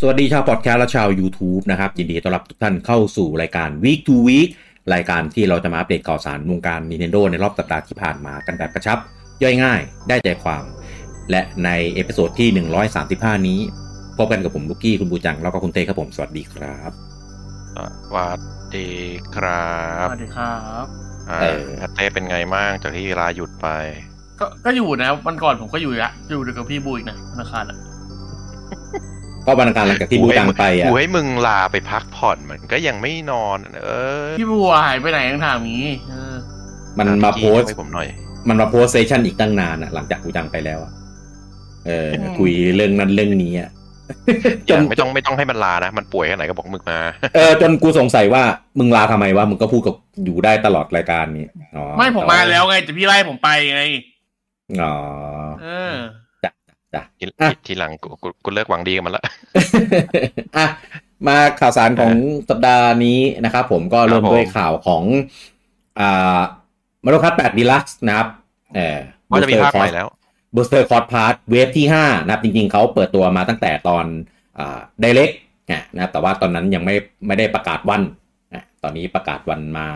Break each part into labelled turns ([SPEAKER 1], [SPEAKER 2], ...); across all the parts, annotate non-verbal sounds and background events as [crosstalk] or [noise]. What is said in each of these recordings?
[SPEAKER 1] สวัสดีชาวพอดแคสต์และชาว YouTube นะครับ ยินดีต้อนรับทุกท่านเข้าสู่รายการ Week to Week รายการที่เราจะมาอัปเดตข่าวสารวงการ Nintendo ในรอบสัปดาห์ที่ผ่านมากันแบบกระชับ ย่อยง่าย ได้ใจความ และในเอพิโซดที่ 135 นี้ พบกันกับผมลูกกี้ คุณบูจัง แล้วก็คุณเต้ครับผม สวัสดีครับ
[SPEAKER 2] สวัสดีครับ
[SPEAKER 3] สวัสดีครับ
[SPEAKER 2] อ่า
[SPEAKER 1] เออ
[SPEAKER 2] พัตเต้เป็นไงบ้างจากที่ลาหยุดไป
[SPEAKER 3] ก็ก็อยู่นะวันก่อนผมก็อยู่อะอยู่กับพี่บุยนะธนาคารอะ
[SPEAKER 1] ก็บรรยากาศหลังจากที่บูจังไปอ่ะ
[SPEAKER 2] กูให้มึงลาไปพักผ่อนมันก็ยังไม่นอน เออ
[SPEAKER 3] พี่บัวหายไปไหนยังถามอย่างนี้เออ
[SPEAKER 1] มันมาโพสต์
[SPEAKER 2] ให้ผมหน่อย
[SPEAKER 1] มันมาโพสเซสชันอีกตั้งนานอะหลังจากกูจังไปแล้วอะเออ
[SPEAKER 2] อืม
[SPEAKER 1] คุยเรื่องนั้นเรื่องนี้อะ
[SPEAKER 2] อ
[SPEAKER 1] จ
[SPEAKER 2] ย่าน ไม่ต้องไม่ต้องให้มันลานะ มันป่วยแค่ไหนก็บอกมึงมา
[SPEAKER 1] เออจนกูสงสัยว่ามึงลาทำไมวะมึงก็พูดกับอยู่ได้ตลอดรายการนี้อ๋อ
[SPEAKER 3] ไม่ผมมาแล้วไงแต่พี่ไล่ผมไปไง
[SPEAKER 1] อ๋ [laughs] อ
[SPEAKER 3] เออ
[SPEAKER 1] จ้ะ
[SPEAKER 2] ที
[SPEAKER 1] อ่ะ
[SPEAKER 2] ทีหลังกูกูกูเลิกหวังดีกับมันละ
[SPEAKER 1] อ่ะมาข่าวสารของสัปดาห์นี้นะครับผมก็เริ่ม
[SPEAKER 2] ครับผม
[SPEAKER 1] ด้วยข่าวของอ่ามาริโอคัท8ดีลักซ์นะครับเออ
[SPEAKER 2] ว่าจะมีภาคใหม่แล้ว
[SPEAKER 1] บูสเตอร์คอร์ p พาร์ทเวฟที่ 5 นะครับ จริงๆ เขาเปิดตัวมาตั้งแต่ตอนไดเล็กนะครับแต่ว่าตอนนั้นยังไม่ไม่ได้ประกาศวันนะตอนนี้ประกาศวันมา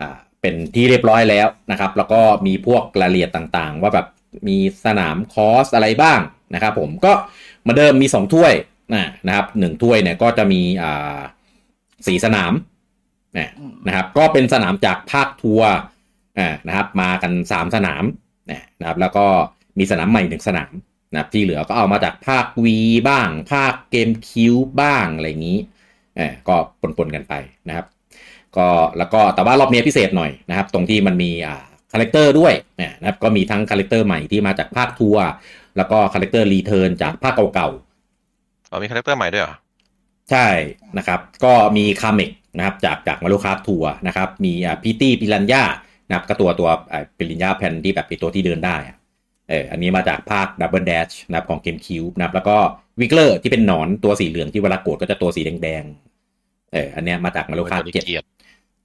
[SPEAKER 1] อ่าเป็นที่เรียบร้อยแล้วนะครับ แล้วก็มีพวกรายละเอียดต่างๆ ว่าแบบมีสนามคอร์สอะไรบ้างนะครับผมก็เหมาเดิมมี 2 ถ้วยนะนะครับหนึ่งถ้วยเนี่ยก็จะมีอ่าสีสนามนะนะครับก็เป็นสนามจากภาคทัวร์อ่านะครับมากัน 3 สนาม นะครับแล้วก็มีสนามใหม่หนึ่งสนามนะครับที่เหลือก็เอามาจากภาค V บ้าง ภาคเกมคิวบ้างอะไรอย่างนี้เออก็ปนๆกันไปนะครับก็แล้วก็แต่ว่ารอบนี้พิเศษหน่อยนะครับตรงที่มันมีอ่าคาแรคเตอร์ด้วยเนี่ยนะครับก็มีทั้งคาแรคเตอร์ใหม่ที่มาจากภาคทัวร์แล้วก็คาแรคเตอร์รีเทิร์นจากภาคเก่าๆ
[SPEAKER 2] เอามีคาแรคเตอร์ใหม่ด้วยเหรอ
[SPEAKER 1] ใช่นะครับ ก็มีคาเมกนะครับจากจากมารุคาทัวร์นะครับ มีอ่าพีตี้ปิลันย่านะครับก็ตัวตัวอ่าปิลันย่าแพนที่แบบเป็นตัวที่เดินได้อะเอออันนี้มาจากภาคดับเบิล a s ชนะครับของเกมคิวนะครับแล้วก็วิกเลอร์ที่เป็นหนอนตัวสีเหลืองที่เวลาโกรธก็จะตัวสีแดงๆเอออันเนี้ยมาจากมารุคา
[SPEAKER 2] โอ้ยตั
[SPEAKER 1] เจ็
[SPEAKER 2] วนี้เกลีย
[SPEAKER 1] ด
[SPEAKER 2] ด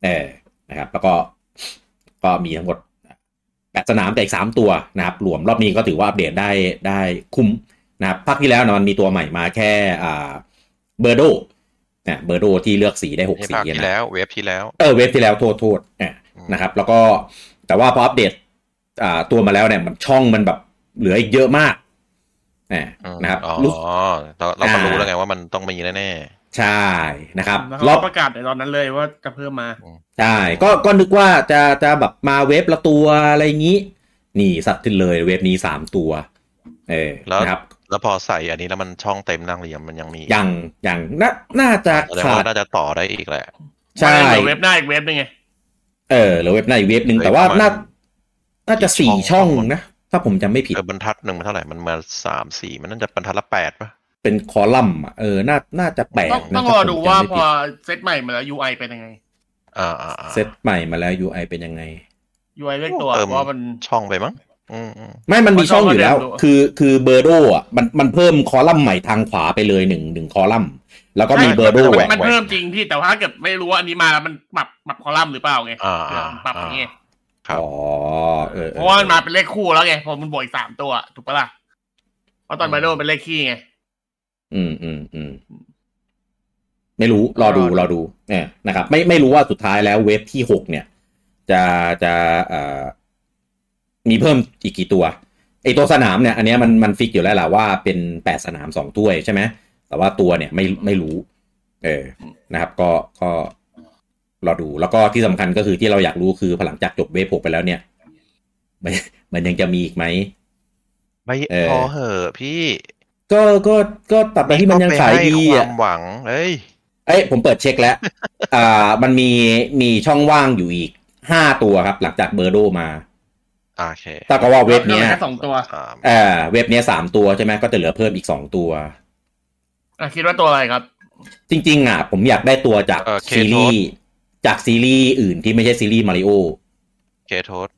[SPEAKER 1] เออนะครับ แล้วก็ก็มีทั้งหมดแปดสนามแต่อีกสามตัวนะครับรวมรอบนี้ก็ถือว่าอัปเดตได้ได้คุ้ม นะครับภาคที่แล้วนะมันมีตัวใหม่มาแค่อ่าเบอร์โดนะเบอร์โดที่เลือกสีได้หก
[SPEAKER 2] ใน
[SPEAKER 1] สี
[SPEAKER 2] ภาคที่
[SPEAKER 1] นะ
[SPEAKER 2] แล้วเวฟที่แล้ว
[SPEAKER 1] เออเว็บที่แล้วโทษโทษอ่ะนะครับ แล้วก็แต่ว่าพออัปเดตอ่าตัวมาแล้วเนี่ยมันช่องมันแบบเหลืออีกเยอะมากอ่ะ
[SPEAKER 2] อืม
[SPEAKER 1] นะครับ
[SPEAKER 2] อ๋อ
[SPEAKER 1] รู้
[SPEAKER 2] เราเราก็
[SPEAKER 1] อ่า
[SPEAKER 2] รู้แล้วไงว่ามันต้องมีแน่
[SPEAKER 1] ใช่นะครับ
[SPEAKER 3] แล้ว
[SPEAKER 1] รอบ
[SPEAKER 3] เขาก็ประกาศในตอนนั้นเลยว่าจะเพิ่มมา
[SPEAKER 1] ใช่ก็ก็นึกว่าจะจะแบบมาเว็บละตัวอะไรอย่างนี้ นี่สัตว์ขึ้นเลยเว็บนี้สามตัว เออ
[SPEAKER 2] แล้ว
[SPEAKER 1] นะครับ
[SPEAKER 2] แล้วพอใส่อันนี้แล้วมันช่องเต็มนางเหลี่ยมมันยังมี
[SPEAKER 1] อย่างอย่างน่าน่าจะ
[SPEAKER 2] แสดง
[SPEAKER 1] ขา
[SPEAKER 2] ว่า
[SPEAKER 1] ด
[SPEAKER 2] น่าจะต่อได้อีกแหละ
[SPEAKER 1] ใช่
[SPEAKER 3] ไม่เหลือเว็บหน้าอีกเว็บหนึงไง
[SPEAKER 1] เออเหรือเว็บหน้าอีกเว็บหนึ่งแต่ว่า
[SPEAKER 2] เว็บประมาณ
[SPEAKER 1] น่าน่าจะสี่
[SPEAKER 2] กี่ช่
[SPEAKER 1] ช่อ
[SPEAKER 2] อง ง
[SPEAKER 1] นะถ้าผมจำไม่ผิด
[SPEAKER 2] เออบรรทัดหนึ่งมันเท่าไหร่ มันมาสามสี่มันน่าจะบรรทัดละแปดป่ะ
[SPEAKER 1] เป็นคอลัมน์อะเออน่าน่าจะแปด
[SPEAKER 3] ต้อง
[SPEAKER 1] นะ
[SPEAKER 3] ต้อง
[SPEAKER 1] ถ้
[SPEAKER 3] รอ
[SPEAKER 1] ผม
[SPEAKER 3] ดู
[SPEAKER 1] จำ
[SPEAKER 3] ว่า
[SPEAKER 1] ไม่
[SPEAKER 3] พ
[SPEAKER 1] ผิ
[SPEAKER 3] อ
[SPEAKER 1] ด
[SPEAKER 3] เซตใหม่มาแล้ว UI เป็นยังไง
[SPEAKER 2] อ่าอ่าอ่า
[SPEAKER 1] เซตใหม่มาแล้ว UI เป็นยังไง
[SPEAKER 3] UI เลขตัว
[SPEAKER 2] เติม
[SPEAKER 3] ว่ามัน
[SPEAKER 2] ช่องไปมั้งอืมอืม
[SPEAKER 1] ไม่มันมีช่องอยู่แล้ว
[SPEAKER 3] ช่องก็เดิมดู
[SPEAKER 1] คือคือเบอร์โดอ่ะมันมันเพิ่มคอลัมน์ใหม่ทางขวาไปเลยหนึ่งหนึ่งคอลัมน์แล้วก็มี
[SPEAKER 3] ใช่
[SPEAKER 1] เบอร์โด
[SPEAKER 3] มัน
[SPEAKER 1] แหวก
[SPEAKER 3] มันเพิ่มจริงพี่แต่ว่าถ้าเกิดไม่รู้ว่าอันนี้มาแล้วมันปรับปรับคอลัมน์หรือเปล่าไง
[SPEAKER 2] อ่า
[SPEAKER 3] เอ
[SPEAKER 2] อ่า
[SPEAKER 3] อปรับอย่างเงี้ย
[SPEAKER 2] ครับ
[SPEAKER 1] อ๋อเออออ
[SPEAKER 3] เพราะว่ามันมาเป็นเลขคู่แล้วไงพอมันบวกอีกสามตัวถูกปะล่ะเพราะตอน
[SPEAKER 2] อืม
[SPEAKER 3] ไบโดเป็นเลขคี่ไง
[SPEAKER 1] อืมอืมอืมไม่รู้รอดูรอดูเนี่ยนะครับ ไม่ไม่รู้ว่าสุดท้ายแล้วเว็บที่หกเนี่ย จะจะเอ่อมีเพิ่มอีกกี่ตัวไอตัวสนามเนี่ย อันเนี้ยมันมันฟิกอยู่แล้วล่ะว่าเป็นแปดสนามสองถ้วยใช่ไหมแต่ว่าตัวเนี่ยไม่ไม่รู้ เออนะครับ ก็ก็รอดูแล้วก็ที่สำคัญก็คือที่เราอยากรู้คือพอหลังจากจบเวฟหกไปแล้วเนี่ย [laughs] มันมันยังจะมีอีกไหม
[SPEAKER 2] ไม่
[SPEAKER 1] เออ
[SPEAKER 2] พอเหอะพี่
[SPEAKER 1] ก็ก็ก็ตับไปที่มันยังขายดี
[SPEAKER 2] ก็ไปให้ค
[SPEAKER 1] อ่ะ
[SPEAKER 2] วามหวัง เอ้ย
[SPEAKER 1] เอ้ยผมเปิดเช็คแล้ว อ่า มันมีมีช่องว่างอยู่อีกห้าตัวครับ หลังจากเบอร์โดมา
[SPEAKER 2] โอเค
[SPEAKER 1] ถ้าก็ว่าเว็บเนี้ย
[SPEAKER 3] แค่สองตัว
[SPEAKER 2] สาม
[SPEAKER 1] เออเว็บเนี้ยสามตัวใช่ไหมก็จะเหลือเพิ่มอีกสองตัว
[SPEAKER 3] อ่ะคิดว่าตัวอะไรครับ
[SPEAKER 1] จริง ๆ อ่ะ ผมอยากได้ตัวจาก
[SPEAKER 2] เออเค
[SPEAKER 1] ซี
[SPEAKER 2] โท
[SPEAKER 1] รี
[SPEAKER 2] ส
[SPEAKER 1] ส์จากซีรีส์อื่นที่ไม่ใช่ซีรีส์มาริโอ
[SPEAKER 2] เคโทส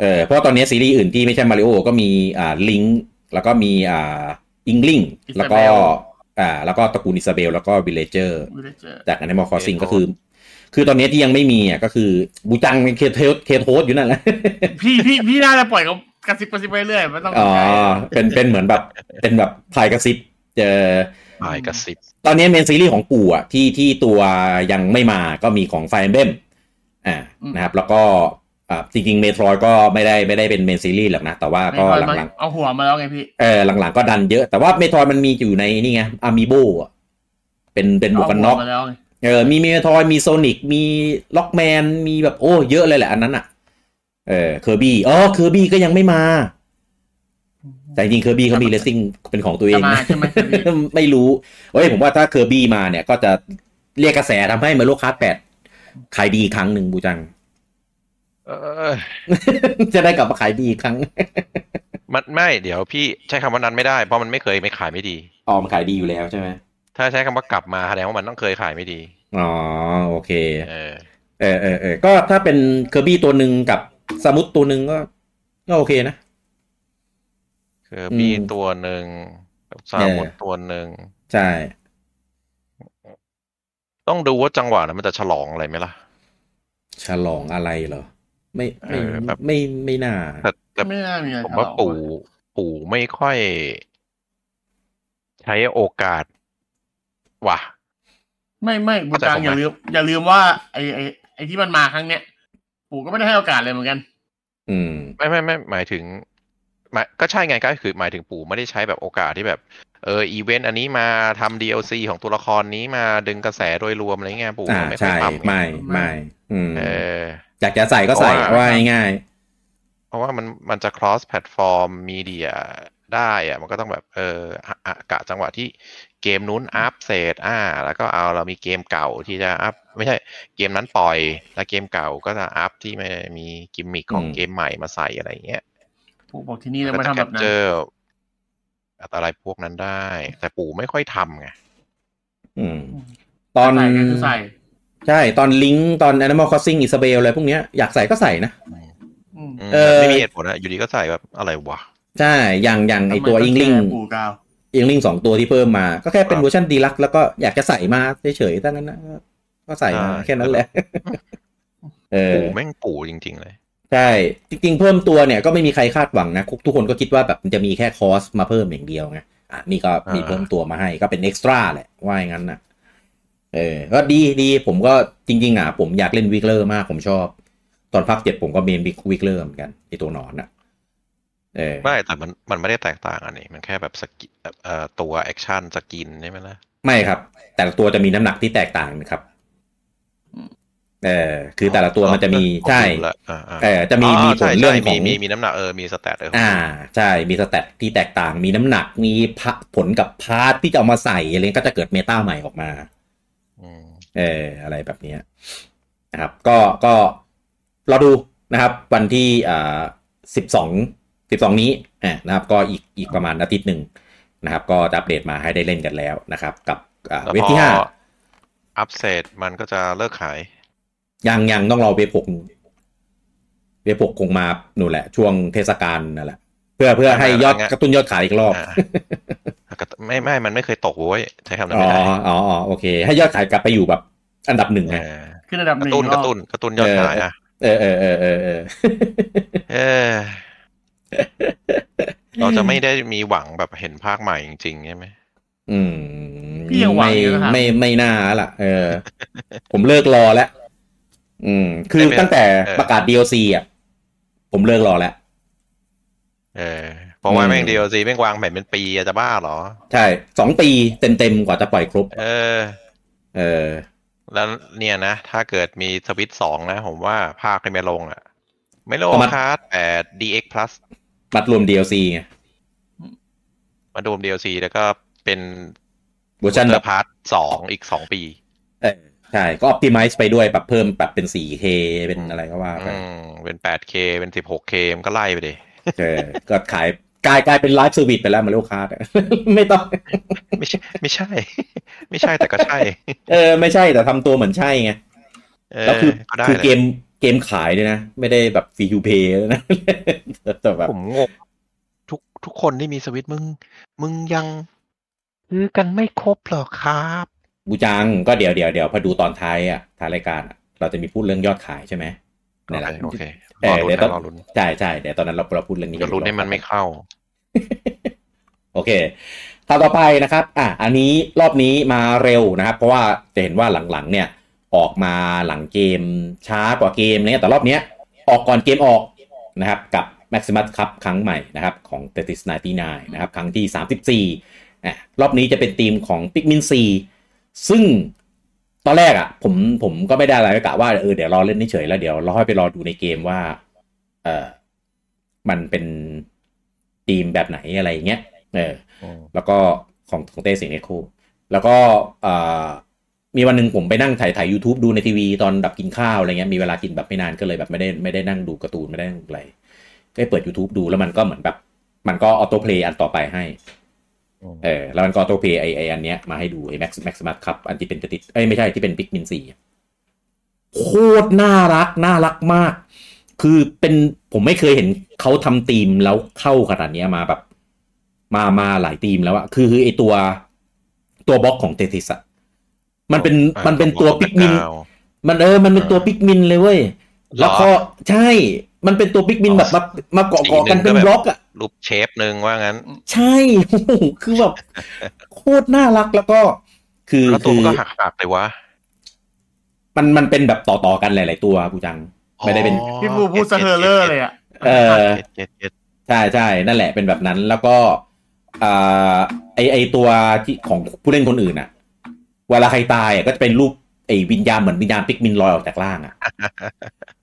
[SPEAKER 1] เออเพราะตอนเนี้ยซีรีส์อื่นที่ไม่ใช่มาริโอก็มีอ่าลิงแล้วก็มีอ่าอิงลิงแล้วก็
[SPEAKER 3] อิซาเบล
[SPEAKER 1] อ่าแล้วก็ตระกูลอิซาเบลแล้วก็วิเลเจอร์
[SPEAKER 3] ไม่ได้เจอ
[SPEAKER 1] จาก Animal Crossing ก็คือ คือตอนนี้ที่ยังไม่มีอ่ะก็คือบูจังเป็นเคเทสเคโทสอยู่นั่นแหละ
[SPEAKER 3] [laughs] พี่พี่พี่น่าจะปล่อยเขากระซิบกระซิบไปเรื่อยไม่ต้อง
[SPEAKER 1] อ๋อ
[SPEAKER 3] ใจ
[SPEAKER 1] เป็น เป็นเหมือนแบบ เป็นแบบพายกระซิบเจอ
[SPEAKER 2] บ่ายกับสิบ
[SPEAKER 1] ตอนนี้เมนซีรีส์ของปู่อ่ะที่ที่ตัวยังไม่มาก็มีของไฟเบมอ่า
[SPEAKER 3] อืม
[SPEAKER 1] นะครับ แล้วก็อ่าจริงๆเมโทรก็ไม่ได้ไม่ได้เป็นเมนซีรีส์หรอกนะ แต่ว่า
[SPEAKER 3] ไม่
[SPEAKER 1] ก็
[SPEAKER 3] ค่อย
[SPEAKER 1] ห
[SPEAKER 3] มา
[SPEAKER 1] ลัง
[SPEAKER 3] เอาหัวมาแล้วไงพี่
[SPEAKER 1] ๆเออหลังๆก็ดันเยอะ แต่ว่าเมโทรมันมีอยู่ในนี่ไงอามิโบะเป็นเป็นหมวกกันน็อก
[SPEAKER 3] เาหัวมาแล้วไง
[SPEAKER 1] เออ มีเมทอยมีโซนิก มีล็อกแมน มีแบบโอ้ เยอะเลยแหละอันนั้นอ่ะ เออ เคอร์บี้ อ๋อ เคอร์บี้ก็ยังไม่มา แต่จริงเคอร์บี้เขามีเลสซิ่งเป็นของตัวเอ
[SPEAKER 3] จะ
[SPEAKER 1] ง
[SPEAKER 3] มา
[SPEAKER 1] นะ
[SPEAKER 3] ใช่ไหมพี่
[SPEAKER 1] [laughs] ไม่รู้เฮ้ยผมว่าถ้าเคอร์บี้มาเนี่ย ก็จะเรียกกระแสทำให้มาโลคาร์ดแปดขายดีอีกครั้งหนึ่งบูจัง [laughs]
[SPEAKER 2] เออ
[SPEAKER 1] จะได้กลับมาขายดีอีกครั้ง
[SPEAKER 2] มันไม่เดี๋ยวพี่ใช้คำว่านั้นไม่ได้เพราะมันไม่เคยไม่ขายไม่ดี
[SPEAKER 1] ออมนขายดีอยู่แล้วใช่ไหม
[SPEAKER 2] ถ้าใช้คำว่ากลับมาแสดงว่ามันต้องเคยขายไม่ดี
[SPEAKER 1] อ๋อ โอเค
[SPEAKER 2] เออ
[SPEAKER 1] เออเออเออก็ถ้าเป็นเคอร์บี้ตัวหนึ่งกับสมุตตัวหนึ่งก็ก็โอเคนะ
[SPEAKER 2] คือบี้
[SPEAKER 1] อืม
[SPEAKER 2] ตัวหนึ่งกับซามุน
[SPEAKER 1] เออ
[SPEAKER 2] ตัวหนึ่ง
[SPEAKER 1] ใช่
[SPEAKER 2] ต้องดูว่าจังหวะนั้นมันจะฉลองอะไรไหมล่ะ
[SPEAKER 1] ฉลองอะไรเหรอ ไม่ไม่
[SPEAKER 2] เออแบบ
[SPEAKER 1] ไม่ไม่น่า
[SPEAKER 2] แต่แต่
[SPEAKER 3] ไม่น่ามีอะไร
[SPEAKER 2] ผมว่า
[SPEAKER 3] ทะเลาะ
[SPEAKER 2] ปู่ปู่ไม่ค่อย ใช้โอกาสว่ะ
[SPEAKER 3] ไม่ไม่บุญจัง
[SPEAKER 2] เข้าใจผมไหม
[SPEAKER 3] อย่าลืมอย่าลืมว่าไอ้ไอ้ไอ้ที่มันมาครั้งเนี้ยปู่ก็ไม่ได้ให้โอกาสเลยเหมือนกัน
[SPEAKER 1] อืม
[SPEAKER 2] ไม่ไม่ไม่หมายถึงหมายก็ใช่ไงก็คือ หมายถึงปู่ไม่ได้ใช้แบบโอกาสที่แบบ เอออีเวนต์อันนี้มาทำ DLC ของตัวละครนี้มาดึงกระแสโดยรวมอะไรเงี้ยปู่
[SPEAKER 1] อ่า
[SPEAKER 2] ไม่ค่อ
[SPEAKER 1] ใช่
[SPEAKER 2] ยทำไง
[SPEAKER 1] ไม่ไม่ อืม
[SPEAKER 2] เออ
[SPEAKER 1] อยากจะใส่ก็ใส่
[SPEAKER 2] เพราะว่า
[SPEAKER 1] ว่าง่าย
[SPEAKER 2] เพราะว่ามันมันจะ cross platform media ได้อะมันก็ต้องแบบเอออะอะกะจังหวะที่เกมนู้นอัพเสร็จอ่า แล้วก็เอาเรามีเกมเก่าที่จะอัพไม่ใช่เกมนั้นปล่อย แล้วเกมเก่าก็จะอัพที่ไม่มีกิมมิคของเกมใหม่มาใส่อะไรอย่างเงี้ย
[SPEAKER 3] ปู่บอกที่นี่จะ
[SPEAKER 2] ก็
[SPEAKER 3] มา
[SPEAKER 2] จะ
[SPEAKER 3] ทำ
[SPEAKER 2] แค
[SPEAKER 3] แบ
[SPEAKER 2] ป
[SPEAKER 3] บนั้น
[SPEAKER 2] เจอร์อะไรพวกนั้นได้ แต่ปู่ไม่ค่อยทำไง
[SPEAKER 1] ๆอืม ตอน
[SPEAKER 3] ใส่ก็คือใส่
[SPEAKER 1] ใช่ ตอนลิงก์ตอน Animal Crossing Isabel อะไรพวกเนี้ยอยากใส่ก็ใส่นะ
[SPEAKER 3] อืม
[SPEAKER 2] อืม
[SPEAKER 1] เออ
[SPEAKER 2] ไม่มีเหตุผลอะอยู่ดีก็ใส่แบบอะไรวะ
[SPEAKER 1] ใช่ อย่างอย่างไอตัว
[SPEAKER 3] ทำม
[SPEAKER 1] อิงลิง
[SPEAKER 3] แก่ปู่กาว
[SPEAKER 1] อิงลิงสองตัวที่เพิ่มมา ก็แค่เป็น
[SPEAKER 2] ครับ
[SPEAKER 1] เวอร์ชันดีลักแล้วก็อยากจะใส่มาเฉยๆตั้งนั้นนะก็ก็ใส่มา
[SPEAKER 2] ใช่
[SPEAKER 1] แค่นั้นแหละ เออ
[SPEAKER 2] ปู่แม่งปู่จริง ๆ เลย
[SPEAKER 1] ใช่ จริงๆ เพิ่มตัวเนี่ยก็ไม่มีใครคาดหวังนะทุกคนก็คิดว่าแบบมันจะมีแค่คอสมาเพิ่มอย่างเดียวไงอ่ะนี่ก็มี
[SPEAKER 2] อ่า
[SPEAKER 1] เพิ่มตัวมาให้ก็เป็นเอ็กซ์ตร้าแหละว่าอย่างนั้นนะเออ ก็ดีดีผมก็จริง ๆ อ่ะ ผมอยากเล่นวิกเลอร์มากผมชอบ ตอนภาคเจ็ดผมก็เมนวิกเลอร์เหมือนกันไอตัวหนอนอ่ะเออ
[SPEAKER 2] ไม่แต่มันมันไม่ได้แตกต่างอันนี้ มันแค่แบบสกิเอ่อตัวแอคชั่นสกินใช่ไหมล่ะ
[SPEAKER 1] ไม่ครับ แต่ละตัวจะมีน้ำหนักที่แตกต่างนะครับเออคือแต่ละตัวมันจะมีใช่
[SPEAKER 2] ละอ่าๆ
[SPEAKER 1] เออจะมีมีผ
[SPEAKER 2] ใช่
[SPEAKER 1] ล
[SPEAKER 2] ใช่
[SPEAKER 1] เรื่องของ
[SPEAKER 2] มีมีมีน้ำหนักเออมีสแตทเอออ
[SPEAKER 1] อ่าใช่มีสแตทที่แตกต่างมีน้ำหนักมีพะผลกับพาร์ทที่จะเอามาใส่อะไรก็จะเกิดเมตาใหม่ออกมา
[SPEAKER 2] อืม
[SPEAKER 1] เอออะไรแบบเนี้ยนะครับ ก็ก็รอดูนะครับ วันที่อ่าสิบสองสิบสองนี้อ่านะครับ ก็อีกอีกประมาณอาทิตย์หนึ่งนะครับ ก็จะอัปเดตมาให้ได้เล่นกันแล้วนะครับ กับอ่า
[SPEAKER 2] แล้ว
[SPEAKER 1] เว็บ
[SPEAKER 2] พอ
[SPEAKER 1] ที่ห้า
[SPEAKER 2] อัปเดตมันก็จะเลิกขาย
[SPEAKER 1] ยังยังต้องรอเว็บหกเว็บหกคงมาหนูนแหละ ช่วงเทศกาลนั่นแหละเพื่อเพื่อให้ยอดกระตุ้นยอดขายอีกรอบ
[SPEAKER 2] อ่าแล้วก็ไม่ไม่มันไม่เคยตกโว้ยใช้คำนั้น
[SPEAKER 1] อ๋อ
[SPEAKER 2] ไม่ได้
[SPEAKER 1] อ๋ออ๋อโอเค ให้ยอดขายกลับไปอยู่แบบอันดับหนึ่ง
[SPEAKER 2] เอ
[SPEAKER 1] ไง
[SPEAKER 2] อ
[SPEAKER 3] ขึ้นระดับ
[SPEAKER 2] ก
[SPEAKER 3] ห
[SPEAKER 2] ระ
[SPEAKER 3] นึ่ง
[SPEAKER 2] ตุ้นก
[SPEAKER 3] รอบ
[SPEAKER 2] ระตุ้นกระตุ้นยอด
[SPEAKER 1] เออ
[SPEAKER 2] ขายอ่ะ
[SPEAKER 1] เออเออเออเออเออ [laughs]
[SPEAKER 2] เออ เราจะไม่ได้มีหวังแบบเห็นภาคใหม่จริงๆใช่ไหม
[SPEAKER 1] อืม
[SPEAKER 3] พี่ยังหวัง
[SPEAKER 1] ไม่
[SPEAKER 3] อยู่นะครับ
[SPEAKER 1] ไม่ไม่น่าล่ะ เออ ผมเลิกรอแล้ว อืม คือ
[SPEAKER 2] ได้ไหม
[SPEAKER 1] ตั้งแต่
[SPEAKER 2] เออ
[SPEAKER 1] ประกาศ DLC อ่ะ ผมเลิกรอแล้ว
[SPEAKER 2] เออเพราะว่าแม่
[SPEAKER 1] อื
[SPEAKER 2] ง
[SPEAKER 1] ม
[SPEAKER 2] ดีโอซีแม่งวางแผนเป็นปีอะจะบ้าเหรอ
[SPEAKER 1] ใช่สองปีเต็มเต็มๆกว่าจะปล่อยครบ
[SPEAKER 2] เออ
[SPEAKER 1] เออ
[SPEAKER 2] แล้วเนี่ยนะ ถ้าเกิดมีสวิตสองนะ ผมว่าภาคไม่ลงอ่ะ ไม่ลง
[SPEAKER 1] ประมาณ
[SPEAKER 2] คาร์ดแต่ DX Plus
[SPEAKER 1] บัตรรวม DLC ไง
[SPEAKER 2] มาดูม DLC แล้วก็เป็น
[SPEAKER 1] เวอร์ชันแบบ
[SPEAKER 2] พาร์ทสองอีกสองปี
[SPEAKER 1] เออ ใช่ ก็ optimize ไปด้วยปรับเพิ่มปรับเป็น 4K เป็นอะไรก็ว่าไป
[SPEAKER 2] อืมเป็น 8K เป็น 16K มันก็ไล่ไปดิ [laughs]
[SPEAKER 1] เออ ก็ขายกลายกลายเป็น live service ไปแล้วมาเร็วคาร์ด [laughs] ไม่ต้อง
[SPEAKER 2] ไม่ใช่ ไม่ใช่ [laughs] ไม่ใช่แต่ก็ใช่
[SPEAKER 1] เออไม่ใช่แต่ทำตัวเหมือนใช่ไง
[SPEAKER 2] เอ
[SPEAKER 1] แล้ว
[SPEAKER 2] อ
[SPEAKER 1] คือ
[SPEAKER 2] ก็ได้
[SPEAKER 1] คือ
[SPEAKER 2] แห
[SPEAKER 1] เก
[SPEAKER 2] ละ
[SPEAKER 1] มเกมขายด้วยนะ ไม่ได้แบบฟรีทูเพย์นะ [laughs] แต่แบบ
[SPEAKER 2] ผมงงทุกทุกคนที่มีสวิตช์มึง มึงยังซื้อกันไม่ครบเหรอครับ
[SPEAKER 1] บูจังก็เดี๋ยวเดี๋ยวเดี๋ยวพอดูตอนท้ายอ่ะท้ายรายการอะเราจะมีพูดเรื่องยอดขายใช่ไหม
[SPEAKER 2] โอ
[SPEAKER 1] นั่นแห
[SPEAKER 2] เค
[SPEAKER 1] ละ
[SPEAKER 2] โอเค
[SPEAKER 1] เอ
[SPEAKER 2] ร
[SPEAKER 1] อ
[SPEAKER 2] อลุ้
[SPEAKER 1] เดี๋ย
[SPEAKER 2] น
[SPEAKER 1] วต้อง
[SPEAKER 2] รอลุ้น
[SPEAKER 1] ใช่ใช่เดี๋ยวตอนนั้นเราเราพูดเรื่องนี้
[SPEAKER 2] จะลุ้นให้มันไม่เข้า
[SPEAKER 1] โอเคข่าวต่อไปนะครับ อ่ะ อันนี้รอบนี้มาเร็วนะครับ เพราะว่าจะเห็นว่าหลังๆ เนี่ย ออกมาหลังเกมช้ากว่าเกมเนี่ยแต่รอบเนี้ย ออกก่อนเกมออกนะครับ กับ Maximus Cup ครั้งใหม่นะครับ ของ t e t r i s 99 นะครับ ครั้งที่ 34อ่ะรอบนี้จะเป็นทีมของ Pikmin 4 ซึ่งตอนแรกอ่ะ ผมผมก็ไม่ได้อะไรก็กะว่าเออเดี๋ยวรอเล่นเฉยๆแล้วเดี๋ยวรอให้ไปรอดูในเกมว่า เออมันเป็นทีมแบบไหนอะไรอย่างเงี้ยเออ
[SPEAKER 2] อืม
[SPEAKER 1] แล้วก็ของของเต้เสียงเอกโคแล้วก็เอ่อมีวันหนึ่งผมไปนั่งถ่ายถ่าย u t u b e ดูในทีวีตอนแบบกินข้าวอะไรเงี้ยมีเวลากินแบบไม่นานก็เลยแบบไม่ได้ไม่ได้นั่งดูการ์ตูนไม่ได้นั่งอะไรก็เปิด YouTube ดูแล้วมันก็เหมือนแบบ มันก็ออโต้เพลย์อันต่อไปให้
[SPEAKER 2] อืม
[SPEAKER 1] เออแล้วมันก็ออโต้เพลย์ไอไออันเนี้ยมาให้ดูไอแม็กซ์แม็กซ์มาร์ครับอันที่เป็นติดเอ้ยไม่ใช่ที่เป็นปิกมินสี่โคตรน่ารัก น่ารักมาก คือเป็นผมไม่เคยเห็นเขาทำทีมแล้วเข้าขนาดเนี้ยมาแบบ มามาหลายทีมแล้วอะคือคือไอตัวตัวบล็อกของเตติสอะมันเป็น
[SPEAKER 2] อ่า
[SPEAKER 1] มันเป็น
[SPEAKER 2] ของ
[SPEAKER 1] ตัว
[SPEAKER 2] ของ
[SPEAKER 1] ปิกมิน
[SPEAKER 2] แบ็คกราวด์
[SPEAKER 1] มันเออ มันเป็นตัว
[SPEAKER 2] อ่า
[SPEAKER 1] ปิกมินเลยเว้ย
[SPEAKER 2] หรอ
[SPEAKER 1] แล้วก็ใช่ มันเป็นตัวปิกมิน
[SPEAKER 2] อ๋อ
[SPEAKER 1] แบบมามาเกาะ
[SPEAKER 2] สี
[SPEAKER 1] เกาะกัน
[SPEAKER 2] หนึ่งก็
[SPEAKER 1] เป็น
[SPEAKER 2] แบบ
[SPEAKER 1] บล็อกอะ
[SPEAKER 2] รูปเชฟหนึ่งว่างั้น
[SPEAKER 1] ใช่ [laughs] โอ้โหคือ
[SPEAKER 2] [laughs]
[SPEAKER 1] แบบ โคตรน่ารักแล้วก็ คือ
[SPEAKER 2] แล้วตัว
[SPEAKER 1] คื
[SPEAKER 2] มัน
[SPEAKER 1] อ
[SPEAKER 2] ก็หักหักๆเลยวะ
[SPEAKER 1] มันมันเป็นแบบต่อๆกันหลาย ๆ ตัวกูจัง ไม่ได้เป็น
[SPEAKER 2] อ๋อ
[SPEAKER 3] พี่บูพูดสะเทอเลอร์เลยอ่ะ
[SPEAKER 1] เออ
[SPEAKER 2] เจ็ดเจ็ดเจ็ด
[SPEAKER 1] ใช่ใช่นั่นแหละเป็นแบบนั้นแล้วก็อ่าไอไอตัวที่ของผู้เล่นคนอื่นอะเวลาใครตายอะก็จะเป็นรูปไอวิญญาณเหมือนวิญญาณปิกมินลอยออกจาก
[SPEAKER 2] [laughs]
[SPEAKER 1] ร่างอะ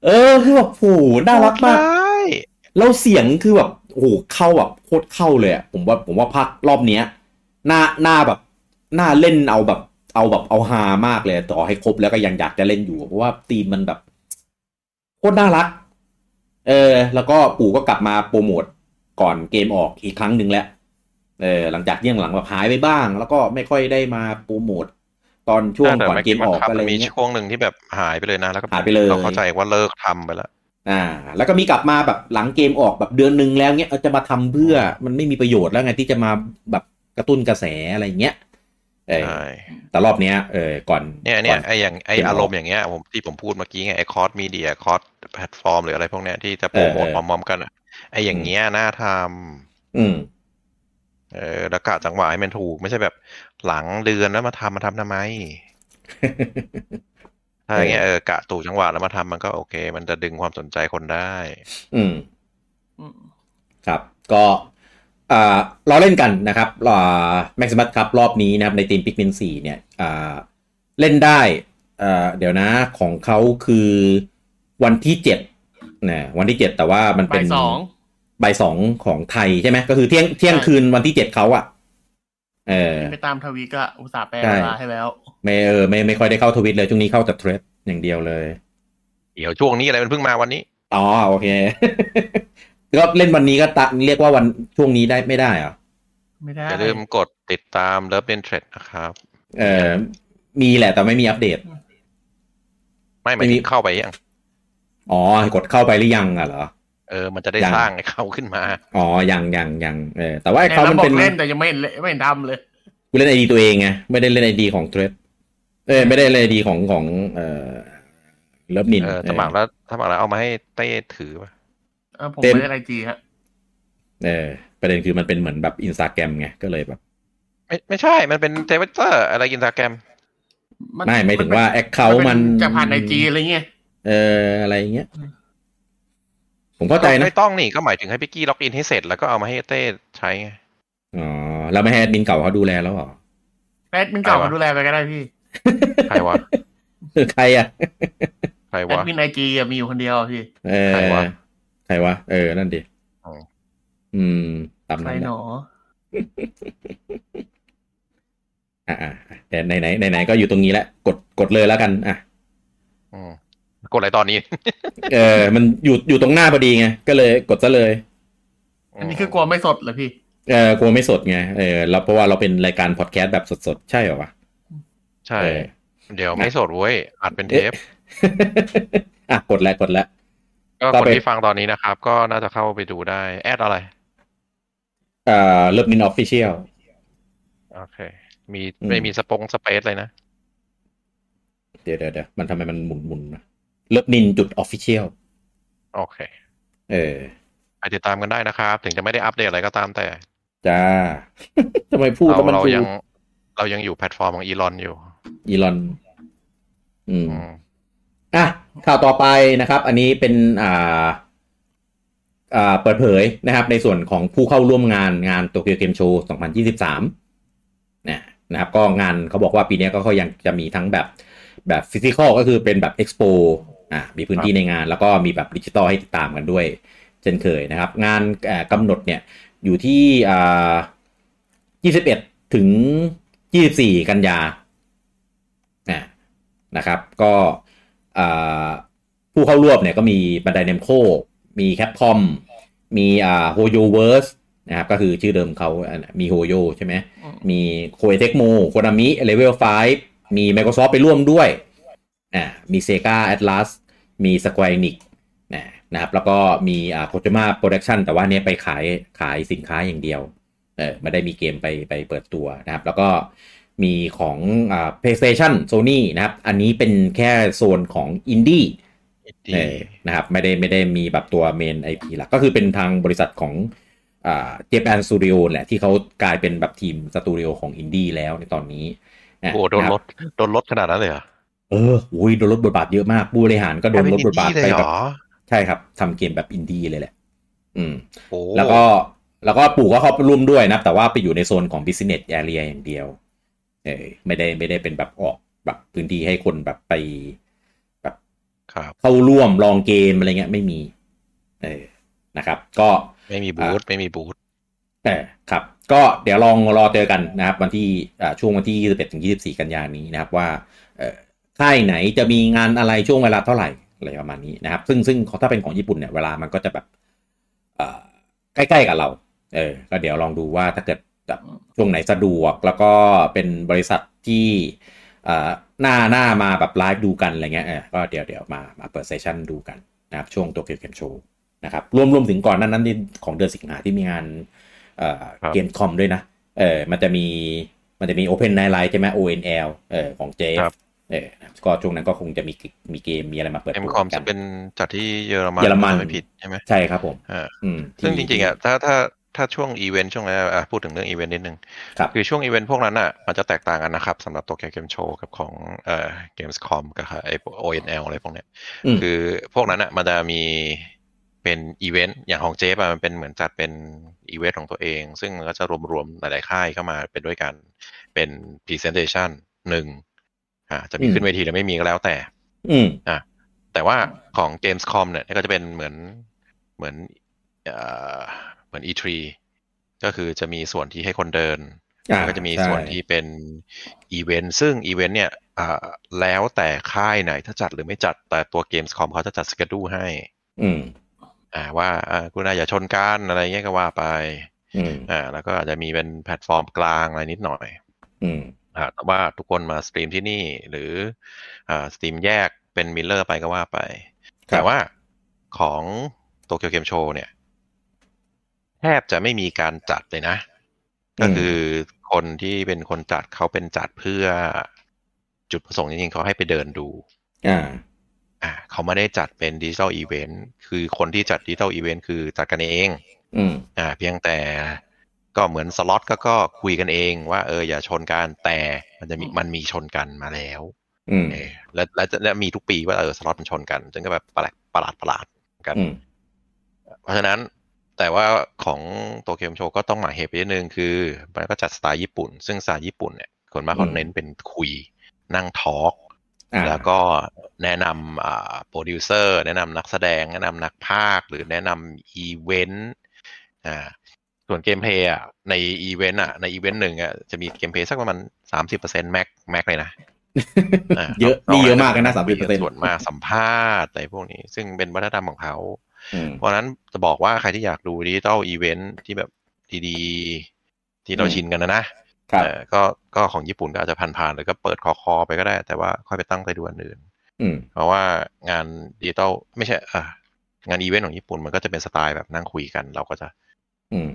[SPEAKER 1] เออคือแบบโหน่ารักมาก
[SPEAKER 2] ใช่
[SPEAKER 1] แล้วเสียงคือแบบโอ้โหเข้าแบบโคตรเข้าเลยอะผมว่าผมว่าภาครอบเนี้ยหน้าหน้าแบบหน้าเล่นเอาแบบ เอาแบบเอาฮามากเลยต่อให้ครบแล้วก็ยังอยากจะเล่นอยู่ เพราะว่าธีมมันแบบโคตรน่ารัก เออ แล้วก็ปู่ก็กลับมาโปรโมทก่อนเกมออกอีกครั้งหนึ่งแล้วเออหลังจากเยี่ยงหลังแบบหายไปบ้าง แล้วก็ไม่ค่อยได้มาโปรโมทตอนช่วง
[SPEAKER 2] แต่
[SPEAKER 1] ก่อนเกมออก
[SPEAKER 2] ครับ
[SPEAKER 1] อะไร
[SPEAKER 2] มันมี
[SPEAKER 1] เงี้ย
[SPEAKER 2] ช่วงหนึ่งที่แบบหายไปเลยนะ แล้วก็
[SPEAKER 1] หายไปเลย
[SPEAKER 2] เราเข้าใจว่าเลิกทำไปแล้ว
[SPEAKER 1] อ่าแล้วก็มีกลับมาแบบหลังเกมออกแบบเดือนหนึ่งแล้วเนี้ยเอาจะมาทำเพื่อมันไม่มีประโยชน์แล้วไงที่จะมาแบบกระตุ้นกระแสอะไรเงี้ยเออ
[SPEAKER 2] ใช่
[SPEAKER 1] แต่รอบเนี้ยเออก่อน
[SPEAKER 2] เนี่ยเนี่ย
[SPEAKER 1] ก่อ
[SPEAKER 2] ไออย่างไอ
[SPEAKER 1] เกมออก
[SPEAKER 2] อารมณ์อย่างเงี้ยผมที่ผมพูดเมื่อกี้ไงไอคอร์สมีเดียคอร์สแพลตฟอร์มหรืออะไรพวกเนี้ยที่จะโปรโมท
[SPEAKER 1] เออเออ
[SPEAKER 2] พร้อมๆกันอะไออย่างเงี้ยน่าท
[SPEAKER 1] อืม [laughs]
[SPEAKER 2] ำเออแล้วกะจังหวะให้มันถูก ไม่ใช่แบบหลังเดือนแล้วมาทำมาทำทำไมถ้าอย่างเงี้ยเออกะถูกจังหวะแล้วมาทำมันก็โอเค มันจะดึงความสนใจคนได้
[SPEAKER 1] อืม
[SPEAKER 3] อืม
[SPEAKER 1] ครับก็อ่าเราเล่นกันนะครับอ่าแม็กซิมัสครับรอบนี้นะครับในทีมปิกมิน4เนี่ยอ่าเล่นได้อ่าเดี๋ยวนะของเขาคือวันที่7นะวันที่ 7 แต่ว่ามัน
[SPEAKER 3] ใบ
[SPEAKER 1] เป็น
[SPEAKER 3] สอง
[SPEAKER 1] บ่ายสองของไทยใช่ไหมก็คือเที่ยงเที่ยงคืนวันที่เจ็ดเขาอะเออ
[SPEAKER 3] ไปตามทวีก็อุตส่าห์แปล
[SPEAKER 1] ใช่
[SPEAKER 3] เวลาให้แล้ว
[SPEAKER 1] ไม่เออไม่ไม่ค่อยได้เข้าทวิตเลยช่วงนี้เข้าแต่เทรดอย่างเดียวเลย
[SPEAKER 2] เดี๋ยวช่วงนี้อะไรมันเพิ่งมาวันนี้
[SPEAKER 1] อ๋อโอเค [laughs] ก็เล่นวันนี้ก็ตะเรียกว่าวันช่วงนี้ได้ไม่ได้เหรอะ
[SPEAKER 3] ไม่ได้
[SPEAKER 2] อย่าลืมกดติดตาม Love and Trade นะครับ
[SPEAKER 1] เออมีแหละแต่ไม่มีอัปเดต
[SPEAKER 2] ไม่หมาย
[SPEAKER 1] ไม่มี
[SPEAKER 2] ถึงเข้าไปยัง
[SPEAKER 1] อ๋อกดเข้าไปหรือยังอะเหรอ
[SPEAKER 2] เออมันจะได้
[SPEAKER 1] ยัง
[SPEAKER 2] สร้างให้เข้าขึ้นมา
[SPEAKER 1] อ๋อยังยังยังเออแต่ว่า
[SPEAKER 3] ไอ้
[SPEAKER 1] ไอ้
[SPEAKER 3] เขา
[SPEAKER 1] เขามัน
[SPEAKER 3] บอก
[SPEAKER 1] เป็น
[SPEAKER 3] เล่นแต่ยังไม่เห็นเละไม่เห็นทำเลย
[SPEAKER 1] กูเล่นไอดีตัวเองไงไม่ได้เล่นไอดีของเทรดเออไม่ได้เล่นไอดีของของเออเลิฟนิน
[SPEAKER 2] เออสมัครแล้วสมัครแล้วเอามาให้เต้ถือป่ะ
[SPEAKER 3] เออผม
[SPEAKER 1] เต็ม
[SPEAKER 3] ไม่ได้ไอจีฮะ
[SPEAKER 1] เออประเด็นคือมันเป็นเหมือนแบบอินสตาแกรมไงก็เลยแบบ
[SPEAKER 2] ไม่ไม่ใช่ มันเป็นเทวิตเตอร์อะไรอินสตาแกรม
[SPEAKER 1] ไม่ไม่ถึงว่าแอคเคาท์มัน
[SPEAKER 3] เป็จะผ่านไอจีอะไรเงี้ย
[SPEAKER 1] เอออะไรอย่างเงี้ย ผมเข้าใจนะ
[SPEAKER 2] ไม่ต้องนี่ก็หมายถึงให้พี่กี้ล็อกอินให้เสร็จแล้วก็เอามาให้เต้ใช้ไง
[SPEAKER 1] อ๋อแล้วไม่ให้แอดมินเก่าเขาดูแลแล้วเหรอ [laughs]
[SPEAKER 3] แอดมินเก่า
[SPEAKER 2] ใครวะ
[SPEAKER 3] มาดูแลไปก็ได้พี่
[SPEAKER 2] ใครวะ
[SPEAKER 1] คือใครอ่ะ
[SPEAKER 2] ใคร
[SPEAKER 3] แอด
[SPEAKER 2] วะ
[SPEAKER 3] มินไอจีอะมีอยู่คนเดียวอะพี่
[SPEAKER 1] เออ
[SPEAKER 2] ใครวะ
[SPEAKER 1] ใครวะเออนั่นดิ
[SPEAKER 2] อ๋อ
[SPEAKER 1] อืมตาม
[SPEAKER 3] ใคร
[SPEAKER 1] นั้น
[SPEAKER 3] หน
[SPEAKER 1] นะ
[SPEAKER 3] อ
[SPEAKER 1] อ่ะอ่ะแต่ไหนไหนไหนไหนก็อยู่ตรงนี้แล้วกดกดเลยแล้วกันอ่ะ
[SPEAKER 2] อืมกดอะไรตอนนี้
[SPEAKER 1] เออ มันอยู่อยู่ตรงหน้าพอดีไงก็เลยกดซะเลย
[SPEAKER 3] อันนี้คือกลัวไม่สดเหรอพี่
[SPEAKER 1] เออกลัวไม่สดไงเออเราเพราะว่าเราเป็นรายการพอดแคสต์แบบสดๆใช่เหรอวะ
[SPEAKER 2] ใช่
[SPEAKER 1] เอ [laughs] อ
[SPEAKER 2] เดี๋ยวไม่สดเว้ยอัดเป็นเทป
[SPEAKER 1] อ่ะกดแล้วกดแล้ว
[SPEAKER 2] ก็
[SPEAKER 1] ต่
[SPEAKER 2] ค
[SPEAKER 1] อนไป
[SPEAKER 2] ที่ฟังตอนนี้นะครับ ก็น่าจะเข้าไปดูได้ แอดอะไร
[SPEAKER 1] เอ่อเลิฟนินออฟฟิเชียล
[SPEAKER 2] โอเค มี
[SPEAKER 1] อืม
[SPEAKER 2] ไม่มีสปงสเปซเลยนะ
[SPEAKER 1] เดี๋ยวเดี๋ยวเดี๋ยวมันทำไมมันหมุนหมุนนะเลิฟนินจุดออฟฟิเชียล
[SPEAKER 2] โอเค
[SPEAKER 1] เออ
[SPEAKER 2] ไปติดตามกันได้นะครับ ถึงจะไม่ได้อัปเดตอะไรก็ตามแต่
[SPEAKER 1] จ้า [laughs] ทำไมพูด
[SPEAKER 2] เรา
[SPEAKER 1] แล้วมัน
[SPEAKER 2] เรา
[SPEAKER 1] ดู
[SPEAKER 2] ยังเรายังอยู่แพลตฟอร์มของอีลอนอยู่
[SPEAKER 1] อีลอน อืม
[SPEAKER 2] อืม
[SPEAKER 1] อ่ะข่าวต่อไปนะครับ อันนี้เป็นอ่าอ่าเปิดเผยนะครับ ในส่วนของผู้เข้าร่วมงานงานโตเกียวเกมโชว์2023นะนะครับ ก็งานเขาบอกว่าปีเนี้ยก็เขายังจะมีทั้งแบบแบบฟิสิกอลก็คือเป็นแบบเอ็กซ์โปอ่ามีพื้นที่ในงาน แล้วก็มีแบบดิจิตอลให้ติดตามกันด้วย เช่นเคยนะครับ งานเอ่อกำหนดเนี่ยอยู่ที่อ่า21 ถึง 24 กันยา นะนะครับก็อ่าผู้เข้าร่วมเนี่ยก็มีบันไดเนมโคมีแคปคอมมีอ่าโฮโยเวิร์สนะครับก็คือชื่อเดิมเขาอ่ะมีโฮโยใช่ไหม
[SPEAKER 3] อืม
[SPEAKER 1] มีโคเอเทคโมโคนามิเลเวล5มี Microsoft ไปร่วมด้วยอ่ามี Sega Atlas มี Square Enix นะนะครับแล้วก็มีอ่าโคจมาโปรดักชันแต่ว่าเนี้ยไปขายขายสินค้าอย่างเดียว เออไม่ได้มีเกมไปไปเปิดตัวนะครับ แล้วก็มีของอ่า PlayStation Sony นะครับ อันนี้เป็นแค่โซนของอินดี้
[SPEAKER 2] ดี
[SPEAKER 1] เออนะครับไม่ได้ไม่ได้มีแบบตัวเมน IP หลักก็คือเป็นทางบริษัทของเจแปนสตูดิโอแหละที่เขากลายเป็นแบบทีมสตูดิโอของอินดี้แล้วในตอนนี้ะ
[SPEAKER 2] โอ้โหโดน
[SPEAKER 1] ะค
[SPEAKER 2] ล
[SPEAKER 1] รับ
[SPEAKER 2] ดโดนลดขนาดนั้นเลยเหรอ
[SPEAKER 1] เอออุ้ยโดนลดบทบาทเยอะมากผู้บริหารก็โดนลดบทบาท
[SPEAKER 2] เล
[SPEAKER 1] ไป
[SPEAKER 2] ยเห
[SPEAKER 1] แบ
[SPEAKER 2] ร
[SPEAKER 1] บ
[SPEAKER 2] อ
[SPEAKER 1] ใช่ครับทำเกมแบบอินดี้เลยแหละ อืม
[SPEAKER 2] โอ้
[SPEAKER 1] แล้วก็แล้วก็ปู่ก็เข้าไปร่วมด้วยนะแต่ว่าไปอยู่ในโซนของ business area อย่างเดียวเออไม่ได้ไม่ได้เป็นแบบออกแบบพื้นที่ให้คนแบบไปแบบ
[SPEAKER 2] ครับ
[SPEAKER 1] เข้าร่วมลองเกมอะไรเงี้ยไม่มี เออนะครับ ก็
[SPEAKER 2] ไม่มีบูธไม่มีบูธ
[SPEAKER 1] เออครับ ก็เดี๋ยวลองรอเจอกันนะครับ วันที่อ่าช่วงวันที่ 21ถึง24 กันยายนนี้นะครับว่าเอ่อค่ายไหนจะมีงานอะไรช่วงเวลาเท่าไหร่อะไรประมาณนี้นะครับ ซึ่งซึ่งของถ้าเป็นของญี่ปุ่นเนี่ยเวลามันก็จะแบบเอ่อใกล้ๆกับเรา เออก็เดี๋ยวลองดูว่าถ้าเกิดแบบช่วงไหนสะดวก แล้วก็เป็นบริษัทที่เอ่อหน้าหน้ามาแบบไลฟ์ดูกันอะไรเงี้ยเออก็เดี๋ยวเดี๋ยวมามาเปิดเซสชันดูกันนะครับ ช่วงตัวเกียวเกมโชว์นะครับรวมรวมถึงก่อนหนั้นนั้นในของเดือนสิงหาที่มีงานเอ่อเกมคอมด้วยนะ เออมันจะมีมันจะมี Open Night Live ใช่ไหม ONL เออของ JF เออนะครับก็ช่วงนั้นก็คงจะมีมีเกมมีอะไรมาเปิด
[SPEAKER 2] เอ็ม
[SPEAKER 1] ตัว
[SPEAKER 2] คอม
[SPEAKER 1] กั
[SPEAKER 2] จะ
[SPEAKER 1] น
[SPEAKER 2] เป็นจัดที่เยอรมัน
[SPEAKER 1] เยอรมัน
[SPEAKER 2] ถ้าไม่ผิดใช่ไหม
[SPEAKER 1] ใช่ครับผม
[SPEAKER 2] เออ
[SPEAKER 1] อืม
[SPEAKER 2] ซึ่งจริงๆอ่ะถ้าถ้าถ้าช่วงอีเวนต์ช่วงนั้นอ่ะพูดถึงเรื่องอีเวนต์นิดนึง
[SPEAKER 1] ครับ
[SPEAKER 2] คือช่วงอีเวนต์พวกนั้นอ่ะมันจะแตกต่างกันนะครับสำหรับตัวเกมโชว์กับของเอ่อเกมส์คอมกับไอโอเอ็นเอลอะไรพวกเนี้ย
[SPEAKER 1] อืม
[SPEAKER 2] คือพวกนั้นอ่ะมันจะมีเป็นอีเวนต์อย่างของเจฟอ่ะมันเป็นเหมือนจัดเป็นอีเวนต์ของตัวเอง ซึ่งมันก็จะรวมๆหลายๆค่ายเข้ามาเป็นด้วยกันเป็นพรีเซนเ t ชันหนึ่งอ่าจะมีขึ้นเวทีหรือไม่มีก็แล้วแต่
[SPEAKER 1] อืม
[SPEAKER 2] แต่ว่าของ Gamescom เนี่ยก็จะเป็นเหมือนเหมือนเอ่อเหมือน E3 ก็คือจะมีส่วนที่ให้คนเดิน
[SPEAKER 1] อ่า
[SPEAKER 2] แล้วก็จะมี
[SPEAKER 1] ใช่
[SPEAKER 2] ส่วนที่เป็นอีเวนต์ซึ่งอีเวนต์เนี่ยอ่าแล้วแต่ค่ายไหนถ้าจัดหรือไม่จัดแต่ตัว Gamescom เขาจะจัดสเกดูให้
[SPEAKER 1] อืม
[SPEAKER 2] อ่าว่าอ่าคุณอาอย่าชนกันอะไรเงี้ยก็ว่าไป
[SPEAKER 1] อืม
[SPEAKER 2] อ่าแล้วก็อาจจะมีเป็นแพลตฟอร์มกลางอะไรนิดหน่อย
[SPEAKER 1] อืม
[SPEAKER 2] อ่าแต่ว่าทุกคนมาสตรีมที่นี่หรืออ่าสตรีมแยกเป็นมิลเลอร์ไปก็ว่าไป
[SPEAKER 1] ครับ
[SPEAKER 2] แต่ว่าของโตเกียวเกมโชว์เนี่ย แทบจะไม่มีการจัดเลยนะ ก็คือคนที่เป็นคนจัดเขาเป็นจัดเพื่อจุดประสงค์จริงๆเขาให้ไปเดินดู
[SPEAKER 1] อ่า
[SPEAKER 2] อ่าเขาไม่ได้จัดเป็นดิจิ t a ลอีเวนต์คือคนที่จัดดิจิ t a ลอีเวนต์คือจัดกันเอง
[SPEAKER 1] อืม
[SPEAKER 2] อ่าเพียงแต่ก็เหมือนสล็อตก็ก็คุยกันเองว่าเอออย่าชนกันแต่มันจะมีมันมีชนกันมาแล้ว
[SPEAKER 1] อืม
[SPEAKER 2] เออและและจะและมีทุกปีว่าเออสล็อตมันชนกันจนก็แบบประหลาดประหลาดประหลาดกัน
[SPEAKER 1] อืม
[SPEAKER 2] เพราะฉะนั้นแต่ว่าของตัวเกมโชว์ก็ต้องหมายเหตุไปนิดนึงคือมันก็จัดสไตล์ญี่ปุ่น ซึ่งสไตล์ญี่ปุ่นเนี่ยคนมากเขาเน้นเป็นคุยนั่งทอล์ก
[SPEAKER 1] อ่า
[SPEAKER 2] แล้วก็แนะนำโปรดิวเซอร์แนะนำนักแสดง แนะนำนักพากย์หรือแนะนำอีเวนต์อ่าส่วนเกมเพลย์อ่ะในอีเวนต์อ่ะในอีเวนต์หนึ่งอ่ะจะมีเกมเพลย์สักประมาณสามสิบเปอร์เซ็นต์แม็กแม็กเลยนะา
[SPEAKER 1] เยอะนี่เยอะมากเลยนะ
[SPEAKER 2] จ
[SPEAKER 1] สามสิบเปอร์เซ็นต์
[SPEAKER 2] ส่วนมากสัมภาษณ์อะไรพวกนี้ ซึ่งเป็นวัฒนธรรมของเขา
[SPEAKER 1] อืม
[SPEAKER 2] เพราะฉะนั้นจะบอกว่าใครที่อยากดูดิจิตอลอีเวนต์ที่แบบดีๆ ที่เรา
[SPEAKER 1] อืม
[SPEAKER 2] ชินกันนะนะ
[SPEAKER 1] ครับ
[SPEAKER 2] เอ่อก็ก็ของญี่ปุ่นก็อาจจะผ่านๆหรือก็เปิดคอคอๆไปก็ได้ แต่ว่าค่อยไปตั้งใจดูอันอื่น
[SPEAKER 1] อืม
[SPEAKER 2] เพราะว่างานดิจิตอลไม่ใช่อ่ะงานอีเวนต์ของญี่ปุ่นมันก็จะเป็นสไตล์แบบนั่งคุยกัน เราก็จะ
[SPEAKER 1] อืม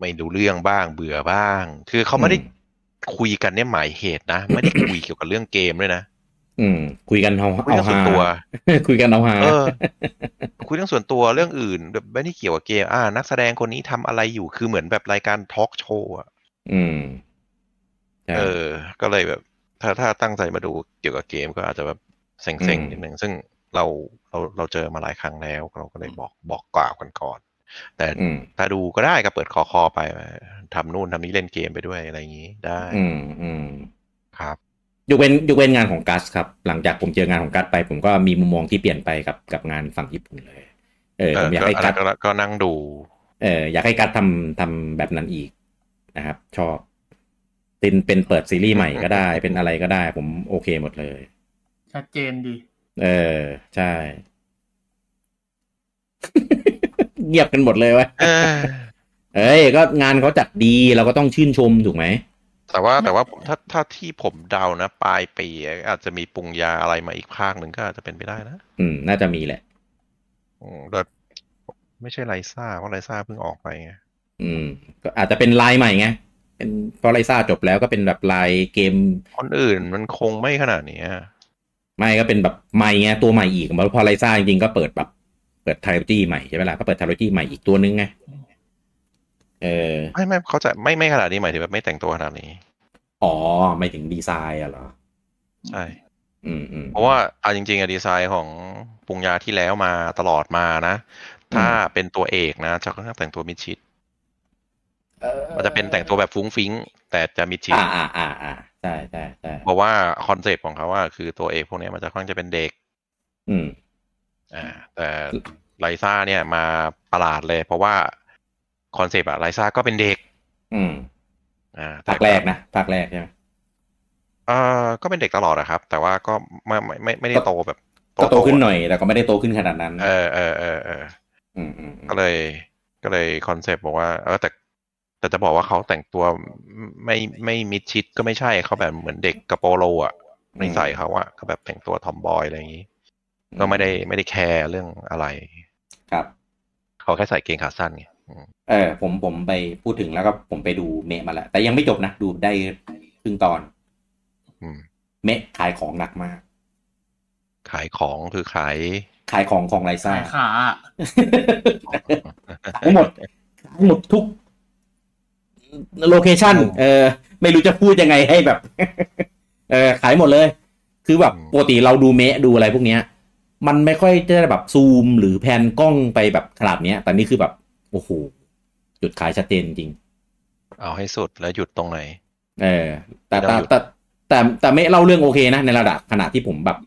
[SPEAKER 2] ไม่รู้เรื่องบ้างเบื่อบ้าง คือเขาไม่ได้
[SPEAKER 1] อืม
[SPEAKER 2] คุยกันเนี่ยหมายเหตุนะ ไม่ได้คุยเกี่ยวกับเรื่องเกมด้วยนะ
[SPEAKER 1] อืม คุยกันเอา
[SPEAKER 2] คุยเรื่องส่วน
[SPEAKER 1] ฮา
[SPEAKER 2] ตัว
[SPEAKER 1] [laughs] คุยกันเอาฮา
[SPEAKER 2] เออ คุยเรื่องส่วนตัวเรื่องอื่นแบบไม่ได้เกี่ยวกับเกมอ่า นักแสดงคนนี้ทำอะไรอยู่คือเหมือนแบบรายการทอล์กโชว์อะ
[SPEAKER 1] อืมใช่
[SPEAKER 2] เออ ก็เลยแบบ ถ้าถ้าตั้งใจมาดูเกี่ยวกับเกมก็อาจจะแบบเซ็งๆนิดนึงซึ่งเราเราเราเจอมาหลายครั้งแล้ว เราก็เลยบอกบอกกล่าวกันก่อน แต่
[SPEAKER 1] อืม
[SPEAKER 2] ถ้าดูก็ได้ก็เปิดคอคอไปทำนู่นทำนี่เล่นเกมไปด้วยอะไรอย่างนี้ได้
[SPEAKER 1] อืมอืม
[SPEAKER 2] ครับ
[SPEAKER 1] ยกเว้นยกเว้นงานของกัสครับ หลังจากผมเจองานของกัสไป ผมก็มีมุมมองที่เปลี่ยนไปกับกับงานฝั่งญี่ปุ่นเลย เออ
[SPEAKER 2] เอ
[SPEAKER 1] ผ
[SPEAKER 2] อ
[SPEAKER 1] มอยาก
[SPEAKER 2] ก็
[SPEAKER 1] ให้กัส
[SPEAKER 2] ก็ก็ก็นั่งดู
[SPEAKER 1] เอออยากให้กัดทำทำแบบนั้นอีกนะครับ ชอบเป็นเป็นเปิดซีรีส์ใหม่ก็ได้ เป็นอะไรก็ได้ ผมโอเคหมดเลย
[SPEAKER 3] ชัดเจนดี
[SPEAKER 1] เออ ใช่ [laughs] เงียบกันหมดเลยวะ
[SPEAKER 2] เออ
[SPEAKER 1] เอ้ย ก็งานเขาจัดดีเราก็ต้องชื่นชมถูกไหม
[SPEAKER 2] แต่ว่าแต่ว่าผมถ้าถ้าที่ผมเดานะปลายปีอาจจะมีปรุงยาอะไรมาอีกภาคหนึ่งก็อาจจะเป็นไปได้นะ
[SPEAKER 1] อืม น่าจะมีแหละ
[SPEAKER 2] อืมแต่ไม่ใช่ไรซ่าเพราะไรซ่าเพิ่งออกไปไง
[SPEAKER 1] อืม ก็อาจจะเป็นลายใหม่ไงเป็นเพราะไลซ่าจบแล้วก็เป็นแบบลายเกม
[SPEAKER 2] คนอื่นมันคงไม่ขนาดเนี้ย
[SPEAKER 1] ไม่ก็เป็นแบบใหม่ไงตัวใหม่อีกเพราะพอไลซ่าจริงๆก็เปิดแบบเปิดทริลจีใหม่ใช่ไหมล่ะก็เปิดทริลจีใหม่อีกตัวนึงไงเออ
[SPEAKER 2] ไม่ไม่เขาใจะไม่ไม่ขนาดนี้หมายถึงแบบไม่แต่งตัวขนาดนี้
[SPEAKER 1] อ๋อไม่ถึงดีไซน์อะเหรอ
[SPEAKER 2] ใช่
[SPEAKER 1] อืมอืม
[SPEAKER 2] เพราะว่าเอาจริงๆอะดีไซน์ของปรุงยาที่แล้วมาตลอดมานะ ถ้า
[SPEAKER 1] อืม
[SPEAKER 2] เป็นตัวเอกนะจะค่อนข้างแต่งตัวมิดชิดมันจะเป็นแต่งตัวแบบฟุ้งฟิ้งแต่จะมิดชิด
[SPEAKER 1] อ่าอ่าอ่าอ่าใช่ใช่ใช่
[SPEAKER 2] เพราะว่าคอนเซปต์ของเขาว่าคือตัวเอกพวกเนี้ยมันจะค่อนข้างจะเป็นเด็ก
[SPEAKER 1] อืม
[SPEAKER 2] อ่าแต่ไลซ่าเนี่ยมาประหลาดเลย เพราะว่าคอนเซปต์อะไลซ่าก็เป็นเด็ก
[SPEAKER 1] อืม
[SPEAKER 2] อ่า
[SPEAKER 1] ภาคแรกนะภาคแรกใช่ไหม
[SPEAKER 2] เออก็เป็นเด็กตลอดอะครับ แต่ว่าก็ไม่ไม่ไม่ไม่ได้
[SPEAKER 1] ก็
[SPEAKER 2] โตแบบ
[SPEAKER 1] ก็โตขึ้นหน่อยแต่ก็ไม่ได้โตขึ้นขนาดนั้น
[SPEAKER 2] เออเออเออเออ
[SPEAKER 1] อืมอืมอืม
[SPEAKER 2] ก็เลยก็เลยคอนเซปต์บอกว่าเออแต่แต่จะบอกว่าเขาแต่งตัวไม่ไม่มิดชิดก็ไม่ใช่เขาแบบเหมือนเด็กกระโปโลอะในใส่เขาอะก็แบบแต่งตัวทอมบอยอะไรอย่างนี้ ก็ไม่ได้ไม่ได้แคร์เรื่องอะไร
[SPEAKER 1] ครับ
[SPEAKER 2] เขาแค่ใส่เกงขาสั้นไงอืม
[SPEAKER 1] เออ ผมผมไปพูดถึงแล้วก็ผมไปดูเมะมาแล้วแต่ยังไม่จบนะดูได้ครึ่งตอน
[SPEAKER 2] อืม
[SPEAKER 1] เมะขายของหนักมาก
[SPEAKER 2] ขายของคือขาย
[SPEAKER 1] ขายของของไลซ่า
[SPEAKER 3] สายขาอะ
[SPEAKER 1] ขายหมดขายหมดทุกโลเคชันเออ ไม่รู้จะพูดยังไงให้แบบ [laughs] เออขายหมดเลย คือแบบ
[SPEAKER 2] อืม
[SPEAKER 1] ปกติเราดูเมะดูอะไรพวกเนี้ย มันไม่ค่อยจะแบบซูมหรือแพนกล้องไปแบบขนาดเนี้ย แต่นี่คือแบบ โอ้โห จุดขายชัดเจนจริง
[SPEAKER 2] เอาให้สุดแล้วหยุดตรงไหน
[SPEAKER 1] เออแต่
[SPEAKER 2] ไม่
[SPEAKER 1] แต่
[SPEAKER 2] ต้องหยุด
[SPEAKER 1] แต่แต่แต่ไม่เล่าเรื่องโอเคนะ ในระดับขนาดที่ผมแบบ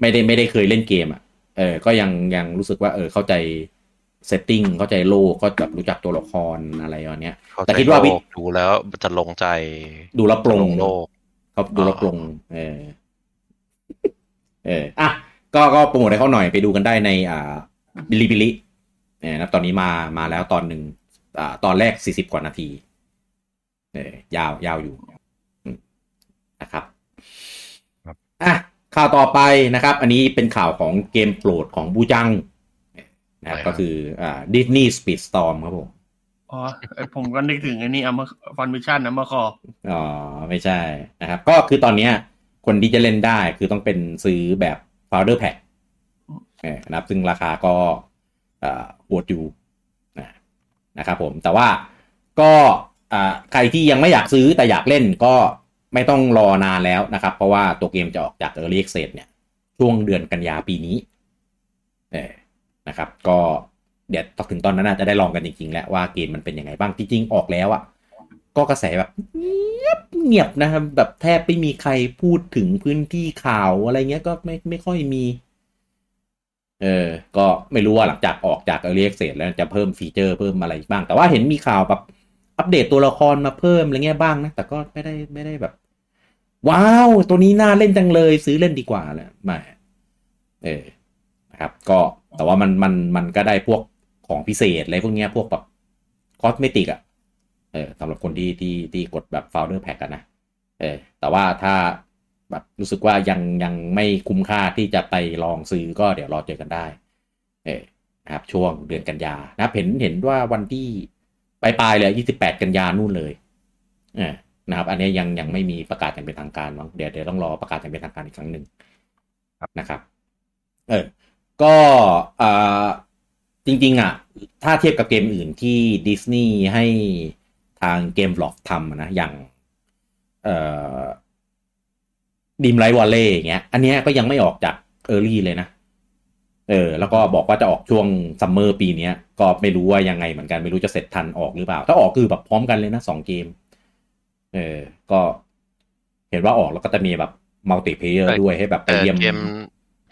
[SPEAKER 1] ไม่ได้ไม่ได้เคยเล่นเกมอ่ะเออก็ยังยังรู้สึกว่าเออเข้าใจเซตติ้งเข้าใจโลกก็แบบรู้จักตัวละครอะไรอย่างเนี้ย
[SPEAKER 2] เข้ใจ
[SPEAKER 1] แต่คิดว่าวิ
[SPEAKER 2] โลกดูแล้วจะลงใจ
[SPEAKER 1] ดูแลวปล
[SPEAKER 2] จะล
[SPEAKER 1] ง
[SPEAKER 2] งโลก
[SPEAKER 1] เขาดู
[SPEAKER 2] อ่า
[SPEAKER 1] แล้วปรงเออ เออ อ่ะ ก็ก็โปรโมทให้เขาหน่อยไปดูกันได้ในอ่าบิลิบิลิเนี่ยนะครับตอนนี้มามาแล้วตอนหนึ่งอ่า ตอนแรกสี่สิบกว่านาที เออยาวยาวอยู่อืมนะครับอ่ะข่าวต่อไปนะครับ อันนี้เป็นข่าวของเกมโปรดของบูจังนะครับก็คืออ่าดิสนีย์สปีดสตอมครับผม
[SPEAKER 3] อ๋อไอ้ผมก็นึกถึงไอ้นี่เอามาฟันมิชชั่นนะมาขอ
[SPEAKER 1] อ๋อไม่ใช่นะครับ ก็คือตอนเนี้ยคนที่จะเล่นได้คือต้องเป็นซื้อแบบ powder pack เออนะครับซึ่งราคาก็เอ่อโหดอยู่นะนะครับผมแต่ว่าก็อ่าใครที่ยังไม่อยากซื้อแต่อยากเล่นก็ไม่ต้องรอนานแล้วนะครับ เพราะว่าตัวเกมจะออกจาก Early Access เนี่ย ช่วงเดือนกันยาปีนี้เออนะครับ ก็เดี๋ยวถึงตอนนั้นน่าจะได้ลองกันจริงๆแล้วว่าเกมมันเป็นยังไงบ้างจริงๆออกแล้วอ่ะ ก็กระแสแบบเงียบเงียบนะครับ แบบแทบไม่มีใครพูดถึงพื้นที่ข่าวอะไรเงี้ยก็ไม่ไม่ค่อยมี เออ ก็ไม่รู้ว่าหลังจากออกจาก Early Access แล้วจะเพิ่มฟีเจอร์เพิ่มอะไรอีกบ้าง แต่ว่าเห็นมีข่าวแบบอัปเดตตัวละครมาเพิ่มอะไรเงี้ยบ้างนะ แต่ก็ไม่ได้ไม่ได้แบบ ว้าว ตัวนี้น่าเล่นจังเลย ซื้อเล่นดีกว่าแหละไม่เออนะครับ ก็แต่ว่ามันมันมันก็ได้พวกของพิเศษอะไรพวกเนี้ยพวกแบบคอสเมติกอะเออสำหรับคนที่ที่ที่กดแบบ founder pack กันนะเออแต่ว่าถ้าแบบรู้สึกว่ายังยังไม่คุ้มค่าที่จะไปลองซื้อก็เดี๋ยวรอเจอกันได้ เออนะครับ ช่วงเดือนกันยานะครับเห็นเห็นว่าวันที่ปลายปลายๆเลยยี่สิบแปดกันยานู่นเลยเออนะครับ อันเนี้ยยังยังไม่มีประกาศอย่างเป็นทางการมั้งเดี๋ยวเดี๋ยวต้องรอประกาศอย่างเป็นทางการอีกครั้งหนึ่ง ครับนะครับเออก็อ่าจริงๆอ่ะถ้าเทียบกับเกมอื่นที่ดิสนีย์ให้ทางเกมบล็อกทำอะนะอย่างเอ่อดีมไลท์วอลเล่อย่างเงี้ย อันเนี้ยก็ยังไม่ออกจากเออร์ลี่เลยนะ เออ แล้วก็บอกว่าจะออกช่วงซัมเมอร์ปีเนี้ย ก็ไม่รู้ว่ายังไงเหมือนกันไม่รู้จะเสร็จทันออกหรือเปล่า ถ้าออกคือแบบพร้อมกันเลยนะสองเกม เออ ก็เห็นว่าออกแล้วก็จะมีแบบมัลติเพเยอร์ด้วยให้แบบไป
[SPEAKER 2] แต่
[SPEAKER 1] เยี่ยม
[SPEAKER 2] เกม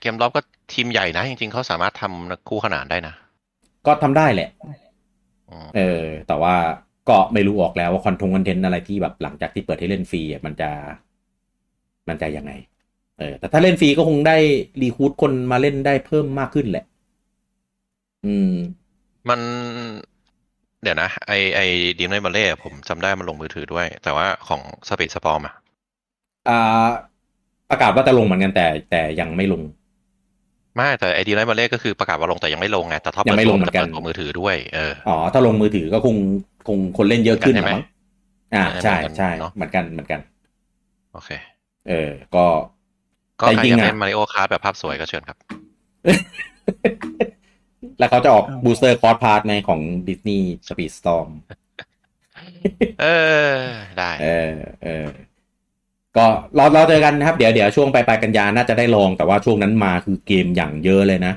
[SPEAKER 2] เกมรอบก็ทีมใหญ่นะ จริงๆเขาสามารถทำคู่ขนานได้นะ
[SPEAKER 1] ก็ทำได้แหละ
[SPEAKER 2] อืม
[SPEAKER 1] เออ แต่ว่าก็ไม่รู้ออกแล้วว่าคอนทงคอนเทนต์อะไรที่แบบหลังจากที่เปิดให้เล่นฟรีอ่ะมันจะ มันจะยังไง เออ แต่ถ้าเล่นฟรีก็คงได้รีคูดคนมาเล่นได้เพิ่มมากขึ้นแหละ อืม
[SPEAKER 2] มันเดี๋ยวนะ ไอไอดีมไนบอลเล่ผมจำได้มันลงมือถือด้วย แต่ว่าของสปีดสปอมอะ
[SPEAKER 1] อ่าประกาศว่าจะลงเหมือนกันแต่ แต่ยังไม่ลง
[SPEAKER 2] ไม่แต่ไอดีมไนบอลเล่ก็คือประกาศว่าลงแต่ยังไม่ลงไงแต่ถ้าเปิ
[SPEAKER 1] ยั
[SPEAKER 2] ด
[SPEAKER 1] งไม่ลง
[SPEAKER 2] ตัว
[SPEAKER 1] เหมื
[SPEAKER 2] จะ
[SPEAKER 1] อนกัน
[SPEAKER 2] เปิดตัวมือถือด้วย เออ
[SPEAKER 1] อ๋อ ถ้าลงมือถือก็คงคงคนเล่นเยอะขึ้น
[SPEAKER 2] ใช่ไหม
[SPEAKER 1] มั้งอ่า ใช่ใช่
[SPEAKER 2] เนอะ
[SPEAKER 1] เหมือนกันเหมือนกัน
[SPEAKER 2] โอเค
[SPEAKER 1] เออ ก็
[SPEAKER 2] ก็
[SPEAKER 1] แต่
[SPEAKER 2] ใคร
[SPEAKER 1] จริ
[SPEAKER 2] อง ยา
[SPEAKER 1] อะ
[SPEAKER 2] กเล่นมาริโอคาร์แบบภาพสวยก็เชิญครับ
[SPEAKER 1] แล้วเขาจะออกบูสเตอร์คอร์สพาร์ทในของดิสนีย์สปีดสตอม
[SPEAKER 2] เออ ได้
[SPEAKER 1] เออเออ ก็เราเราเจอกันนะครับ เดี๋ยวเดี๋ยวช่วงปลายปลายกันยาน่าจะได้ลองแต่ว่าช่วงนั้นมาคือเกมอย่างเยอะเลยนะ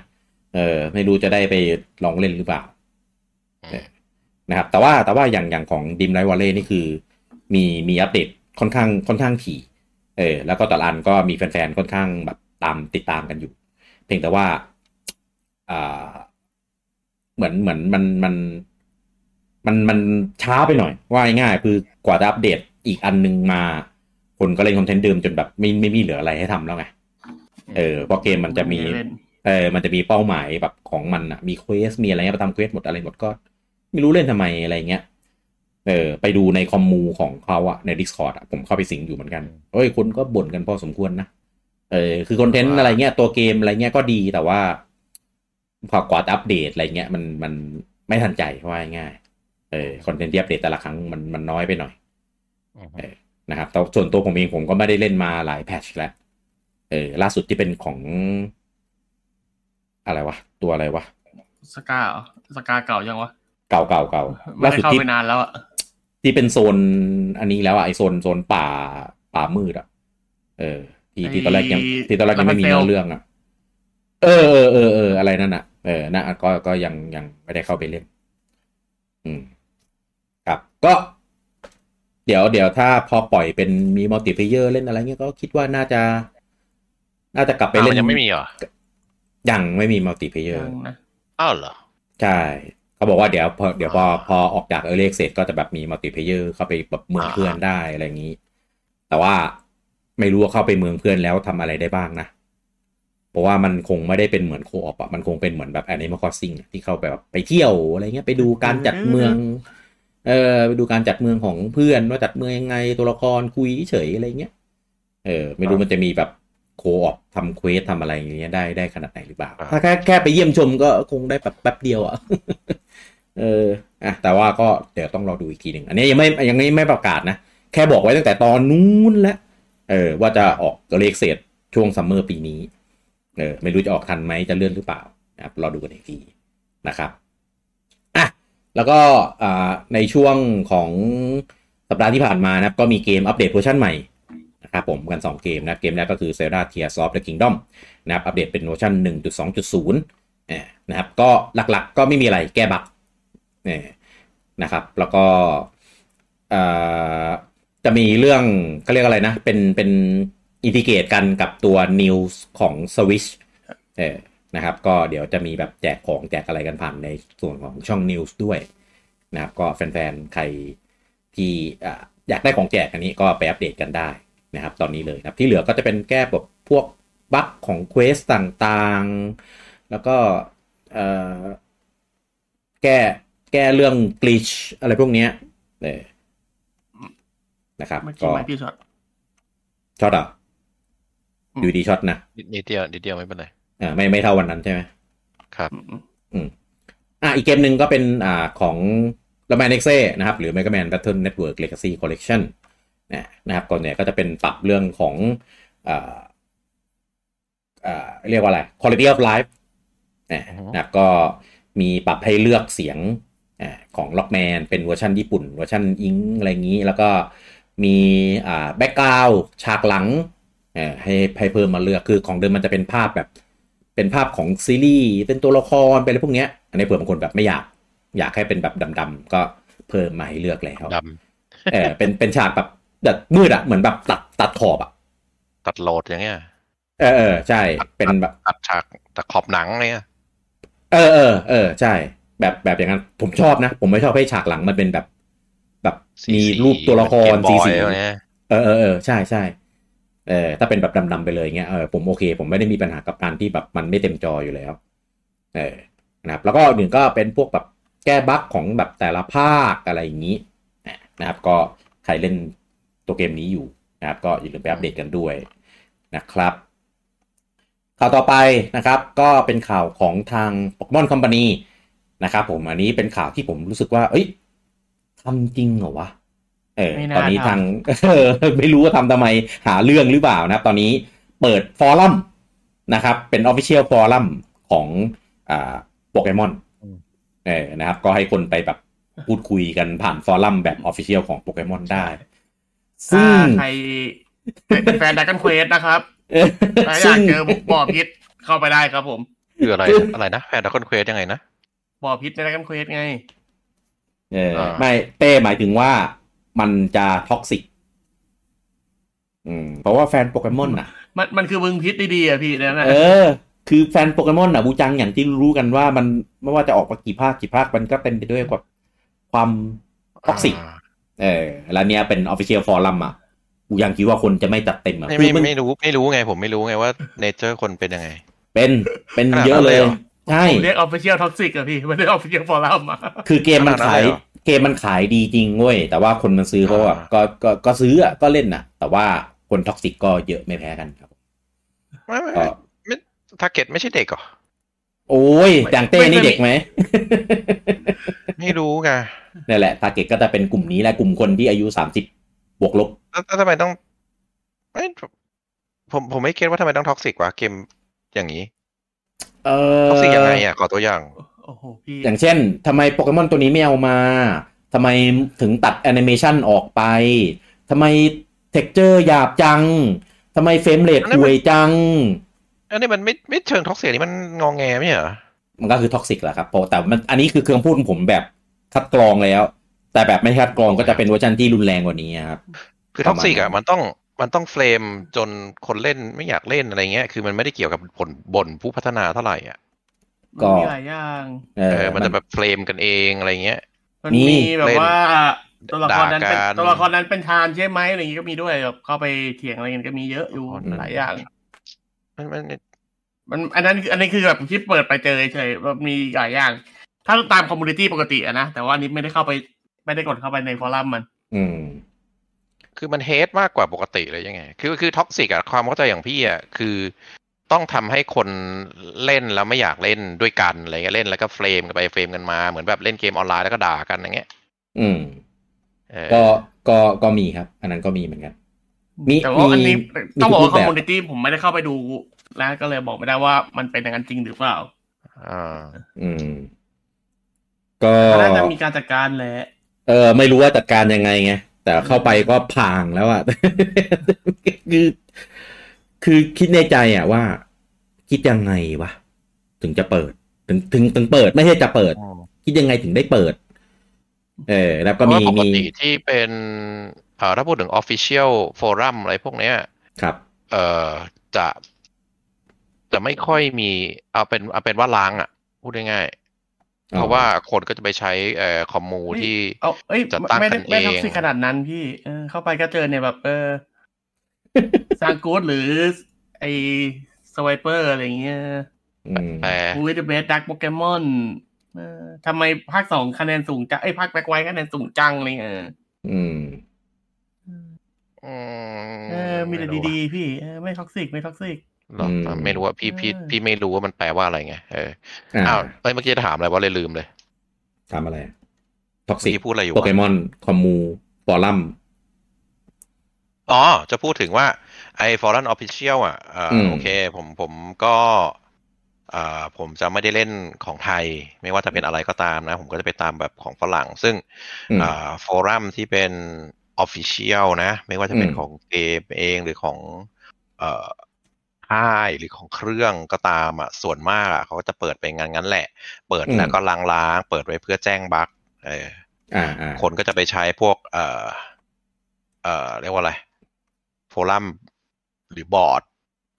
[SPEAKER 1] เออ ไม่รู้จะได้ไปลองเล่นหรือเปล่า นะครับแต่ว่าแต่ว่าอย่างอย่างของดิมไลท์วอลเล่นี่คือ มีมีอัปเดตค่อนข้างค่อนข้างถี่เออแล้วก็แต่ละอันก็มีแฟนๆ ค่อนข้างแบบตามติดตามกันอยู่ เพียงแต่ว่าอ่าเหมือนเหมือนมันมันมันมันช้าไปหน่อย ว่าง่ายๆคือกว่าจะอัปเดตอีกอันหนึงมา คนก็เล่นคอนเทนต์เดิมจนแบบไม่ไม่มีเหลืออะไรให้ทำแล้วไงเออเพราะเกมมันจะมี
[SPEAKER 3] เล่น
[SPEAKER 1] เออ มันจะมีเป้าหมายแบบของมันอะมีเควส มีอะไรเงี้ยไปทำเควสหมดอะไรหมดก็ไม่รู้เล่นทำไมอะไรเงี้ย เออ ไปดูในคอมมูของเขาอะใน Discord อะผมเข้าไปสิงอยู่เหมือนกันเอ้ยคนก็บ่นกันพอสมควรนะ เออ คือคอนเทนต์อะไรเงี้ย ตัวเกมอะไรเงี้ยก็ดีแต่ว่าพอกว่าจะอัปเดตอะไรเงี้ยมันมันไม่ทันใจว่าง่ายๆเออ คอนเทนต์ที่อัปเดตแต่ละครั้งมันมันน้อยไปหน่อย
[SPEAKER 2] อืม
[SPEAKER 1] นะครับแต่ส่วนตัวผมเองผมก็ไม่ได้เล่นมาหลายแพทชแล้ว เออ ล่าสุดที่เป็นของ อะไรวะ ตัวอะไรวะ
[SPEAKER 3] สกาเหรอสกาเก่ายังวะ
[SPEAKER 1] เก่าเก่าเก่า
[SPEAKER 3] ไม่
[SPEAKER 1] ล่า
[SPEAKER 3] ได้
[SPEAKER 1] สุด
[SPEAKER 3] เข้า
[SPEAKER 1] ที่
[SPEAKER 3] ไปนานแล้วอะ
[SPEAKER 1] ที่เป็นโซนอันนี้แล้วอะไอโซนโซนป่าป่ามืดอะเออ ที่ที่ตอนแรกยังที่ตอนแรกยังไม่มีเนื้อเรื่องอะเออเออเออเอออะไรนั่นอะเออนะก็ก็ยังยังไม่ได้เข้าไปเล่น อืม ครับ ก็ เดี๋ยวเดี๋ยวถ้าพอปล่อยเป็นมีมัลติเพเยอร์เล่นอะไรเงี้ยก็คิดว่าน่าจะ น่าจะกลับไป
[SPEAKER 2] อ้าว
[SPEAKER 1] เล่
[SPEAKER 2] มัน
[SPEAKER 1] น
[SPEAKER 2] ยังไม่มีเหรอ
[SPEAKER 1] ยังไม่มีมัลติเพเยอร์
[SPEAKER 3] ยังนะ
[SPEAKER 2] อ้าวเหรอ
[SPEAKER 1] ใช่เขาบอกว่าเดี๋ยวพอเดี๋ยวพอ
[SPEAKER 2] อ่า
[SPEAKER 1] พอออกจากเออร์เล็กเสร็จก็จะแบบมีมัลติเพเยอร์เข้าไปแบบเมืองเพื่อน
[SPEAKER 2] อ่า
[SPEAKER 1] ได้อะไรอย่างนี้ แต่ว่าไม่รู้ว่าเข้าไปเมืองเพื่อนแล้วทำอะไรได้บ้างนะ เพราะว่ามันคงไม่ได้เป็นเหมือนโคออปอะมันคงเป็นเหมือนแบบแอนิมอลคอสซิ่งที่เข้าไปแบบไปเที่ยวอะไรเงี้ยไปดูการจัดเมือง เออไปดูการจัดเมืองของเพื่อนว่าจัดเมืองยังไงตัวละครคุยเฉยอะไรเงี้ยเออ ไม่รู้มันจะมีแบบโคออปทำเควสทำอะไรอย่างเงี้ยได้ได้ขนาดไหนหรือเปล่า
[SPEAKER 2] ครับ
[SPEAKER 1] ถ้าแค่แค่ไปเยี่ยมชมก็คงได้แบบแป๊บเดียวอะ [laughs] เอออ่ะแต่ว่าก็เดี๋ยวต้องรอดูอีกทีหนึ่งอันนี้ยังไม่ยังไม่ไม่ประกาศนะ แค่บอกไว้ตั้งแต่ตอนนู้นแล้วเออ ว่าจะออกเลขเศษช่วงซัมเมอร์ปีนี้ เออ ไม่รู้จะออกทันไหมจะเลื่อนหรือเปล่านะครับรอดูกันอีกทีนะครับอ่ะแล้วก็อ่าในช่วงของสัปดาห์ที่ผ่านมานะครับ ก็มีเกมอัปเดตเวอร์ชันใหม่นะครับผมกัน 2 เกมนะครับ เกมแรกก็คือ Zelda Tears of the Kingdom นะครับอัปเดตเป็นเวอร์ชัน1.2.0เอ่อนะครับก็หลักๆก็ไม่มีอะไรแก้บั๊กเนี่ยนะครับ แล้วก็เอ่อจะมีเรื่องก็เรียกอะไรนะ เป็นเป็นอินทิเกตกันกับตัว News ของ Switch เออนะครับ ก็เดี๋ยวจะมีแบบแจกของแจกอะไรกันผ่านในส่วนของช่อง News ด้วยนะครับ ก็แฟนๆ ใครที่อ่ะอยากได้ของแจกอันนี้ก็ไปอัปเดตกันได้นะครับ ตอนนี้เลยนะครับ ที่เหลือก็จะเป็นแก้แบบพวกบั๊กของเควสต่างๆ แล้วก็เอ่อ แก้แก้เรื่องก i ิชอะไรพวกเนี้ยเออนะครับ
[SPEAKER 3] เมื่อกี้
[SPEAKER 1] ก็
[SPEAKER 3] ไม่พี่ช็อต
[SPEAKER 1] ช็อตอ่ะ
[SPEAKER 3] อืม
[SPEAKER 1] อยู่ดีช็อตนะ
[SPEAKER 2] นิดนิดเดียวนิดเดียวไม่เป็นไร
[SPEAKER 1] เอ่าไม่ไม่เท่าวันนั้นใช่ไหม
[SPEAKER 2] ครับ
[SPEAKER 3] อืมอืม
[SPEAKER 1] อ่ะอีกเกมหนึ่งก็เป็นอ่าของ r o m a n e x e นะครับ หรือ Mega Man Battle Network Legacy Collection นะนะครับก่อนเนี่ยก็จะเป็นปรับเรื่องของอ่า อ่าเรียกว่าอะไร quality of life นะ
[SPEAKER 2] อือฮึ
[SPEAKER 1] นะก็มีปรับให้เลือกเสียงอาของ Lockman เป็นเวอร์ชันญี่ปุ่น เวอร์ชันอิงอะไรอย่างนี้ แล้วก็มีอ่าแบ็กกราวฉากหลังอ่าให้ให้เพิ่มมาเลือกคือของเดิมมันจะเป็นภาพแบบ เป็นภาพของซีรีส์เป็นตัวละครเป็นอะไรพวกเนี้ยอันนี้เผื่อบางคนแบบไม่อยากอยากให้เป็นแบบดำๆก็เพิ่มมาให้เลือกแล้ว
[SPEAKER 2] ด
[SPEAKER 1] เออเป็นเป็นฉากแบบแบบมืดอะเหมือนแบบตัดตัดขอบอะ
[SPEAKER 2] ำตัดโหลดอย่างเงี้ย
[SPEAKER 1] เออเออใช่เป็นแบบ
[SPEAKER 2] ตัดฉากตัดขอบหนังเนี่ย
[SPEAKER 1] เออเออเออใช่ แบบแบบอย่างนั้นผมชอบนะ ผมไม่ชอบให้ฉากหลังมันเป็นแบบ แบบมีรูปตัวละคร
[SPEAKER 2] สี
[SPEAKER 1] สี
[SPEAKER 2] สี
[SPEAKER 1] สี
[SPEAKER 2] เหมือน Game Boy เนี่ย
[SPEAKER 1] เออเออเออใช่ใช่เออถ้าเป็นแบบดำๆไปเลยเงี้ยเออผมโอเค ผมไม่ได้มีปัญหากับการที่แบบมันไม่เต็มจออยู่แล้ว เออนะครับแล้วก็หนึ่งก็เป็นพวกแบบแก้บั๊กของแบบแต่ละภาคอะไรอย่างนี้นะครับก็ใครเล่นตัวเกมนี้อยู่นะครับก็อย่าลืมไปอัปเดตกันด้วยนะครับ ข่าวต่อไปนะครับก็เป็นข่าวของทาง Pokemon Company นะครับผมอันนี้เป็นข่าวที่ผมรู้สึกว่า เอ้ยทำจริงเหรอวะเออ
[SPEAKER 3] ไม่
[SPEAKER 1] ต
[SPEAKER 3] น่า
[SPEAKER 1] อนนี้
[SPEAKER 3] ทำ
[SPEAKER 1] ทาง เออ [laughs] ไม่รู้ว่าทำทำไมหาเรื่องหรือเปล่านะครับ ตอนนี้เปิดฟอรัมนะครับ เป็น Official ฟอรัมของอ่าโปเกมอนเออนะครับ ก็ให้คนไปแบบพูดคุยกันผ่านฟอรัมแบบ Official ของโปเกมอนได้ ซึ่
[SPEAKER 3] ถ้าง ใครเป็นแฟนดักกันเควสนะครับ
[SPEAKER 1] เออ
[SPEAKER 3] ถ้าอยา
[SPEAKER 1] [laughs] ซึ่
[SPEAKER 3] ก
[SPEAKER 1] ง
[SPEAKER 3] เจอบ่อพิษเข้าไปได้ครับผม
[SPEAKER 2] คืออะไร
[SPEAKER 1] ซึ่ง
[SPEAKER 2] อะไรนะแพนดาคอนเควสยังไงนะ
[SPEAKER 3] บ่อพิษในดักกันเควสไง
[SPEAKER 1] เออ
[SPEAKER 2] อ่า
[SPEAKER 1] ไม่เต้หมายถึงว่ามันจะท็อกซิกอืมเพราะว่าแฟนโปเกมอนน่ะ
[SPEAKER 3] มันมันคือมึงพิษดีๆอ่ะพี่นั่นแหละ
[SPEAKER 1] เออ คือแฟนโปเกมอนน่ะบูจังอย่างที่รู้กันว่ามันไม่ว่าจะออกมากี่ภาคกี่ภาคมันก็เต็มไปด้วยกับความท็อกซิก
[SPEAKER 2] า
[SPEAKER 1] เออแล้วเนี้ยเป็นออฟฟิเชียลฟอรัมอ่ะบูจังคิดว่าคนจะไม่จัดเต็มอ่ะ
[SPEAKER 2] ไม่
[SPEAKER 1] คื
[SPEAKER 2] ไม่
[SPEAKER 1] อมัน
[SPEAKER 2] ไม่รู้ไม่รู้ไง ผมไม่รู้ไงว่าเนเจอร์คนเป็นยังไง
[SPEAKER 1] เป็นเป็น
[SPEAKER 2] ขนาดนั้น
[SPEAKER 1] เยอะเล
[SPEAKER 2] เลย ยเหรอ
[SPEAKER 1] ใช่
[SPEAKER 3] ผมเรียกออฟฟิเชียลท็อกซิกอ่ะพี่ไม่ได้ออฟฟิเชียลฟอรัมอ่ะ
[SPEAKER 1] คือเกมมัน
[SPEAKER 2] ขนาดนั้น
[SPEAKER 1] ขาย
[SPEAKER 2] เลยเหรอ
[SPEAKER 1] เกมมันขายดีจริงเว้ยแต่ว่าคนมันซื้อเพราะว่า
[SPEAKER 2] อ่า
[SPEAKER 1] ก็ก็ก็ซื้ออ่ะก็เล่นน่ะ แต่ว่าคนท็อกซิกก็เยอะไม่แพ้กันครับ
[SPEAKER 2] ไม่ไม่
[SPEAKER 1] ก็
[SPEAKER 2] ทาร์เก็ตไม่ใช่เด็กเหรอ
[SPEAKER 1] โอ้ยดังเต้นี่เด็กไหม
[SPEAKER 2] ไม่รู้ไง
[SPEAKER 1] นั่นแหละ t า r g เก็ตก็จะเป็นกลุ่มนี้แหละกลุ่มคนที่อายุ 30 บวกลบ
[SPEAKER 2] แล้วแล้วทำไมต้องไม่ผมผมไม่เก็ตว่าทำไมต้องท็อกซิกวะเกมอย่างนี้
[SPEAKER 1] เอ
[SPEAKER 2] ท็อกซิกยังไงอ่ะขอตัวอย่าง
[SPEAKER 3] โอ้โหพี่
[SPEAKER 1] อย่างเช่นทำไมโปเกมอนตัวนี้ไม่เอามาทำไมถึงตัดแอนิเมชันออกไปทำไมเท็กเจอร์หยาบจังทำไมเฟรมเรท
[SPEAKER 2] อันนั้
[SPEAKER 1] อน
[SPEAKER 2] มัน
[SPEAKER 1] วยจัง
[SPEAKER 2] อันนี้มันไม่ไม่เชิงท็อกซิกนี่มันงองแงไม่ใช่เหรอ
[SPEAKER 1] มันก็คือท็อกซิกแหละครับเพราะแต่มันอันนี้คือเครื่องพูดผมแบบคัดกรองแล้ว แต่แบบไม่คัดกรองก็จะเป็นเวอร์ชันที่รุนแรงกว่านี้ครับ
[SPEAKER 2] คือ
[SPEAKER 1] ประ
[SPEAKER 2] ท็
[SPEAKER 1] มาณ
[SPEAKER 2] อกซิก
[SPEAKER 1] นั้
[SPEAKER 2] อ่ะ
[SPEAKER 1] น
[SPEAKER 2] มันต้องมันต้องเฟรมจนคนเล่นไม่อยากเล่นอะไรเงี้ยคือมันไม่ได้เกี่ยวกับผลบ่นผู้พัฒนาเท่าไหร่อ่ะ
[SPEAKER 1] ก็
[SPEAKER 3] มันมีหลายอย่าง
[SPEAKER 1] เอ
[SPEAKER 2] เอ
[SPEAKER 1] อ
[SPEAKER 2] อมัน
[SPEAKER 1] มัน
[SPEAKER 2] จะแบบเฟรมกันเองอะไรเงี้ย
[SPEAKER 3] มัน
[SPEAKER 1] นี่
[SPEAKER 3] มีแบบว่าตัวละครนั้นเป็น
[SPEAKER 2] ด่ากัน
[SPEAKER 3] ตัวละครนั้นเป็นทานใช่ไหมอะไรอย่างงี้ก็มีด้วยแบบเข้าไปเถียงอะไรกันก็มีเยอะอยู่
[SPEAKER 2] อ๋อนั่น
[SPEAKER 3] หลายอย่าง
[SPEAKER 2] มันมัน
[SPEAKER 3] มันอันนั้นอันนี้คือแบบที่เปิดไปเจอเฉยแบบมีหลายอย่าง ถ้าตามคอมมูนิตี้ปกติอะนะ แต่ว่าอันนี้ไม่ได้เข้าไปไม่ได้กดเข้าไปในฟอรัมมัน
[SPEAKER 1] อืม
[SPEAKER 2] คือมันเฮดมากกว่าปกติเลยยังไง คือคือท็อกซิกอ่ะความเข้าใจอย่างพี่อ่ะคือ ต้องทำให้คนเล่นแล้วไม่อยากเล่นด้วยกันอะไรเงี้ยเล่นแล้วก็เฟรมกันไปเฟรมกันมาเหมือนแบบเล่นเกมออนไลน์แล้วก็ด่ากันอย่างเงี้ย
[SPEAKER 1] อืม
[SPEAKER 2] เออ
[SPEAKER 1] ก็ก็ก็มีครับ อันนั้นก็มีเหมือนกัน มี
[SPEAKER 3] แต่ว่าอันนี้
[SPEAKER 1] มี
[SPEAKER 3] ต้องบอก
[SPEAKER 1] มีทุกรูป
[SPEAKER 3] ว่า
[SPEAKER 1] แบ
[SPEAKER 3] คอบ มมูนิตี้ผมไม่ได้เข้าไปดูแล้วก็เลยบอกไม่ได้ว่ามันเป็นอย่างนั้นจริงหรือเปล่า
[SPEAKER 2] อ่า
[SPEAKER 1] อืม ก็
[SPEAKER 3] ก็น่าจะมีการจัดการแหละ
[SPEAKER 1] เออไม่รู้ว่าจัดการยังไงไงแต่เข้าไปก็ผ่างแล้วอะ [laughs] คือคือคิดในใจอะว่า คิดยังไงวะถึงจะเปิด ถึงถึงถึงเปิดไม่ใช่จะเปิด คิดยังไงถึงได้เปิด เออ แล้วก็
[SPEAKER 2] เพ
[SPEAKER 1] มี
[SPEAKER 2] ราะว่าปก
[SPEAKER 1] มี
[SPEAKER 2] ติที่เป็นเอ่อถ้าพูดถึง Official Forum อะไรพวกเนี้ย
[SPEAKER 1] ครับ
[SPEAKER 2] เอ่อจะจะไม่ค่อยมีเอาเป็นเอาเป็นว่าล้างอ่ะ พูดง่ายๆเพราะว่าคนก็จะไปใช้เอ่อคอมมูที่
[SPEAKER 3] เอาเอ้ย
[SPEAKER 2] จัดตั้ง
[SPEAKER 3] ไม่ได้
[SPEAKER 2] กันเอง
[SPEAKER 3] ไม่ท็อกซิกขนาดนั้นพี่เออเข้าไปก็เจอเนี่ยแบบ เออ ซางกูดหรือไอสไวเปอร์อะไรอย่างเงี้ย
[SPEAKER 1] อืม
[SPEAKER 2] แต่
[SPEAKER 3] u ูเดเบสดักโปเกมอนทำไมภาคสองคะแนนสูงจังไอ้ยภาคแบ็คไวท์คะแนนสูงจังอะไรเลยเออ
[SPEAKER 1] อืม
[SPEAKER 2] อื
[SPEAKER 3] เออ มีแต่ดีๆพี่เออไม่ท็อกซิกไม่ท็อกซิก
[SPEAKER 2] ๆหรออ่ะไม่รู้ว่าพี่พี่
[SPEAKER 3] เออ
[SPEAKER 2] พี่ไม่รู้ว่ามันแปลว่าอะไรไงเออ
[SPEAKER 1] อ่า
[SPEAKER 2] อ้าวเอ้ยเมื่อกี้จะถามอะไรวะเลยลืมเลย
[SPEAKER 1] ทำอะไรท็อกซิก
[SPEAKER 2] พี่พูดอะไรอยู่
[SPEAKER 1] โป
[SPEAKER 2] วะ
[SPEAKER 1] เกมอนคอมมูฟอรัม
[SPEAKER 2] อ๋อ จะพูดถึงว่าไอ้ Fallen Official อ่ะเอ่ออ
[SPEAKER 1] ม
[SPEAKER 2] โอเค ผมผมก็เอ่อผมจะไม่ได้เล่นของไทย ไม่ว่าจะเป็นอะไรก็ตามนะ ผมก็จะไปตามแบบของฝรั่ง ซึ่ง
[SPEAKER 1] อืม
[SPEAKER 2] อ่าฟอรัมที่เป็น Official นะ ไม่ว่าจะเป็น
[SPEAKER 1] อืม
[SPEAKER 2] ของเกมเองหรือของเอ่อค่ายหรือของเครื่องก็ตามอ่ะส่วนมากอ่ะเขาก็จะเปิดไปงั้นงั้นๆแหละ เปิดแล้วก็ล้างๆ เปิดไว้เพื่อแจ้งบั๊กเออ
[SPEAKER 1] อ่าอ่า
[SPEAKER 2] คนก็จะไปใช้พวก เอ่อ เอ่อ เรียกว่าอะไร โฟรัมหรือบอร์ด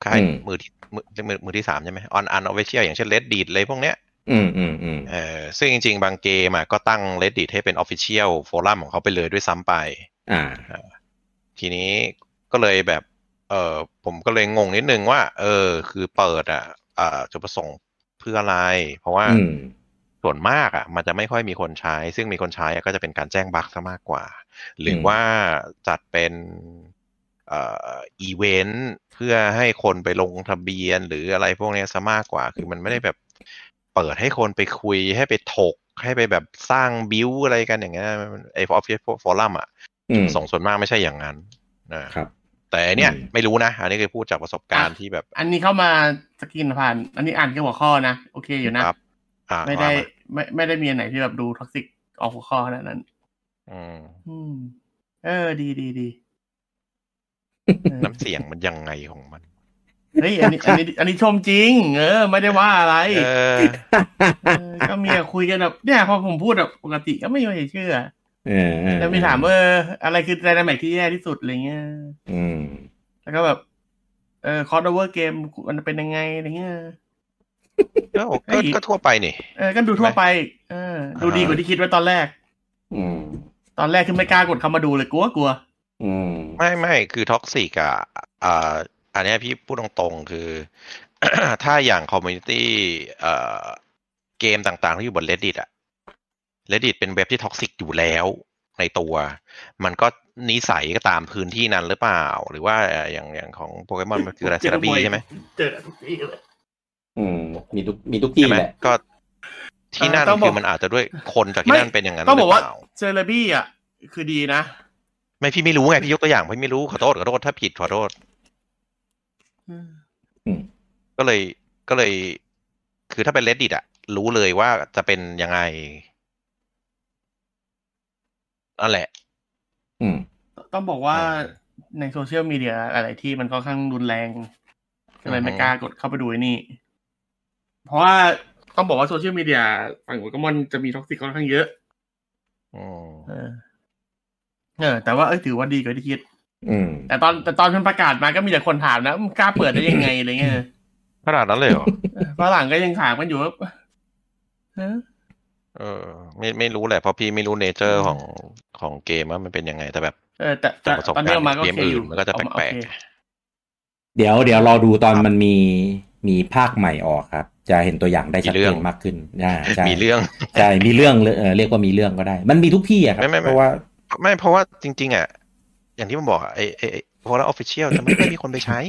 [SPEAKER 2] ค่าย
[SPEAKER 1] อืม
[SPEAKER 2] มือที่มือมือมือที่สามใช่ไหมออนอันออฟฟิเชียลอย่างเช่นเลดดีดเลยพวกเนี้ย
[SPEAKER 1] อืมอืมอืม
[SPEAKER 2] เออซึ่งจริงๆ บางเกมอ่ะก็ตั้งเลดดีดให้เป็นออฟฟิเชียลโฟรัมของเขาไปเลยด้วยซ้ำไป
[SPEAKER 1] อ่า
[SPEAKER 2] ทีนี้ก็เลยแบบ เออผมก็เลยงงนิดนึงว่า เออ คือเปิดอ่ะเอ่อจุดประสงค์เพื่ออะไร เพราะว่า
[SPEAKER 1] อืม
[SPEAKER 2] ส่วนมากอ่ะ มันจะไม่ค่อยมีคนใช้ ซึ่งมีคนใช้อ่ะก็จะเป็นการแจ้งบั๊กซะมากกว่า หรืออ
[SPEAKER 1] ม
[SPEAKER 2] ว่าจัดเป็นเอ่ออีเวนต์เพื่อให้คนไปลงทะเบียนหรืออะไรพวกเนี้ยซะมากกว่า คือมันไม่ได้แบบเปิดให้คนไปคุยให้ไปถก ให้ไปแบบสร้างบิวอะไรกันอย่างเงี้ยมันไอ้ออฟฟิศฟอรัมอ่ะ
[SPEAKER 1] อืม
[SPEAKER 2] ส่งส่วนมากไม่ใช่อย่างนั้นนะครับ แต่เนี่ย
[SPEAKER 1] อืม
[SPEAKER 2] ไม่รู้นะ อันนี้เคยพูดจากประสบการณ์ที่แบบ
[SPEAKER 3] อันนี้เข้ามาสกินผ่าน อันนี้อ่านแค่หัวข้อนะ โอเคอยู่นะ
[SPEAKER 2] ครับอ่ะ
[SPEAKER 3] ไม่ได้
[SPEAKER 2] ว่าา
[SPEAKER 3] ไม่ไม่ได้มีอันไหนที่แบบดูท็อกซิกออกหัวข้อขนาดนั้น
[SPEAKER 2] อืม
[SPEAKER 3] อืม เออ ดีดี
[SPEAKER 2] [laughs]
[SPEAKER 3] ดีเออ
[SPEAKER 2] น้ำเสียงมันยังไงของมัน
[SPEAKER 3] เฮ้ยอันนี้อันนี้อันนี้ชมจริง เออ ไม่ได้ว่าอะไร
[SPEAKER 2] เออ
[SPEAKER 3] เออก็มีอะคุยกันแบบเนี่ยพอผมพูดแบบปกติก็ไม่ค่อยเชื่อ
[SPEAKER 1] เออเออ
[SPEAKER 3] แล้วมีถามเอออะไรคือไดนามิกที่แย่ที่สุดอะไรเงี้ย
[SPEAKER 1] อืม
[SPEAKER 3] แล้วก็แบบ เออคอร์ดเวอร์เกมมันเป็นยังไงอะไรเงี้ย
[SPEAKER 2] ก็ก็ก็ทั่วไปนี่
[SPEAKER 3] เออก็ดูทั่วไป เออ ดูดีกว่าที่คิดไว้ตอนแรก
[SPEAKER 1] อืม
[SPEAKER 3] ตอนแรกคือไม่กล้ากดเข้ามาดูเลยกลัวกลัว
[SPEAKER 1] อืม
[SPEAKER 2] ไม่ไม่คือท็อกซิกอ่ะอ่าอันเนี้ยพี่พูดตรงๆ คือ [coughs] ถ้าอย่างคอมมูนิตี้เอ่อเกมต่างๆ ที่อยู่บน reddit อ่ะ reddit เป็นเว็บที่ท็อกซิกอยู่แล้วในตัว มันก็นิสัยก็ตามพื้นที่นั้นหรือเปล่า หรือว่าเอ่ออย่างอย่างของโปเกมอนมันคืออะไรเซราบีใช่ไหม
[SPEAKER 3] เจอทุกที่เลย
[SPEAKER 1] อืม มีทุก มีทุกที่
[SPEAKER 2] ใช่ไหม
[SPEAKER 1] แหละ
[SPEAKER 2] ก็ที่นั่น
[SPEAKER 3] เออต้องบ
[SPEAKER 2] คือ อกมันอาจจะด้วยคนจากที่
[SPEAKER 3] ไม่
[SPEAKER 2] นั่นเป็นอย่างนั้นห
[SPEAKER 3] ต้องบ
[SPEAKER 2] รือ อก เป
[SPEAKER 3] ว่า
[SPEAKER 2] ล่า
[SPEAKER 3] เซเลบี้อ่ะ คือดีนะ
[SPEAKER 2] ไม่พี่ไม่รู้ไงพี่ยกตัวอย่างพี่ไม่รู้ขอโทษขอโทษถ้าผิดขอโทษ ก็เลยก็เลย คือถ้าเป็น reddit อะรู้เลยว่าจะเป็นยังไงนั่นแหละ
[SPEAKER 1] อืม
[SPEAKER 3] ต้องบอกว่า
[SPEAKER 2] เออ
[SPEAKER 3] ในโซเชียลมีเดียอะไรที่มันค่อนข้างรุนแรงก็เล
[SPEAKER 2] อื
[SPEAKER 3] ย
[SPEAKER 2] อฮึ
[SPEAKER 3] ไม่กล้ากดเข้าไปดูไอ้นี่ เพราะว่าต้องบอกว่าโซเชียลมีเดียฝั่งโปเกมอนจะมีท็อกซิกค่อนข้างเยอะ
[SPEAKER 2] อืม
[SPEAKER 3] เออ เออ แต่ว่าเอ้ยถือว่าดีกว่าที่คิด
[SPEAKER 1] อืม
[SPEAKER 3] แต่ตอนแต่ตอนมันประกาศมาก็มีแต่คนถามนะมึงกล้าเปิดได้ยังไงอะไร
[SPEAKER 2] [laughs]
[SPEAKER 3] เงี้ย
[SPEAKER 2] ขนาดนั้นเลยเหรอ
[SPEAKER 3] เออฝรั่งก็ยังถามกันอยู่ว่าฮะ
[SPEAKER 2] เออ ไม่ไม่รู้แหละเพราะพี่ไม่รู้เนเจอ
[SPEAKER 3] อื
[SPEAKER 2] ร์
[SPEAKER 3] ม
[SPEAKER 2] ของของเกมว่ามันเป็นยังไง แต่แบบ
[SPEAKER 3] เออแต่แต่
[SPEAKER 2] จากประสบ
[SPEAKER 3] ตอน
[SPEAKER 2] กา
[SPEAKER 3] นี้
[SPEAKER 2] ร
[SPEAKER 3] ออกมา
[SPEAKER 2] ณ์
[SPEAKER 3] ก็
[SPEAKER 2] เก
[SPEAKER 3] โอ
[SPEAKER 2] ม
[SPEAKER 3] เคอ
[SPEAKER 2] อื่น
[SPEAKER 3] ยู่
[SPEAKER 2] มันก็จะ
[SPEAKER 3] ออมา
[SPEAKER 2] แปลก
[SPEAKER 3] โอเค
[SPEAKER 1] เดี๋ยวเดี๋ยวรอดูตอนมันมี มีภาคใหม่ออกครับ จะเห็นตัวอย่างได้ชัดเจนมากขึ้นอ่าใช่
[SPEAKER 2] ๆมีเรื่อง
[SPEAKER 1] ใช่ มีเรื่องเลยเออเรียกว่ามีเรื่องก็ได้ มันมีทุกที่อะครับ
[SPEAKER 2] ไม่ไม่ไม่
[SPEAKER 1] เพราะว่า
[SPEAKER 2] ไม่เพราะว่าจริง ๆ อ่ะ อย่างที่ผมบอกอะไอ้ไอ้พอแล้วออฟฟิเชียลจะไม่ค่อยมีคนไปใช้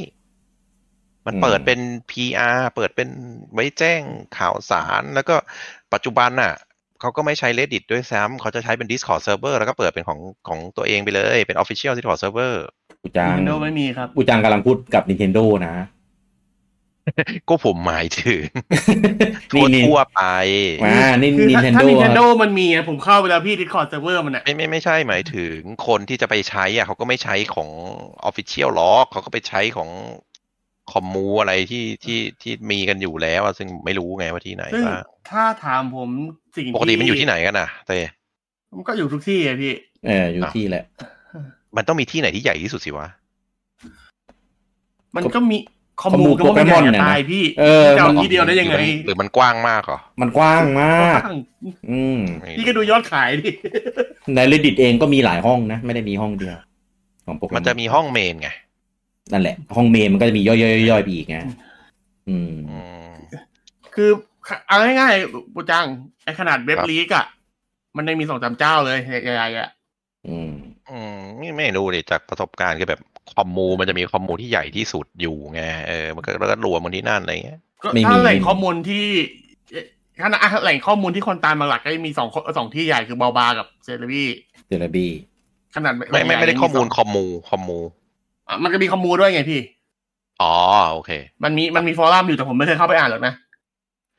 [SPEAKER 2] มัน
[SPEAKER 1] อืม
[SPEAKER 2] เปิดเป็น PR เปิดเป็นไว้แจ้งข่าวสาร แล้วก็ปัจจุบันน่ะ เขาก็ไม่ใช้ Reddit ด้วยซ้ำเขาจะใช้เป็น Discord Server แล้วก็เปิดเป็นของของตัวเองไปเลย เป็น Official Discord Server
[SPEAKER 1] อุจัง
[SPEAKER 3] Nintendo ไม่มีครับ
[SPEAKER 1] อุจังกำลังพูดกับ Nintendo นะ
[SPEAKER 2] ก็ผมหมายถึง [laughs] ทั่
[SPEAKER 1] นี่นี่
[SPEAKER 2] วทั่วไป
[SPEAKER 1] มานี่
[SPEAKER 3] คือถ้าถ้า
[SPEAKER 1] Nintendo
[SPEAKER 3] นินเทนโด
[SPEAKER 1] อะ
[SPEAKER 3] มันมีอะผมเข้าไปแล้วพี่ดิสคอร์ดเซิร์ฟเวอร์มันอะ
[SPEAKER 2] ไม่ไม่ไม่ใช่หมายถึงคนที่จะไปใช้อ่ะเขาก็ไม่ใช้ของ Official หรอกเขาก็ไปใช้ของคอมมูอะไรที่ที่ที่มีกันอยู่แล้วอะซึ่งไม่รู้ไงว่าที่ไหน
[SPEAKER 3] ซึ่ง
[SPEAKER 2] บ้าง
[SPEAKER 3] ถ้าถามผมสิ่ง
[SPEAKER 2] ปกติมันอยู่ที่ไหนกันนะแต่
[SPEAKER 3] มันก็อยู่ทุกที่อะพี่
[SPEAKER 1] เออ อยู่ที่แหละ
[SPEAKER 2] มันต้องมีที่ไหนที่ใหญ่ที่สุดสิวะ
[SPEAKER 3] มันก็มีคอม
[SPEAKER 1] คอมมู
[SPEAKER 3] มู
[SPEAKER 1] โปเกมอนเนี่ยนะ
[SPEAKER 3] ตายพี่
[SPEAKER 1] เออ
[SPEAKER 3] จะเอาที่เดียวได้ยังไง
[SPEAKER 2] หรือมันกว้างมากเหรอ
[SPEAKER 1] มันกว้างมาก อืม
[SPEAKER 2] ไม่
[SPEAKER 3] พี่ก็ดูยอดขายดิ
[SPEAKER 1] ใน reddit เองก็มีหลายห้องนะ ไม่ได้มีห้องเดียว ของโปเกมอน
[SPEAKER 2] มันจะมีห้องเมนไง
[SPEAKER 1] นั่นแหละ ห้องเมนมันก็จะมีย่อยๆๆๆไปอีกไงอืม
[SPEAKER 2] อืม
[SPEAKER 3] คือเอาง่ายๆปูจังไอขนาดเว็บลีกอะมันยังมีสองสามเจ้าเลยใหญ่ๆอะ
[SPEAKER 1] อืม
[SPEAKER 2] อืมไม่ไม่รู้ดิจากประสบการณ์ก็แบบคอมมูมันจะมีคอมมูที่ใหญ่ที่สุดอยู่ไงเออมันก็แล้วก็รวมมันที่นั่นอะไรเงี้ย
[SPEAKER 3] ก็
[SPEAKER 1] ไม่มี
[SPEAKER 3] ถ้าแหล่งข้อมูลที่ขนาดแหล่งข้อมูลที่คนตามมาหลักก็จะมีสองข้อสองที่ใหญ่คือบาบากับเซเลบี้
[SPEAKER 1] เทเลบี
[SPEAKER 3] ขนาด
[SPEAKER 2] ไม่ไม่ไม่ได้ข้อมูลคอมมูคอมมู
[SPEAKER 3] อ่ะมันก็มีคอมมูด้วยไงพี่
[SPEAKER 2] อ๋อโอเค
[SPEAKER 3] มันมีมันมีฟอรัมอยู่แต่ผมไม่เคยเข้าไปอ่านหรอกนะ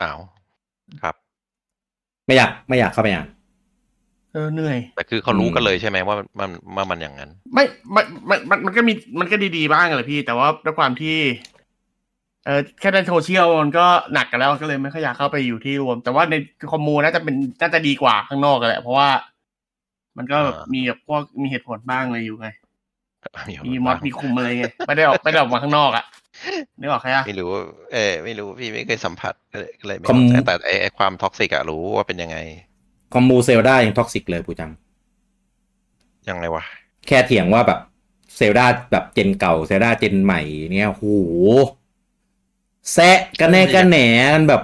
[SPEAKER 2] อ้าวครับ
[SPEAKER 1] ไม่อยากไม่อยากเข้าไปอ่าน
[SPEAKER 3] เออเหนื่อย
[SPEAKER 2] แต่คือเขารู้
[SPEAKER 1] อืม
[SPEAKER 2] กันเลยใช่ไหมว่ามันว่ามันอย่างนั้น
[SPEAKER 3] ไม่มันมันมันมันก็มีมันก็ดีๆบ้างอะแหละพี่ แต่ว่าด้วยความที่ เออแค่ในโซเชียลมันก็หนักกันแล้วก็เลยไม่ค่อยอยากเข้าไปอยู่ที่รวม แต่ว่าในคอมมูน่าจะเป็นน่าจะดีกว่าข้างนอกกันแหละ เพราะว่า มันก็
[SPEAKER 2] อ่ามี
[SPEAKER 3] มีแบบพวกมีเหตุผลบ้างอะไรอยู่ไง
[SPEAKER 2] คน
[SPEAKER 3] มีมอด
[SPEAKER 2] บ้าง
[SPEAKER 3] มีคุมอะไรไงไม่ได้ออกไม่ได้ออกมาข้างนอกอะนึกออกไหมอะ
[SPEAKER 2] ไม่รู้ เออไม่รู้พี่ไม่เคยสัมผัสก็เลยก็เลยไม่
[SPEAKER 1] คอม
[SPEAKER 2] เข้าใจแต่ไอ้ไอ้ความท็อกซิกอะรู้ว่าเป็นยังไง
[SPEAKER 1] คอมมูเซลดายังท็อกซิกเลยปูจัง
[SPEAKER 2] ยังไงวะ
[SPEAKER 1] แค่เถียงว่าแบบเซลดาแบบเจนเก่าเซลดาเจนใหม่เนี่ยโหแซะกันแน่กันแหนกันแบบ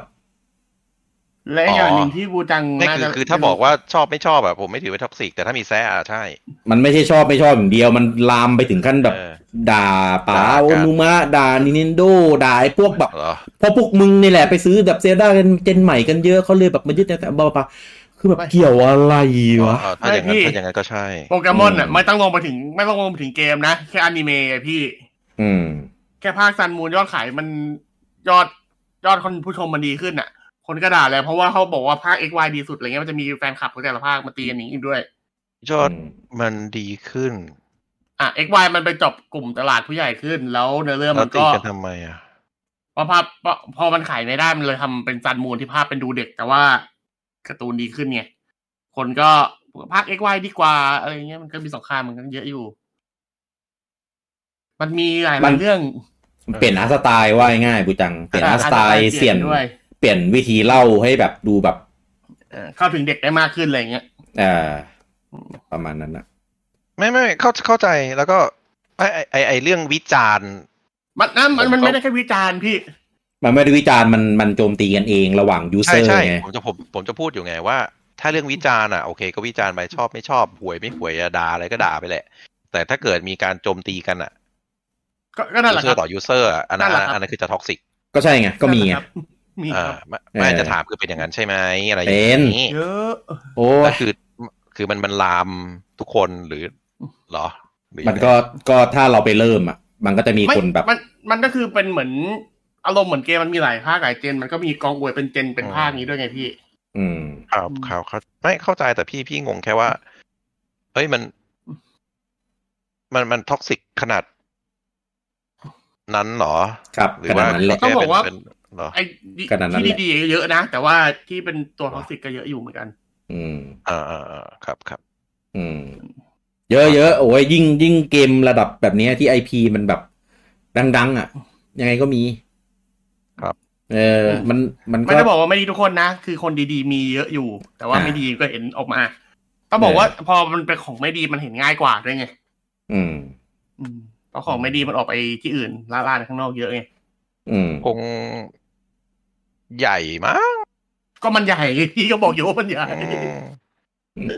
[SPEAKER 3] และอีกอย่างหนึ่งที่บูจัง
[SPEAKER 2] นี่
[SPEAKER 3] น่า
[SPEAKER 2] คือ
[SPEAKER 3] จะ
[SPEAKER 2] คือถ้าบอกว่าชอบไม่ชอบอะผมไม่ถือว่าท็อกซิกแต่ถ้ามีแซ่อะใช่
[SPEAKER 1] มันไม่ใช่ชอบไม่ชอบอย่างเดียว มันลามไปถึงขั้นแบบ
[SPEAKER 2] เออ
[SPEAKER 1] ด่าป๋า
[SPEAKER 2] ด่ากัน
[SPEAKER 1] โอนุมะด่านิน n นโดด่าไอ้พวกแบบ
[SPEAKER 2] เหรอ
[SPEAKER 1] เพราะพวกมึงนี่แหละไปซื้อแบบเซลดากันเจนใหม่กันเยอะเขาเลยแบบมายึดแต่บ้าๆคือแบบเกี่ยวอะไรวะ
[SPEAKER 2] อ๋อถ้าอย่างนั้นถ้าอย่างนั้นก็ใช่
[SPEAKER 3] โปเกมอนอะ
[SPEAKER 1] อืม
[SPEAKER 3] ไม่ต้องลงไปถึง ไม่ต้องลงไปถึงเกมนะแค่อนิเมะอะพี่
[SPEAKER 1] อืม
[SPEAKER 3] แค่ภาคซันมูนยอดขายมันยอดยอดคนผู้ชมมันดีขึ้นอ่ะ คนก็ด่าแล้วเพราะว่าเขาบอกว่าภาค XY ดีสุดอะไรเงี้ยมันจะมีแฟนคลับของแต่ละภาคมาตีกันอย่างนี้อีกด้วย
[SPEAKER 2] ยอดมันดีขึ้น
[SPEAKER 3] อ่ะ XY มันไปจบกลุ่มตลาดผู้ใหญ่ขึ้น แล้วเนื้อเรื่อง
[SPEAKER 2] แล้
[SPEAKER 3] มั
[SPEAKER 2] วน ตี
[SPEAKER 3] ก็
[SPEAKER 2] กันทำไมอะ
[SPEAKER 3] เพราะภาพเพราะพอมันขายไม่ได้มันเลยทำเป็นซันมูนที่ภาพเป็นดูเด็ก แต่ว่าการ์ตูนดีขึ้นไงคนก็ภาค XY ดีกว่าอะไรเงี้ยมันก็มีสองข้างมันก็เยอะอยู่ มันมีหลาย
[SPEAKER 1] มัน
[SPEAKER 3] ๆเรื่อง
[SPEAKER 1] เปลี่ยนอาร์ตสไตล์ว่าง่ายๆปูจังเปลี่ยนอาร์ตสไตล์เสี่ยน
[SPEAKER 3] ด้วย
[SPEAKER 1] เปลี่ยนวิธีเล่าให้แบบดูแบบ
[SPEAKER 3] เออเข้าถึงเด็กได้มากขึ้นอะไรเงี้ย
[SPEAKER 1] เออประมาณนั้นนะ
[SPEAKER 2] ไม่ไม่เข้าเข้าใจแล้วก็ไอไอ้ไอไอเรื่องวิจารณ์
[SPEAKER 3] มันนะมันมัน
[SPEAKER 2] ผมก็
[SPEAKER 3] ไม่ได้แค่วิจารณ์พี่
[SPEAKER 1] มันไม่ได้วิจารณ์มันมันโจมตีกันเองระหว่างยูเซ
[SPEAKER 2] ใช่
[SPEAKER 1] อร์
[SPEAKER 2] ใช่
[SPEAKER 1] ไง
[SPEAKER 2] ผมจะผมผมจะพูดอยู่ไงว่า ถ้าเรื่องวิจารณ์อ่ะโอเค ก็วิจารณ์ไปชอบไม่ชอบหวยไม่หวยอะด่าอะไรก็ด่าไปแหละ แต่ถ้าเกิดมีการโจมตีกันอ่ะ
[SPEAKER 3] ก็ก็นั่นแห
[SPEAKER 2] ยูเซอ
[SPEAKER 3] ละครับ
[SPEAKER 2] ร์ต่อยูเซอร์อันนั้น
[SPEAKER 3] นั่นแหละครับ
[SPEAKER 2] อันนั้นคือจะท็อกซิก
[SPEAKER 1] ก็ใช่ไง ก็มีไง
[SPEAKER 3] นั่นแหละครับมี
[SPEAKER 2] อ่า
[SPEAKER 3] ครับ
[SPEAKER 2] ไม่
[SPEAKER 1] เออ
[SPEAKER 2] ไม่จะถามคือเป็นอย่างนั้นใช่ไหมอะไรอย่าง
[SPEAKER 1] เป็น
[SPEAKER 2] นี้
[SPEAKER 3] เยอะ
[SPEAKER 1] โอ้
[SPEAKER 2] แล้ว
[SPEAKER 1] ย
[SPEAKER 2] คือคือมันมันลามทุกคนหรือเหรอหรือ
[SPEAKER 1] มันก็ก็ถ้าเราไปเริ่มอ่ะ มันก็จะมี
[SPEAKER 3] ไม่
[SPEAKER 1] คนแบบ
[SPEAKER 3] มันมันก็คือเป็นเหมือนอารมณ์เหมือนเกมมันมีหลายภาคหลายเจน มันก็มีกองอวยเป็นเจนเป็นภาคนี้ด้วยไงพี่
[SPEAKER 1] อืม
[SPEAKER 2] ข่าวข่าวเขาไม่เข้าใจแต่พี่พี่งงแค่ว่าเฮ้ยมัน มันมันท็อกซิกขนาด นั้นเหรอ
[SPEAKER 1] ครับ
[SPEAKER 2] หรื
[SPEAKER 1] ข
[SPEAKER 2] อ
[SPEAKER 1] นา
[SPEAKER 2] ว่า
[SPEAKER 1] ดนั้นแหละ
[SPEAKER 3] ต้องบอกว่า
[SPEAKER 2] เป็นเป็นเหรอ
[SPEAKER 3] ไอ้ดี
[SPEAKER 1] ขนาดนั้นแห
[SPEAKER 3] ที่
[SPEAKER 1] ละ
[SPEAKER 3] ดีๆเยอะนะ แต่ว่าที่เป็นตัวท็อกซิกก็เยอะอยู่เหมือนกัน
[SPEAKER 1] อืม
[SPEAKER 2] อ่าอ่าอ่าครับครับ
[SPEAKER 1] อืม เยอะเยอะโอ้ยยิ่งยิ่งเกมระดับแบบเนี้ยที่ไอพีมันแบบ ดัง ๆ อ่ะ ยังไงก็มี
[SPEAKER 2] ครับ
[SPEAKER 1] เออมันมัน
[SPEAKER 3] ไม่
[SPEAKER 1] ก็
[SPEAKER 3] ได้บอกว่าไม่ดีทุกคนนะ คือคนดีๆมีเยอะอยู่ แต่ว่า
[SPEAKER 1] อ่า
[SPEAKER 3] ไม่ดีก็เห็นออกมาต้องบอกว่าพอมันเป็นของไม่ดีมันเห็นง่ายกว่าด้วยไง
[SPEAKER 1] อืม
[SPEAKER 3] อืมเพราะของไม่ดีมันออกไปที่อื่นล่าๆข้างนอกเยอะไง
[SPEAKER 1] อืม
[SPEAKER 2] คงใหญ่มั้ง
[SPEAKER 3] ก็มันใหญ่พี่ก็บอกอยู่ว่ามันใหญ่
[SPEAKER 2] อืม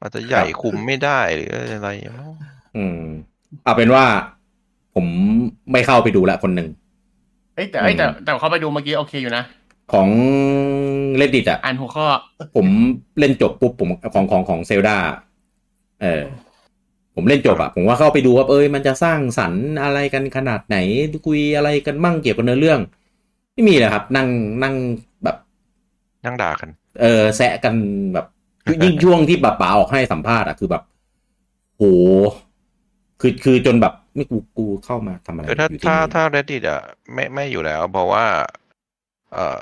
[SPEAKER 2] อาจจะใหญ่คุมไม่ได้หรืออะไรมั้ง
[SPEAKER 1] อืมเอาเป็นว่า ผมไม่เข้าไปดูละคนหนึ่ง
[SPEAKER 3] เอ้ยแต่เอ้ยแต่
[SPEAKER 1] อืม
[SPEAKER 3] แต่เขาไปดูเมื่อกี้โอเคอยู่นะ
[SPEAKER 1] ของ reddit อ่ะ
[SPEAKER 3] อ่านหัวข้อ
[SPEAKER 1] ผมเล่นจบปุ๊บผมของของของเซลดาเออ ผมเล่นจบอะผมว่าเข้าไปดูว่าเอ้ยมันจะสร้างสรรค์อะไรกันขนาดไหนคุยอะไรกันมั่งเกี่ยวกับเนื้อเรื่อง ไม่มีเลยครับ นั่งนั่งแบบ
[SPEAKER 2] นั่งด่ากัน
[SPEAKER 1] เออแซะกันแบบ ยิ่งช่วงที่ป๋าป๋าออกให้สัมภาษณ์อะคือแบบโหคือคือจนแบบไม่กูกูเข้ามาทำอะไร
[SPEAKER 2] คือถ้า
[SPEAKER 1] อยู่ที่
[SPEAKER 2] ถ้า
[SPEAKER 1] นี่
[SPEAKER 2] ถ้า reddit อ่ะไม่ไม่อยู่แล้ว เพราะว่า เออ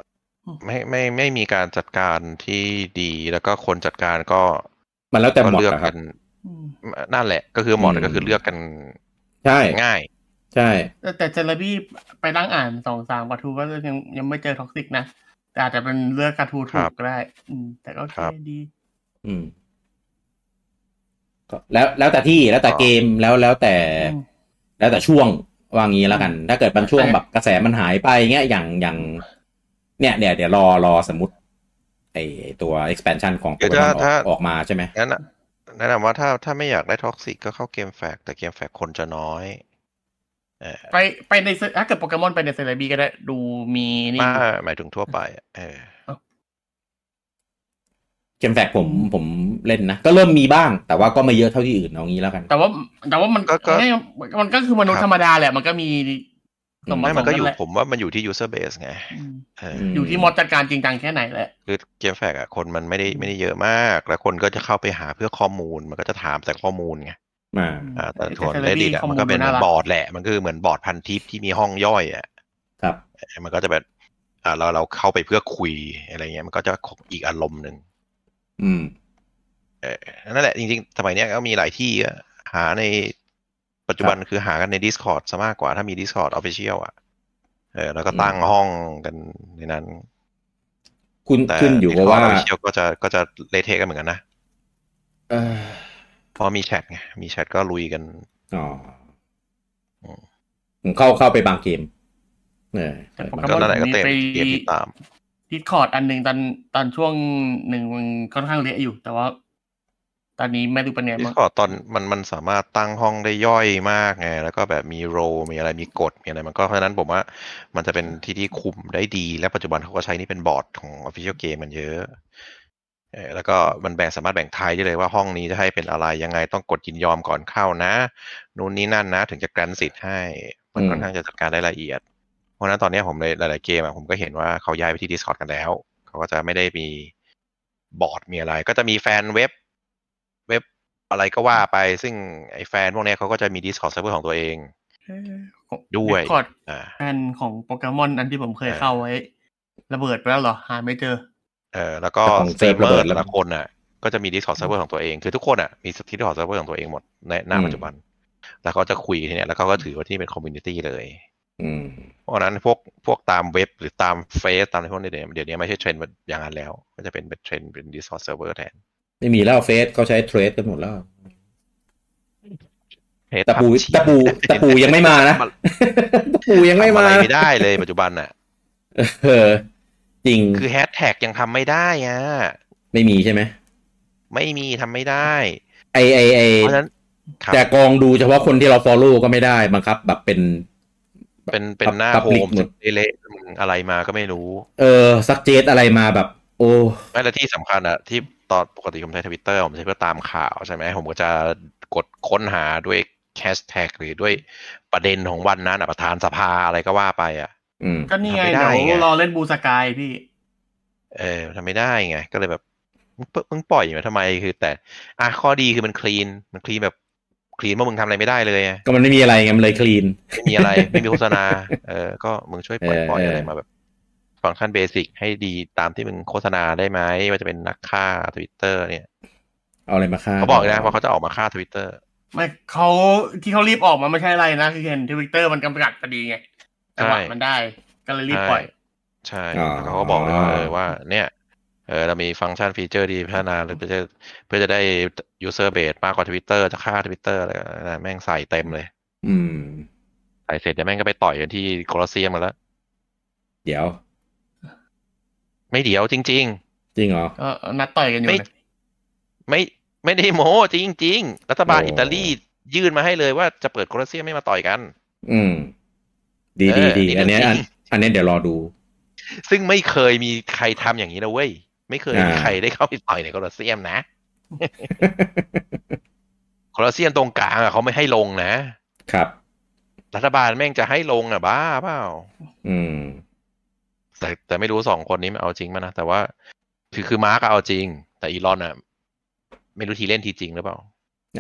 [SPEAKER 2] ไม่ไม่ไม่มีการจัดการที่ดีแล้วก็คนจัดการก็
[SPEAKER 1] มันแล้วแต่
[SPEAKER 2] ก็
[SPEAKER 1] หมด
[SPEAKER 2] เลือก
[SPEAKER 1] อะครั
[SPEAKER 2] กับ นนั่นแหละ ก็คือหมอดก็คือเลือกกัน
[SPEAKER 1] ใช่
[SPEAKER 2] ง่าย
[SPEAKER 1] ใช่
[SPEAKER 3] แต่แต่เจลาบี้ไปนั่งอ่านสองสามการ์ทูนก็ยังยังไม่เจอท็อกซิกนะ แต่อาจจะเป็นเลือกการ์ทูนถู
[SPEAKER 2] ครั
[SPEAKER 3] ก
[SPEAKER 2] บ
[SPEAKER 3] ก็ได้ อืม แต่ก็โอเค
[SPEAKER 2] ครับ
[SPEAKER 3] ดี
[SPEAKER 1] อืมก็แล้วแล้วแต่ที่แล้วแต่เกมแล้วแล้วแต่
[SPEAKER 3] อืม
[SPEAKER 1] แล้วแต่ช่วงว่างี้แล้วกัน ถ้าเกิดบางช่วงแบบกระแสมันหายไปเงี้ยอย่างอย่าง เนี่ยเดี๋ยวเดี๋ยวรอรอสมมติไอตัว expansion ของ
[SPEAKER 2] เดี๋ยวถ้า
[SPEAKER 1] โปเกมอนออกอ
[SPEAKER 2] ถ้า
[SPEAKER 1] อกมาใช่ไหม
[SPEAKER 2] งั้นน่ะแนะนำว่าถ้าถ้าไม่อยากได้ท็อกซิกก็เข้าเกมแฟกแต่เกมแฟกคนจะน้อยเออ
[SPEAKER 3] ไปไปในเซถ้าเกิดโปเกมอนไปในเซเลบี้ก็ได้ดูมีนี่
[SPEAKER 2] มาหมายถึงทั่วไปอะเออ
[SPEAKER 1] โอเค กมแฟกผมผมเล่นนะ ก็เริ่มมีบ้าง แต่ว่าก็ไม่เยอะเท่าที่อื่นเอางี้แล้วกัน
[SPEAKER 3] แต่ว่าแต่ว่ามัน
[SPEAKER 2] ก็ก็
[SPEAKER 3] ไม่มันก็คือมนุษย์ธรรมดาแหละ มันก็มีสมผ
[SPEAKER 2] ไม่
[SPEAKER 3] ส
[SPEAKER 2] มัน
[SPEAKER 3] ม
[SPEAKER 2] ก็
[SPEAKER 3] กั
[SPEAKER 2] อน ยู่
[SPEAKER 3] แหละ
[SPEAKER 2] ผมว่ามันอยู่ที่ user base ไง
[SPEAKER 3] อืม
[SPEAKER 2] เอออ
[SPEAKER 1] ม
[SPEAKER 3] อยู่ที่มอดจัดการจริงจังแค่ไหนแหละ
[SPEAKER 2] คือเกมแฟกอะคนมันไม่ได้ไม่ได้เยอะมาก แล้วคนก็จะเข้าไปหาเพื่อข้อมูล มันก็จะถามแต่ข้อมูลไง
[SPEAKER 1] อ่า
[SPEAKER 2] อ่าแต่
[SPEAKER 3] แต่
[SPEAKER 2] ส่วน
[SPEAKER 3] Salary
[SPEAKER 2] reddit อะ
[SPEAKER 3] ข้อมูล
[SPEAKER 2] มันก็เป็นเหมือ
[SPEAKER 3] มันน่ารั
[SPEAKER 2] น
[SPEAKER 3] ก
[SPEAKER 2] บอร์ดแหละ มันคือเหมือนบอร์ดพันทิปที่มีห้องย่อยอะ
[SPEAKER 1] ครับ
[SPEAKER 2] มันก็จะแบบอ่าเราเราเข้าไปเพื่อคุยอะไรเงี้ยมันก็จะอีกอารมณ์หนึ่ง
[SPEAKER 1] อืม
[SPEAKER 2] เออนั่นแหละจริงๆ สมัยเนี้ยก็มีหลายที่อะหาในปัจจุบันคือหากันใน Discord ซะมากกว่าถ้ามี Discord Official อ่ะเออแล้วก็ตั้งห้องกันในนั้น
[SPEAKER 1] คุณ
[SPEAKER 2] แต่
[SPEAKER 1] ขึ้นอยู่กับ
[SPEAKER 2] Discord
[SPEAKER 1] ว่า
[SPEAKER 2] Official ก็จะก็จะเละเทะกันเหมือนกันนะ
[SPEAKER 1] เออ
[SPEAKER 2] เพราะมีแชทไงมีแชทก็ลุยกัน
[SPEAKER 1] อ๋อ
[SPEAKER 2] อืม
[SPEAKER 1] ผมเข้าเข้าไปบางเกมเออ
[SPEAKER 3] แต่ผม
[SPEAKER 2] มันก็นั่นแหละก็เต็ม
[SPEAKER 3] ไป
[SPEAKER 2] เกมที่ตาม
[SPEAKER 3] ดิสคอร์ดอันหนึ่งตอนตอนช่วงหนึ่งมันค่อนข้างเละอยู่ แต่ว่า ตอนนี้ไม่รู้เป็นไง
[SPEAKER 2] ดิส
[SPEAKER 3] บ้าง
[SPEAKER 2] คอตอนมันมันสามารถตั้งห้องได้ย่อยมากไงแล้วก็แบบมีโรมีอะไรมีกฎมีอะไรมันก็เพราะฉะนั้นผมว่า มันจะเป็นที่ที่คุมได้ดี และปัจจุบันเขาก็ใช้นี่เป็นบอร์ดของ Official Game มันเยอะเออแล้วก็มันแบ่งสามารถแบ่งไทยได้เลยว่าห้องนี้จะให้เป็นอะไรยังไงต้องกดยินยอมก่อนเข้านะนู่นนี่นั่นนะ ถึงจะแกรนสิทธิ์ให้ มันค่อนข้างจะจัดการได้ละเอียด เพราะฉะนั้นตอนเนี้ยผมเลยหลาย ๆ เกมอะผมก็เห็นว่าเขาย้ายไปที่ Discord กันแล้ว เขาก็จะไม่ได้มีบอร์ดมีอะไร ก็จะมีแฟนเว็บเว็บอะไรก็ว่าไป ซึ่งไอ้แฟนพวกเนี้ยเขาก็จะมี Discord server ของตัวเอง ด้วย
[SPEAKER 3] ดิสคอร์ด
[SPEAKER 2] อ่า
[SPEAKER 3] อันของโปเกมอนอันที่ผมเคยเข้าไว้ ระเบิดไปแล้วเหรอ หาไม่เจอ
[SPEAKER 2] เออแล้วก็
[SPEAKER 1] แต่ของ
[SPEAKER 2] สตรีมเมอ
[SPEAKER 1] เซิร์ฟระเบิด
[SPEAKER 2] ร์
[SPEAKER 1] แล้ว
[SPEAKER 2] แต่ละคนอ่ะก็จะมี Discord server ของตัวเอง คือทุกคนอ่ะมี Discord server ของตัวเองหมดในหน้า
[SPEAKER 1] อืม
[SPEAKER 2] ปัจจุบัน แล้วเขาจะคุยทีเนี้ยแล้วเขาก็ถือว่าที่นี่เป็นคอมมูนิตี้เลย
[SPEAKER 1] อืม
[SPEAKER 2] เพราะฉะนั้นพวกพวกตามเว็บหรือตามเฟซตามอะไรพวกนี้เดี๋ยวเดี๋ยวนี้ไม่ใช่เทรนด์อย่างนั้นแล้ว ก็จะเป็นเทรนด์เป็น Discord server แทน
[SPEAKER 1] ไม่มีแล้วเฟซเขาใช้เทรดกันหมดแล้ว
[SPEAKER 2] เฟซ
[SPEAKER 1] ตะปู
[SPEAKER 2] ทำเชียร์
[SPEAKER 1] ตะปูตะปูยังไม่มานะ ตะปูยังไม่
[SPEAKER 2] ทำอะ
[SPEAKER 1] มา
[SPEAKER 2] ไรไม่ได้เลยปัจจุบันอ่ะ
[SPEAKER 1] เออจริง
[SPEAKER 2] คือแฮชแท็กยังทำไม่ได้อ่ะ
[SPEAKER 1] ไม่มีใช่ไหม
[SPEAKER 2] ไม่มีทำไม่ได้
[SPEAKER 1] ไอไอไอ
[SPEAKER 2] เพราะฉะนั้นครับ
[SPEAKER 1] แต่กองดูเฉพาะคนที่เราฟอลโล่ก็ไม่ได้บังคับ แบบเป็น
[SPEAKER 2] เป็นเป็นหน้า
[SPEAKER 1] public
[SPEAKER 2] โฮม
[SPEAKER 1] หมด
[SPEAKER 2] เละๆมึงอะไรมาก็ไม่รู้
[SPEAKER 1] เออซักเจตอะไรมาแบบ โอ้
[SPEAKER 2] ไม่และที่สำคัญอะที่ตอนปกติผมใช้ทวิตเตอร์ผมใช้เพื่อตามข่าวใช่ไหมผมก็จะกดค้นหาด้วยแฮชแท็กหรือด้วยประเด็นของวันนั้นอะประธานสภาอะไรก็ว่าไปอะ
[SPEAKER 1] อืม
[SPEAKER 3] ก็นี่ไง
[SPEAKER 2] หาไม่ได้
[SPEAKER 3] เดี๋
[SPEAKER 2] ไง
[SPEAKER 3] ยวรอเล่นบูสกายพี่
[SPEAKER 2] เออทำไม่ได้ไง ก็เลยแบบมึงมึงปล่อยมาทำไมคือ แต่อ่ะข้อดีคือมันคลีนมันคลีนแบบคลีนว่ามึงทำอะไรไม่ได้เลยไง
[SPEAKER 1] ก็มันไม่มีอะไรไงมันเลยคลีน
[SPEAKER 2] ไม่มีอะไร [laughs] ไม่มีโฆษณาเออก็มึงช่วยปล่อย
[SPEAKER 1] เออ
[SPEAKER 2] ปล่อยอะไร
[SPEAKER 1] เออ
[SPEAKER 2] มาแบบฟังก์ชันเบสิกให้ดีตามที่มึงโฆษณาได้ไหมว่าจะเป็นนักฆ่าทวิตเตอร์เนี่ย
[SPEAKER 1] เอาอะไรมาฆ่า
[SPEAKER 2] เขาบอกเลยนะว่าเขาจะออกมาฆ่าทวิตเตอร์
[SPEAKER 3] ไม่เขาที่เขารีบออกมาไม่ใช่อะไรนะ คือเห็นทวิตเตอร์มันกำกัดพอดีไงจังหวะมันได้ก็เลยรีบปล่อย
[SPEAKER 2] ใช่แล้วเขาก็บอกเลยว่าเออว่าเนี่ยเออเรามีฟังก์ชันฟีเจอร์ที่พัฒนาเพื่อจะเพื่อจะได้ user base มากกว่า Twitter จะฆ่า Twitter อะไรนะแม่งใส่เต็มเลย
[SPEAKER 1] อืม
[SPEAKER 2] ใส่เสร็จเดี๋ยวแม่งก็ไปต่อยกันที่โคลอสเซียมกันแล้ว
[SPEAKER 1] เดี๋ยว
[SPEAKER 2] ไม่เดี๋ยวจริง
[SPEAKER 1] จริงเหรอ
[SPEAKER 3] ก็นัดต่อยกันอยู่
[SPEAKER 2] ไม่
[SPEAKER 3] นะ
[SPEAKER 2] ๆ ไม่ไม่ได้โม้จริงจริงๆ รัฐบาล
[SPEAKER 1] โอ้
[SPEAKER 2] อิตาลียื่นมาให้เลยว่าจะเปิดโคลอสเซียมไม่มาต่อยกัน
[SPEAKER 1] อืม ดี
[SPEAKER 2] เอ
[SPEAKER 1] ดี
[SPEAKER 2] อ
[SPEAKER 1] ดี
[SPEAKER 2] นี่
[SPEAKER 1] อันเนี้ย
[SPEAKER 2] จริ
[SPEAKER 1] อั
[SPEAKER 2] ง
[SPEAKER 1] นอันเนี้ยเดี๋ยวรอดู [laughs]
[SPEAKER 2] ซึ่งไม่เคยมีใครทำอย่างนี้นะเว้ย ไม่เคยมี
[SPEAKER 1] อ่า
[SPEAKER 2] ใครได้เข้าไปต่อยในโคลอสเซียมนะโคลอสเซียมตรงกลางอะเขาไม่ให้ลงนะ
[SPEAKER 1] ครับ
[SPEAKER 2] รัฐบาลแม่งจะให้ลงอ่ะบ้าเปล่า
[SPEAKER 1] อืม
[SPEAKER 2] แต่แต่ไม่รู้สองคนนี้มันเอาจริงมั้ยนะ แต่ว่าคือคือมาร์กเอาจริง แต่อีลอนอ่ะ ไม่รู้ทีเล่นทีจริงหรือเปล่า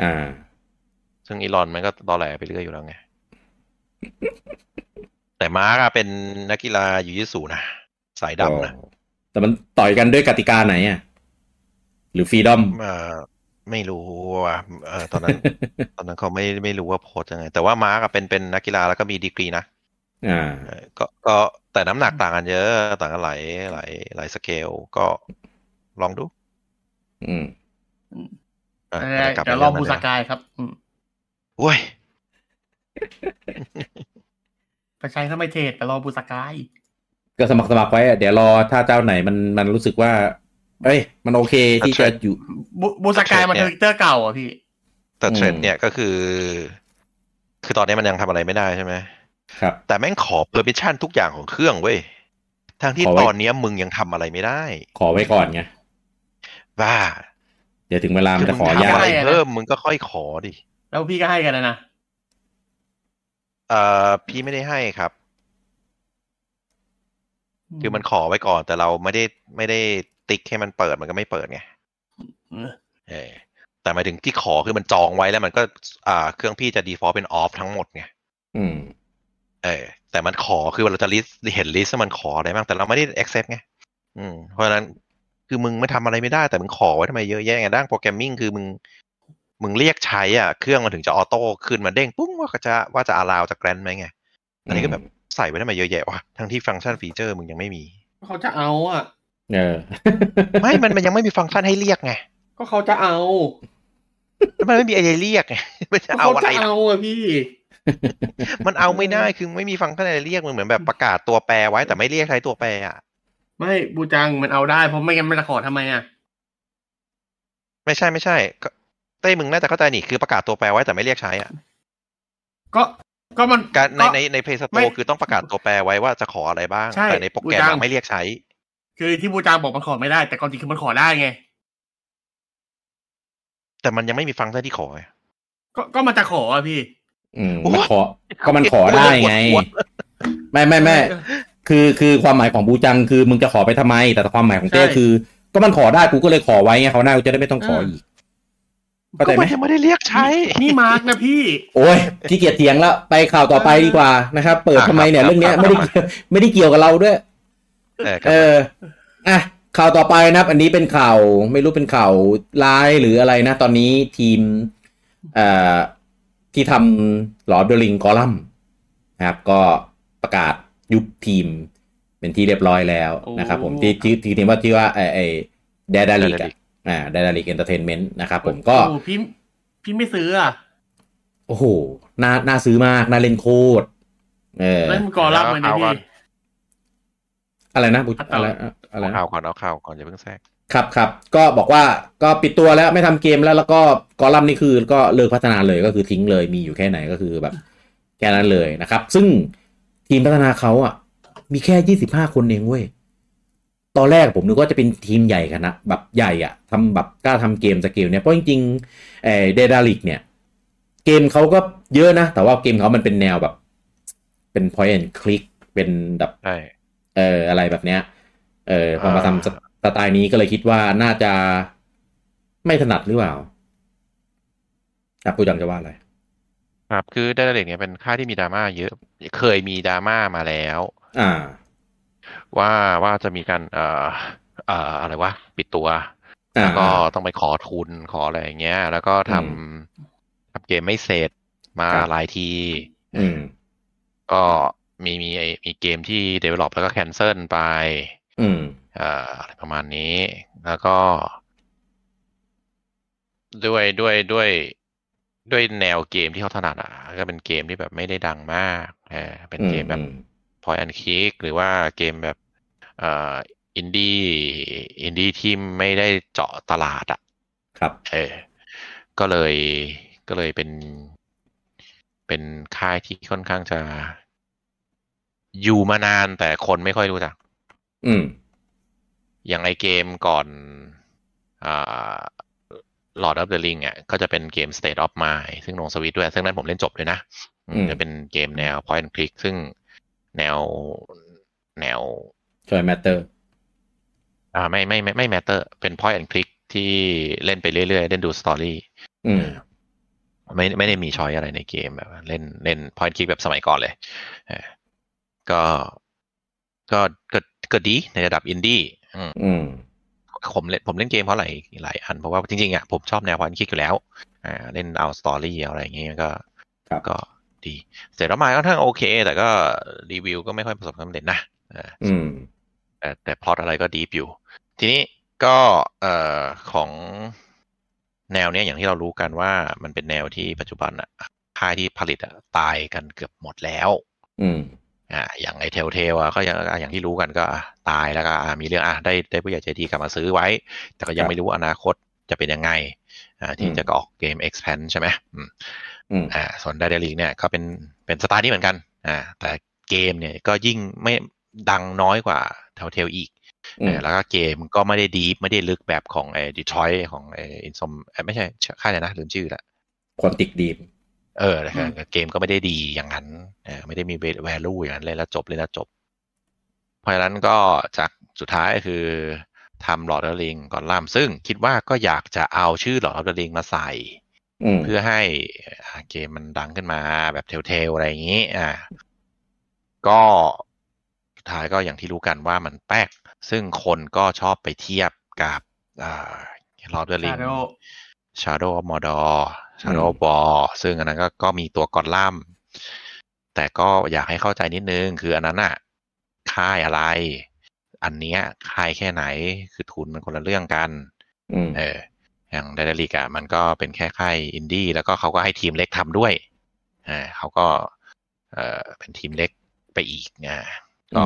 [SPEAKER 1] อ่า
[SPEAKER 2] ซึ่งอีลอนมันก็ตอแหลไปเรื่อยอยู่แล้วไง [laughs] แต่มาร์กอะเป็นนักกีฬาอยู่ยิสูนะสายดำนะ
[SPEAKER 1] อ๋อแต่มันต่อยกันด้วยกติกาไหนอ่ะ หรือฟรีดอม
[SPEAKER 2] เอ่อไม่รู้ว่าเออตอนนั้น
[SPEAKER 1] [laughs]
[SPEAKER 2] ตอนนั้นเขาไม่ไม่รู้ว่าโพสต์ยังไง แต่ว่ามาร์กอะเป็นเป็นนักกีฬาแล้วก็มีดีกรีนะ
[SPEAKER 1] อ่า
[SPEAKER 2] เอ่อก็ก็แต่น้ำหนักต่างกันเยอะต่างกันหลายหลายหลายสเกลก็ลองดู
[SPEAKER 1] อืม
[SPEAKER 2] อ่ะ
[SPEAKER 3] เออ
[SPEAKER 2] แต่กลัไป
[SPEAKER 3] เดี๋ยวรอ
[SPEAKER 2] เงนั้น
[SPEAKER 3] บูส
[SPEAKER 2] นะ
[SPEAKER 3] กายครับอืม
[SPEAKER 2] โอ้ย
[SPEAKER 3] ไปใช้ก็ไม่เทรดแต่รอบูสกาย
[SPEAKER 1] ก็สมัครสมัครไว้อะเดี๋ยวรอถ้าเจ้าไหนมันมันรู้สึกว่า เอ้ย มันโอเคที่จะอยู่
[SPEAKER 3] บูบูสกายมันทวิตเตอร์เก่าอ่ะพี่
[SPEAKER 2] แต่เทรน
[SPEAKER 1] อืม
[SPEAKER 2] เนี่ยก็คือ คือตอนนี้มันยังทำอะไรไม่ได้ใช่ไหม
[SPEAKER 1] ครับ
[SPEAKER 2] แต่แม่งขอ permission ทุกอย่างของเครื่องเว้ยทั้งที่
[SPEAKER 1] ขอไว้
[SPEAKER 2] ตอนเนี้ยมึงยังทำอะไรไม่ได้
[SPEAKER 1] ขอไว้ก่อนไง
[SPEAKER 2] บ้า
[SPEAKER 1] เดี๋ยวถึงเวลามันจะขอ
[SPEAKER 2] มึงทำ
[SPEAKER 1] ยาก
[SPEAKER 2] อะไร
[SPEAKER 3] ยาก
[SPEAKER 2] เพิ่มมึงก็ค่อยขอดิ
[SPEAKER 3] แล้วพี่ก็ให้กันนะนะ
[SPEAKER 2] เอ่อพี่ไม่ได้ให้ครับ คือมันขอไว้ก่อนแต่เราไม่ได้ไม่ได้ติ๊กให้มันเปิดมันก็ไม่เปิดไง
[SPEAKER 3] อืม
[SPEAKER 2] เออแต่หมายถึงที่ขอคือมันจองไว้แล้วมันก็อ่าเครื่องพี่จะ default เป็น off ทั้งหมดไง
[SPEAKER 1] อืม
[SPEAKER 2] เออแต่มันขอคือเราจะ list เห็น list ว่ามันขออะไรบ้างแต่เราไม่ได้ accept ไงอืมเพราะฉะนั้นคือมึงไม่ทำอะไรไม่ได้แต่มึงขอไว้ทำไมเยอะแยะไงด้านโปรแกรมมิ่งคือมึงมึงเรียกใช้อ่ะเครื่องมันถึงจะออโต้ขึ้นมาเด้งปุ้งว่าจะว่าจะ allow จะ grant ไหมไงอันนี้ก็แบบใส่ไว้ทำไมเยอะแยะวะทั้งที่ฟังก์ชันฟีเจอร์มึงยังไม่มี
[SPEAKER 3] เขาจะเอาอ่ะ
[SPEAKER 1] เออ
[SPEAKER 2] ไม่มันมันยังไม่มีฟังก์ชันให้เรียกไง
[SPEAKER 3] ก็เขาจะเอา
[SPEAKER 2] แล้วมันไม่มีอะไรเรียกไง [laughs] มันจะ
[SPEAKER 3] ก็
[SPEAKER 2] เอา
[SPEAKER 3] เขา
[SPEAKER 2] อะ
[SPEAKER 3] จะ
[SPEAKER 2] ไรล่ะ
[SPEAKER 3] เอาอ่ะพี่
[SPEAKER 2] มันเอาไม่ได้คือไม่มีฟังก์ชันอะไรเรียกมันเหมือนแบบประกาศตัวแปรไว้แต่ไม่เรียกใช้ตัวแปรอ่ะ
[SPEAKER 3] ไม่บูจังมันเอาได้เพราะไม่งั้นมันจะขอทำไมอ่ะ
[SPEAKER 2] ไม่ใช่ไม่ใช่ก็เต้มึงน่าจะเข้าใจนี่คือประกาศตัวแปรไว้แต่ไม่เรียกใช้อ่ะ
[SPEAKER 3] ก็ก็มัน
[SPEAKER 2] การใน
[SPEAKER 3] ก็
[SPEAKER 2] ในในเพย์สโต
[SPEAKER 3] ไม่
[SPEAKER 2] คือต้องประกาศตัวแปรไว้ว่าจะขออะไรบ้าง
[SPEAKER 3] ใช่
[SPEAKER 2] แต่ในโปรแกรม
[SPEAKER 3] กูจำ
[SPEAKER 2] อะไม่เรียกใช้
[SPEAKER 3] คือที่บูจังบอกมันขอไม่ได้ แต่ความจริงคือมันขอได้ไง
[SPEAKER 2] แต่มันยังไม่มีฟังก์ชันที่ขอไง
[SPEAKER 3] ก็ก็มันจะขออ่ะพี่
[SPEAKER 1] อืม
[SPEAKER 2] โอ้ย
[SPEAKER 1] มันขอก็มันขอได้ไง
[SPEAKER 2] ปวดหัว
[SPEAKER 1] ไม่ไม่ไม่คือคือความหมายของบูจังคือมึงจะขอไปทำไม แต่ความหมายของเต้
[SPEAKER 3] ใช่
[SPEAKER 1] คือ ก็มันขอได้กูก็เลยขอไว้ไงเขาวหน้ากูจะได้ไม่ต้องขออีกเข้าใจ
[SPEAKER 2] ก็
[SPEAKER 1] ไหม
[SPEAKER 2] มันยังไม่ได้เรียกใช้
[SPEAKER 1] [laughs]
[SPEAKER 3] นี่มาร์กนะพี่
[SPEAKER 1] โอ้ยขี้เกียจเถียงแล้วไปข่าวต่อไปดีกว่านะครับเปิดทำไมเนี่ย
[SPEAKER 2] อ่ะครับ
[SPEAKER 1] เรื่องเนี้ยไม่ได้เกี่ยว [laughs] ไม่ได้เกี่ยวกับเราด้วย
[SPEAKER 2] เออค
[SPEAKER 1] เอ
[SPEAKER 2] รับ
[SPEAKER 1] ออ่ะข่าวต่อไปนะครับ อันนี้เป็นข่าวไม่รู้เป็นข่าวร้ายหรืออะไรนะ ตอนนี้ทีมเอ่อที่ทำหลอดเดลิงกอลัมนะครับ ก็ประกาศยุบทีมเป็นที่เรียบร้อยแล้วนะครับ ผม
[SPEAKER 3] โอ้
[SPEAKER 1] ที่ที่ที่ทีมว่าที่ว่าไอไอเดดาลิกอ่าเดดาลิกเอนเตอร์เทนเมนต์นะครับผมก็
[SPEAKER 3] โอ้พี่พี่ไม่ซื้ออ่ะ
[SPEAKER 1] โอ้โหน่าน่าซื้อมาก น่าเล่นโคตรเออ
[SPEAKER 3] แล้วมันกอรับมันนะพี่
[SPEAKER 1] อะไรนะบุ
[SPEAKER 3] อ่ะต่อ
[SPEAKER 1] อะ
[SPEAKER 3] อ
[SPEAKER 1] ไรอะไรนะ
[SPEAKER 2] เอาข่าวก่อนเอาข่าวก่อนอย่าเพิ่งแทรก
[SPEAKER 1] ครับครับก็บอกว่าก็ปิดตัวแล้วไม่ทำเกมแล้วแล้วก็กอลัมน์นี่คือก็เลิกพัฒนาเลยก็คือทิ้งเลยมีอยู่แค่ไหนก็คือแบบแค่นั้นเลยนะครับ ซึ่งทีมพัฒนาเขาอ่ะ มีแค่ยี่สิบห้าคนเองเว้ยตอนแรกผมนึกว่าจะเป็นทีมใหญ่ขนาดแบบใหญ่อ่ะทำแบบกล้าทำเกมสเกลเนี่ยเพราะจริงๆเอเดดาลิกเนี่ย เกมเขาก็เยอะนะ แต่ว่าเกมเขามันเป็นแนวแบบ เป็น point and click เป็นแบบ
[SPEAKER 2] ใช่
[SPEAKER 1] เอออะไรแบบเนี้ย เออพอมาทำสสไตล์นี้ก็เลยคิดว่าน่าจะไม่ถนัดหรือเปล่าอ่ะผู้จังจะว่าอะไร
[SPEAKER 2] ครับคือได้เด็กเนี่ยเป็นค่ายที่มีดราม่าเยอะเคยมีดราม่ามาแล้ว
[SPEAKER 1] อ่า
[SPEAKER 2] ว่าว่าจะมีการเอ่อเอ่ออะไรวะปิดตัว
[SPEAKER 1] อ่า
[SPEAKER 2] แล้วก็ต้องไปขอทุนขออะไรอย่างเงี้ย แล้วก็ทำ
[SPEAKER 1] อื
[SPEAKER 2] ทำเกมไม่เสร็จมา
[SPEAKER 1] ครับ
[SPEAKER 2] หลายที
[SPEAKER 1] อืม
[SPEAKER 2] ก็มีมีไอ้มีเกมที่ develop แล้วก็ cancel ไป
[SPEAKER 1] อืม
[SPEAKER 2] เอ่ออะไรประมาณนี้ แล้วก็ ด้วยด้วยด้วยด้วยแนวเกมที่เขาถนัดอ่ะ ก็เป็นเกมที่แบบไม่ได้ดังมากเออเป็นเกมแบบ พอยแอนคิกหรือว่าเกมแบบเอ่ออินดี้อินดี้ที่ไม่ได้เจาะตลาดอะ่ะ
[SPEAKER 1] ครับ
[SPEAKER 2] เออก็เลยก็เลยเป็น เป็นค่ายที่ค่อนข้างจะ อยู่มานานแต่คนไม่ค่อยรู้จัก
[SPEAKER 1] อืม
[SPEAKER 2] อย่างไอเกมก่อนอ่า Lord of the Ring อ่ะก็จะเป็นเกม State of Mind ซึ่งลงสวิตด้วย ซึ่งนั้นผมเล่นจบเลยนะอืม
[SPEAKER 1] อืม
[SPEAKER 2] จะเป็นเกมแนว Point and Click ซึ่งแนวแนว
[SPEAKER 1] จอยแมตเตอร์
[SPEAKER 2] อ่าไม่ไม่ไม่ไม่แมตเตอร์เป็น point and click ที่เล่นไปเรื่อยๆ เล่นดูสตอรี่
[SPEAKER 1] อืม
[SPEAKER 2] ไม่ไม่ได้มีช้อยอะไรในเกมแบบว่าเล่นเล่น point and click แบบสมัยก่อนเลยเออก็ก็ก็ก็ดีในระดับอินดี้อืม
[SPEAKER 1] อืม
[SPEAKER 2] ผมเล่นผมเล่นเกมเพราะหลายหลายอัน เพราะว่าจริงๆอ่ะผมชอบแนว point and click อยู่แล้วอ่าเล่นเอาสตอรี่เอาอะไรอย่างเงี้ยก็
[SPEAKER 1] ครับ
[SPEAKER 2] ก็ดีเสร็จแล้วมาก็ทั้งโอเค แต่ก็รีวิวก็ไม่ค่อยประสบความสำเร็จนะอ่า
[SPEAKER 1] อืม
[SPEAKER 2] แต่แต่พล็อตอะไรก็ดีฟอยู่ ทีนี้ก็เอ่อของแนวเนี้ยอย่างที่เรารู้กันว่ามันเป็นแนวที่ปัจจุบันอะค่ายที่ผลิตอะตายกันเกือบหมดแล้ว
[SPEAKER 1] อืม
[SPEAKER 2] อ่าอย่างไอเทลเทลอะก็ยังอ่ะอย่างที่รู้กันก็อ่ะตายแล้วก็อ่ะมีเรื่องอ่ะได้ได้ผู้ใหญ่ใจดีกลับมาซื้อไว้ แต่ก็ยั
[SPEAKER 1] ค
[SPEAKER 2] ง
[SPEAKER 1] รับ
[SPEAKER 2] ไม่รู้อนาคตจะเป็นยังไงอ่าที่
[SPEAKER 1] อืม
[SPEAKER 2] จะออกเกม expand ใช่ไหมอืม
[SPEAKER 1] อืม
[SPEAKER 2] อ่าส่วนไดเดลิกเนี่ยก็เป็นเป็นสไตล์นี้เหมือนกันอ่าแต่เกมเนี่ยก็ยิ่งไม่ดังน้อยกว่าเทลเทลอีก
[SPEAKER 1] อืม
[SPEAKER 2] เออแล้วก็เกมก็ไม่ได้ดีฟไม่ได้ลึกแบบของไอ้ดีทรอยของไอ้อินซอมไม่ใช่ค่ายอะไรนะลืมชื่อละ
[SPEAKER 1] ควอนติกดีม
[SPEAKER 2] เออนะครับเกมก็ไม่ได้ดีอย่างนั้นเออไม่ได้มีแวลูอย่างนั้นเลยแล้วจบเลยแล้วจบ เพราะฉะนั้นก็จากสุดท้ายก็คือทำหลอดเดอริงก่อนล่ามซึ่งคิดว่าก็อยากจะเอาชื่อหลอดเดอริงมาใส่
[SPEAKER 1] อืม
[SPEAKER 2] เพื่อให้อ่าเกมมันดังขึ้นมาแบบเทลๆอะไรอย่างนี้ อ่า ก็สุดท้ายก็อย่างที่รู้กันว่ามันแป๊ก ซึ่งคนก็ชอบไปเทียบกับอ่าลอดเดอริง
[SPEAKER 3] Shadow
[SPEAKER 2] Shadow of Mordor Shadow of War ซึ่งอันนั้นก็ก็มีตัวกอดล่ามแต่ก็อยากให้เข้าใจนิดนึง คืออันนั้นอะค่ายอะไร อันเนี้ยค่ายแค่ไหน คือทุนมันคนละเรื่องกัน
[SPEAKER 1] อืม
[SPEAKER 2] เอออย่างไดนาลิกอะมันก็เป็นแค่ค่ายอินดี้แล้วก็เขาก็ให้ทีมเล็กทำด้วยอ่าเขาก็เออเป็นทีมเล็กไปอีกนะก็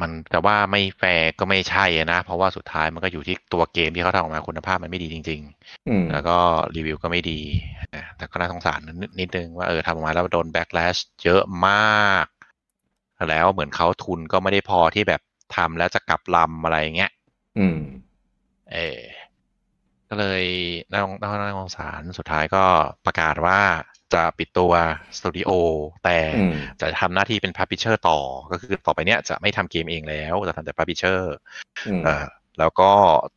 [SPEAKER 2] มันแต่ว่าไม่แฟร์ก็ไม่ใช่อะนะ เพราะว่าสุดท้ายมันก็อยู่ที่ตัวเกมที่เขาทำออกมาคุณภาพมันไม่ดีจริง
[SPEAKER 1] อืม
[SPEAKER 2] ๆ แล้วก็รีวิวก็ไม่ดีนะแต่ก็น่าสงสารนิดนิดนึงว่าเออทำออกมาแล้วโดนแบ็กแลชเยอะมาก แล้วเหมือนเขาทุนก็ไม่ได้พอที่แบบทำแล้วจะกลับลำอะไรอย่างเงี้ย
[SPEAKER 1] อืม
[SPEAKER 2] เออก็เลยน่าสงน่าน่าสงสารสุดท้ายก็ประกาศว่าจะปิดตัวสตูดิโอแต่
[SPEAKER 1] อืม
[SPEAKER 2] จะทำหน้าที่เป็นพับพิเชอร์ต่อ ก็คือต่อไปเนี้ยจะไม่ทำเกมเองแล้ว จะทำแต่พับพิเชอร์
[SPEAKER 1] อืม
[SPEAKER 2] แล้วก็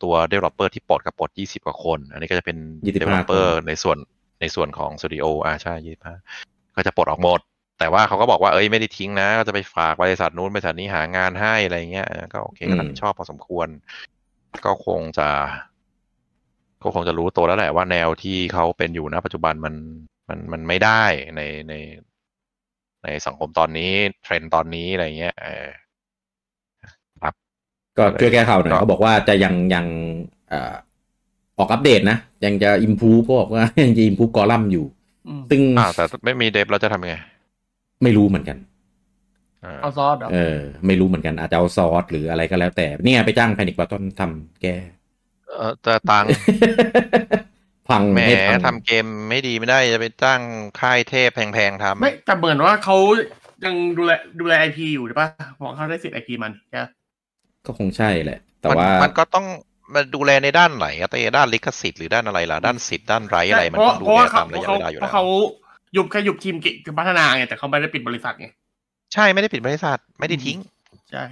[SPEAKER 2] ตัว Developer ที่ปลดกับปลด20 กว่าคน อันนี้ก็จะเป็น
[SPEAKER 1] 25
[SPEAKER 2] Developer ในส่วนในส่วนของสตูดิโออ่าใช่ยี่ห้าก็จะปลดออกหมด แต่ว่าเขาก็บอกว่าเอ้ยไม่ได้ทิ้งนะ ก็จะไปฝากบริษัทนู้นบริษัทนี้หางานให้อะไรเงี้ยเออก็โอเคก็รับผิดชอบพอสมควร ก็คงจะ ก็คงจะรู้ตัวแล้วแหละว่าแนวที่เขาเป็นอยู่ณปัจจุบันมันมันมันไม่ได้ในใน ในสังคมตอนนี้ เทรนด์ตอนนี้อะไรเงี้ยเออ
[SPEAKER 1] ก็ช่วยแก้ข่าวหน่อย
[SPEAKER 2] ก็
[SPEAKER 1] เขาบอกว่าจะยังยังเอ่อออกอัปเดตนะ ยังจะ improve เขาบอกว่า [laughs] ยังจะ improve กอลัมน์อยู่
[SPEAKER 3] อืม
[SPEAKER 1] ซึ่ง
[SPEAKER 2] อ่าวแต่ไม่มีเดฟเราจะทำยังไง
[SPEAKER 1] ไม่รู้เหมือนกัน
[SPEAKER 2] อ่า
[SPEAKER 3] เอาซอสเหรอ
[SPEAKER 1] เออ ไม่รู้เหมือนกันอาจจะเอาซอสหรืออะไรก็แล้วแต่ เนี่ยไปจ้างแพนิคบัตตอนทำแก้ [laughs]
[SPEAKER 2] เออจะตังค์
[SPEAKER 1] พัง
[SPEAKER 2] แหม
[SPEAKER 1] ให้พัง
[SPEAKER 2] ทำเกมไม่ดีไม่ได้จะไปจ้างค่ายเทพแพงๆทำ
[SPEAKER 3] ไม่แต่เหมือนว่าเขายังดูแลดูแลไอพีอยู่ใช่ปะบอกเขาได้สิทธิ์ไอพีมันใช่ปะ
[SPEAKER 1] ก็คงใช่แหละ แต่
[SPEAKER 2] มัน
[SPEAKER 1] ว่าม
[SPEAKER 2] มันก็ต้องมาดูแลในด้านไหนอะแต่ด้านลิขสิทธิ์หรือด้านอะไรล่ะด้านสิทธิ์ด้านไรอะไรมัน
[SPEAKER 3] เพราะ
[SPEAKER 2] ต้องดู
[SPEAKER 3] เพราะ
[SPEAKER 2] แลตาม
[SPEAKER 3] ว่าเขา
[SPEAKER 2] ระยะเวลาอ
[SPEAKER 3] เขา
[SPEAKER 2] ยู่แล้ว
[SPEAKER 3] เพราะเขายุบแค่ยุบทีมกิจพัฒนาไงแต่เขาไม่ได้ปิดบริษัทไง
[SPEAKER 2] ใช่ไม่ได้ปิดบริษัทไม่ได้ทิ้ง
[SPEAKER 3] ใช่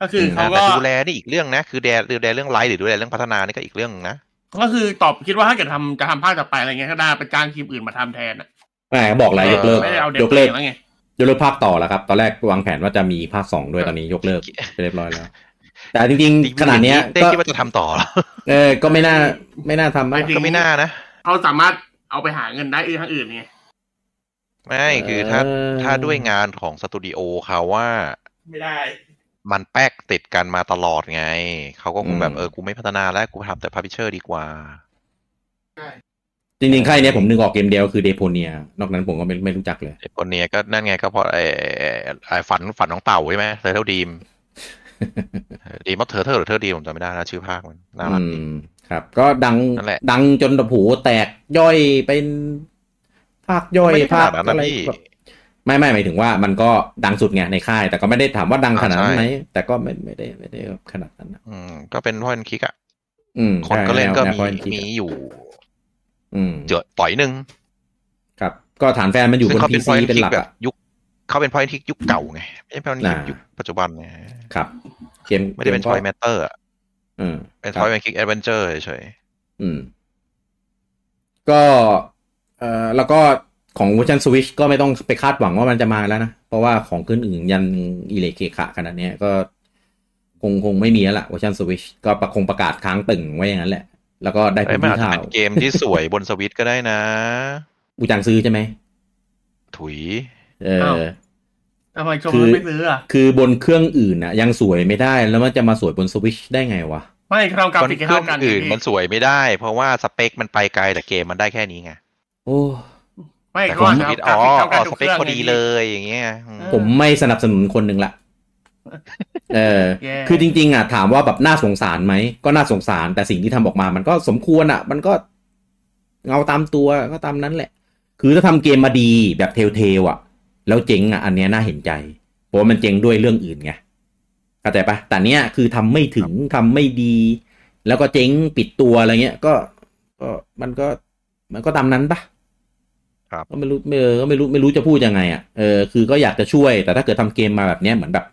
[SPEAKER 3] ก็คือเขา
[SPEAKER 2] แต่
[SPEAKER 3] ก็
[SPEAKER 2] ดูแลนี่อีกเรื่องนะ คือแดดูแลเรื่องไลฟ์หรือดูแลเรื่องพัฒนานี่ก็อีกเรื่องนะ
[SPEAKER 3] ก็คือตอบคิดว่าถ้าเกิดทำจะทำภาคต่อไปอะไรเงี้ยก็ได้ไปจ้างทีมอื่นมาทำแทนอ่ะ
[SPEAKER 1] แหมบอกแล้วยก
[SPEAKER 2] เออ
[SPEAKER 1] เลิก
[SPEAKER 3] ไม่ได้เอาเด็
[SPEAKER 1] ยกเลิก
[SPEAKER 3] แล้วไง
[SPEAKER 1] ยกเลิกภาคต่อแล้วครับ ตอนแรกวางแผนว่าจะมีภาคสองด้วยตอนนี้ยกเลิกไปเรียบร้อยแล้ว แต่จริงๆขนาดเนี้ย
[SPEAKER 2] เต้
[SPEAKER 1] ก็
[SPEAKER 2] คิดว่าจะทำต่อเหรอ
[SPEAKER 1] เออก็ไม่น่าไม่น่าทำนะ
[SPEAKER 2] ก็ไม่น่านะ
[SPEAKER 3] เขาสามารถเอาไปหาเงินได้อื่นทางอื่นไง
[SPEAKER 2] ไม่คือถ้า
[SPEAKER 1] เออ
[SPEAKER 2] ถ้าด้วยงานของสตูดิโอเขาว่า
[SPEAKER 3] ไม่ได้
[SPEAKER 2] มันแป๊กติดกันมาตลอดไง เขาก็คงแบ
[SPEAKER 1] อื
[SPEAKER 2] บ
[SPEAKER 1] ม
[SPEAKER 2] เออ กูไม่พัฒนาแล้วกูทำแต่พาพิเชอร์ดีกว่า
[SPEAKER 1] จริงๆค่ายเนี้ยผมนึกออกเกมเดียวคือเดโพเนีย นอกนั้นผมก็ไม่ไม่รู้จักเลย
[SPEAKER 2] ไอ้คนเนี้ยก็นั่นไงก็เพราะไอ้ไอ้ฝันฝันของเต่าใช่ไหมเธอเท่า
[SPEAKER 1] [laughs]
[SPEAKER 2] ดีมดีมว่าเธอเธอหรือเธอดีมผมจำไม่ได้นะชื่อภาคมันน่ารัก
[SPEAKER 1] อื
[SPEAKER 2] ดี
[SPEAKER 1] มครับ ก็ดัง
[SPEAKER 2] นั่นแหละ
[SPEAKER 1] ดังจนแบบโหแตกย่อยเป็นภาคย่อย
[SPEAKER 2] ไม่ได้
[SPEAKER 1] ภาค
[SPEAKER 2] ขนาดนั้นนะ
[SPEAKER 1] อะไร
[SPEAKER 2] พี่
[SPEAKER 1] แบบไม่ไม่หมายถึงว่ามันก็ดังสุดไงในค่าย แต่ก็ไม่ได้ถามว่าดังขนาดนั้
[SPEAKER 2] อ่านใช่
[SPEAKER 1] ไหมแต่ก็ไม่ไม่ได้ไม่ได้ขนาดนั้นนะ
[SPEAKER 2] อืมก็เป็นพ่อเป็นคลิกอ่ะ
[SPEAKER 1] อืม
[SPEAKER 2] คน
[SPEAKER 1] ใช่
[SPEAKER 2] ก็เล่น
[SPEAKER 1] แว
[SPEAKER 2] ก็
[SPEAKER 1] แว
[SPEAKER 2] มี
[SPEAKER 1] ข้อคิด
[SPEAKER 2] มี
[SPEAKER 1] อะ
[SPEAKER 2] อยู่
[SPEAKER 1] อืม
[SPEAKER 2] เจอต่อยหนึ่ง
[SPEAKER 1] ครับ ก็ฐานแฟนมันอยู่บ
[SPEAKER 2] ซึ่ง
[SPEAKER 1] น
[SPEAKER 2] เขา
[SPEAKER 1] พี
[SPEAKER 2] เป็นพ่อ
[SPEAKER 1] ซี
[SPEAKER 2] เป็น
[SPEAKER 1] เป็น
[SPEAKER 2] คลิ
[SPEAKER 1] หลั
[SPEAKER 2] ก
[SPEAKER 1] ก
[SPEAKER 2] แบบ
[SPEAKER 1] อะ
[SPEAKER 2] ยุคเขาเป็นพ่อเป็นคลิกยุคเก่าไงไม่ใช่พ่อเป็นคลิก
[SPEAKER 1] อ่ายุ
[SPEAKER 2] ยุคปัจจุบันไง
[SPEAKER 1] ครับ เกม
[SPEAKER 2] ไม่ได้เป็น
[SPEAKER 1] ก
[SPEAKER 2] ทอย
[SPEAKER 1] ก็
[SPEAKER 2] แมตเตอร์อะ
[SPEAKER 1] อืม
[SPEAKER 2] เป็น
[SPEAKER 1] ค
[SPEAKER 2] ท
[SPEAKER 1] รับ
[SPEAKER 2] อยเป็นคลิกแอดเวนเจอร์เฉย
[SPEAKER 1] อืม ก็เอ่อแล้วก็ของเวอร์ชันสวิชก็ไม่ต้องไปคาดหวังว่ามันจะมาแล้วนะ เพราะว่าของขึ้นอื่นยันอิเลเคขะขนาดเนี้ยก็คงคงไม่มีแล้วล่ะเวอร์ชันสวิชก็ประคงประกาศค้างตึงไว้อย่างนั้นแหละ แล้วก็ได้
[SPEAKER 2] ๆไอ้
[SPEAKER 1] พื้
[SPEAKER 2] ย
[SPEAKER 1] น
[SPEAKER 2] มัน
[SPEAKER 1] ที่
[SPEAKER 2] อาจจะ
[SPEAKER 1] ข่า [laughs]
[SPEAKER 2] เป็
[SPEAKER 1] วน
[SPEAKER 2] เกมที่สวยบนสวิตช์ก็ได้นะ
[SPEAKER 1] อูจังซื้อใช่ไหม
[SPEAKER 2] ถุย
[SPEAKER 1] เอ
[SPEAKER 3] อ้าว
[SPEAKER 1] อ
[SPEAKER 3] ทำไมชม
[SPEAKER 1] คือ
[SPEAKER 3] แล้วไม่ซื้ออ่ะ
[SPEAKER 1] คือบนเครื่องอื่นน่ะ ยังสวยไม่ได้แล้วมันจะมาสวยบนสวิชได้ไงวะ
[SPEAKER 3] ไม่เขาทำกราฟิกให้
[SPEAKER 2] เครื่อ
[SPEAKER 3] เท่า
[SPEAKER 2] ง
[SPEAKER 3] กัน
[SPEAKER 2] อื่น
[SPEAKER 3] พี่
[SPEAKER 2] มันสวยไม่ได้ เพราะว่าสเปคมันไปไกลแต่เกมมันได้แค่นี้ไง
[SPEAKER 1] โอ้
[SPEAKER 3] ไม่
[SPEAKER 2] แต่ข
[SPEAKER 3] เขา
[SPEAKER 2] องส
[SPEAKER 3] อาจจะ
[SPEAKER 2] วิ
[SPEAKER 3] เอา
[SPEAKER 2] ต
[SPEAKER 3] ก
[SPEAKER 2] อ๋
[SPEAKER 3] รา
[SPEAKER 2] ออ๋อ
[SPEAKER 3] ฟิกเท่ากันทุ
[SPEAKER 2] ส
[SPEAKER 3] ก
[SPEAKER 2] เป
[SPEAKER 3] เค
[SPEAKER 2] ค
[SPEAKER 3] รื่อง
[SPEAKER 2] พอ
[SPEAKER 3] ไง
[SPEAKER 2] ดี
[SPEAKER 3] พี่
[SPEAKER 2] เลยอย่างเงี้ยอืม
[SPEAKER 3] เออ
[SPEAKER 1] ผมไม่สนับสนุนคนหนึ่งละ เออ
[SPEAKER 3] แย่
[SPEAKER 1] คือจริง ๆอ่ะถามว่าแบบน่าสงสารไหม ก็น่าสงสาร แต่สิ่งที่ทำออกมา มันก็สมควรอ่ะ มันก็เงาตามตัวก็ตามนั้นแหละ คือถ้าทำเกมมาดีแบบเทลเทลอ่ะ แล้วเจ๋งอ่ะ อันเนี้ยน่าเห็นใจ เพราะว่ามันเจ๋งด้วยเรื่องอื่นไง เข้าใจปะแต่เนี้ยคือทำไม่ถึงทำไม่ดี แล้วก็เจ๊งปิดตัวอะไรเงี้ยก็ก็มันก็มันก็ตามนั้นปะ
[SPEAKER 2] ครับ
[SPEAKER 1] ก็ไม่รู้เออก็ไม่รู้ไม่รู้จะพูดยังไงอ่ะเออคือก็อยากจะช่วย แต่ถ้าเกิดทำเกมมาแบบเนี้ยเหมือนแบบ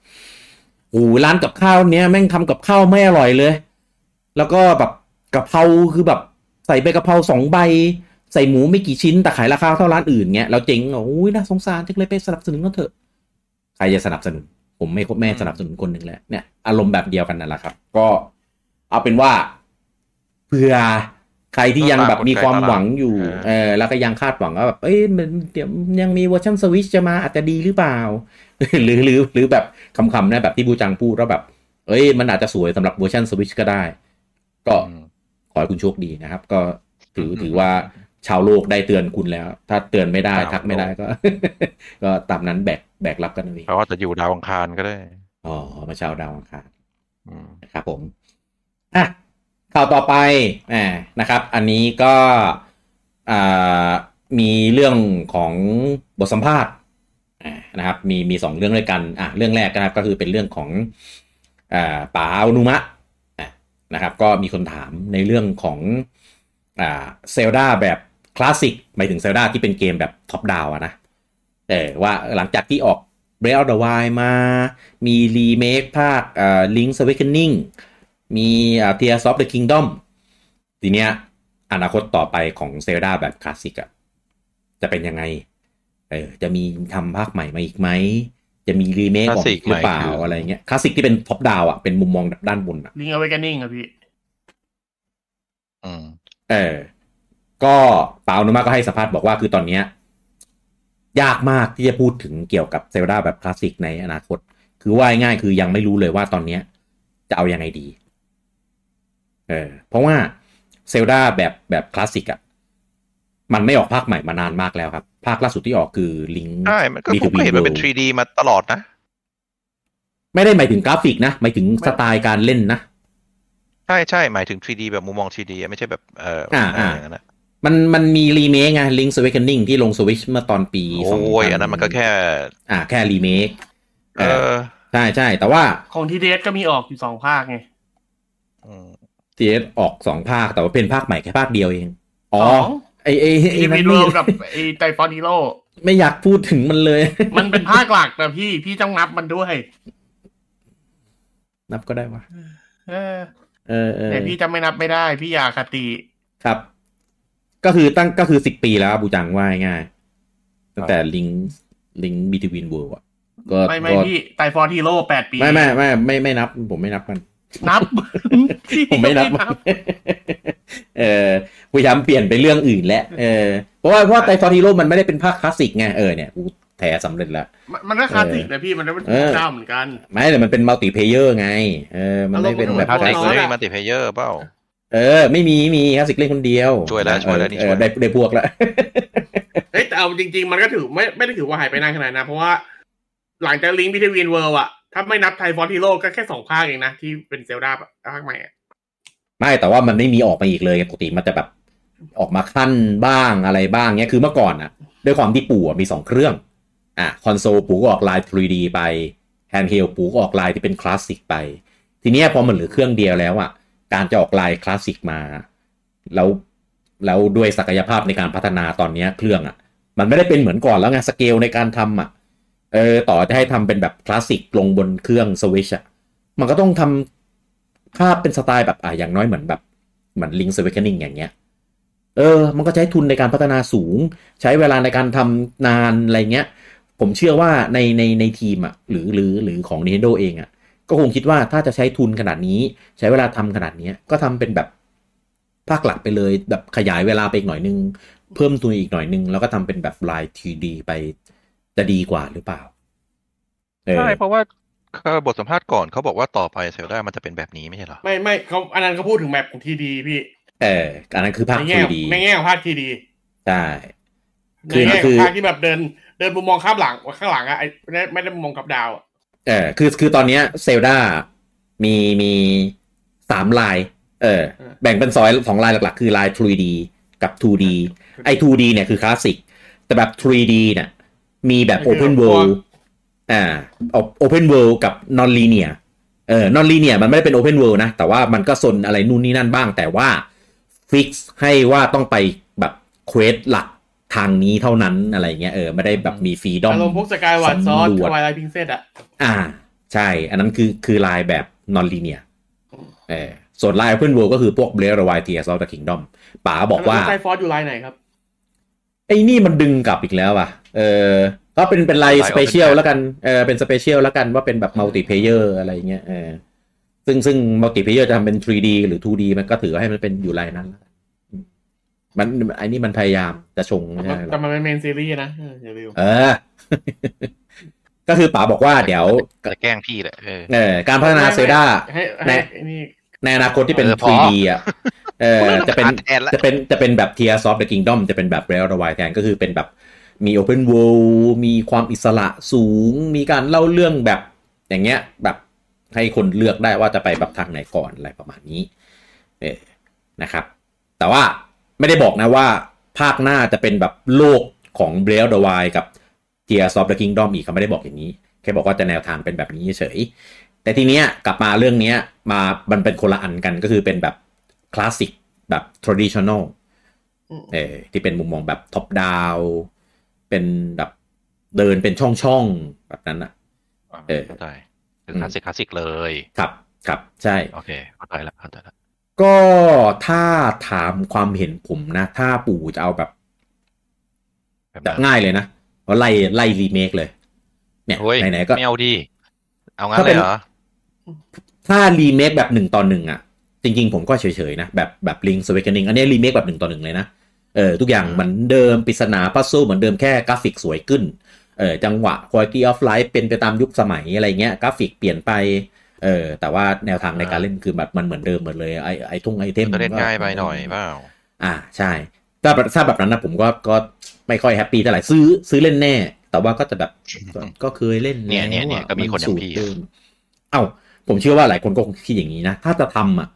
[SPEAKER 1] โอ้โหร้านกับข้าวเนี้ยแม่งทำกับข้าวไม่อร่อยเลย แล้วก็แบบกะเพราคือแบบใส่ใบกะเพราสองใบ ใส่หมูไม่กี่ชิ้นแต่ขายราคาเท่าร้านอื่นเงี้ยแล้วเจ๊งอ่ะโอ้ยน่าสงสารจังเลยไปสนับสนุนก็เถอะ ใครจะสนับสนุน ผมไม่ไม่สนับสนุนคนหนึ่งแล้วเนี่ยอารมณ์แบบเดียวกันนั่นแหละครับ ก็เอาเป็นว่าเผื่อใครที่ยังแบบมีความหวังอยู่ เออแล้วก็ยังคาดหวังว่าแบบเอ้ยมันเดี๋ยวยังมีเวอร์ชันสวิชจะมาอาจจะดีหรือเปล่า [laughs] หรือหรือหรือแบบคำๆนะแบบที่บูจังพูดแล้วแบบ เอ้ยมันอาจจะสวยสำหรับเวอร์ชันสวิชก็ได้ ก็
[SPEAKER 2] อืม
[SPEAKER 1] ขอให้คุณโชคดีนะครับ ก็ถือถือว่าชาวโลกได้เตือนคุณแล้ว ถ้าเตือนไม่ได้
[SPEAKER 2] ชาวโลก
[SPEAKER 1] ทักไม่ได้ก็ [laughs] ก็ตามนั้นแบกแบกรับกันเอาเอง
[SPEAKER 2] เขาอาจจะอยู่ดาวอังคารก็ได้
[SPEAKER 1] อ๋อมาชาวดาวอังคาร
[SPEAKER 2] อืม
[SPEAKER 1] นะครับผมอ่ะข่าวต่อไปอ่านะครับ อันนี้ก็อ่ามีเรื่องของบทสัมภาษณ์อ่านะครับ มีมีสองเรื่องด้วยกันอ่ะเรื่องแรกนะครับก็คือเป็นเรื่องของอ่าป๋าอนุมะอ่ะนะครับ ก็มีคนถามในเรื่องของอ่าเซลดาแบบคลาสสิกหมายถึงเซลดาที่เป็นเกมแบบท็อปดาวนะเออว่าหลังจากที่ออก b r e a t of the Wild มา มีรีเมคภาคเอ่อ Link's Awakening มีเอ่อ Tears of the Kingdom ทีเนี้ยอนาคตต่อไปของ Zelda แบบคลาสสิกอะจะเป็นยังไง เออจะมีทำภาคใหม่มาอีกไหม จะมีรีเมคออกอีกหรือเปล่า
[SPEAKER 2] คลาสสิกใหม่คืออ
[SPEAKER 1] อะไรเงี้ยคลาสสิกที่เป็นท็อปดาวอะเป็นมุมมองด้านบนอะ
[SPEAKER 3] ลิงเอาไว้กันนิ่งอะพี่
[SPEAKER 2] อืม
[SPEAKER 1] เออ ก็ปาอนุมาก็ให้สัมภาษณ์บอกว่าคือตอนเนี้ยยากมากที่จะพูดถึงเกี่ยวกับเซลดาแบบคลาสสิกในอนาคต คือว่าง่ายๆคือยังไม่รู้เลยว่าตอนเนี้ยจะเอายังไงดี เออ เพราะว่าเซลดาแบบแบบคลาสสิกอะมันไม่ออกภาคใหม่มานานมากแล้วครับ ภาคล่าสุดที่ออกคือลิง
[SPEAKER 2] ใช่ มันก็ผมก็เห็นมันเป็น 3D มาตลอดนะ
[SPEAKER 1] ไม่ได้หมายถึงกราฟิกนะหมายถึงสไตล์การเล่นนะ
[SPEAKER 2] ใช่ใช่หมายถึง 3D แบบมุมมอง 3D อะไม่ใช่แบบเออ
[SPEAKER 1] อ่า
[SPEAKER 2] อะไร
[SPEAKER 1] อ่า
[SPEAKER 2] อย่างนั้นอะ
[SPEAKER 1] มันมันมีรีเมคไงลิงสวิชนิ่งที่ลงสวิชเมื่อตอนปี
[SPEAKER 2] โอ้ยอันนั้นมันก็แค่
[SPEAKER 1] อ่าแค่รีเมค
[SPEAKER 2] เออ
[SPEAKER 1] ใช่ใช่แต่ว่า
[SPEAKER 3] ของทีเดสก็มีออกอยู่สองภาคไง
[SPEAKER 2] ม
[SPEAKER 1] CS ออกสองภาคแต่ว่าเป็นภาคใหม่แค่ภาคเดียวเอง อ๋อ
[SPEAKER 3] สอง
[SPEAKER 1] ไอไอไอ
[SPEAKER 3] อี
[SPEAKER 1] นั่
[SPEAKER 3] พี
[SPEAKER 1] น
[SPEAKER 3] ร
[SPEAKER 1] นี่
[SPEAKER 3] วมกับไอ้ไตฟอนฮีโร่
[SPEAKER 1] ไม่อยากพูดถึงมันเลย [laughs]
[SPEAKER 3] มันเป็นภาคหลักนะพี่พี่ต้องนับมันด้วย
[SPEAKER 1] นับก็ได้วะ
[SPEAKER 3] เออ
[SPEAKER 1] เออเออ
[SPEAKER 3] แต่พี่จะไม่นับไม่ได้ พี่อยาคติ
[SPEAKER 1] ครับ ก็คือตั้งก็คือสิบปีแล้วบูจังว่าง่ายๆตั้งแต่ลิงลิงบีทวินเวิร์อะก็
[SPEAKER 3] ไม่ไม่
[SPEAKER 1] ก็
[SPEAKER 3] พี่ไตฟอนฮีโร่แปดปี
[SPEAKER 1] ไม่ไม่ไม่ไม่ไม่นับ ผมไม่นับมัน
[SPEAKER 3] นับ [laughs]
[SPEAKER 1] ผมไม่นับ เออพยายามเปลี่ยนไปเรื่องอื่นแล้วเออเพราะว่าเพราะไตฟอร์ทีโรมันไม่ได้เป็นภาคคลาสสิกไงเออเนี่ยกูแถสำเร็จแล้ว
[SPEAKER 3] มันมันก็คลาสสิกนะพี่มันก็เป็น
[SPEAKER 1] เออ
[SPEAKER 3] เจ้าเหมือนกัน
[SPEAKER 1] ไม่แต่มันเป็นมัลติเพเยอร์ไง เออ มันไม่เป็น
[SPEAKER 3] อารมณ์
[SPEAKER 1] แบบ
[SPEAKER 2] พาร์
[SPEAKER 3] ห
[SPEAKER 2] ติ
[SPEAKER 3] อน
[SPEAKER 2] เกอร์ไม่มัลติเพเยอร์เปล่า
[SPEAKER 1] เออ ไม่มี มีคลาสสิกเล่นคนเดียว
[SPEAKER 2] ช่วยแล้วช่วยแล้วนี่
[SPEAKER 1] เออ
[SPEAKER 2] ช่วย
[SPEAKER 1] ได้ได้พวก [laughs] แล้ว
[SPEAKER 3] เฮ้ยแต่เอาจริง ๆ มันก็ถือไม่ไม่ได้ถือว่าหายไปนานขนาดนั้นนะเพราะว่า หลังจากลิงก์บิทวีนเวิร์อะถ้าไม่นับไทฟอนฮีโร่ก็แค่สองภาคเองนะ ที่เป็นเซลดาภาคใหม่อะ
[SPEAKER 1] ไม่แต่ว่ามันไม่มีออกมาอีกเลยปกติมันจะแบบออกมาขั้นบ้างอะไรบ้างเนี้ยคือเมื่อก่อนอะด้วยความที่ปู่อะมีสองเครื่องอ่ะคอนโซลปู่ก็ออกลาย 3D ไปแฮนด์เฮลปู่ก็ออกลายที่เป็นคลาสสิกไป ทีเนี้ยพอมันเหลือเครื่องเดียวแล้วอะการจะออกลายคลาสสิกมาแล้วแล้วด้วยศักยภาพในการพัฒนาตอนเนี้ยเครื่องอะมันไม่ได้เป็นเหมือนก่อนแล้วไงสเกลในการทำอะเออต่อจะให้ทำเป็นแบบคลาสสิกลงบนเครื่องสวิชอะ มันก็ต้องทำภาพเป็นสไตล์แบบอ่ะอย่างน้อยเหมือนแบบเหมือนลิง s ์เวกนิ่งอย่างเงี้ย เออ มันก็ใช้ทุนในการพัฒนาสูง ใช้เวลาในการทำนานอะไรเงี้ย ผมเชื่อว่าในในในทีมอ่ะหรือหรือหรือของ Nintendo เองอ่ะ ก็คงคิดว่าถ้าจะใช้ทุนขนาดนี้ ใช้เวลาทำขนาดเนี้ย ก็ทำเป็นแบบภาคหลักไปเลย แบบขยายเวลาไปอีกหน่อยนึง เพิ่มทุนอีกหน่อยนึง แล้วก็ทำเป็นแบบลาย 3D ไปจะดีกว่าหรือเปล่าเออ
[SPEAKER 2] ใช่ เพราะว่าเขาบทสัมภาษณ์ก่อนเขาบอกว่าต่อไปเซลดามันจะเป็นแบบนี้ไม่ใช่เหรอ
[SPEAKER 3] ไม่ไม่เขาอันนั้นเขาพูดถึงแมปของทีดีพี่
[SPEAKER 1] เอออันนั้นคือภาค
[SPEAKER 3] ในแง่
[SPEAKER 1] 3D
[SPEAKER 3] ในแง่ของภาคทีดี
[SPEAKER 1] ใช่
[SPEAKER 3] ใน
[SPEAKER 1] คือ
[SPEAKER 3] แง่ข
[SPEAKER 1] คื
[SPEAKER 3] อง
[SPEAKER 1] อ
[SPEAKER 3] ภาคที่แบบเดิน เดินมุมมองข้ามหลังข้างหลังอะไอ้ไม่ได้ไม่ได้มุมมองกลับดาวอะ
[SPEAKER 1] เออคือคือตอนเนี้ยเซลดามีมีสามลาย เออ แบ่งเป็นซอยสองลายหลักๆ คือลาย 3D กับ 2D ไอ้ 2D เนี่ยคือคลาสสิก แต่แบบ 3D เนี่ยมีแบบ Open World อ่า Open World กับ Non Linear เออนอนลีเนียมันไม่ได้เป็นโอเพนเวิลด์นะ แต่ว่ามันก็ซนอะไรนู่นนี่นั่นบ้าง แต่ว่าฟิกซ์ให้ว่าต้องไปแบบเควสหลักทางนี้เท่านั้นอะไรเงี้ยเออไม่ได้แบบมีฟรีดอม
[SPEAKER 3] อารมณ์พวกสกายวันซอส
[SPEAKER 1] สำรวจ
[SPEAKER 3] วายไลพิงเซตอะ
[SPEAKER 1] อ่า ใช่ อันนั้นคือคือลายแบบนอนลีเนียเออส่วนลายเพื่อนเวิลก็คือพวกเบลร์วายเทียซอฟต์คิงดอมป๋าบอกว่า
[SPEAKER 3] สกายฟอร์สอยู่ไลน์ไหนครับ
[SPEAKER 1] ไอ้นี่มันดึงกลับอีกแล้วอ่ะ เออ ก็เป็นเป็นไลน์
[SPEAKER 2] ไลน์
[SPEAKER 1] สเปเชียล
[SPEAKER 2] open chat
[SPEAKER 1] แล้วกัน เออ เป็นสเปเชียลแล้วกันว่าเป็นแบบมัลติเพเยอร์อะไรเงี้ย เออ ซึ่งซึ่งมัลติเพเยอร์จะทำเป็น 3D หรือ 2D มันก็ถือให้มันเป็นอยู่ไลน์นั้นแล้วกันมันไอ้นี่มันพยายามจะชงไม่ใช่หรอ
[SPEAKER 3] แต่มันเป็นเมนซีรีส์นะเอออย่าลืม
[SPEAKER 1] เออ [laughs] ก็คือป๋าบอกว่าเดี๋ยว
[SPEAKER 2] จะแกล้งพี่แหละเออ
[SPEAKER 1] เออ การพัฒนาเซด้า
[SPEAKER 3] ให้ให้
[SPEAKER 1] แน่
[SPEAKER 3] ไอ้นี่
[SPEAKER 1] ในอนาคตที่เป็น
[SPEAKER 2] เออพอ
[SPEAKER 1] 3D อ่ะ เอ
[SPEAKER 2] [laughs]
[SPEAKER 1] อ จะเป็น
[SPEAKER 2] อาร์ตแอนแล้ว
[SPEAKER 1] จะเป็นจะเป็นแบบ Tears of the Kingdom จะเป็นแบบ Breath of the Wild แทนก็คือเป็นแบบมี Open World มีความอิสระสูง มีการเล่าเรื่องแบบอย่างเงี้ย แบบให้คนเลือกได้ว่าจะไปแบบทางไหนก่อนอะไรประมาณนี้เออนะครับ แต่ว่าไม่ได้บอกนะว่าภาคหน้าจะเป็นแบบโลกของ Breath of the Wild กับ Tears of the Kingdom อีกเขาไม่ได้บอกอย่างนี้ แค่บอกว่าจะแนวทางเป็นแบบนี้เฉย แต่ทีเนี้ยกลับมาเรื่องเนี้ยมามันเป็นคนละอันกันก็คือเป็นแบบคลาสสิกแบบ traditional
[SPEAKER 3] อืม
[SPEAKER 1] เออที่เป็นมุมมองแบบท็อปดาวเป็นแบบเดินเป็นช่องช่องๆแบบนั้นอะ เออ
[SPEAKER 2] เข้าใจคือคลาสสิกคลาสสิกเลย
[SPEAKER 1] ครับครับใช่
[SPEAKER 2] โอเคเข้าใจละเข้าใจละ
[SPEAKER 1] ก็ถ้าถามความเห็นผมนะ ถ้าปู่จะเอาแบบ
[SPEAKER 2] แบบ
[SPEAKER 1] แบบ
[SPEAKER 2] นั้น
[SPEAKER 1] ง่ายเลยนะก็ไล่ไล่รีเมคเลย เนี่ย
[SPEAKER 2] โอ้ย
[SPEAKER 1] ไหนๆก็
[SPEAKER 2] ไม่เอาดี เอางั้น
[SPEAKER 1] ถ้า
[SPEAKER 2] เล
[SPEAKER 1] เป็น
[SPEAKER 2] ยเหรอ
[SPEAKER 1] ถ้ารีเมคแบบหนึ่งต่อหนึ่งอะจริงๆผมก็เฉยๆนะ แบบแบบลิงสเวก n นิงอันนี้รีเมคแบบหนึ่งต่อหนึ่งเลยนะเออทุกอย่างเหมือนเดิมปริศนาพัซซูเหมือนเดิมแค่กราฟิกสวยขึ้นเออจังหวะ quality of life เป็นไปตามยุคสมัยอะไรเงี้ยกราฟิกเปลี่ยนไปเออแต่ว่าแนวทางในการเล่นคือแบบมันเหมือนเดิมเหมือนเลยไอไอทุ่งไอเทม
[SPEAKER 2] จะเล่น
[SPEAKER 1] ก็
[SPEAKER 2] ง่ายไปหน่อยเปล่า
[SPEAKER 1] อ่าใช่ถ้าแบบถ้าแบบนั้นนะผมก็ก็ไม่ค่อยแฮปปี้เท่าไหร่ซื้อซื้อเล่นแน่ แต่ว่าก็จะ
[SPEAKER 2] [laughs]
[SPEAKER 1] แบบก็ก็เคยเล่น
[SPEAKER 2] เนี่ยเนี่ยเนี่ย
[SPEAKER 1] แล้วอะ
[SPEAKER 2] ก็มีคนอย่างพี่
[SPEAKER 1] สูตร
[SPEAKER 2] อะ
[SPEAKER 1] เดิมเอ้า ผมเชื่อว่าหลายคนก็คงคิดอย่างนี้นะ ถ้าจะทำอ่ะ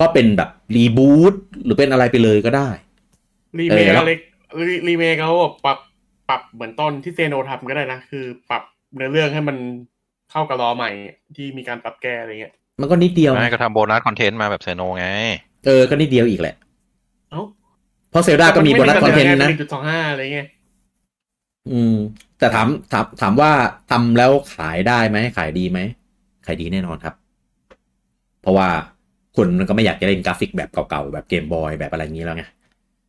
[SPEAKER 1] ก็เป็นแบบรีบูตหรือเป็นอะไรไปเลยก็ได้
[SPEAKER 3] รีเมค
[SPEAKER 1] เออแล้ว
[SPEAKER 3] เล็กรีรีเมคเขาบอกปรับปรับเหมือนต้นที่เซโนทำก็ได้นะ คือปรับเนื้อเรื่องให้มันเข้ากับล้อใหม่ที่มีการปรับแก้อะไรเงี้ย
[SPEAKER 1] มันก็นิดเดียว
[SPEAKER 2] ไม่
[SPEAKER 1] นะ
[SPEAKER 2] ก็ทำโบนัสคอนเทนต์มาแบบเซโนไง
[SPEAKER 1] เออก็นิดเดียวอีกแหละ
[SPEAKER 3] เอ้า
[SPEAKER 1] เพราะเซลดาก็มีโบนัสคอนเทนต์นะ
[SPEAKER 3] หนึ่งจุดสองห้าอะไรเงี้ย
[SPEAKER 1] อืม แต่ถามถามถามว่าทำแล้วขายได้ไหมขายดีไหมขายดีแน่นอนครับ เพราะว่าคนมันก็ไม่อยากจะเล่นกราฟิกแบบเก่าๆ แบบเกมบอยแบบอะไรอย่างนี้แล้วไง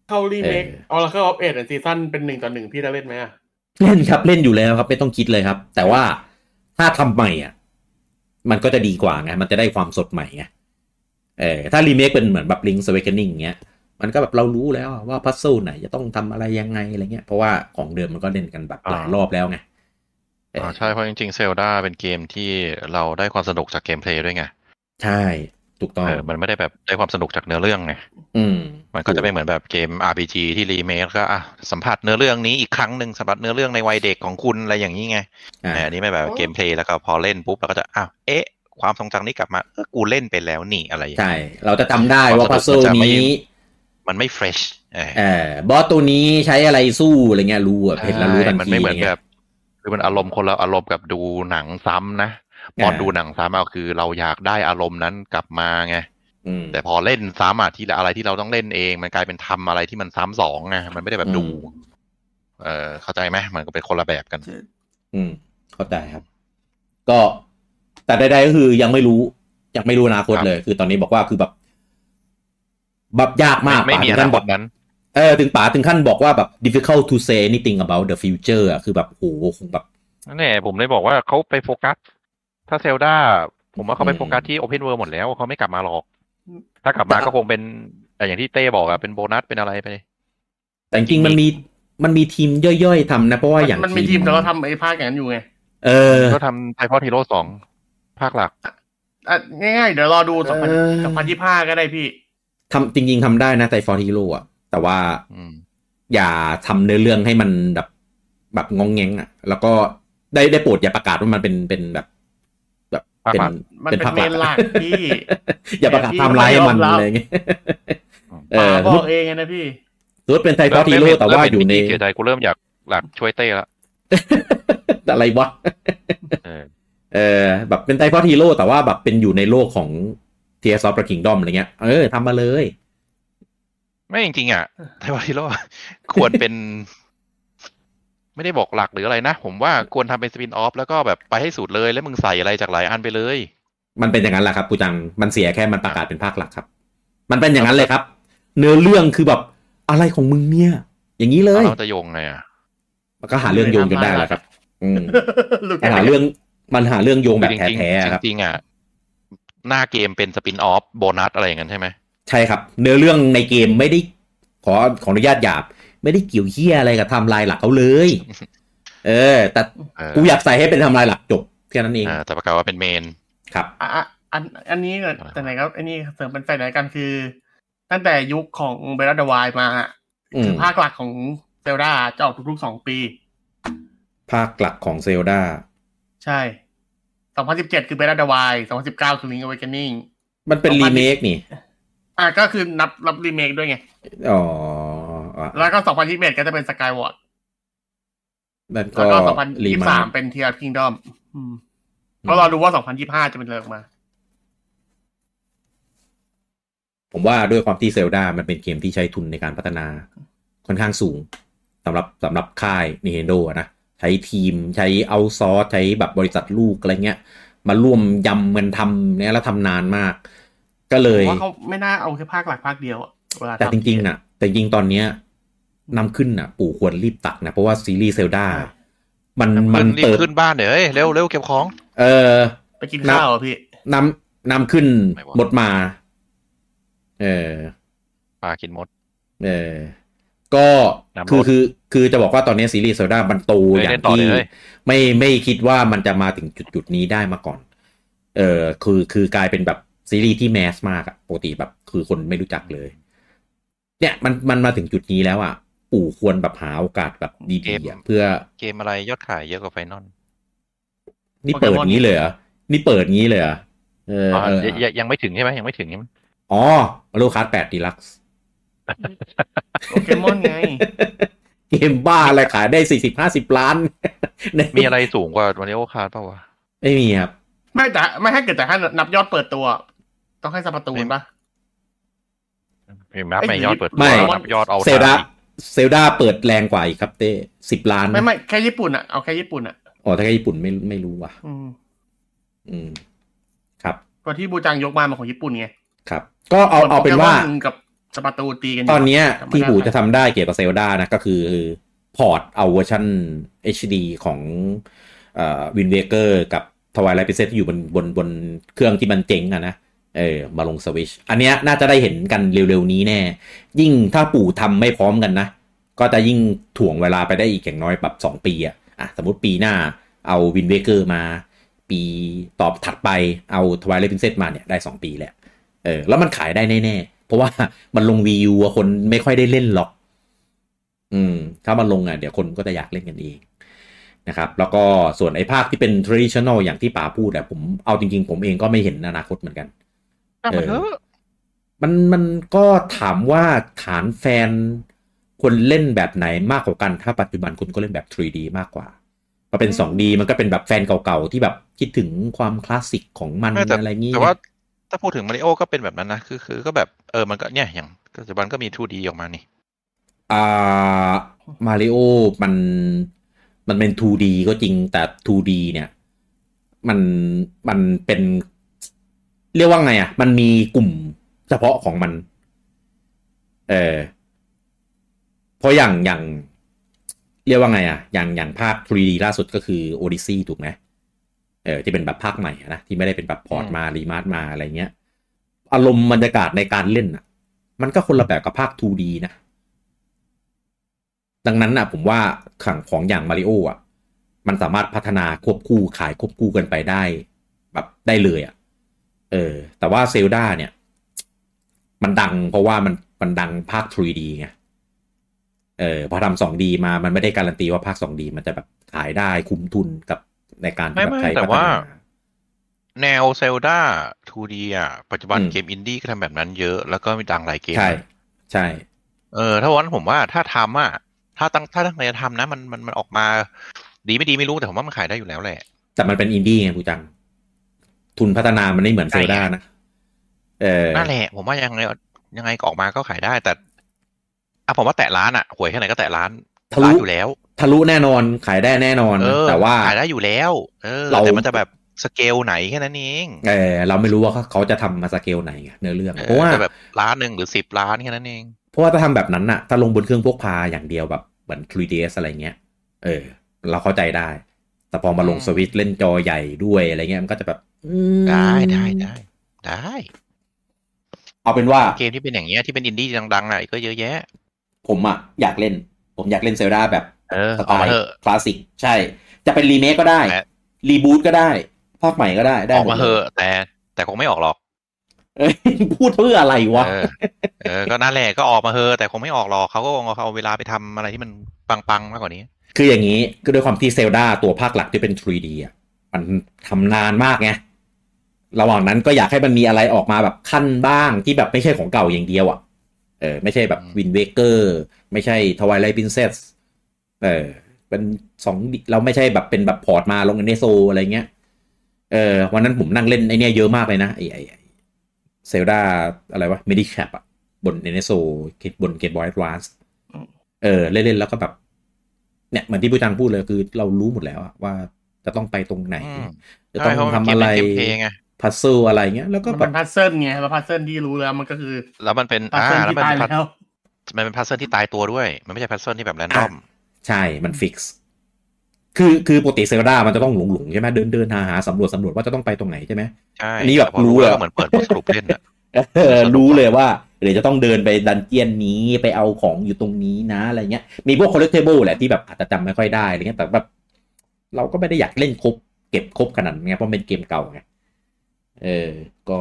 [SPEAKER 3] เข้ารีเมค
[SPEAKER 1] เออ
[SPEAKER 3] ออร์เคิลออฟเอ็ดซีซั่นเป็นหนึ่งต่อหนึ่งพี่จะเล่นไหมอะ
[SPEAKER 1] เล่นครับเล่นอยู่แล้วครับ ไม่ต้องคิดเลยครับ แต่ว่าถ้าทำใหม่อ่ะ มันก็จะดีกว่าไงมันจะได้ความสดใหม่ไงเออถ้ารีเมคเป็นเหมือนแบบ Link's Awakening เงี้ยมันก็แบบเรารู้แล้วอะว่าพัซโซไหนจะต้องทำอะไรยังไงอะไรเงี้ยเพราะว่าของเดิมมันก็เล่นกันแบบหลายรอบแล้วไงเออ
[SPEAKER 2] อ่าใช่เพราะจริงๆเซลดาเป็นเกมที่เราได้ความสนุกจากเกมเพลย์ด้วยไง
[SPEAKER 1] ใช่ถูกต้อง
[SPEAKER 2] เออมันไม่ได้แบบได้ความสนุกจากเนื้อเรื่องไง
[SPEAKER 1] อืม
[SPEAKER 2] มันก็จะไม่เหมือนแบบเกม RPG ที่รีเมคก็อ่ะสัมผัสเนื้อเรื่องนี้อีกครั้งหนึ่งสัมผัสเนื้อเรื่องในวัยเด็กของคุณอะไรอย่างนี้ไง
[SPEAKER 1] อ่า
[SPEAKER 2] แต่อันนี้ไม่แบบเกมเพลย์แล้วก็พอเล่นปุ๊บเราก็จะอ้าวเอ๊ะ ความทรงจำนี้กลับมาเออกูเล่นไปแล้วนี่อะไรอย่างเงี้ย
[SPEAKER 1] ใช่ เราจะจำได้ว่า
[SPEAKER 2] ค
[SPEAKER 1] พั
[SPEAKER 2] วาม
[SPEAKER 1] ซ
[SPEAKER 2] ส
[SPEAKER 1] เซิ
[SPEAKER 2] นุ
[SPEAKER 1] ล
[SPEAKER 2] กมันจะไม่
[SPEAKER 1] นี้
[SPEAKER 2] มันไม่เฟรชเออ
[SPEAKER 1] เอ่อบอสตัวนี้ใช้อะไรสู้อะไรเงี้ยรู้อะเห็นแล้วรู้ทันที
[SPEAKER 2] มันไม่เหมือน
[SPEAKER 1] ไง
[SPEAKER 2] แบบคือมันอารมณ์คนละอารมณ์กับดูหนังซ้ำนะตอน
[SPEAKER 1] อ่า
[SPEAKER 2] ดูหนังซ้ำเอาคือเราอยากได้อารมณ์นั้นกลับมาไง
[SPEAKER 1] อืม
[SPEAKER 2] แต่พอเล่นซ้ำอ่ะที่อะไรที่เราต้องเล่นเอง มันกลายเป็นทำอะไรที่มันซ้ำสองไงมันไม่ได้แบบดู
[SPEAKER 1] อืม
[SPEAKER 2] เออเข้าใจไหมมันก็เป็นคนละแบบกัน
[SPEAKER 1] อืมเข้าใจครับ ก็แต่ใดๆก็คือยังไม่รู้ ยังไม่รู้อนาคต
[SPEAKER 2] ครับ
[SPEAKER 1] เลย คือตอนนี้บอกว่าคือแบบแบบยากมาก
[SPEAKER 2] ไม่ไม่มี
[SPEAKER 1] ป่าถึง
[SPEAKER 2] อนา
[SPEAKER 1] ขั้น
[SPEAKER 2] ค
[SPEAKER 1] บอ
[SPEAKER 2] ต
[SPEAKER 1] ก
[SPEAKER 2] นั้น
[SPEAKER 1] เออถึงป๋าถึงขั้นบอกว่าแบบ difficult to say anything about the future อะคือแบบโหคงแบบ
[SPEAKER 2] นั่นแหละผมเลยบอกว่าเขาไปโฟกัส ถ้าเซลดาผมว่าเขาไป
[SPEAKER 1] อืม
[SPEAKER 2] โฟกัสที่โอเพนเวิ d หมดแล้วเขาไม่กลับมาหรอก ถ้ากลับมา
[SPEAKER 1] แต่
[SPEAKER 2] ก็คงเป็นเอ่ออย่างที่เต้บอกอะเป็นโบนัสเป็นอะไรไป
[SPEAKER 1] แต่จริงๆมันมีมันมีทีมย่อยๆทำนะเพราะว่าอย่าง
[SPEAKER 3] มันมีทีมแต่เราทำไอ้ภาคอย่างนั้นอยู่ไง
[SPEAKER 1] เออ
[SPEAKER 2] ก็ทำไทพอทีโร่สองภาคหลัก
[SPEAKER 3] อ่ะง่ายๆเดี๋ยวรอดูสองพัน
[SPEAKER 1] เออ
[SPEAKER 3] สองพันยี่สิบห้าก็ได้พี่
[SPEAKER 1] ทำจริง ๆทำได้นะไตฟอร์ฮีโร่อะแต่ว่า
[SPEAKER 2] อืม
[SPEAKER 1] อย่าทำเนื้อเรื่องให้มันแบบแบบงองแงงอ่ะ แล้วก็ได้ได้โปรดอย่าประกาศว่ามันเป็นเป็นแบบ แบบเป็น
[SPEAKER 2] ภาคหลัก
[SPEAKER 3] มันเป็นเมนหลักพี่
[SPEAKER 1] [laughs] อย่าประกาศไทม์ไลน์ให้มันอะไรอย่างเงี้ยเอ
[SPEAKER 3] ป๋า
[SPEAKER 1] อส
[SPEAKER 3] บ
[SPEAKER 1] ม
[SPEAKER 3] อ
[SPEAKER 1] มุ
[SPEAKER 3] ก
[SPEAKER 1] ติ
[SPEAKER 3] เองไงนะพี่ [laughs]
[SPEAKER 1] สมมุติเป็นไทฟอร์ทีโร่แต่ว่าอยู่ใน
[SPEAKER 2] เสียใจกูเริ่มอยากหลักช่วยเต้ละ
[SPEAKER 1] อะไรวะ
[SPEAKER 2] เออ
[SPEAKER 1] เ เออแบบเป็นไตพอทีโร่แต่ว่าแบบเป็นอยู่ในโลกของ t ทียซอฟต์คิงดอมอะไรเงี้ยเออทำมาเลย
[SPEAKER 2] ไม่จริงๆอ่ะไทวาริโร่ ควรเป็น [laughs] ไม่ได้บอกหลักหรืออะไรนะ ผมว่าควรทำเป็นสปินออฟแล้วก็แบบไปให้สุดเลย แล้วมึงใส่อะไรจากหลายอันไปเลย
[SPEAKER 1] มันเป็นอย่างนั้นแหละครับกูจังมันเสียแค่มันประกาศเป็นภาคหลักครับ มันเป็นอย่างนั้นเลยครับ เนื้อเรื่องคือแบบอะไรของมึงเนี่ย อย่างนี้เลย
[SPEAKER 2] เราจะโยงไงอ่ะ
[SPEAKER 1] มันก็หาเรื่องโยงจนได้แหละครับ อืม
[SPEAKER 3] หลุด
[SPEAKER 1] มันหาเรื่องมันหาเรื่องโยงแบบแท้ๆอะครับ
[SPEAKER 2] จริงๆอ่ะหน้าเกมเป็นสปินออฟโบนัสอะไรอย่างนั้นใช่ไหม
[SPEAKER 1] ใช่ครับ เนื้อเรื่องในเกมไม่ได้ขอขออนุญาตหยาบ ไม่ได้เกี่ยวเหี้ยอะไรกับไทำลายหลักเขาเลย [laughs] เออ แต่
[SPEAKER 2] เออ
[SPEAKER 1] กูอยากใส่ให้เป็นไทำลายหลักจบแค่นั้นเอง
[SPEAKER 2] อ่าแต่ประกาศว่าเป็นเมน
[SPEAKER 1] ครับ
[SPEAKER 3] อ่ะอ่ะอันอันนี้ก่อนแต่ไหนครับอันนี้เสริมเป็นแฟนไหนกันคือ ตั้งแต่ยุคของเบลดาวายมา
[SPEAKER 1] อื
[SPEAKER 3] คื
[SPEAKER 1] ม
[SPEAKER 3] อภาคหลักของเซลดาจะออกทุกๆสองปี
[SPEAKER 1] ภาคหลักของเซลดา
[SPEAKER 3] ใช่ 2017 คือเบลดาวาย2019 คือลิงก์อเวกเนิ่ง
[SPEAKER 1] มันเป็น
[SPEAKER 3] ประ
[SPEAKER 1] รี
[SPEAKER 3] มาณ
[SPEAKER 1] เมคนี่
[SPEAKER 3] อ่ะก็คือนับรับรีเมคด้วยไง
[SPEAKER 1] อ๋ออ่ะ
[SPEAKER 3] แล้วก็ 2021 ก็จะเป็นสกายวอร์ด
[SPEAKER 1] นั่นก็
[SPEAKER 3] แล้วก็
[SPEAKER 1] รีมา
[SPEAKER 3] 2023 เป็นเทียร์คิงดอมก็รอดูว่า 2025 จะเป็นเลิกมา
[SPEAKER 1] ผมว่าด้วยความที่เซลดามันเป็นเกมที่ใช้ทุนในการพัฒนาค่อนข้างสูงสำหรับสำหรับค่าย Nintendo อะนะใช้ทีมใช้เอาซอร์ใช้แบบบริษัทลูกอะไรเงี้ย มาร่วมยำมันทำเนี่ยแล้วทำนานมาก ก็เล
[SPEAKER 3] เพ
[SPEAKER 1] ย
[SPEAKER 3] ราะว่าเขาไม่น่าเอาแค่ภาคหลักภาคเดียวอะเวลา
[SPEAKER 1] แต่
[SPEAKER 3] ทำ
[SPEAKER 1] จริงๆน่ะ แต่จริงๆตอนเนี้ยนำขึ้นน่ะ ปู่ควรรีบตักนะ เพราะว่าซีรีส์เซลดา มันมัน
[SPEAKER 2] รีบ
[SPEAKER 1] เติบ
[SPEAKER 2] ขึ้นบ้านเดี๋ยวเอ้ยเร็วเร็วเก็บของ
[SPEAKER 1] เออ
[SPEAKER 3] ไปกินข้าวอะพี่
[SPEAKER 1] นำนำขึ้น
[SPEAKER 2] ไม่ว่า
[SPEAKER 1] หมดมา เออ
[SPEAKER 2] ปลากินมด
[SPEAKER 1] เออ ก็
[SPEAKER 2] นำรถ
[SPEAKER 1] คือคือคือจะบอกว่าตอนนี้ซีรีส์โซดามันโต
[SPEAKER 2] เฮ้ย
[SPEAKER 1] อย่าง
[SPEAKER 2] เล่นต่อ
[SPEAKER 1] ที่
[SPEAKER 2] เลยเว้ย
[SPEAKER 1] ไม่ไม่คิดว่ามันจะมาถึงจุดจุดๆนี้ได้มาก่อน เออคือคือกลายเป็นแบบซีรีส์ที่แมสมากอะปกติแบบคือคนไม่รู้จักเลย เนี่ยมันมันมาถึงจุดนี้แล้วอะปู่ควรแบบหาโอกาสแบบดีๆอะเพื่อ
[SPEAKER 2] เกมอะไรยอดขายเยอะกว่าไฟนอล
[SPEAKER 1] นี่เปิดงี้เลยเหรอนี่เปิดงี้เลยเหรอเออเออ
[SPEAKER 2] ยังยังไม่ถึงใช่ไหมยังไม่ถึงใช่ไหม
[SPEAKER 1] อ๋อมารูคัสแปดดีลักซ์
[SPEAKER 3] โอเคมอนไง
[SPEAKER 1] เกมบ้าอะไรขายได้สี่สิบห้าสิบล้าน [laughs] ใน
[SPEAKER 2] มีอะไรสูงกว่ามาริโอคาร์ดเปล่าวะ
[SPEAKER 1] ไม่มีครับ
[SPEAKER 3] ไม่แต่ไม่ให้เกิดแต่ให้นับยอดเปิดตัว ต้องให้สปาตูนปะ
[SPEAKER 2] มีแมปไหมยอดเปิดตัว
[SPEAKER 1] ไม่
[SPEAKER 2] นับยอดเอา
[SPEAKER 1] เซลดา
[SPEAKER 2] ได้
[SPEAKER 1] เซลดาเปิดแรงกว่าอีกครับเต้สิบล้าน
[SPEAKER 3] ไม่ไม่แค่ญี่ปุ่นอะเอาแค่ญี่ปุ่นอะ
[SPEAKER 1] อ๋อถ้าแค่ญี่ปุ่นไม่ไม่รู้ว่ะ
[SPEAKER 3] อืม
[SPEAKER 1] อืม ครับ
[SPEAKER 3] ตัวที่บูจังยกมามันของญี่ปุ่นไง
[SPEAKER 1] ครับ ก็เอาเอาเป็นว่า
[SPEAKER 3] ส่โปกมกับสปาตูนตีกันยู่
[SPEAKER 1] ตอนเนี้ยที่
[SPEAKER 3] จำ
[SPEAKER 1] หู
[SPEAKER 3] ไม่ได้
[SPEAKER 1] จะทำได้เกี่ยวกับเซลดานะก็คือ พอร์ตเอาเวอร์ชัน HD ของเอ่อวินเวเกอร์กับทวายไลท์พิเศษที่อยู่บนบนบนเครื่องที่มันเจ๋งอะนะเออมาลงสวิชอันเนี้ยน่าจะได้เห็นกันเร็วๆนี้แน่ ยิ่งถ้าปู่ทำไม่พร้อมกันนะ ก็จะยิ่งถ่วงเวลาไปได้อีกอย่างน้อยแบบ 2 ปีอะอ่ะสมมติปีหน้าเอาวินเวเกอร์มา ปีต่อถัดไปเอาทวายไลท์พิเศษมาเนี่ยได้ 2 ปีแหละ เออแล้วมันขายได้แน่ๆ เพราะว่า [laughs] มันลงวีูคนไม่ค่อยได้เล่นหรอก อืม ถ้ามันลงอ่ะเดี๋ยวคนก็จะอยากเล่นกันเองนะครับ แล้วก็ส่วนไอ้ภาคที่เป็น traditional อย่างที่ป๋าพูดอะผมเอาจริงๆ ผมเองก็ไม่เห็นอนาคตเหมือนกัน
[SPEAKER 3] อ่ะมันเถอะ
[SPEAKER 1] มันมันก็ถามว่าฐานแฟนคนเล่นแบบไหนมากกว่ากัน ถ้าปัจจุบันคุณก็เล่นแบบ 3D มากกว่าพอเป็น 2D มันก็เป็นแบบแฟนเก่าๆ ที่แบบคิดถึงความคลาสสิกของมัน
[SPEAKER 2] ไม่แต่
[SPEAKER 1] อะไรงี้
[SPEAKER 2] แต่ว่าถ้าพูดถึงมาริโอก็เป็นแบบนั้นนะ คือคือก็แบบเออมันก็เนี่ยอย่างปัจจุบันก็มี 2D ออกมานี่
[SPEAKER 1] อ่ามาริโอมันมันเป็น 2D ก็จริงแต่ 2D เนี่ยมันมันเป็น เรียกว่าไงอ่ะ มันมีกลุ่มเฉพาะของมัน เออเพราะอย่างอย่าง เรียกว่าไงอ่ะ อย่างอย่างภาค 3D ล่าสุดก็คือ Odyssey ถูกไหมเออที่เป็นแบบภาคใหม่อะนะที่ไม่ได้เป็นแบบพอร์ต
[SPEAKER 2] อืม
[SPEAKER 1] มารีมาร์มาอะไรเงี้ย อารมณ์บรรยากาศในการเล่นอ่ะ มันก็คนละแบบกับภาค 2D นะ ดังนั้นนะผมว่าขังของอย่างมาริโออ่ะ มันสามารถพัฒนาควบคู่ขายควบคู่กันไปได้ แบบได้เลยอ่ะ เออ แต่ว่าเซลดาเนี่ย มันดังเพราะว่ามันมันดังภาค 3D ไง เออพอทำ 2D มา มันไม่ได้การันตีว่าภาค 2D มันจะแบบขายได้คุ้มทุนกับในการที่แบบ
[SPEAKER 2] ไม่ไม่
[SPEAKER 1] ใช้
[SPEAKER 2] แต่
[SPEAKER 1] พัฒน
[SPEAKER 2] ว่า แนวเซลดา 2D อ่ะ ปัจจุบัน
[SPEAKER 1] อืม
[SPEAKER 2] เกมอินดี้ก็ทำแบบนั้นเยอะ แล้วก็มีดังหลายเกม
[SPEAKER 1] ใช่ ใช่
[SPEAKER 2] เออถ้าวันผมว่าถ้าทำอ่ะถ้าตั้งถ้าตั้งใจจะทำนะมันมันมันออกมา ดีไม่ดีไม่รู้แต่ผมว่ามันขายได้อยู่แล้วแหละ
[SPEAKER 1] แต่มันเป็นอินดี้ไงกูจัง ทุนพัฒนามันไม่เหมือนเซลดานะเออ
[SPEAKER 2] นั่นแหละ ผมว่ายังไงยังไงก็ออกมาก็ขายได้แต่อ่ะผมว่าแตะร้านอ่ะหวยแค่ไหนก็แตะร้าน
[SPEAKER 1] ทะลุ
[SPEAKER 2] ร้านอยู่แล้ว
[SPEAKER 1] ทะลุแน่นอนขายได้แน่นอน
[SPEAKER 2] เออ
[SPEAKER 1] แต่ว่า
[SPEAKER 2] ขายได้อยู่แล้ว เออ
[SPEAKER 1] เรา
[SPEAKER 2] แต่มันจะแบบสเกลไหนแค่นั้นเอง
[SPEAKER 1] เออเราไม่รู้ว่าเขาเขาจะทำมาสเกลไหนไงเนื้อเรื่อง เพราะว่า
[SPEAKER 2] ออแต่แบบร้านหนึ่งหรือสิบร้านแค่นั้นเอง
[SPEAKER 1] เพราะว่าถ้าทำแบบนั้นน่ะ ถ้าลงบนเครื่องพวกพาอย่างเดียวแบบเหมือน 3ds อะไรเงี้ย เออ เราเข้าใจได้ แต่พอมาลง
[SPEAKER 2] อืม
[SPEAKER 1] สวิตช์เล่นจอใหญ่ด้วยอะไรเงี้ยมันก็จะแบบอืม
[SPEAKER 2] ได้ได้ได้ได้
[SPEAKER 1] เอาเป็นว่า
[SPEAKER 2] เกมที่เป็นอย่างเงี้ยที่เป็นอินดี้ดังๆอ่ะก็เยอะแยะ
[SPEAKER 1] ผมอะอยากเล่น ผมอยากเล่นเซลดาแบบ
[SPEAKER 2] เออ
[SPEAKER 1] สไต
[SPEAKER 2] ออกมา
[SPEAKER 1] ล์
[SPEAKER 2] เถอะ
[SPEAKER 1] คลาสสิก ใช่ จะเป็นรีเมคก็ได้
[SPEAKER 2] และ
[SPEAKER 1] รีบูตก็ได้ภาคใหม่ก็ได้ได้
[SPEAKER 2] ออก
[SPEAKER 1] หม
[SPEAKER 2] มา
[SPEAKER 1] ด
[SPEAKER 2] เถ
[SPEAKER 1] เลย
[SPEAKER 2] อะแต่แต่คงไม่ออกหรอก
[SPEAKER 1] เอ้ย [laughs] พูดเพื่ออะไรวะ
[SPEAKER 2] เออเออ ก็นั่นแหละก็ออกมาเถอะแต่คงไม่ออกหรอกเขาก็คงเอาเวลาไปทำอะไรที่มันปังๆมากกว่านี้
[SPEAKER 1] คืออย่างนี้ก็ด้วยความที่เซลดาตัวภาคหลักที่เป็น 3D อ่ะมันทำนานมากไง ระหว่างนั้นก็อยากให้มันมีอะไรออกมาแบบขั้นบ้างที่แบบไม่ใช่ของเก่าอย่างเดียวอ่ะ เออไม่ใช่แบบ
[SPEAKER 2] อืม
[SPEAKER 1] วินเวเกอร์ไม่ใช่ทวายไล p ินเซสเออเป็นสองเราไม่ใช่แบบเป็นแบบพอร์ตมาลงในโซอะไรเงี้ย เออวันนั้นผมนั่งเล่นไอเนี้ยเยอะมากเลยนะไอไอเซลดาอะไรวะมิดิแคปอ่ะ บนเนโซบนเกมบอยส์วานส์
[SPEAKER 3] อืม
[SPEAKER 1] เออเล่นๆแล้วก็แบบ เนี่ยเหมือนที่ผู้จังพูดเลยคือเรารู้หมดแล้วอะว่าจะต้องไปตรงไหน
[SPEAKER 2] อืม
[SPEAKER 1] จะต้อง
[SPEAKER 2] ใช่เพราะมัน
[SPEAKER 1] ทำอะไร
[SPEAKER 2] เกมเพลงไง
[SPEAKER 1] พัซเซิลอะไรเงี้ยแล้วก็
[SPEAKER 3] มัน
[SPEAKER 1] แบ
[SPEAKER 3] เป็
[SPEAKER 1] บ
[SPEAKER 3] นพัซเซิลไงแล้วพัซเซิลที่รู้แล้วมันก็คือ
[SPEAKER 2] แล้วมันเป็น
[SPEAKER 3] พั
[SPEAKER 2] อ่า
[SPEAKER 3] ซเซิล
[SPEAKER 2] แล้ว
[SPEAKER 3] ที่
[SPEAKER 2] มัน
[SPEAKER 3] ตาย
[SPEAKER 2] เป็นพัซ
[SPEAKER 3] แล้ว
[SPEAKER 2] มันเป็นพัซเซิลที่ตายตัวด้วย มันไม่ใช่พัซเซิลที่แบบแรนดอม
[SPEAKER 1] ใช่มันฟิกซ์คือคือปกติเซลดามันจะต้องหลงหลงๆใช่ไหมเดินเดินหาหาสำรวจสำรวจว่าจะต้องไปตรงไหนใช่ไหม
[SPEAKER 2] ใช่
[SPEAKER 1] อันนี้แบบ
[SPEAKER 2] พอ
[SPEAKER 1] รู้
[SPEAKER 2] แล้
[SPEAKER 1] แล้ว
[SPEAKER 2] วก็เหมือนเปิดบท
[SPEAKER 1] [laughs]
[SPEAKER 2] สรุปเล่นอะ
[SPEAKER 1] เออรู้เลยว่าเดี๋ยวจะต้องเดินไปดันเจียนนี้ไปเอาของอยู่ตรงนี้นะอะไรเงี้ย มีพวก collectible แหละที่แบบอาจจะจำไม่ค่อยได้อะไรเงี้ยแต่แบบเราก็ไม่ได้อยากเล่นครบ เก็บครบขนาดนั้นไงเพราะเป็นเกมเก่าไงเออ ก็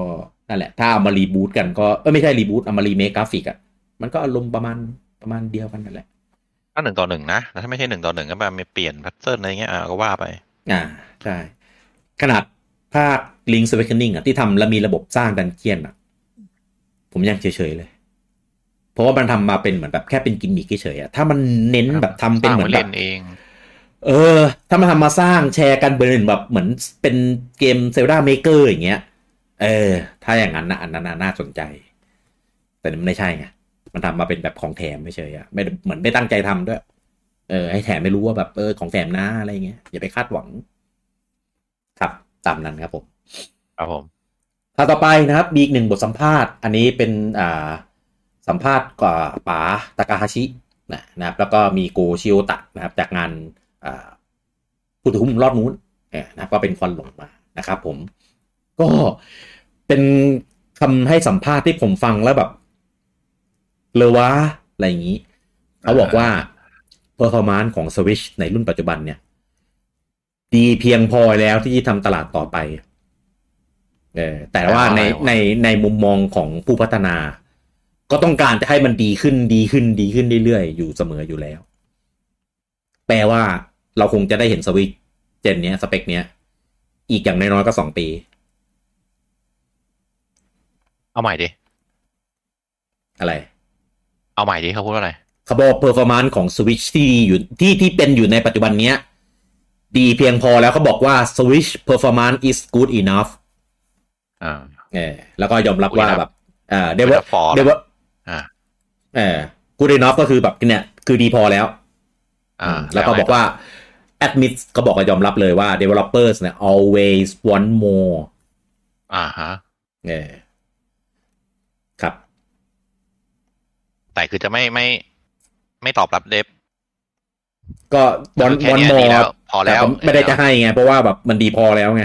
[SPEAKER 1] นั่นแหละ ถ้าเอามารีบูตกันก็เออไม่ใช่รีบูตเอามารีเมคกราฟิกอะมันก็อารมณ์ประมาณประมาณเดียวกันนั่นแหละ
[SPEAKER 2] ถ้าหนึ่งต่อหนึ่งนะแล้วถ้าไม่ใช่หนึ่งต่อหนึ่งก็แบบมีเปลี่ยนพัซเซิลอะไรเงี้ยอ่าก็ว่าไป
[SPEAKER 1] อ่าใช่ ขนาดภาค Link's Awakening อ่ะที่ทำแล้วมีระบบสร้างดันเจียนอ่ะ ผมยังเฉยๆเลย เพราะว่ามันทำมาเป็นเหมือนแบบแค่เป็นกิมมิคเฉยๆอ่ะถ้ามันเน้นแบบทำเป็นเหมือน
[SPEAKER 2] ส
[SPEAKER 1] แบ
[SPEAKER 2] ร้าง
[SPEAKER 1] บ
[SPEAKER 2] ไว้เล่นเอง
[SPEAKER 1] เออ ถ้ามันทำมาสร้างแชร์กันเบอร์หนึ่งแบบเหมือนเป็นเกมเซลดาเมเกอร์อย่างเงี้ย เออ ถ้าอย่างนั้นนะอันนั้นน่ะน่าสนใจ แต่มันไม่ใช่ไงมันทำมาเป็นแบบของแถมเฉยๆอ่ะไม่ได้เหมือนไม่ตั้งใจทำด้วย เออ ให้แถมไม่รู้ว่าแบบเออของแถมนะอะไรเงี้ยอย่าไปคาดหวัง ครับตามนั้นครับผม
[SPEAKER 2] ครับผม
[SPEAKER 1] ข่าวต่อไปนะครับมีอีกหนึ่งบทสัมภาษณ์ อันนี้เป็นอ่าสัมภาษณ์กับป๋าตากาฮาชินะนะครับ แล้วก็มีโกชิโอตะนะครับ จากงานอ่าผู้ถือหุ้นรอบนู้นเออนะครับก็เป็นควันหลงมานะครับผม ก็เป็นคำให้สัมภาษณ์ที่ผมฟังแล้วแบบเลอวะอะไรอย่างนี้ เขาบอกว่า performance ของ Switch ในรุ่นปัจจุบันเนี่ย ดีเพียงพอแล้วที่จะทำตลาดต่อไป เออแต่ว่าในในในมุมมองของผู้พัฒนา ก็ต้องการจะให้มันดีขึ้นดีขึ้นดีขึ้นเรื่อยๆ อยู่เสมออยู่แล้ว แปลว่าเราคงจะได้เห็นสวิตช์เจนเนี้ยสเปคเนี้ย อีกอย่างน้อยๆก็สองปี
[SPEAKER 2] เอาใหม่ดิ
[SPEAKER 1] อะไร
[SPEAKER 2] เอาใหม่ดิเขาพูดว่าอะไร
[SPEAKER 1] เขาบอกเพอร์ฟอร์มานซ์ของสวิตช์ที่ดีอยู่ที่ที่เป็นอยู่ในปัจจุบันเนี้ย ดีเพียงพอแล้วเขาบอกว่าสวิตช์เพอร์ฟอร์มานซ์ is good enough
[SPEAKER 2] อ่า
[SPEAKER 1] เออแล้วก็ยอมรับว่า
[SPEAKER 2] Good enough
[SPEAKER 1] แบบเออเด
[SPEAKER 2] เด
[SPEAKER 1] เวล
[SPEAKER 2] ฟอร์
[SPEAKER 1] เดเวล
[SPEAKER 2] อ่า
[SPEAKER 1] เออ good enough ก็คือแบบเนี่ยคือดีพอแล้ว
[SPEAKER 2] อ่า
[SPEAKER 1] แล้วก็บอกว่า admit ก็บอกก็ยอมรับเลยว่า developers เนี่ย always want more
[SPEAKER 2] อ่าฮะ
[SPEAKER 1] เออครับ
[SPEAKER 2] แต่คือจะไม่ไม่ ไม่ตอบรับเดฟ
[SPEAKER 1] ก็ want
[SPEAKER 2] แค่
[SPEAKER 1] want
[SPEAKER 2] เนี้ยดี
[SPEAKER 1] more
[SPEAKER 2] แล้วพอแล้ว
[SPEAKER 1] ต่ไม่ได้จะให้ไง เพราะว่าแบบมันดีพอแล้วไง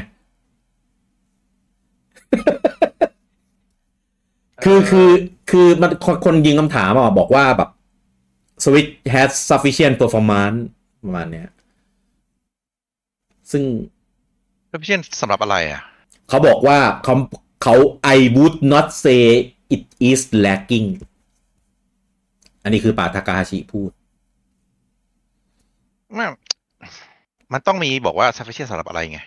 [SPEAKER 1] คือคือคือมันคนคนยิงคำถามอ่ะบอกว่าแบบ Switch has sufficient performance ประมาณเนี้ย ซึ่ง
[SPEAKER 2] แล้วพี่เช่นสำหรับอะไรอ่ะ
[SPEAKER 1] เขาบอกว่าเขาเขา I would not say it is lacking อันนี้คือป่าทากาฮาชิพูด
[SPEAKER 2] ไม่มันต้องมีบอกว่า sufficient สำหรับอะไรไง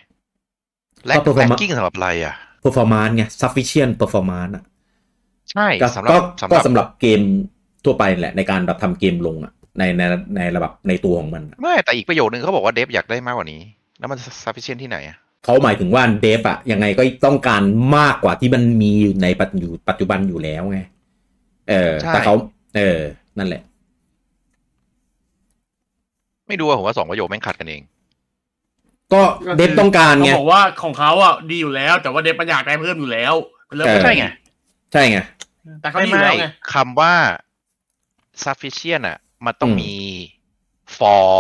[SPEAKER 2] แลก
[SPEAKER 1] ก็ performance
[SPEAKER 2] แลกกิ้งสำหรับอะไรอ่ะ
[SPEAKER 1] performance ไง sufficient performance อะ
[SPEAKER 2] ใช่
[SPEAKER 1] ก็
[SPEAKER 2] สำหรั
[SPEAKER 1] ก็
[SPEAKER 2] บสำห
[SPEAKER 1] ก็
[SPEAKER 2] รับ
[SPEAKER 1] สำหรับเกมทั่วไปแหละ ในการแบบทำเกมลงอะในในในระบบในตัวของมันอะ
[SPEAKER 2] ไม่แต่อีกประโยคนึงเขาบอกว่าเดฟอยากได้มากกว่านี้ แล้วมัน sufficient ที่ไหนอะ
[SPEAKER 1] เขาหมายถึงว่าเดฟอะยังไงก็ต้องการมากกว่าที่มันมีอยู่ในปัจจุปัจจุบันอยู่แล้วไง เออ แต่เขาเออ นั่นแหละ
[SPEAKER 2] ไม่ดูอะผมว่าสองประโยคแม่งขัดกันเอง
[SPEAKER 1] ก็เดฟต้องการไง
[SPEAKER 3] เขาบอกว่าของเขาอ่ะดีอยู่แล้ว แต่ว่าเดฟมันอยากได้เพิ่มอยู่แล้วเป็นเรื่อง
[SPEAKER 1] เออ
[SPEAKER 3] ใช่ไง
[SPEAKER 1] ใช่ไง
[SPEAKER 3] แต่เขา
[SPEAKER 2] ไม่
[SPEAKER 3] ดีอยู่
[SPEAKER 2] ไม่
[SPEAKER 3] แล้วไง
[SPEAKER 2] คำว่า sufficient อ่ะ มันต้อง
[SPEAKER 1] อืม
[SPEAKER 2] มี for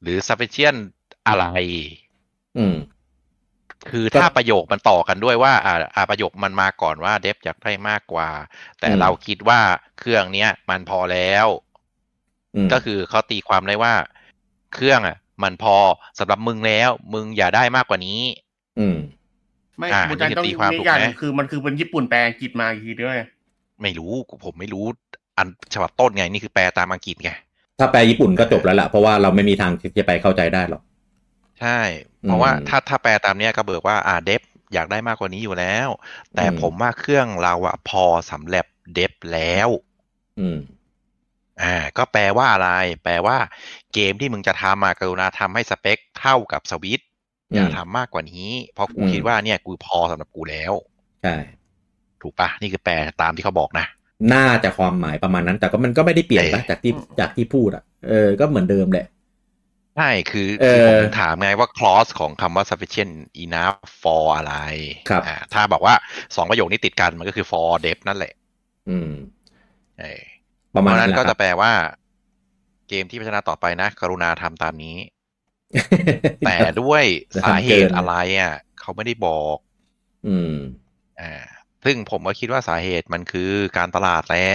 [SPEAKER 2] หรือ sufficient อะไร
[SPEAKER 1] อืม
[SPEAKER 2] คือ
[SPEAKER 1] ก็
[SPEAKER 2] ถ้าประโยคมันต่อกันด้วยว่าอ่าอ่าประโยคมันมาก่อนว่าเดฟอยากได้มากกว่า แต่
[SPEAKER 1] อืม
[SPEAKER 2] เราคิดว่าเครื่องเนี้ย มันพอแล้ว
[SPEAKER 1] อืม
[SPEAKER 2] ก็คือเขาตีความได้ว่า เครื่องอ่ะ มันพอสำหรับมึงแล้ว มึงอย่าได้มากกว่านี้
[SPEAKER 1] อืม
[SPEAKER 3] ไม่
[SPEAKER 2] อ่า
[SPEAKER 3] คุณจัน
[SPEAKER 2] นี่
[SPEAKER 3] ต้อง
[SPEAKER 2] ตีความ
[SPEAKER 3] มี
[SPEAKER 2] ถูก
[SPEAKER 3] อย่าง
[SPEAKER 2] ไหม
[SPEAKER 3] คือมันคือเป็นญี่ปุ่นแปลอังกฤษมาอีกทีด้วย
[SPEAKER 2] ไม่รู้กูผมไม่รู้ อันฉบับต้นไงนี่คือแปลตามอังกฤษไง
[SPEAKER 1] ถ้าแปลญี่ปุ่นก็จบแล้วล่ะ เพราะว่าเราไม่มีทางที่จะไปเข้าใจได้หรอก
[SPEAKER 2] ใช่ เพราะว่า
[SPEAKER 1] อืม
[SPEAKER 2] ถ้าถ้าแปลตามเนี้ยก็เบิกว่าอ่าเดฟอยากได้มากกว่านี้อยู่แล้ว แต่
[SPEAKER 1] อืม
[SPEAKER 2] ผมว่าเครื่องเราอะพอสำหรับเดฟแล้ว
[SPEAKER 1] อืม
[SPEAKER 2] อ่าก็แปลว่าอะไร แปลว่าเกมที่มึงจะทำอะกรุณาทำให้สเปคเท่ากับสวิตช์อย่าทำมากกว่านี้ เพราะกู
[SPEAKER 1] อืม
[SPEAKER 2] คิดว่าเนี่ยกูพอสำหรับกูแล้ว
[SPEAKER 1] ใช่
[SPEAKER 2] ถูกปะนี่คือแปลตามที่เขาบอกนะ
[SPEAKER 1] น่าจะความหมายประมาณนั้น แต่ก็มันก็ไม่ได้เปลี่ยนนะ
[SPEAKER 2] เออ
[SPEAKER 1] จากที่จากที่พูดอ่ะ เออ ก็เหมือนเดิมแหละ
[SPEAKER 2] ใช่คือ
[SPEAKER 1] เอ่อ
[SPEAKER 2] คือผมถึงถามไงว่า clause ของคำว่า sufficient enough for อะไร
[SPEAKER 1] ครับ
[SPEAKER 2] อ่าถ้าบอกว่าสองประโยคนี้ติดกันมันก็คือ for d e p นั่นแหละ
[SPEAKER 1] อืม
[SPEAKER 2] เออ
[SPEAKER 1] ประ
[SPEAKER 2] เพ
[SPEAKER 1] มาณ
[SPEAKER 2] ราะฉะ
[SPEAKER 1] นั้แห
[SPEAKER 2] นั้น น
[SPEAKER 1] ละ
[SPEAKER 2] ก็
[SPEAKER 1] ค
[SPEAKER 2] จะ
[SPEAKER 1] รับ
[SPEAKER 2] แปลว่า เกมที่พัฒนาต่อไปนะ กรุณาทำตามนี้ แต่ด้วย
[SPEAKER 1] แต่ทำ
[SPEAKER 2] สาเห
[SPEAKER 1] เกิน
[SPEAKER 2] ตุอะไรอ่ะเขาไม่ได้บอก
[SPEAKER 1] อืม
[SPEAKER 2] อ่าซึ่งผมก็คิดว่าสาเหตุมันคือการตลาดและ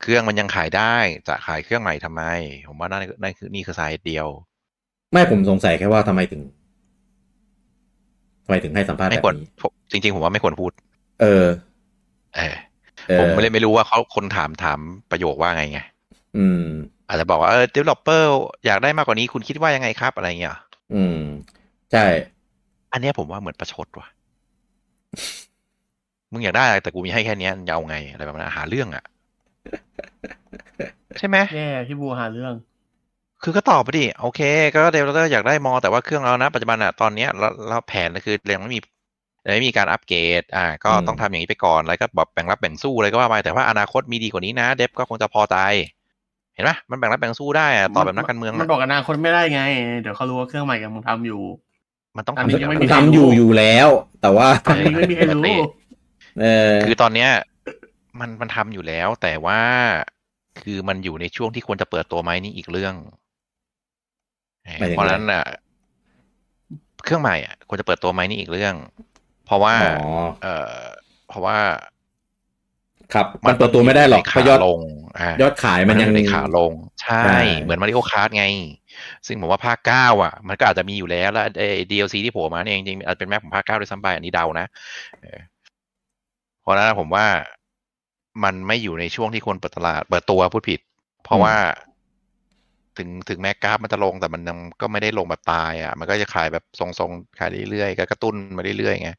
[SPEAKER 2] เครื่องมันยังขายได้จะขายเครื่องใหม่ทำไม ผมว่านั่นนั่นคือนี่คือสาเหตุเดียว
[SPEAKER 1] ไม่ผมสงสัยแค่ว่าทำไมถึงทำไมถึงให้สัมภาษณ์
[SPEAKER 2] ไม่
[SPEAKER 1] แบบ
[SPEAKER 2] ควร
[SPEAKER 1] นี้
[SPEAKER 2] ผมจริง ๆ ผมว่าไม่ควรพูด
[SPEAKER 1] เออ
[SPEAKER 2] เออ
[SPEAKER 1] เออ
[SPEAKER 2] ผมเลยไม่รู้ว่าเขาคนถามถามประโยคว่าไงไง
[SPEAKER 1] อืม
[SPEAKER 2] อาจจะบอกว่าเออ developer อยากได้มากกว่านี้คุณคิดว่ายังไงครับอะไรเงี้ย
[SPEAKER 1] อืม ใช่
[SPEAKER 2] อันเนี้ยผมว่าเหมือนประชดว่ะ [laughs] มึงอยากได้อะไรแต่กูมีให้แค่เนี้ยมึงจะเอาไงอะไรแบบนั้นหาเรื่องอ่ะ [laughs] ใช่ไหม
[SPEAKER 3] แย่พี่บูหาเรื่อง
[SPEAKER 2] คือก็ตอบไปดิ โอเค ก็เดเวลออยากได้มอ แต่ว่าเครื่องเรานะ ปัจจุบันอ่ะ ตอนเนี้ยเราเราแผนก็คือยังไม่มียังไม่มีการอัปเกรด อ่า ก็
[SPEAKER 1] อืม
[SPEAKER 2] ต้องทำอย่างนี้ไปก่อนแล้วก็แบบแบ่งรับแบ่งสู้อะไรก็ว่าไป แต่ว่าอนาคตมีดีกว่านี้นะ เดฟก็คงจะพอใจ เห็นไหมมันแบ่งรับแบ่งสู้ได้อะตอบแบบนักการเมือง
[SPEAKER 3] มั
[SPEAKER 2] อะ
[SPEAKER 3] นบอกอนาคตไม่ได้ไง เดี๋ยวเขารู้ว่าเครื่องใหม่กำลังทำอยู่
[SPEAKER 2] มันต้อง
[SPEAKER 3] อัน
[SPEAKER 2] ทำ
[SPEAKER 3] นี้
[SPEAKER 2] อย่าง
[SPEAKER 3] ไม่
[SPEAKER 2] เดี
[SPEAKER 3] มี
[SPEAKER 2] ยว
[SPEAKER 1] ทำอยู่อยู่แล้ว แต่ว่า
[SPEAKER 3] ตอนนี้ไม่มีใครรู้
[SPEAKER 1] เออ
[SPEAKER 2] คือตอนเนี้ยมันมันทำอยู่แล้ว แต่ว่าคือมันอยู่ในช่วงที่ควรจะเปิดตัวไหมนี่อีกเรื่องเอ่อ
[SPEAKER 1] หมายถึง
[SPEAKER 2] เพราะฉะนั้นอ่ะ เครื่องใหม่อ่ะควรจะเปิดตัวไหมนี่อีกเรื่อง เพราะว่า
[SPEAKER 1] อ๋อ
[SPEAKER 2] เออเพราะว่า
[SPEAKER 1] ครับ
[SPEAKER 2] มั
[SPEAKER 1] มันเปิดตัวไม่ได้หรอก
[SPEAKER 2] ใน
[SPEAKER 1] เพ
[SPEAKER 2] ขา
[SPEAKER 1] ราะยอด
[SPEAKER 2] ลงอ่าย
[SPEAKER 1] ยอดขายมันยัง
[SPEAKER 2] ในขาลง ใช่
[SPEAKER 1] ใช่
[SPEAKER 2] เหมือนมาริโอคาร์ดไง ซึ่งผมว่าภาคเก้าอ่ะ มันก็อาจจะมีอยู่แล้วแล้วไอ้ DLC ที่โผล่มาเนี่ยจริงๆอาจเป็นแม็กของภาคเก้าด้วยซ้ำไปอันนี้เดานะ เพราะฉะนั้นผมว่ามันไม่อยู่ในช่วงที่ควรเปิดตลาด เปิดตัวพูดผิด เพราะว่า ถึงถึงแม้กราฟมันจะลงแต่มันยังก็ไม่ได้ลงแบบตาย อ่ะ มันก็จะขายแบบทรงๆขายเรื่อยๆก็กระตุ้นมาเรื่อยๆไง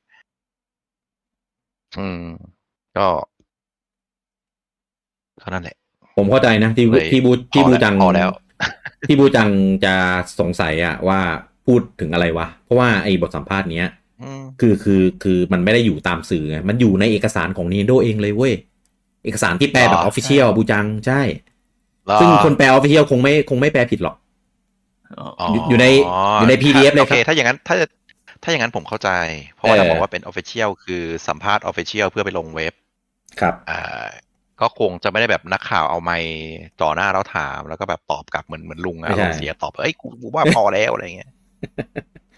[SPEAKER 2] อืม ก็เท่านั้นแหละ
[SPEAKER 1] ผมเข้าใจนะที่
[SPEAKER 2] เลย
[SPEAKER 1] ที่บูที่บูจัง
[SPEAKER 2] พอแล้ว
[SPEAKER 1] ที่บูจังจะสงสัยอะว่าพูดถึงอะไรวะ เพราะว่าไอ้บทสัมภาษณ์เนี้ย
[SPEAKER 2] อืม
[SPEAKER 1] คือคือคือมันไม่ได้อยู่ตามสื่อไง มันอยู่ในเอกสารของ Nintendo เองเลยเว้ย เอกสารที่แปลแบบ
[SPEAKER 2] หร
[SPEAKER 1] อ
[SPEAKER 2] อ
[SPEAKER 1] อฟฟิเชียลบูจังใช่
[SPEAKER 2] แล้ว
[SPEAKER 1] ซึ่งคนแปลออฟฟิเชียลคงไม่คงไม่แปลผิดหรอก ยู่อยู่ในอยู่ใน PDF เลยครับ
[SPEAKER 2] โอเค ถ้าอย่างนั้นถ้าถ้าอย่างนั้นผมเข้าใจ เพราะว่าจะบอกว่าเป็นออฟฟิเชียลคือสัมภาษณ์ออฟฟิเชียลเพื่อไปลงเว็บ
[SPEAKER 1] ครับ
[SPEAKER 2] อ่าก็คงจะไม่ได้แบบนักข่าวเอาไมค์จ่อหน้าแล้วถาม แล้วก็แบบตอบกลับเหมือนเหมือนลุง
[SPEAKER 1] ไม่
[SPEAKER 2] อะ
[SPEAKER 1] ใช่
[SPEAKER 2] ลงเสียตอบเอ้ยกูกูว่าพอแล้วอะไรเงี้ย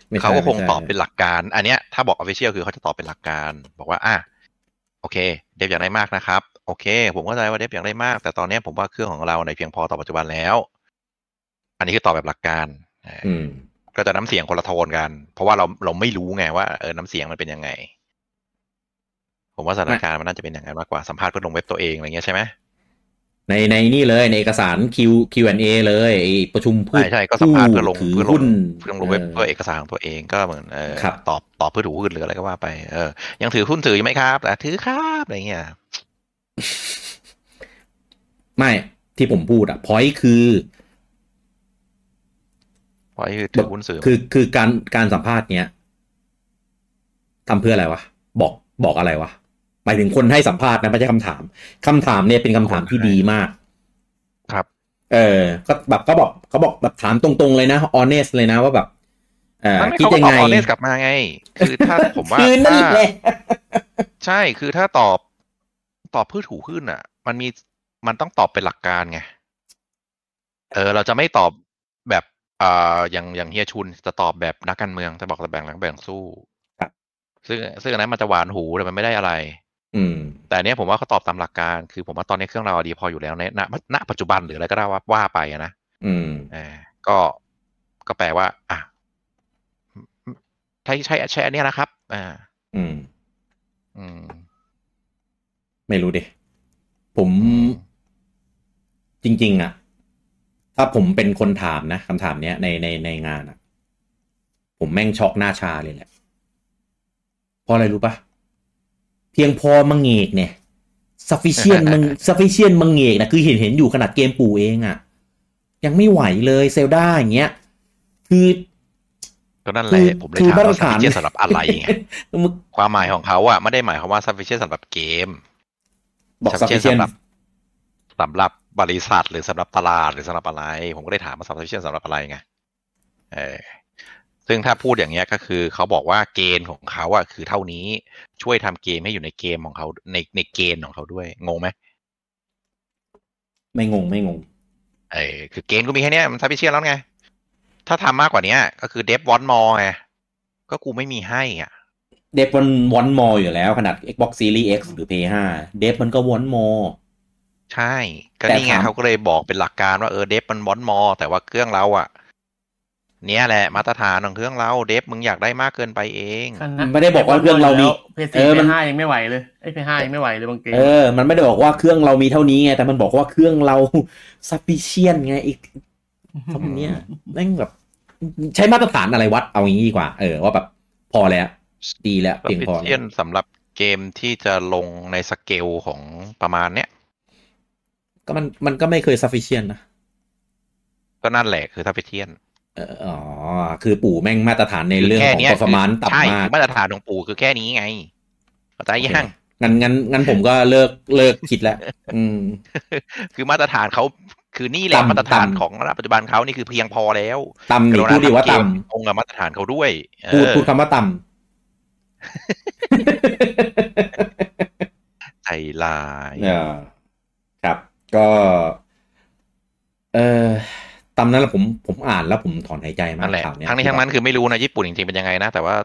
[SPEAKER 1] ไม่ใช่
[SPEAKER 2] เขาก็คง
[SPEAKER 1] ไม่ใช่
[SPEAKER 2] ตอบเป็นหลักการ อันเนี้ยถ้าบอกออฟฟิเชียลคือเขาจะตอบเป็นหลักการ บอกว่าอ่ะโอเค เดฟอยากได้มากนะครับ โอเค ผมเข้าใจว่าเดฟอยากได้มาก แต่ตอนเนี้ยผมว่าเครื่องของเราในยเพียงพอต่อปัจจุบันแล้ว อันนี้คือตอบแบบหลักการอ่า
[SPEAKER 1] อืม
[SPEAKER 2] ก็จะน้ำเสียงคนละโทนกัน เพราะว่าเราเราไม่รู้ไงว่าเออน้ำเสียงมันเป็นยังไง ผมว่าสถานการณ์มันน่าจะเป็นอย่างนั้นมากกว่าสัมภาษณ์เพื่อลงเว็บตัวเองอะไรเงี้ยใช่ไหม
[SPEAKER 1] ในในนี่เลยในเอกสาร Q Q&A เลยไอ้ประชุมผู้
[SPEAKER 2] ใช่ใช่ก็สัมภาษณ์เพื่อลง
[SPEAKER 1] ถือ
[SPEAKER 2] เพื่อล
[SPEAKER 1] หุ้
[SPEAKER 2] ง
[SPEAKER 1] น
[SPEAKER 2] เพื่อลงเว็บเพื่อเอกสารของตัวเองก็เหมือนเออ
[SPEAKER 1] ครับ
[SPEAKER 2] ตอบตอบเพื่อถือหุ้นหรืออะไรก็ว่าไปเออยังถือหุ้นถืออยู่ไหมครับอ่ะถือครับอะไรเงี้ย
[SPEAKER 1] ไม่ที่ผมพูดอะพอยคือ
[SPEAKER 2] เพราะนี่คือถือหุ้นสื่อ
[SPEAKER 1] คือคือการการสัมภาษณ์เนี้ยทำเพื่ออะไรวะ บอกบอกอะไรวะหมายถึงคนให้สัมภาษณ์นะไม่ใช่คำถามคำถามเนี่ยเป็นคำถามที่ดีมาก
[SPEAKER 2] ครับ
[SPEAKER 1] เออ ก็แบบก็บอกเขาบอกแบบถามตรง ๆ เลยนะ honest เลยนะว่าแบบเออ
[SPEAKER 2] มันไม่
[SPEAKER 1] คิด
[SPEAKER 2] เขาก็
[SPEAKER 1] ยัง
[SPEAKER 2] ตอบ
[SPEAKER 1] ไง
[SPEAKER 2] ออเนสกลับมาไง คือถ้าผมว่า
[SPEAKER 1] คือนั่น
[SPEAKER 2] ถ้า
[SPEAKER 1] แหละ
[SPEAKER 2] ใช่คือถ้าตอบตอบพืชถูขึ้นอ่ะ มันมีมันต้องตอบเป็นหลักการไง เออ เราจะไม่ตอบแบบอ่าอย่างอย่างเฮียชุนจะตอบแบบนักการเมืองจะบอกจะแบ่งหลังแบ่งสู้
[SPEAKER 1] ครับ
[SPEAKER 2] ซึ่งซึ่งอันนั้นมันจะหวานหูแต่มันไม่ได้อะไร
[SPEAKER 1] อืม
[SPEAKER 2] แต่อันเนี้ยผมว่าเขาตอบตามหลักการ คือผมว่าตอนนี้เครื่องเราดีพออยู่แล้วในณณปัจจุบันหรืออะไรก็ได้ว่าว่าไปอะนะ
[SPEAKER 1] อืม
[SPEAKER 2] เออก็ก็แปลว่า อ่ะใช้ใช้ใช้อันเนี้ยนะครับ อ่า
[SPEAKER 1] อืม
[SPEAKER 2] อืม
[SPEAKER 1] ไม่รู้ดิผมจริง ๆ อ่ะ ถ้าผมเป็นคนถามนะคำถามเนี้ยในในในงานอ่ะ ผมแม่งช็อกหน้าชาเลยแหละเพราะอะไรรู้ปะเพียงพอมังเอกเนี่ย sufficient มัง
[SPEAKER 2] [laughs]
[SPEAKER 1] sufficient มังเอกนะคือเห็นเห็นอยู่ขนาดเกมปู่เองอ่ะ ยังไม่ไหวเลยเซลดาอย่างเงี้ย คือ
[SPEAKER 2] ก็นั่นแหละ
[SPEAKER 1] คือ
[SPEAKER 2] ผมเลย
[SPEAKER 1] คือมา
[SPEAKER 2] ถาม
[SPEAKER 1] ตร
[SPEAKER 2] ว่า
[SPEAKER 1] ฐาน
[SPEAKER 2] sufficient สำหรับอะไรไง
[SPEAKER 1] [laughs] มึง
[SPEAKER 2] ความหมายของเขาอะไม่ได้หมายความว่า sufficient สำหรับเกม
[SPEAKER 1] บอก
[SPEAKER 2] sufficient
[SPEAKER 1] sufficient
[SPEAKER 2] สำหรับสำหรับบริษัทหรือสำหรับตลาดหรือสำหรับอะไร ผมก็ได้ถามว่า sufficient สำหรับอะไรไงเออซึ่งถ้าพูดอย่างเงี้ยก็คือเขาบอกว่าเกณฑ์ของเขาอะคือเท่านี้ช่วยทำเกมให้อยู่ในเกมของเขาในในเกณฑ์ของเขาด้วยงงไหม
[SPEAKER 1] ไม่งงไม่งง
[SPEAKER 2] เออคือเกณฑ์ก็มีแค่เนี้ยมัน sufficient แล้วไง ถ้าทำมากกว่าเนี้ย ก็คือ dev want more ไงก็กูไม่มีให้อ่ะ
[SPEAKER 1] เดฟมันวอนมออยู่แล้วขนาด Xbox Series X หรือ PS5 เดฟมันก็วอนมอ
[SPEAKER 2] ใช่ก็
[SPEAKER 1] แต่
[SPEAKER 2] นี่ไง
[SPEAKER 1] ถาม
[SPEAKER 2] เขาก็เลยบอกเป็นหลักการว่าเออเดฟมันบอนมอ แต่ว่าเครื่องเราอะเนี้ยแหละมาตรฐานของเครื่องเราเดฟมึงอยากได้มากเกินไปเอง
[SPEAKER 1] ไม่ได้บอกว่าเรื่องเรามี
[SPEAKER 3] เพย์ซี
[SPEAKER 1] เออ
[SPEAKER 3] เพ
[SPEAKER 1] มัน
[SPEAKER 3] ย์ห้ายังไม่ไหวเลยไอ้เพย์ห้ายังไม่ไหวเลยบางเกม
[SPEAKER 1] เออ มันไม่ได้บอกว่าเครื่องเรามีเท่านี้ไง แต่มันบอกว่าเครื่องเรา [laughs] sufficient ไงอีกคำเนี้ยแม่งแบบ ใช้มาตรฐานอะไรวัดเอาอย่างนี้ดีกว่า เออ ว่าแบบพอแล้วดีแล้ว
[SPEAKER 2] ก็
[SPEAKER 1] เพียง
[SPEAKER 2] เป็น
[SPEAKER 1] พอ
[SPEAKER 2] เช่นสำหรับเกมที่จะลงในสเกลของประมาณเนี้ย
[SPEAKER 1] ก็มันมันก็ไม่เคย sufficient นะ
[SPEAKER 2] ก็นั่นแหละคือถ้าไปเทียน
[SPEAKER 1] เอออ๋อ คือปู่แม่งมาตรฐานในเรื่องของ
[SPEAKER 2] นี้ย
[SPEAKER 1] performance
[SPEAKER 2] ใช่
[SPEAKER 1] ต่ำมาก
[SPEAKER 2] คือมาตรฐานของปู่คือแค่นี้ไงเข้าใจยัง
[SPEAKER 1] งั้นงั้นงั้นผมก็เลิกเลิกคิดแล้วอืม
[SPEAKER 2] คือมาตรฐานเขาคือนี่แหละ
[SPEAKER 1] ต่ำ
[SPEAKER 2] มาตรฐาน
[SPEAKER 1] ต่ำ
[SPEAKER 2] ของณปัจจุบันเขานี่คือเพียงพอแล้ว
[SPEAKER 1] ต่ำดิพูดดิว่าต่ำ
[SPEAKER 2] ตรงกับมาตรฐานเขาด้วยเออ
[SPEAKER 1] พูดพูดคำว่าต่
[SPEAKER 2] ใจลาย
[SPEAKER 1] ำเออครับ ก็ เออตำนั้นแหละผมผมอ่านแล้วผมถอนหายใจมาก
[SPEAKER 2] นั่นแหละ
[SPEAKER 1] ข่าวเนี้ย
[SPEAKER 2] ทั้งนี้ทั้งนั้นคือไม่รู้นะญี่ปุ่นจริงๆเป็นยังไงนะ แต่ว่า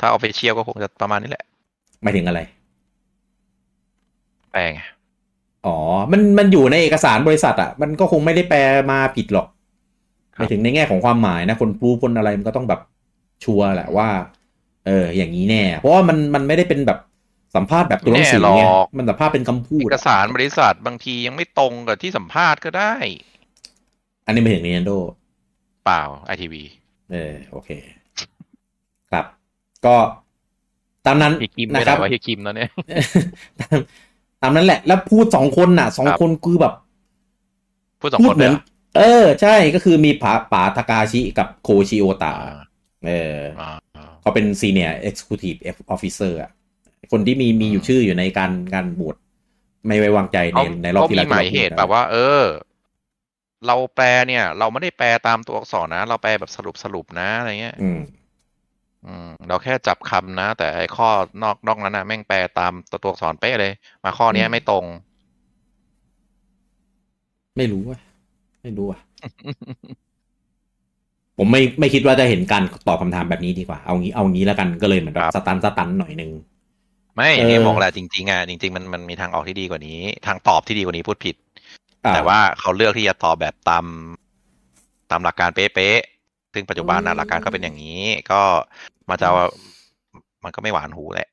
[SPEAKER 2] ถ้าออฟฟิเชียลก็คงจะประมาณนี้แหละ
[SPEAKER 1] หมายถึงอะไร
[SPEAKER 2] แปลง
[SPEAKER 1] อ๋อ มันมันอยู่ในเอกสารบริษัทอ่ะ มันก็คงไม่ได้แปลมาผิดหรอกหมายถึงในแง่ของความหมายนะ คนพูดคนอะไรมันก็ต้องแบบชัวร์แหละว่า เออ อย่างนี้แน่ เพราะว่ามันมันไม่ได้เป็นแบบสัมภาษณ์แบบตัวหนังสือไงมันสัมภาษณ์เป็นคำพู
[SPEAKER 2] เอ
[SPEAKER 1] ด
[SPEAKER 2] ก
[SPEAKER 1] อะ
[SPEAKER 2] สารบริษัทบางทียังไม่ตรงกับที่สัมภาษณ์ก็ได้
[SPEAKER 1] อันนี้ไม่ถึง Nintendo
[SPEAKER 2] เปล่าไอทีวี
[SPEAKER 1] เออโอเค ครับ ก็ตามนั้น
[SPEAKER 2] เฮียคิม
[SPEAKER 1] นะ
[SPEAKER 2] ไม่
[SPEAKER 1] ค
[SPEAKER 2] ได้
[SPEAKER 1] รับ
[SPEAKER 2] ว่าเฮียคิมแล้วเนี่ย
[SPEAKER 1] [laughs] ตามตามนั้นแหละ แล้วพูดสองคนน่ะสอง
[SPEAKER 2] ครับ
[SPEAKER 1] คนคือแบบ
[SPEAKER 2] พูดสอง
[SPEAKER 1] พู
[SPEAKER 2] ค
[SPEAKER 1] ด
[SPEAKER 2] น
[SPEAKER 1] เห
[SPEAKER 2] เล
[SPEAKER 1] มื
[SPEAKER 2] ย
[SPEAKER 1] อน
[SPEAKER 2] เหรอ
[SPEAKER 1] เออ ใช่ก็คือมีป๋าป๋าทากาชิกับโคชิโอตะ
[SPEAKER 2] อ่า
[SPEAKER 1] เออ
[SPEAKER 2] อ่า
[SPEAKER 1] เขาเป็นซีเนียเอ็กซ์คูทีฟออฟฟิเซอร์คนที่มีมีอยู่ชื่ออยู่ในการการบวชไม่ไว้วางใจใน
[SPEAKER 2] เขา
[SPEAKER 1] ในรอบที่
[SPEAKER 2] มี
[SPEAKER 1] แล้ว
[SPEAKER 2] หมายเหตุแบบว่า เออ เราแปลเนี่ย เราไม่ได้แปลตามตัวอักษรนะ เราแปลแบบสรุปสรุปๆนะอะไรเงี้ย
[SPEAKER 1] อืม
[SPEAKER 2] อืมเราแค่จับคำนะ แต่ไอ้ข้อนอกนอกนั้นนะแม่งแปลตามตัวตัวอักษรเป๊ะเลย มาข้อเนี้ย
[SPEAKER 1] อืม
[SPEAKER 2] ไม่ตรง
[SPEAKER 1] ไม่รู้ว่าไม่รู้ว่า ผมไม่ไม่คิดว่าจะเห็นการตอบคำถามแบบนี้ดีกว่า เอางี้เอางี้แล้วกันก็เลยเหมือนแบบ
[SPEAKER 2] ครับ
[SPEAKER 1] สตันสตันหน่อยนึง
[SPEAKER 2] ไม่
[SPEAKER 1] เออ
[SPEAKER 2] อย่างที่บอกแหละจริงๆอ่ะจริงๆมันมันมีทางออกที่ดีกว่านี้ ทางตอบที่ดีกว่านี้พูดผิด
[SPEAKER 1] อ่
[SPEAKER 2] แต่ว่าเขาเลือกที่จะตอบแบบตามตามหลักการเป๊ะๆซึ่งปัจจุบันนะหลักการก็เป็นอย่างนี้ ก็มาจะว่ามันก็ไม่หวานหูแหละ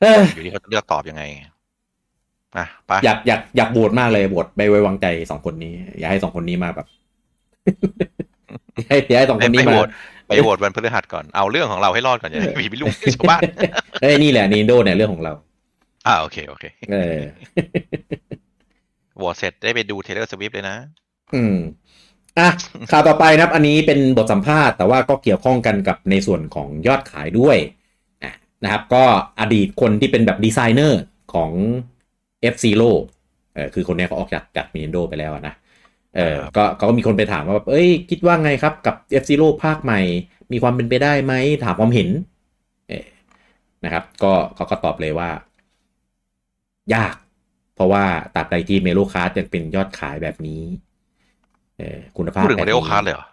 [SPEAKER 1] เอ้ย
[SPEAKER 2] อยู่ที่เขาจะเลือกตอบยังไงอ่ะไป
[SPEAKER 1] อยากอยากอยากโหวตมากเลยโหวตไม่ไว้วางใจสองคนนี้ อย่าให้สองคนนี้มาแบบ [laughs] อย่าให้อย่าให้สอง
[SPEAKER 2] ไป
[SPEAKER 1] คน
[SPEAKER 2] ไป
[SPEAKER 1] นี้
[SPEAKER 2] โห
[SPEAKER 1] มาว
[SPEAKER 2] ตไปโหวตวันพฤหัสก่อนเอาเรื่องของเราให้รอดก่อนอย่า
[SPEAKER 1] [laughs]
[SPEAKER 2] ไปไปลุกชาวบ้าน
[SPEAKER 1] เอ้ยนี่แหละนีโดเนี่ยเรื่องของเรา
[SPEAKER 2] อ่าโอเคโอเค
[SPEAKER 1] เออ
[SPEAKER 2] โหวตเสร็จได้ไปดูเทเลอร์สวิฟเลยนะ
[SPEAKER 1] อืม อ่ะข่าวต่อไปนะครับ อันนี้เป็นบทสัมภาษณ์แต่ว่าก็เกี่ยวข้องกันกับในส่วนของยอดขายด้วยอ่ะนะครับ ก็อดีตคนที่เป็นแบบดีไซเนอร์ของ F Zero เออคือคนเนี้ยเขาออกจากจาก Nintendo ไปแล้วอะนะเออ
[SPEAKER 2] ครับ
[SPEAKER 1] ก็เขาก็มีคนไปถามว่าแบบเอ้ยคิดว่าไงครับกับ F Zero ภาคใหม่ มีความเป็นไปได้ไหมถามความเห็นเออนะครับก็เขาก็ตอบเลยว่า ยาก เพราะว่าตราบใดที่เมโลคาร์ดยังเป็นยอดขายแบบนี้เออคุณภาพ
[SPEAKER 2] พูดถึง
[SPEAKER 1] แบ
[SPEAKER 2] มา
[SPEAKER 1] บ
[SPEAKER 2] ริ
[SPEAKER 1] นี้
[SPEAKER 2] โอคาร์เลยเหรอ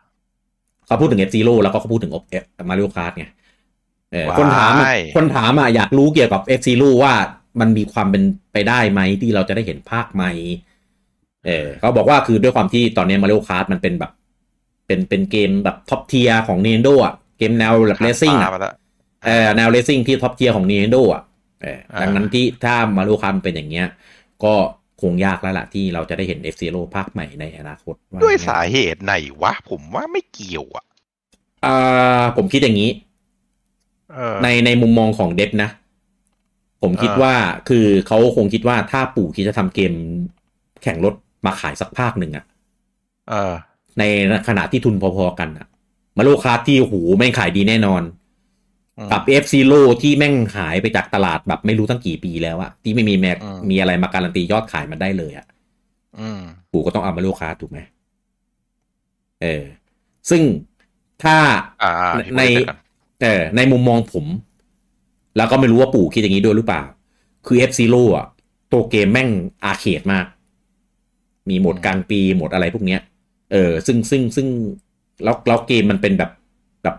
[SPEAKER 1] เขาพูดถึง F Zero แล้วก็เขาพูดถึง F มาริโอคาร์ดไงเออ
[SPEAKER 2] ว้าย
[SPEAKER 1] คนถามอะคนถามอะอยากรู้เกี่ยวกับ F Zero ว่ามันมีความเป็นไปได้ไหมที่เราจะได้เห็นภาคใหม่ เออเขาบอกว่าคือด้วยความที่ตอนนี้มาริโอคาร์ดมันเป็นแบบ เป็นเป็นเกมแบบท็อปเทียของ Nintendo อ่ะ เกมแนวแบบเลสซิ่ง
[SPEAKER 2] ผ่าน
[SPEAKER 1] อ่ะ
[SPEAKER 2] ตามาแล้ว
[SPEAKER 1] เออแนวเลสซิ่งที่ท็อปเทียร์ของ Nintendo อ่ะเออ
[SPEAKER 2] อ่า
[SPEAKER 1] ดังนั้นที่ถ้ามารูคามเป็นอย่างเงี้ย ก็คงยากแล้วล่ะที่เราจะได้เห็น f อ r o ภาคใหม่ในอนาคตา
[SPEAKER 2] ด้วย
[SPEAKER 1] ไง
[SPEAKER 2] สาเหตุไหนวะ ผมว่าไม่เกี่ยวอ่ะ
[SPEAKER 1] อ่าผมคิดอย่างนี้
[SPEAKER 2] เออ
[SPEAKER 1] ในในมุมมองของเดฟนะ ผมคิด
[SPEAKER 2] อ่า
[SPEAKER 1] ว่าคือเขาคงคิดว่าถ้าปู่คิดจะทำเกมแข่งรถมาขายสักภาคหนึ่งอ่ะ
[SPEAKER 2] เออ
[SPEAKER 1] ในขณะที่ทุนพอๆกันอะมาโลคาร์ทที่โอ้โหแม่งขายดีแน่นอน
[SPEAKER 2] อืม
[SPEAKER 1] กับ f อ r o ที่แม่งหายไปจากตลาดแบบไม่รู้ตั้งกี่ปีแล้วอะที่ไม่มีแม็ก
[SPEAKER 2] อืม
[SPEAKER 1] มีอะไรมาการันตียอดขายมันได้เลยอะ
[SPEAKER 2] อืม
[SPEAKER 1] ปู่ก็ต้องเอามาโลคาร์ทถูกไหมเออ ซึ่งถ้า
[SPEAKER 2] อ่าอ่า
[SPEAKER 1] ใน
[SPEAKER 2] พี่พูดไปก่อน
[SPEAKER 1] เออในมุมมองผม แล้วก็ไม่รู้ว่าปู่คิดอย่างนี้ด้วยหรือเปล่า คือ f อ r o อะตัวเกมแม่งอาเขตมาก มีโหมดกลางปีโหมดอะไรพวกเนี้ย เออซึ่งซึ่งซึ่งแล้วแล้วเกมมันเป็นแบบแบบ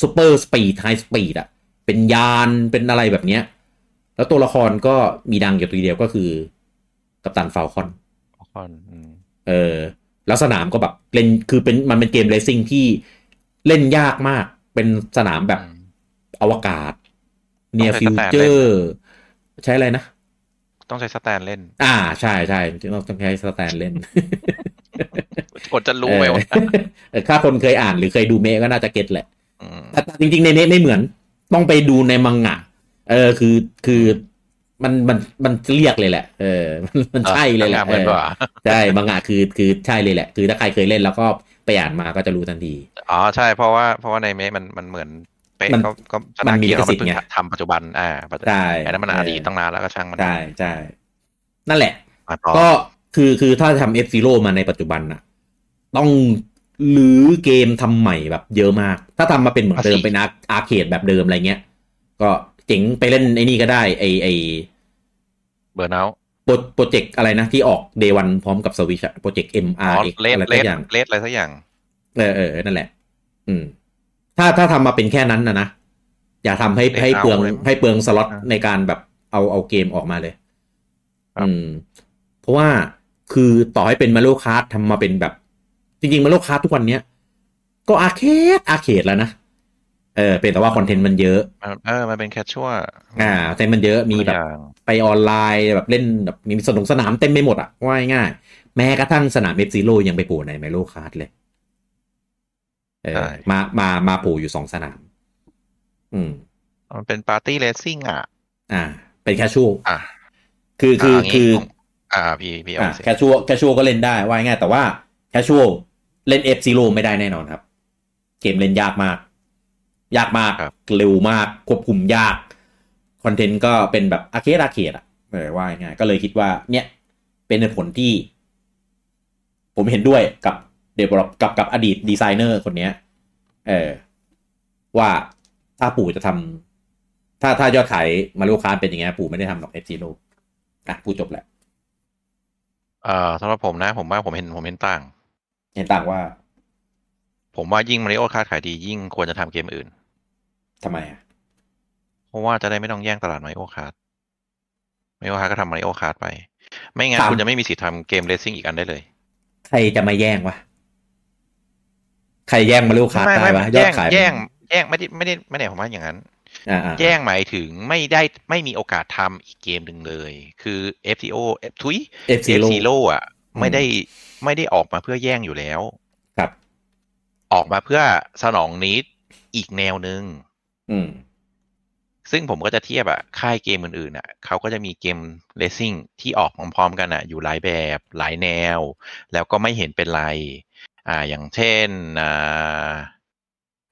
[SPEAKER 1] ซูเปอร์สปีดไฮสปีดอะเป็นยานเป็นอะไรแบบเนี้ย แล้วตัวละครก็มีดังอยู่ตัวเดียวก็คือ กัปตันฟาวคอน
[SPEAKER 2] ก่อนอืม
[SPEAKER 1] เออแล้วสนามก็แบบเล่นคือเป็นมันเป็นเกมเรซซิ่งที่เล่นยากมาก เป็นสนามแบบ
[SPEAKER 2] อืม
[SPEAKER 1] อวกาศ เนีย
[SPEAKER 2] ต้อง
[SPEAKER 1] ฟิว
[SPEAKER 2] ใช้สแตน
[SPEAKER 1] เจ
[SPEAKER 2] เล่
[SPEAKER 1] อน ร์ใช้อะไรนะ
[SPEAKER 2] ต้องใช้สแตนเล่น
[SPEAKER 1] อ่าใช่ใช่ต้องต้องใช้สแตนเล่น
[SPEAKER 2] กดจะ [laughs] รู้ไหมวะ
[SPEAKER 1] เออเออถ้าคนเคยอ่านหรือเคยดูเมะก็น่าจะเก็ตแหละ
[SPEAKER 2] ม
[SPEAKER 1] แต่จริงๆ ในเน็ตไม่เหมือน ต้องไปดูในมังงะ เออคือคือมันมันมันเรียกเลยแหละ เอ [laughs] อ มันมันใช่เลยแหละ
[SPEAKER 2] ทำงานเหมือน
[SPEAKER 1] เออ
[SPEAKER 2] ว่า
[SPEAKER 1] ใช่มังงะคือคือใช่เลยแหละ คือถ้าใครเคยเล่นแล้วก็ไปอ่านมาก็จะรู้ทันที
[SPEAKER 2] อ๋อใช่เพราะว่าเพราะว่าในเมะมันมันเหมือนเป๊ะ
[SPEAKER 1] มัน
[SPEAKER 2] ก็ก็
[SPEAKER 1] มันมี
[SPEAKER 2] เกี่ยว
[SPEAKER 1] ลิขสิทธิ์
[SPEAKER 2] เพิ่
[SPEAKER 1] ไง
[SPEAKER 2] ทำปัจจุบันอ่าปัจจุบัน
[SPEAKER 1] ใช่
[SPEAKER 2] อันนั้นมันอดีต
[SPEAKER 1] เ
[SPEAKER 2] ตั้งนานแล้วก็ช่างมัน
[SPEAKER 1] ใช่ใช่นั่นแหละ
[SPEAKER 2] มาต่อ
[SPEAKER 1] ก็คือคือถ้าทำ F Zero มาในปัจจุบันน่ะ ต้องรื้อเกมทำใหม่แบบเยอะมาก ถ้าทำมาเป็นเหมือนเดิมเป็นอาอาร์เคดแบบเดิมอะไรเงี้ย ก็เจ๋งไปเล่นไอ้นี่ก็ได้ไอไอ
[SPEAKER 2] เบอร์เนา
[SPEAKER 1] โปรโปรเจกต์อะไรนะ ที่ออกเดวันพร้อมกับสวิชโปรเจกต์
[SPEAKER 2] อ๋อ
[SPEAKER 1] MR
[SPEAKER 2] เลส
[SPEAKER 1] อะไร
[SPEAKER 2] เล
[SPEAKER 1] สั
[SPEAKER 2] ส
[SPEAKER 1] กอย่าง
[SPEAKER 2] เลสอะไรสักอย่าง
[SPEAKER 1] เออเออนั่นแหละ อืม ถ้าถ้าทำมาเป็นแค่นั้นนะนะ อย่าทำให้
[SPEAKER 2] เด็ก
[SPEAKER 1] ให้เปลือง
[SPEAKER 2] เอาเลย
[SPEAKER 1] ให้เปลืองสล็อต
[SPEAKER 2] อ่า
[SPEAKER 1] ในการแบบเอาเอาเกมออกมาเลย
[SPEAKER 2] ครับ
[SPEAKER 1] อืม เพราะว่าคือต่อให้เป็นมาโลคาร์ททำมาเป็นแบบ จริงๆมาโลคาร์ททุกวันเนี้ย ก็อาร์เคดอาร์เคดแล้วนะ เออ เป็นแต่ว่าคอนเทนต์มันเยอะ
[SPEAKER 2] มันเออมันเป็นแคชชัว
[SPEAKER 1] อ่าคอนเทนต์มันเยอะมีแบบ
[SPEAKER 2] อย่าง
[SPEAKER 1] ไปออนไลน์แบบเล่นแบบมีสนุกสนามเต็มไปหมดอะว่ายง่ายๆแม้กระทั่งสนามเอฟซีโร่ยังไปโผล่ในไมโลคาร์ดเลยเออมามามาโผล่อยู่สองสนาม อืม
[SPEAKER 2] มันเป็นปาร์ตี้เลสซิ่งอ่ะ
[SPEAKER 1] อ่า เป็นแคชชวล
[SPEAKER 2] อ่ะ
[SPEAKER 1] คือคือ
[SPEAKER 2] างงี้
[SPEAKER 1] คือ
[SPEAKER 2] ขงอ่าพี่พี่เอา
[SPEAKER 1] อ่า
[SPEAKER 2] สิ
[SPEAKER 1] แคชชวลแคชชวลก็เล่นได้ว่ายง่ายแต่ว่าแคชชวลเล่นเอฟซีโร่ไม่ได้แน่นอนครับ เกมเล่นยากมาก ยากมากเร็วมาก ควบคุมยาก คอนเทนต์ก็เป็นแบบอาเคดอาเคดอะเออว่าง่ายๆก็เลยคิดว่า เนี่ย เป็นเหตุผลที่ ผมเห็นด้วยกับเด v e l o p กับกับอดีตดีไซเนอร์คนเนี้ย เออว่าถ้าปู่จะทำถ้าถ้ายอดขายมาริโอคาร์ทเป็นอย่างเงี้ยปู่ไม่ได้ทำหรอกเอฟซีโร่อ่ะปู่จบแหละ
[SPEAKER 2] เอ่อสำหรับผมนะ ผมว่าผมเห็นผมเห็นต่าง
[SPEAKER 1] เห็นต่างว่า
[SPEAKER 2] ผมว่ายิ่งมาริโอคาขายดียิ่งควรจะทำเกมอื่น
[SPEAKER 1] ทำไมอ่ะ
[SPEAKER 2] เพราะว่าจะได้ไม่ต้องแย่งตลาดมาริโอคาร์ดมาริโอคาร์ดก็ทำมาริโอคาร์ดไป ไม่งั้น
[SPEAKER 1] ครับ
[SPEAKER 2] คุณจะไม่มีสิทธิ์ทำเกมเลสซิ่งอีกอันได้เลย
[SPEAKER 1] ใครจะมาแย่งวะใครแย่งมาริโอคาร์ท
[SPEAKER 2] ไม่
[SPEAKER 1] ได้
[SPEAKER 2] ไม่
[SPEAKER 1] วะยอ
[SPEAKER 2] แย่
[SPEAKER 1] ด
[SPEAKER 2] ง
[SPEAKER 1] ขายมัน
[SPEAKER 2] แย่งแย่งไม่ได้ไม่ได้ไม่ได้ผมว่าอย่างนั้น
[SPEAKER 1] อ่าอ่า
[SPEAKER 2] แย่งหมายถึงไม่ได้ไม่มีโอกาสทำอีกเกมหนึ่งเลย คือ FTO เอฟทุย
[SPEAKER 1] เอฟซี
[SPEAKER 2] F
[SPEAKER 1] โร่
[SPEAKER 2] Zero อ่ะ
[SPEAKER 1] อืม
[SPEAKER 2] ไม่ได้ไม่ได้ออกมาเพื่อแย่งอยู่แล้ว
[SPEAKER 1] ครับ
[SPEAKER 2] ออกมาเพื่อสนองนิดอีกแนวหนึ่ง
[SPEAKER 1] อืม
[SPEAKER 2] ซึ่งผมก็จะเทียบอะค่ายเกมอื่นๆอะเขาก็จะมีเกมเลสซิ่งที่ออกพร้อมๆกันอะอยู่หลายแบบหลายแนว แล้วก็ไม่เห็นเป็นไร อ่าอย่างเช่นอ่า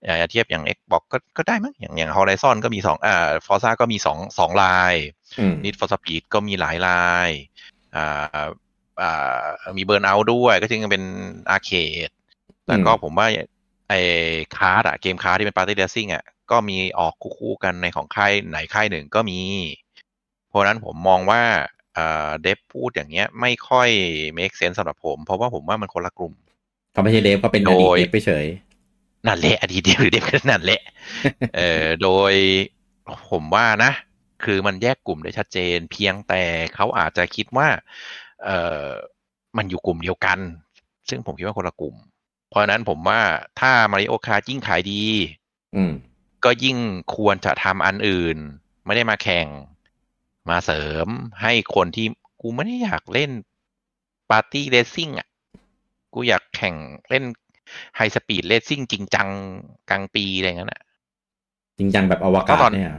[SPEAKER 2] อ่าเทียบอย่าง Xbox ก็ก็ได้มั้งอย่างอย่าง Horizon ก็มีสองอ่า Forza ก็มีสองสองลาย
[SPEAKER 1] อืม
[SPEAKER 2] นิดฟอร์สปีดก็มีหลายลายอ่าอ่ามีเบิร์นเอาด้วย ก็จึงเป็นอาร์เคด แล้วก็
[SPEAKER 1] อืม
[SPEAKER 2] ผมว่าไอ้คาร์ดอะเกมคาร์ดที่เป็นปาร์ตี้เดซิ่งอะก็มีออกคู่ๆกันในของค่ายไหนค่ายหนึ่งก็มี เพราะฉะนั้นผมมองว่าเอ่อเดฟพูดอย่างเงี้ยไม่ค่อย make sense สำหรับผม เพราะว่าผมว่ามันคนละกลุ่ม
[SPEAKER 1] เขาไม่ใช่เดฟเขาเป็นอ
[SPEAKER 2] โด
[SPEAKER 1] ดีต
[SPEAKER 2] ย
[SPEAKER 1] เดฟไปเฉย
[SPEAKER 2] นั่นแหละอดีตเดฟหรือเดฟกันนั่นแหละ เอ่อโดยผมว่านะ คือมันแยกกลุ่มได้ชัดเจน เพียงแต่เขาอาจจะคิดว่าเอ่อมันอยู่กลุ่มเดียวกัน ซึ่งผมคิดว่าคนละกลุ่ม เพราะฉะนั้นผมว่าถ้ามาริโอคาร์ยิ่งขายดี
[SPEAKER 1] อืม
[SPEAKER 2] ก็ยิ่งควรจะทำอันอื่น ไม่ได้มาแข่งมาเสริมให้คนที่กูไม่ได้อยากเล่นปาร์ตี้เรซซิ่งอ่ะ กูอยากแข่งเล่นไฮสปีดเรซซิ่งจริงจังกลางปีอะไรอย่างนั้นอ่ะ
[SPEAKER 1] จริงจังแบบอวกาศ
[SPEAKER 2] ก็ตอน
[SPEAKER 1] เนี่ย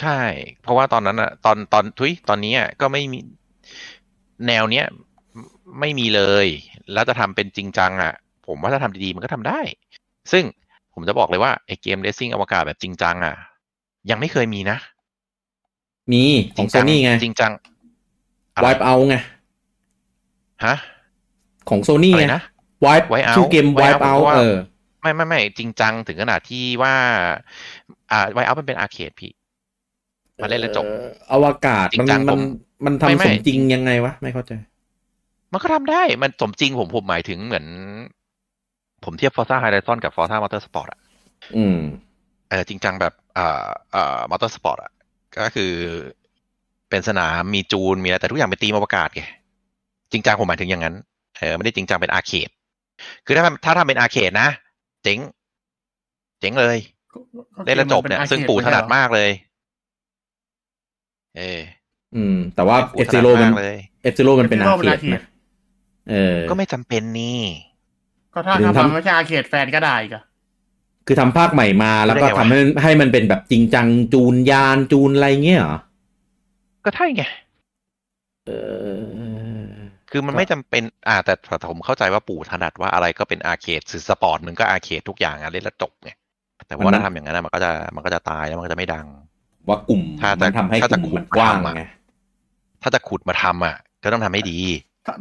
[SPEAKER 2] ใช่ เพราะว่าตอนนั้นอะตอนตอนทุยตอนนี้อะก็ไม่มีแนวเนี้ยไม่มีเลย แล้วจะทำเป็นจริงจังอะผมว่าถ้าทำดีๆมันก็ทำได้ ซึ่งผมจะบอกเลยว่าไอเกมเรซซิ่งอวกาศแบบจริงจังอะยังไม่เคยมีนะ
[SPEAKER 1] มีของโซ
[SPEAKER 2] จริจั
[SPEAKER 1] นี่ไง
[SPEAKER 2] จริงจังอะ
[SPEAKER 1] วา
[SPEAKER 2] ไร
[SPEAKER 1] ยเอาไง
[SPEAKER 2] ฮะ
[SPEAKER 1] ของโซนี่
[SPEAKER 2] อะไร
[SPEAKER 1] ไง
[SPEAKER 2] นะ
[SPEAKER 1] วาย
[SPEAKER 2] Wipeout
[SPEAKER 1] ชื่อเกมวาย
[SPEAKER 2] Wipeout
[SPEAKER 1] เอา
[SPEAKER 2] เพราะว่า
[SPEAKER 1] เออ
[SPEAKER 2] ไม่ไม่ไม่จริงจังถึงขนาดที่ว่า อ่าไวเอามันเป็นอาร์เคดพี่มาเล่นแล้วจบ
[SPEAKER 1] เอ่ออวกาศมัน
[SPEAKER 2] จริงจัง
[SPEAKER 1] มัน
[SPEAKER 2] ผม
[SPEAKER 1] มัน
[SPEAKER 2] ไม่
[SPEAKER 1] ทำ
[SPEAKER 2] ไม่
[SPEAKER 1] สมจริงยังไงวะ ไม่เข้าใจ
[SPEAKER 2] มันก็ทำได้ มันสมจริงผมผมหมายถึงเหมือน ผมเทียบฟอร์ซ่าไฮ z ซอนกับฟอร์ซ่ามอเตอร์สปอร์ตอะ
[SPEAKER 1] อืม
[SPEAKER 2] เออจริงจังแบบอ่าอ่ามอเตอร์สปอร์ตอะก็คือเป็นสนามมีจูนมีอะไรแต่ทุกอย่างเป็นตีมอวกาศไงจริงจังผมหมายถึงอย่างนั้นเออไม่ได้จริงจังเป็นอาร์เคดคือถ้าทำถ้าทำเป็นอาร์เคดนะ เจ๋ง เจ๋งเลย เล่นแล้วจบเนี่ย ซึ่งปู่ถนัดมากเลย เออ
[SPEAKER 1] อืม แต่ว่าเอ
[SPEAKER 2] ปู่
[SPEAKER 1] ฟ
[SPEAKER 2] ถ
[SPEAKER 1] ซี
[SPEAKER 2] นัด
[SPEAKER 1] โร่มัน
[SPEAKER 2] มากเลย
[SPEAKER 1] เอฟซีโร่มันเป็นอา
[SPEAKER 3] F-Zero
[SPEAKER 1] เขต
[SPEAKER 3] เป็นอาเขต
[SPEAKER 1] นะเออ
[SPEAKER 2] ก็ไม่จำเป็นนี่
[SPEAKER 3] ก็ถ้า
[SPEAKER 1] หรือ
[SPEAKER 3] ทำ
[SPEAKER 1] ทำ
[SPEAKER 3] มันไม่ใช่อาเขตแฟนก็ได้อีก็
[SPEAKER 1] คือทำภาคใหม่มาแล้วก็
[SPEAKER 2] ได้ไงวะ
[SPEAKER 1] ทำให้ให้มันเป็นแบบจริงจังจูนยานจูนอะไรเงี้ยเหรอ
[SPEAKER 2] ก็ใช่ไง
[SPEAKER 1] เออ
[SPEAKER 2] คือมัน
[SPEAKER 1] ก็
[SPEAKER 2] ไม่จำเป็น อ่า แต่แต่ผมเข้าใจว่าปู่ถนัดว่าอะไรก็เป็นอาร์เคดสื่อสปอร์ตมึงก็อาร์เคดทุกอย่างอะเล่นแล้วจบไง แต่ว่าถ้าทำอย่างนั้นอะมันก็จะมันก็จะตายแล้วมันก็จะไม่ดัง
[SPEAKER 1] ว่ากลุ่ม
[SPEAKER 2] ถ้าจะ
[SPEAKER 1] มันทำให้
[SPEAKER 2] ถ้าก จะ
[SPEAKER 1] ลุ่มมัน
[SPEAKER 2] ขุด
[SPEAKER 1] กว้าง
[SPEAKER 2] ทำอะ
[SPEAKER 1] ไง
[SPEAKER 2] ถ้าจะขุดมาทำอ่ะ ก็ต้องทำให้ดี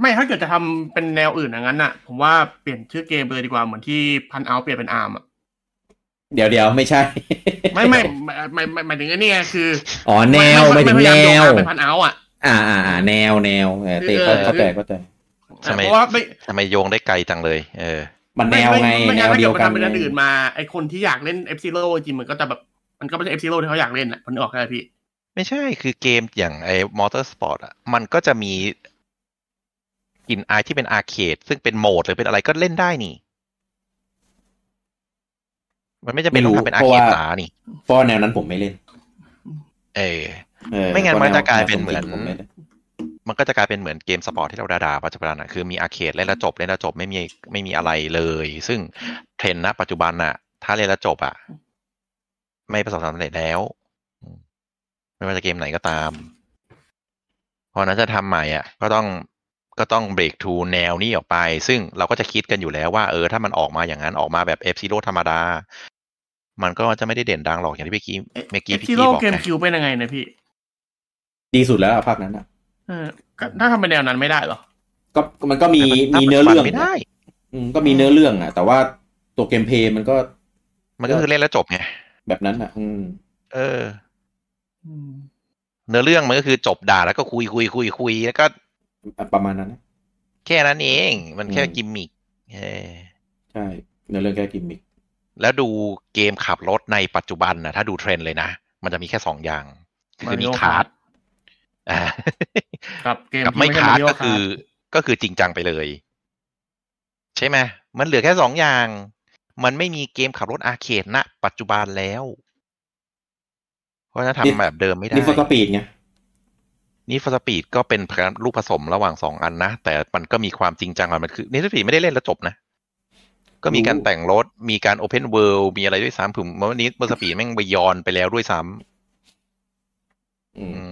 [SPEAKER 3] ไม่ถ้าเกิดจะทำเป็นแนวอื่นอย่างนั้นน่ะ ผมว่าเปลี่ยนชื่อเกมไปเลยดีกว่าเหมือนที่พันเอาเปลี่ยนเป็นอาร์มอ่ะ
[SPEAKER 1] เดี๋ยวเดี๋ยวไม่ใช่
[SPEAKER 3] ไม่ไม่ไม่ไม่ไม่หมายถึงไอ้นี่ไงคือ
[SPEAKER 1] อ๋อแนวไม่ถึง
[SPEAKER 3] พยายา
[SPEAKER 1] แน
[SPEAKER 3] โย
[SPEAKER 1] ว
[SPEAKER 3] งอาร์มเป็นพันเอาอ่ะ
[SPEAKER 1] อ่าอ่าอ่าแนวแนวเออเต้
[SPEAKER 3] คือเอ
[SPEAKER 1] เข้า
[SPEAKER 3] อ
[SPEAKER 1] เข้าใจเข้าใจ
[SPEAKER 2] ทำไม
[SPEAKER 3] เพราะว่าไม่
[SPEAKER 2] ทำไมโยงได้ไกลจังเลย เออ
[SPEAKER 1] มันแนวไง
[SPEAKER 3] ม่ม่
[SPEAKER 1] แน
[SPEAKER 3] งั้
[SPEAKER 1] วเดียวกัน
[SPEAKER 3] ถ้ากิมัทำเป็นอันอื่น
[SPEAKER 1] ไง
[SPEAKER 3] มาไอคนที่อยากเล่นเอฟซีโร่จริงมันก็จะแบบมันก็ไม่ใช่เอฟซีโร่ที่เขาอยากเล่นอ่ะผมนึกออกใช่ไหมพี่
[SPEAKER 2] ไม่ใช่ คือเกมอย่างไอ้มอเตอร์สปอร์ตอ่ะ มันก็จะมีกลิ่นอายที่เป็นอาร์เคดซึ่งเป็นโหมดหรือเป็นอะไรก็เล่นได้นี่ มันไม่จำเป็นต้องทำเป็นอา
[SPEAKER 1] ไม่รู้เพราะ
[SPEAKER 2] ร์เคด
[SPEAKER 1] ว่า
[SPEAKER 2] จ๋านี่
[SPEAKER 1] เพราะแนวนั้นผมไม่เล่น
[SPEAKER 2] เออ
[SPEAKER 1] เออ
[SPEAKER 2] ไม่งั้นมันจะกลาย
[SPEAKER 1] พระแว
[SPEAKER 2] เป็นเหมือน
[SPEAKER 1] ผไล่
[SPEAKER 2] มันก็จะกลายเป็นเหมือนเกมสปอร์ตที่เราด่าๆปัจจุบันน่ะคือมีอาร์เคดเล่นแล้วจบเล่นแล้วจบไม่มีไม่มีอะไรเลย ซึ่งเทรนด์ณปัจจุบันน่ะ ถ้าเล่นแล้วจบอ่ะ ไม่ประสบความสำเร็จแล้วอืมไม่ว่าจะเกมไหนก็ตาม เพราะฉะนั้นจะทำใหม่อ่ะ ก็ต้องก็ต้องเบรกทูแนวนี้ออกไป ซึ่งเราก็จะคิดกันอยู่แล้วว่าเออถ้ามันออกมาอย่างนั้นออกมาแบบเอฟซีโรธรรมดา มันก็จะไม่ได้เด่นดังหรอกอย่างที่พี่กี้เมื่อกี้พี่
[SPEAKER 3] ซี
[SPEAKER 2] กี้
[SPEAKER 3] โร่
[SPEAKER 2] บอก
[SPEAKER 3] เกม
[SPEAKER 2] ไง
[SPEAKER 3] คิวเป็นยังไงนะพี่
[SPEAKER 1] ดีสุดแล้วอะภาคนั้นอะ
[SPEAKER 3] เออก็ถ้าทำเป็นแนวนั้นไม่ได้เหรอ
[SPEAKER 1] ก็มันก็มี
[SPEAKER 2] แต่
[SPEAKER 1] มี
[SPEAKER 2] ปัจจุบั
[SPEAKER 1] เนื้อเรื่อง
[SPEAKER 2] ไม่ได้
[SPEAKER 1] อืมก็มีเนื้อเรื่องอะแต่ว่าตัวเกมเพลย์มันก็
[SPEAKER 2] มันก็คือเล่นแล้วจบไง
[SPEAKER 1] แบบนั้นอะอืม
[SPEAKER 2] เออ เนื้อเรื่องมันก็คือจบด่าแล้วก็คุยคุยคุยคุยแล้วก็
[SPEAKER 1] ประมาณนั้นนะ
[SPEAKER 2] แค่นั้นเอง มันแค่
[SPEAKER 1] อืม
[SPEAKER 2] กิมมิคเออ
[SPEAKER 1] ใช่เนื้อเรื่องแค่กิมมิค
[SPEAKER 2] แล้วดูเกมขับรถในปัจจุบันนะถ้าดูเทรนด์เลยนะ มันจะมีแค่สองอย่าง คือมี
[SPEAKER 3] Mario
[SPEAKER 2] คาร์ด
[SPEAKER 3] Kart กับเกม
[SPEAKER 2] กับ
[SPEAKER 3] ที่
[SPEAKER 2] ไม่
[SPEAKER 3] ใช่
[SPEAKER 2] คาร์ด
[SPEAKER 3] Mario
[SPEAKER 2] ก็คือ
[SPEAKER 3] Kart
[SPEAKER 2] ก็คือจริงจังไปเลย ใช่ไหมมันเหลือแค่สองอย่าง มันไม่มีเกมขับรถอาร์เคดณปัจจุบันแล้ว เพราะฉะนั้นทำแบบเดิมไม่ได้
[SPEAKER 1] นี่ฟอร์สปีดไง
[SPEAKER 2] นี่ฟอร์สปีดก็เป็นลูกผสมระหว่างสองอันนะ แต่มันก็มีความจริงจังอะมันคือนี่ฟอร์สปีดไม่ได้เล่นแล้วจบนะ ก็มีการแต่งรถ มีการโอเพนเวิลด์มีอะไรด้วยซ้ำผมว่านี้ฟอร์สปีดแม่งไปยอนไปแล้วด้วย
[SPEAKER 1] อื
[SPEAKER 2] ซ้ำ
[SPEAKER 1] ม
[SPEAKER 2] อืม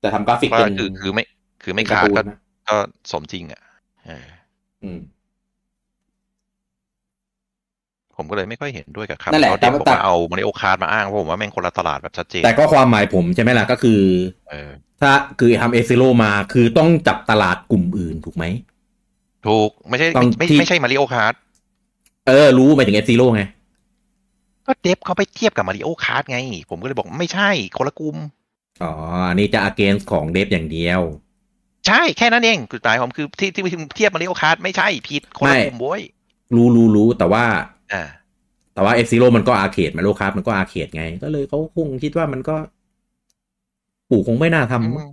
[SPEAKER 1] แต่ทำกราฟิก
[SPEAKER 2] ก็
[SPEAKER 1] เป็น
[SPEAKER 2] คือคือไม่คือไม่
[SPEAKER 1] เป็น
[SPEAKER 2] ขาด
[SPEAKER 1] กร์ตู
[SPEAKER 2] ก็
[SPEAKER 1] นนะ
[SPEAKER 2] ก็สมจริงอ่ะเออ
[SPEAKER 1] อืม
[SPEAKER 2] ผมก็เลยไม่ค่อยเห็นด้วยกับคำ
[SPEAKER 4] นั่นแหละ
[SPEAKER 2] เขาที่
[SPEAKER 4] แต่ว่า
[SPEAKER 2] บอกว่า
[SPEAKER 4] แต่
[SPEAKER 2] เอามาริโอคาร์ดมาอ้างเพราะผมว่าแม่งคนละตลาดแบบชัดเจน
[SPEAKER 1] แต่ก็ความหมายผมใช่ไหมล่ะก็คือ
[SPEAKER 2] เออ
[SPEAKER 1] ถ้าคือทำเอซิโลมาคือต้องจับตลาดกลุ่มอื่นถูกไหม
[SPEAKER 2] ถูกไม่ใช่
[SPEAKER 1] ตอน
[SPEAKER 2] ไม่
[SPEAKER 1] ที่
[SPEAKER 2] ไม่ใช่มาริโอคาร์ด
[SPEAKER 1] เออ รู้หมายถึงเอซิโลไง
[SPEAKER 2] ก็เดฟเขาไปเทียบกับมาริโอคาร์ดไง ผมก็เลยบอกไม่ใช่คนละกลุ่ม
[SPEAKER 1] อ๋อ อันนี้จะ against ของเดฟอย่างเดียว
[SPEAKER 2] ใช่แค่นั้นเองจุดหมายผมคือที่ที่เทียบมาริโอคาร์ดไม่ใช่ผิดคนละกลุ่มโว้ย
[SPEAKER 1] รู้รู้รู้แต่ว่า
[SPEAKER 2] อ่า
[SPEAKER 1] แต่ว่าเอซิโลมันก็อาร์เคดมาโลคาร์มันก็อาร์เคดไง ก็เลยเขาคงคิดว่ามันก็ ปู่คงไม่น่าทำมั้ง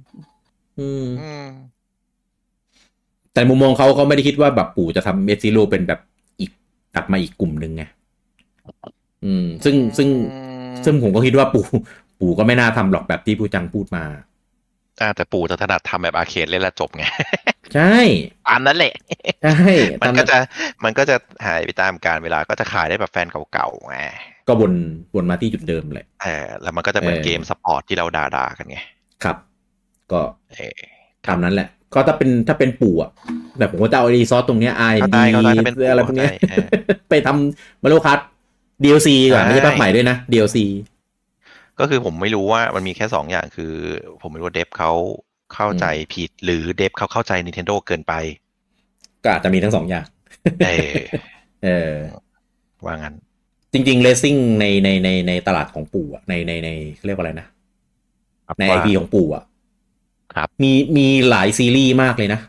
[SPEAKER 1] อืม
[SPEAKER 2] อืม
[SPEAKER 1] แต่มุมมองเขาเขาไม่ได้คิดว่าแบบปู่จะทำเอซิโลเป็นแบบอีกกลับมาอีกกลุ่มหนึ่งไงอืม ซึ่งซึ่งซึ่งผมก็คิดว่าปู่ [laughs] ปู่ก็ไม่น่าทำหรอกแบบที่ผู้จังพูดมา
[SPEAKER 2] อ่าแต่ปู่จะถนัดทำแบบอาร์เคดเล่นและจบ
[SPEAKER 1] [laughs]
[SPEAKER 2] ไง
[SPEAKER 1] ใช่
[SPEAKER 2] ตามนั้นแหละ
[SPEAKER 1] ใช่
[SPEAKER 2] [laughs] มัน
[SPEAKER 1] ตาม
[SPEAKER 2] ก็จะมันก็จะหายไปตามการเวลาก็จะขายได้แบบแฟนเก่าๆไง
[SPEAKER 1] ก็วนวนมาที่จุดเดิมเลย
[SPEAKER 2] เออแล้วมันก็จะเหมือน
[SPEAKER 1] เออ
[SPEAKER 2] เกมสปอร์ตที่เราด่าๆกันไง
[SPEAKER 1] ครับ ก็
[SPEAKER 2] เออ
[SPEAKER 1] ตามนั้นแหละ ก็ถ้าเป็นถ้าเป็นปู่อะแต่ผมก็จะเอารีซอสตรงเนี้ยไอ
[SPEAKER 2] เข้าใจ
[SPEAKER 1] ดี
[SPEAKER 2] เข้าใจถ้าเป็นปู่
[SPEAKER 1] อะไรพวกเนี้ย
[SPEAKER 2] เข้าใจเออ
[SPEAKER 1] [laughs] ไปทำมาโลคัส DLC ก่อน
[SPEAKER 2] ใช่
[SPEAKER 1] ไม่ใช่ภาคใหม่ด้วยนะ DLC
[SPEAKER 2] ก็คือผมไม่รู้ว่ามันมีแค่สองอย่างคือ ผมไม่รู้ว่าเดฟเขาเข้าใจผิด หรือเดฟเขาเข้าใจ Nintendo เกินไป
[SPEAKER 1] ก็อาจจะมีทั้งสองอย่าง
[SPEAKER 2] เออ
[SPEAKER 1] เออ
[SPEAKER 2] ว่างั้น
[SPEAKER 1] จริงๆเลสซิ่งในในในในตลาดของปู่อะในในในเขาเรียกว่าอะไรนะ ในไอพีของปู่อะ
[SPEAKER 2] ครับ
[SPEAKER 1] มีมีหลายซีรีส์มากเลยนะ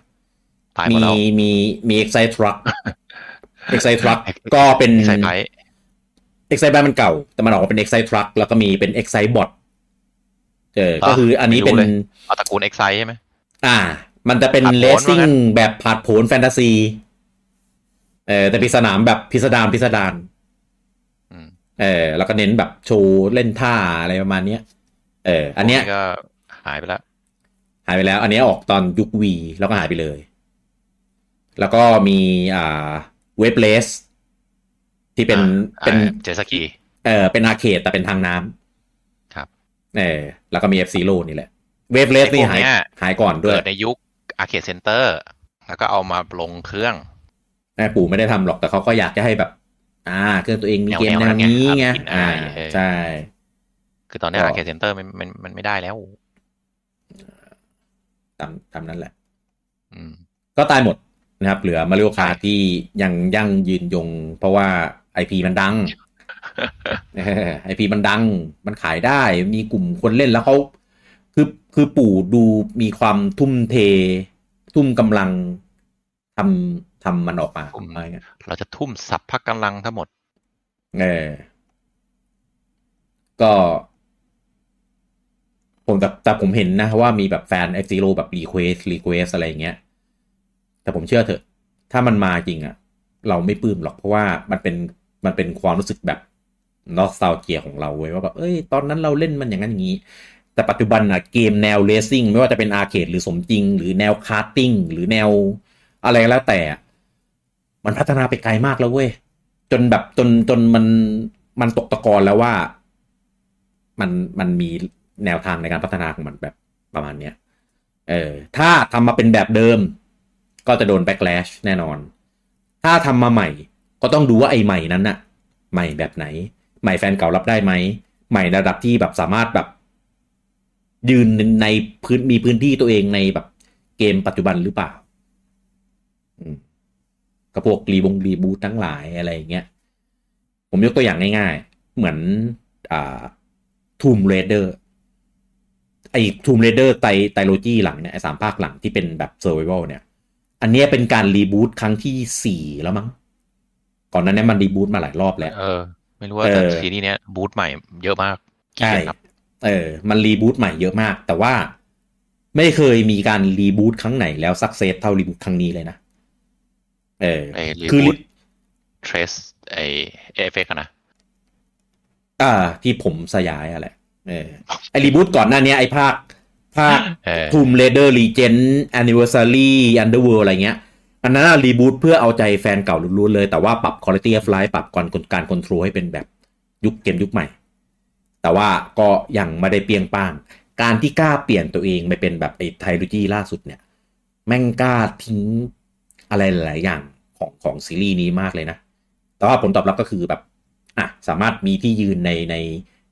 [SPEAKER 2] ตายหม
[SPEAKER 1] มี
[SPEAKER 2] ดแล้ว
[SPEAKER 1] มีมี Excite
[SPEAKER 2] [laughs]
[SPEAKER 1] Truck Excite Truck ก็เป็น
[SPEAKER 2] ใส่ไพ
[SPEAKER 1] Excite Bike มันเก่า แต่มันออกมาเป็น Excite Truck แล้วก็มีเป็น Excite Bot เออ
[SPEAKER 2] อ่ะ
[SPEAKER 1] ก็คืออันนี้เป็น
[SPEAKER 2] ไม่รู้ลย เอาตระกูลเอ็กไซใช่ไหม
[SPEAKER 1] อ่า มันจะเป็น
[SPEAKER 2] ผาดโผน
[SPEAKER 1] เลสซิ่
[SPEAKER 2] ว่างั้
[SPEAKER 1] ง
[SPEAKER 2] น
[SPEAKER 1] แบบผาดโผนแฟนตาซี เออแต่พิสนามแบบพิสดารพิสดาร
[SPEAKER 2] อืม
[SPEAKER 1] เออแล้วก็เน้นแบบโชว์เล่นท่าอะไรประมาณเนี้ย เออ อันเนี้ย
[SPEAKER 2] พวกก็หายไปแล้ว
[SPEAKER 1] หายไปแล้ว อันเนี้ยออกตอนยุควีแล้วก็หายไปเลย แล้วก็มีอ่าเว็บเลสที่เป็น
[SPEAKER 2] อ่า
[SPEAKER 1] เป็น
[SPEAKER 2] เจตสกี
[SPEAKER 1] เออเป็นอาร์เคดแต่เป็นทางน้ำ
[SPEAKER 2] ครับ
[SPEAKER 1] เออแล้วก็มี F อฟซีโนี่แหละเว็บเลส
[SPEAKER 2] ไอ้พวก
[SPEAKER 1] นี่หาย
[SPEAKER 2] เนี้ย
[SPEAKER 1] หายก่อนด้วย
[SPEAKER 2] เกิดในยุคอาร์เคดเซ็นเตอร์ แล้วก็เอามาลงเครื่อง
[SPEAKER 1] แม่ปู่ไม่ได้ทำหรอกแต่เขาก็อยากจะให้แบบ อ่าเครื่องตัวเองมีเกม
[SPEAKER 2] ว
[SPEAKER 1] แนว
[SPEAKER 2] ๆ
[SPEAKER 1] นี้ไง
[SPEAKER 2] ครับ
[SPEAKER 1] อ่า
[SPEAKER 2] เออ
[SPEAKER 1] ใช่
[SPEAKER 2] คือตอนเนี้
[SPEAKER 1] ก็
[SPEAKER 2] อาร์เคดเซ็นเตอร์มันมันมันไม่ได้แล้ว
[SPEAKER 1] ตามตามนั้นแหละ
[SPEAKER 2] อืม
[SPEAKER 1] ก็ตายหมดนะครับ เหลือมาริโอคา
[SPEAKER 2] ใช่
[SPEAKER 1] ที่ยังยั่งยืนยง เพราะว่าไอพีมันดัง [laughs] ไอพีมันดัง มันขายได้ มีกลุ่มคนเล่นแล้วเขาคือคือปู่ดูมีความทุ่มเท ทุ่มกำลังทำทำมันออกมา
[SPEAKER 2] ทุ่ม
[SPEAKER 1] อะไรเงี้ย
[SPEAKER 2] เราจะทุ่มสับพักกำลังทั้งหมด
[SPEAKER 1] เออก็ ผมแต่แต่ผมเห็นนะว่ามีแบบแฟน f อฟซีโรแบบรีเควสรีเควสอะไรอย่างเงี้ย แต่ผมเชื่อเถอะ ถ้ามันมาจริงอะเราไม่ปลื้มหรอกเพราะว่ามันเป็นมันเป็นความรู้สึกแบบนอสตาเกียของเราเว้ยว่าแบบเอ้ยตอนนั้นเราเล่นมันอย่างนั้นอย่างนี้ แต่ปัจจุบันอะเกมแนวเลสซิ่งไม่ว่าจะเป็นอาร์เคดหรือสมจริง หรือแนวคาร์ติ้งหรือแนวอะไรก็แล้วแต่อะมันพัฒนาไปไกลมากแล้วเว้ย จนแบบจนจนมันมันตกตะกอนแล้วว่า มันมันมีแนวทางในการพัฒนาของมันแบบประมาณเนี้ย เออ ถ้าทำมาเป็นแบบเดิม ก็จะโดนแบ c คแลชแน่นอน ถ้าทำมาใหม่ ก็ต้องดูว่าไอ้ใหม่นั้นน่ะ ใหม่แบบไหน ใหม่แฟนเก่ารับได้ไหม ใหม่ระดับที่แบบสามารถแบบ ยืนในพื้นมีพื้นที่ตัวเองในแบบเกมปัจจุบันหรือเปล่า อืมกับพวกรีบงรีบูททั้งหลายอะไรอย่างเงี้ย ผมยกตัวอย่างง่ายๆ เหมือนอ่าทูมเรเดอร์ไอ้ทูมเรเดอร์ไตไตโลจีหลังเนี่ยไอ้สามภาคหลังที่เป็นแบบเซอร์ไวเวลเนี่ย อันเนี้ยเป็นการรีบูทครั้งที่สี่แล้วมั้ง ก่อนหนั้นเนี่ยมันรีบูทมาหลายรอบแล้ว
[SPEAKER 2] เออ ไม่รู้ว่า
[SPEAKER 1] เออ
[SPEAKER 2] แต่ซีรีส์เนี้ยบูทใหม่เยอะมาก
[SPEAKER 1] ใช่
[SPEAKER 2] เกลียดครับ
[SPEAKER 1] เออ มันรีบูตใหม่เยอะมาก แต่ว่าไม่เคยมีการรีบูตครั้งไหนแล้วสักเซสเท่ารีบูตครั้งนี้เลยนะ เออ
[SPEAKER 2] ไอ้รี
[SPEAKER 1] คือ
[SPEAKER 2] บูทเทรสไอเอฟเฟกนะ
[SPEAKER 1] อ่า ที่ผมสยายอะไร เออ ไอรีบูตก่อนหน้าเนี้ยไอภาค ภาค
[SPEAKER 2] เออ
[SPEAKER 1] t ูมเ r เดอร์รีเจนแอนนิเวอร์ซารีอันเดอร์เวิลอะไรเงี้ย อันนั้นรีบูตเพื่อเอาใจแฟนเก่าล้วนๆเลย แต่ว่าปรับ Quality of Life ปรับการการคอนโทรลให้เป็นแบบยุคเกมยุคใหม่ แต่ว่าก็ยังไม่ได้เปรียงป้าง การที่กล้าเปลี่ยนตัวเองไปเป็นแบบไอ้ไทโลจีล่าสุดเนี่ย แม่งกล้าทิ้ง อะไรหลาย ๆ อย่างของของซีรีส์นี้มากเลยนะ แต่ว่าผลตอบรับก็คือแบบอ่ะสามารถมีที่ยืนในใน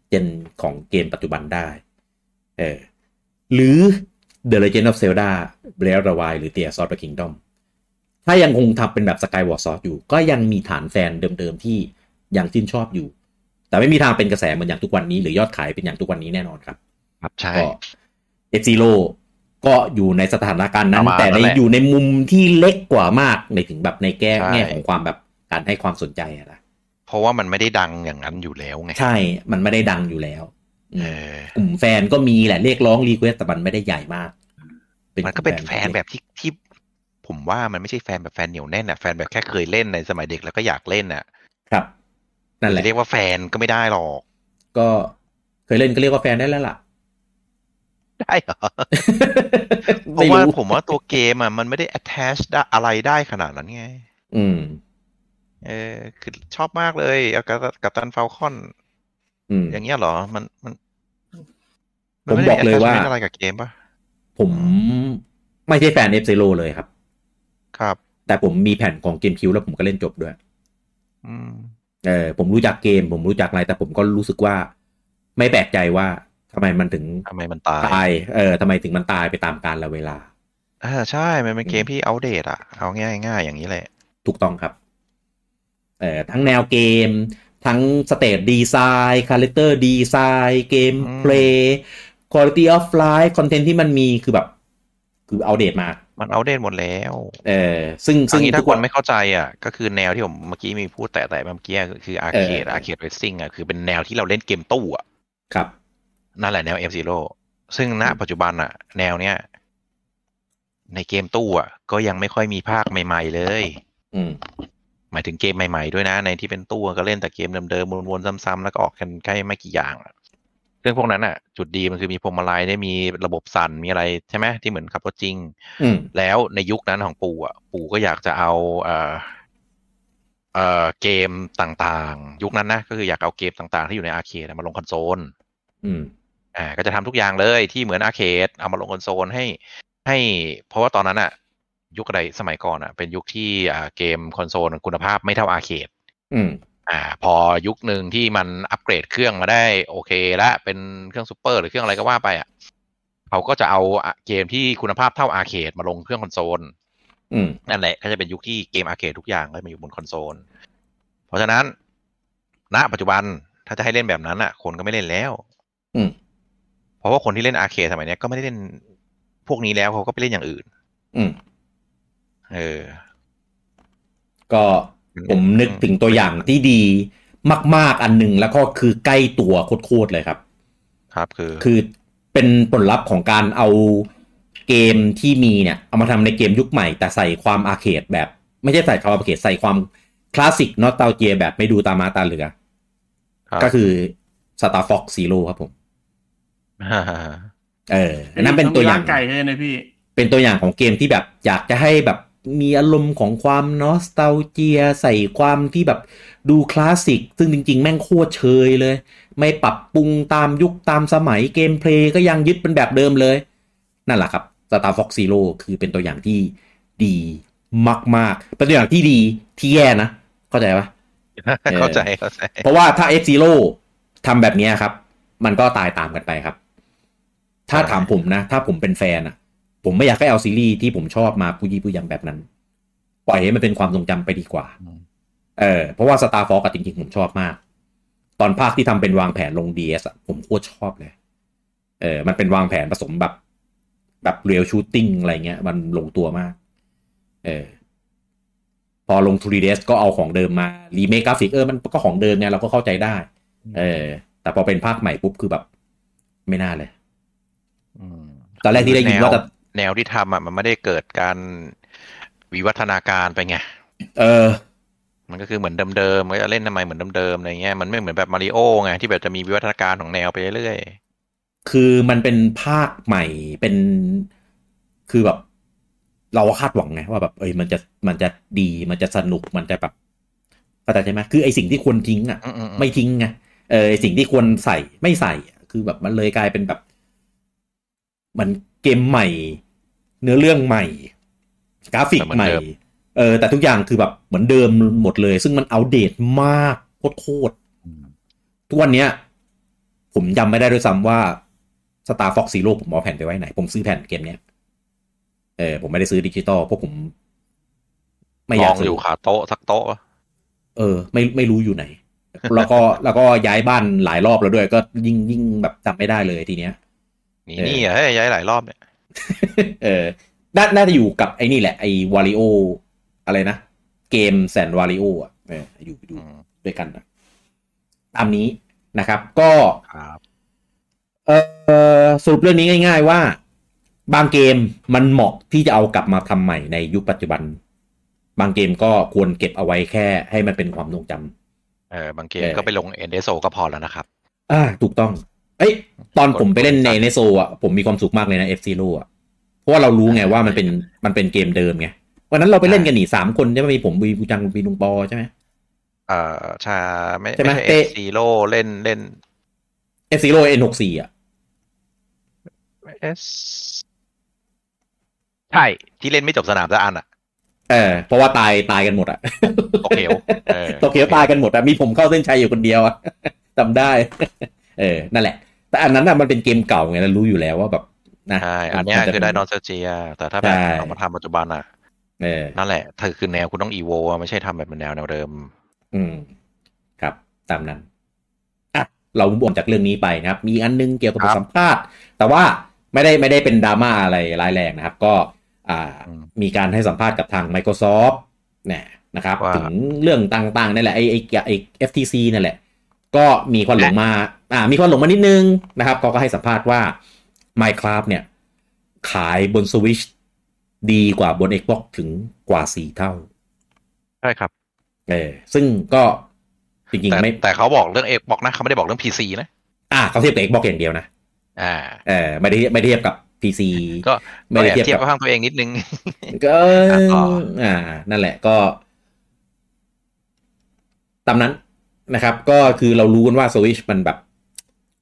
[SPEAKER 1] เจนของเกมปัจจุบันได้เออหรือ The Legend of Zelda Breath of the Wild หรือ Tears of the Kingdom ถ้ายังคงทำเป็นแบบ Skyward Sword อยู่ ก็ยังมีฐานแฟนเดิม ๆ ที่ยังชื่นชอบอยู่ แต่ไม่มีทางเป็นกระแสเหมือนอย่างทุกวันนี้ หรือยอดขายเป็นอย่างทุกวันนี้แน่นอนครับ
[SPEAKER 2] ครับใช่
[SPEAKER 1] ก็เอฟซีโรก็อยู่ในสถานการณ์นั้น
[SPEAKER 2] ประมาณ
[SPEAKER 1] แต่ใน
[SPEAKER 2] นั้นแหละ
[SPEAKER 1] อยู่ในมุมที่เล็กกว่ามากในถึงแบบในแง่
[SPEAKER 2] ใช่
[SPEAKER 1] แง่ของความแบบการให้ความสนใจอะนะ
[SPEAKER 2] เพราะว่ามันไม่ได้ดังอย่างนั้นอยู่แล้วไง
[SPEAKER 1] ใช่ มันไม่ได้ดังอยู่แล้วอืม
[SPEAKER 2] เออก
[SPEAKER 1] ลุ่มแฟนก็มีแหละเรียกร้องรีเควสแต่มันไม่ได้ใหญ่มาก
[SPEAKER 2] มันก็เป็นแฟนแบบที่ที่ผมว่ามันไม่ใช่แฟนแบบแฟนเหนียวแน่นอ่ะแฟนแบบแค่เคยเล่นในสมัยเด็กแล้วก็อยากเล่นอ่ะ
[SPEAKER 1] ครับนั่นแหละ
[SPEAKER 2] จะเรียกว่าแฟนก็ไม่ได้หรอก
[SPEAKER 1] ก็เคยเล่นก็เรียกว่าแฟนได้แล้วล่ะ
[SPEAKER 2] [laughs] ได้เหรอ เพ
[SPEAKER 1] ไม่
[SPEAKER 2] ราะว่า
[SPEAKER 1] รู้
[SPEAKER 2] ผมว่าตัวเกมอ่ะมันไม่ได้ attach ได้อะไรได้ขนาดนั้นไง
[SPEAKER 1] อืม
[SPEAKER 2] เออคือชอบมากเลยเอากับกับตันเฟลคอน
[SPEAKER 1] อืม
[SPEAKER 2] อย่างเงี้ยเหรอ มันมัน
[SPEAKER 1] ผมบอกเลยว่า
[SPEAKER 2] ไม่ได้ attachment อะไรกับเกมปะ
[SPEAKER 1] ผมไม่ใช่แฟนเอฟซีโรเลยครับ
[SPEAKER 2] ครับ
[SPEAKER 1] แต่ผมมีแผ่นของเกมคิวแล้วผมก็เล่นจบด้วย
[SPEAKER 2] อืม
[SPEAKER 1] เออผมรู้จักเกม ผมรู้จักอะไร แต่ผมก็รู้สึกว่า ไม่แปลกใจว่าทำไมมันถึง
[SPEAKER 2] ทำไมมันตาย
[SPEAKER 1] ตายเออทำไมถึงมันตายไปตามกาลเวลา
[SPEAKER 2] อ่าใช่ มันเป็นเกมที่อัปเดตอ่ะ เอาง่ายง่ายๆอย่างนี้แหละ
[SPEAKER 1] ถูกต้องครับเออทั้งแนวเกม ทั้งสเตจดีไซน์คาแรคเตอร์ดีไซน์เกมเพลย์คุณภาพออฟไลฟ์คอนเทนต์ที่มันมีคือแบบ คือเอาเดตมาก
[SPEAKER 2] มันอัปเดตหมดแล้ว
[SPEAKER 1] เออซึ่งซึ่
[SPEAKER 2] ซึ่ง
[SPEAKER 1] ง
[SPEAKER 2] นี้ถ้า
[SPEAKER 1] ทุก
[SPEAKER 2] ค
[SPEAKER 1] วัน น
[SPEAKER 2] ไม่เข้าใจอ่ะ ก็คือแนวที่ผมเมื่อกี้มีพูดแต่แต่เมื่อกี้คืออาร์เคด
[SPEAKER 1] เออ
[SPEAKER 2] อาร์เคดเรซิ่งอ่ะ คือเป็นแนวที่เราเล่นเกมตู้อ่ะ
[SPEAKER 1] ครับ
[SPEAKER 2] นั่นแหละแนว F Zero ซึ่งณปัจจุบันอะแนวเนี้ย ในเกมตู้อะก็ยังไม่ค่อยมีภาคใหม่ ๆ เลย
[SPEAKER 1] อืม
[SPEAKER 2] หมายถึงเกมใหม่ๆด้วยนะ ในที่เป็นตู้ก็เล่นแต่เกมเดิมๆวนๆซ้ำๆแล้วก็ออกกันแค่ไม่กี่อย่างอะเรื่องพวกนั้นอะจุดดีมันคือมีพวงมาลัยได้มีระบบสั่นมีอะไรใช่ไหมที่เหมือนขับรถจริง
[SPEAKER 1] อืม
[SPEAKER 2] แล้วในยุคนั้นของปู่อ่ะปู่ก็อยากจะเอาเอ่อเอ่อเกมต่างๆ ยุคนั้นนะก็คืออยากเอาเกมต่างๆ ที่อยู่ในอาร์เคดอะมาลงคอนโซล
[SPEAKER 1] อืม
[SPEAKER 2] อ่าก็จะทำทุกอย่างเลยที่เหมือนอาร์เคดเอามาลงคอนโซลให้ให้เพราะว่าตอนนั้นอะยุคอะไรสมัยก่อนอะเป็นยุคที่อ่าเกมคอนโซลคุณภาพไม่เท่าอาร์เคด
[SPEAKER 1] อืม
[SPEAKER 2] อ่าพอยุคหนึ่งที่มันอัปเกรดเครื่องมาได้โอเคละเป็นเครื่องซูเปอร์หรือเครื่องอะไรก็ว่าไปอะเขาก็จะเอาอะเกมที่คุณภาพเท่าอาร์เคดมาลงเครื่องคอนโซล
[SPEAKER 1] อืม
[SPEAKER 2] นั่นแหละก็จะเป็นยุคที่เกมอาร์เคดทุกอย่างก็มาอยู่บนคอนโซล เพราะฉะนั้น ณ ปัจจุบันถ้าจะให้เล่นแบบนั้นอ่ะ คนก็ไม่เล่นแล้ว
[SPEAKER 1] อืม
[SPEAKER 2] เพราะว่าคนที่เล่นอาร์เคดสมัยเนี้ยก็ไม่ได้เล่นพวกนี้แล้วเขาก็ไปเล่นอย่างอื่น
[SPEAKER 1] อืม
[SPEAKER 2] เออ
[SPEAKER 1] ก็ผมนึกถึงตัวอย่างที่ดีมาก ๆ อันหนึ่งแล้วก็คือใกล้ตัวโคตรๆเลยครับ
[SPEAKER 2] ครับคือ
[SPEAKER 1] คือเป็นผลลัพธ์ของการเอาเกมที่มีเนี่ย เอามาทำในเกมยุคใหม่ แต่ใส่ความอาร์เคดแบบ ไม่ใช่ใส่ความอาร์เคดใส่ความคลาสสิกนอตตาเจียแบบไม่ดูตามาตาเหลือ
[SPEAKER 2] รับ
[SPEAKER 1] ก็ คือ Star Fox Zero ครับผม เอออันนั้นเป็นตัวอย่าง
[SPEAKER 3] ไก่ใช่ไหมพี่
[SPEAKER 1] เป็นตัวอย่างของเกมที่แบบอยากจะให้แบบมีอารมณ์ของความนอสตาเจีย ใส่ความที่แบบดูคลาสสิก ซึ่งจริง ๆ แม่งโคตรเชยเลย ไม่ปรับปรุงตามยุคตามสมัยเกมเพลย์ก็ยังยึดเป็นแบบเดิมเลย นั่นแหละครับ Star Fox Zero คือเป็นตัวอย่างที่ดีมาก ๆ เป็นตัวอย่างที่ดีที่แย่นะ เข้าใจปะ
[SPEAKER 2] [laughs] เข้าใจเข้าใจ
[SPEAKER 1] เพราะว่าถ้า F Zero ทำแบบเนี้ยครับ มันก็ตายตามกันไปครับ ถ้า
[SPEAKER 2] ใช่
[SPEAKER 1] ถามผมนะ ถ้าผมเป็นแฟนอะผมไม่อยากให้เอาซีรีส์ที่ผมชอบมาปุยปุยยำแบบนั้น ปล่อยให้มันเป็นความทรงจำไปดีกว่า เออเพราะว่า Star Fox อะจริงๆ ผมชอบมาก ตอนภาคที่ทำเป็นวางแผนลง DS อะผมโคตรชอบเลย เออมันเป็นวางแผนผสมแบบ แบบเรียลชูตติ้งอะไรเงี้ย มันลงตัวมาก เออพอลง 3DS ก็เอาของเดิมมา รีเมคกราฟิกเออมันก็ของเดิมไงเราก็เข้าใจได้ เออ แต่พอเป็นภาคใหม่ปุ๊บคือแบบ ไม่น่าเลย
[SPEAKER 2] อืม
[SPEAKER 1] ตอนแรกที่ได้ยินว่าจะ
[SPEAKER 2] แนวที่ทำอ่ะมันไม่ได้เกิดการวิวัฒนาการไปไง
[SPEAKER 1] เออ
[SPEAKER 2] มันก็คือเหมือนเดิมๆมันก็จะเล่นทำไมเหมือนเดิมๆอะไรเงี้ย มันไม่เหมือนแบบมาริโอไงที่แบบจะมีวิวัฒนาการของแนวไปเรื่อย
[SPEAKER 1] คือมันเป็นภาคใหม่เป็นคือแบบ เราคาดหวังไงว่าแบบเอ้ยมันจะมันจะดีมันจะสนุกมันจะแบบเข้าใจใช่ไหมคือไอสิ่งที่ควรทิ้งอ่ะ
[SPEAKER 2] ๆอืมๆๆ
[SPEAKER 1] ไม่ทิ้งไงเออไอ้สิ่งที่ควรใส่ไม่ใส่อะคือแบบมันเลยกลายเป็นแบบ มันเกมใหม่ เนื้อเรื่องใหม่ กราฟิกใหม่ เออแต่ทุกอย่างคือแบบเหมือนเดิมหมดเลย ซึ่งมันอัปเดตมากโคตรๆทุกวันเนี้ย ผมจำไม่ได้ด้วยซ้ำว่า Star Fox Zero ผมเอาแผ่นไปไว้ไหน ผมซื้อแผ่นเกมเนี้ยเออผมไม่ได้ซื้อดิจิตอลเพราะผม ไม่
[SPEAKER 2] ก
[SPEAKER 1] อยา
[SPEAKER 2] อก ง
[SPEAKER 1] ซื้
[SPEAKER 2] อ
[SPEAKER 1] อ
[SPEAKER 2] ยู่ขาโต๊ะสักโต๊ะปะ
[SPEAKER 1] เออไม่ไม่รู้อยู่ไหน แล้วก็แล้วก็ย้ายบ้านหลายรอบแล้วด้วย ก็ยิ่งยิ่งแบบจำไม่ได้เลยทีเนี้ย [laughs]
[SPEAKER 2] นี่
[SPEAKER 1] เออ
[SPEAKER 2] นี่อ่ะเฮ้ยย้ายหลายรอบเนี่ย
[SPEAKER 1] เออน่าน่าจะอยู่กับไอ้นี่แหละไอ้วาริโออะไรนะ เกมแสนวาริโออ่ะเอออยู่อยู่
[SPEAKER 2] อืม
[SPEAKER 1] ด้วยกันนะตามนี้นะครับ ก็
[SPEAKER 4] ครับ
[SPEAKER 1] เออสรุปเรื่องนี้ง่าย ๆ ว่า บางเกมมันเหมาะที่จะเอากลับมาทำใหม่ในยุคปัจจุบัน บางเกมก็ควรเก็บเอาไว้แค่ ให้มันเป็นความทรงจำ
[SPEAKER 2] เออบางเกม
[SPEAKER 1] เออ
[SPEAKER 2] ก็ไปลง NSO ก็พอแล้วนะครับ
[SPEAKER 1] อ่าถูกต้อง เอ้ย ตอนผมไปเล่นใน
[SPEAKER 2] กด
[SPEAKER 1] ในโซอ่ะ ผมมีความสุขมากเลยนะ f อ e r o อ่ะ เพราะว่าเรารู้ไงว่ามันเป็นมันเป็นเกมเดิมไง วันนั้นเราไปเล่นกันหนีสามคนใช่ไหมมีผมมีบูจังมีลุงปอใช่ไหม
[SPEAKER 2] เออชาไม่
[SPEAKER 1] ใช่ไหม
[SPEAKER 2] ไม่ใช่เอ
[SPEAKER 1] เตะ
[SPEAKER 2] ซีโร่เล่นเล่น
[SPEAKER 1] f อ e r o n หกสี่อ่ะ
[SPEAKER 2] เอสใช่ที่เล่นไม่จบสนามสักอันอ่ะ
[SPEAKER 1] เออ เพราะว่าตายตายกันหมดอ่ะ
[SPEAKER 2] ตกเขียวออ
[SPEAKER 1] ตกเขียวตายกันหมดอะมีผมเข้าเส้นชัยอยู่คนเดียวอะ [laughs] จำได้ เออ นั่นแหละ แต่อันนั้นอะมันเป็นเกมเก่าไงเรารู้อยู่แล้วว่าแบบนะ
[SPEAKER 2] ใช่ อันเนี้ย
[SPEAKER 1] มัจะ
[SPEAKER 2] คือได้นอสเจีย แต่ถ้าแบบ
[SPEAKER 1] ใช่
[SPEAKER 2] เอามาทำปัจจุบันอ่ะ
[SPEAKER 1] เออ
[SPEAKER 2] นั่นแหละเธอคือแนวคุณต้องอีโวอะไม่ใช่ทำแบบเป็นแนวแนวเดิม
[SPEAKER 1] อืม ครับ ตามนั้นอ่ะเราบ่นจากเรื่องนี้ไปนะครับ มีอันนึงเกี่ยวกับบท
[SPEAKER 2] ครับ
[SPEAKER 1] สัมภาษณ์ แต่ว่าไม่ได้ไม่ได้เป็นดราม่าอะไรร้ายแรงนะครับ ก็อ่า
[SPEAKER 2] อืม
[SPEAKER 1] มีการให้สัมภาษณ์กับทาง Microsoft เนี่ยนะครับ
[SPEAKER 2] ว่า
[SPEAKER 1] ถึงเรื่องต่างๆนั่นแหละไอไอไอ FTC นั่นแหละ ก็มีควันหลงมา อ่า มีควันหลงมานิดนึงนะครับเขาก็ให้สัมภาษณ์ว่า Minecraft เนี่ย ขายบน Switch ดีกว่าบน Xbox ถึงกว่าสี่เท่า
[SPEAKER 2] ใช่ครับ
[SPEAKER 1] เออซึ่งก็จริง
[SPEAKER 2] แต่
[SPEAKER 1] ๆไม่
[SPEAKER 2] แต่เขาบอกเรื่องเอกบอกนะเขาไม่ได้บอกเรื่องพีซีนะ
[SPEAKER 1] อ่าเขาเทียบกับ Xbox อย่างเดียวนะ
[SPEAKER 2] อ่า
[SPEAKER 1] เออไม่ได้ไม่ได้เทียบกับ PC
[SPEAKER 2] ก็
[SPEAKER 1] ไม่
[SPEAKER 2] ก็
[SPEAKER 1] ได้
[SPEAKER 2] แอบ
[SPEAKER 1] เทียบ
[SPEAKER 2] เทียบ
[SPEAKER 1] กับ
[SPEAKER 2] ข้างตัวเองนิดนึง
[SPEAKER 1] ก็
[SPEAKER 2] อ่ะต่อ
[SPEAKER 1] อ่า นั่นแหละก็ ตามนั้นนะครับ ก็คือเรารู้กันว่า Switch มันแบบ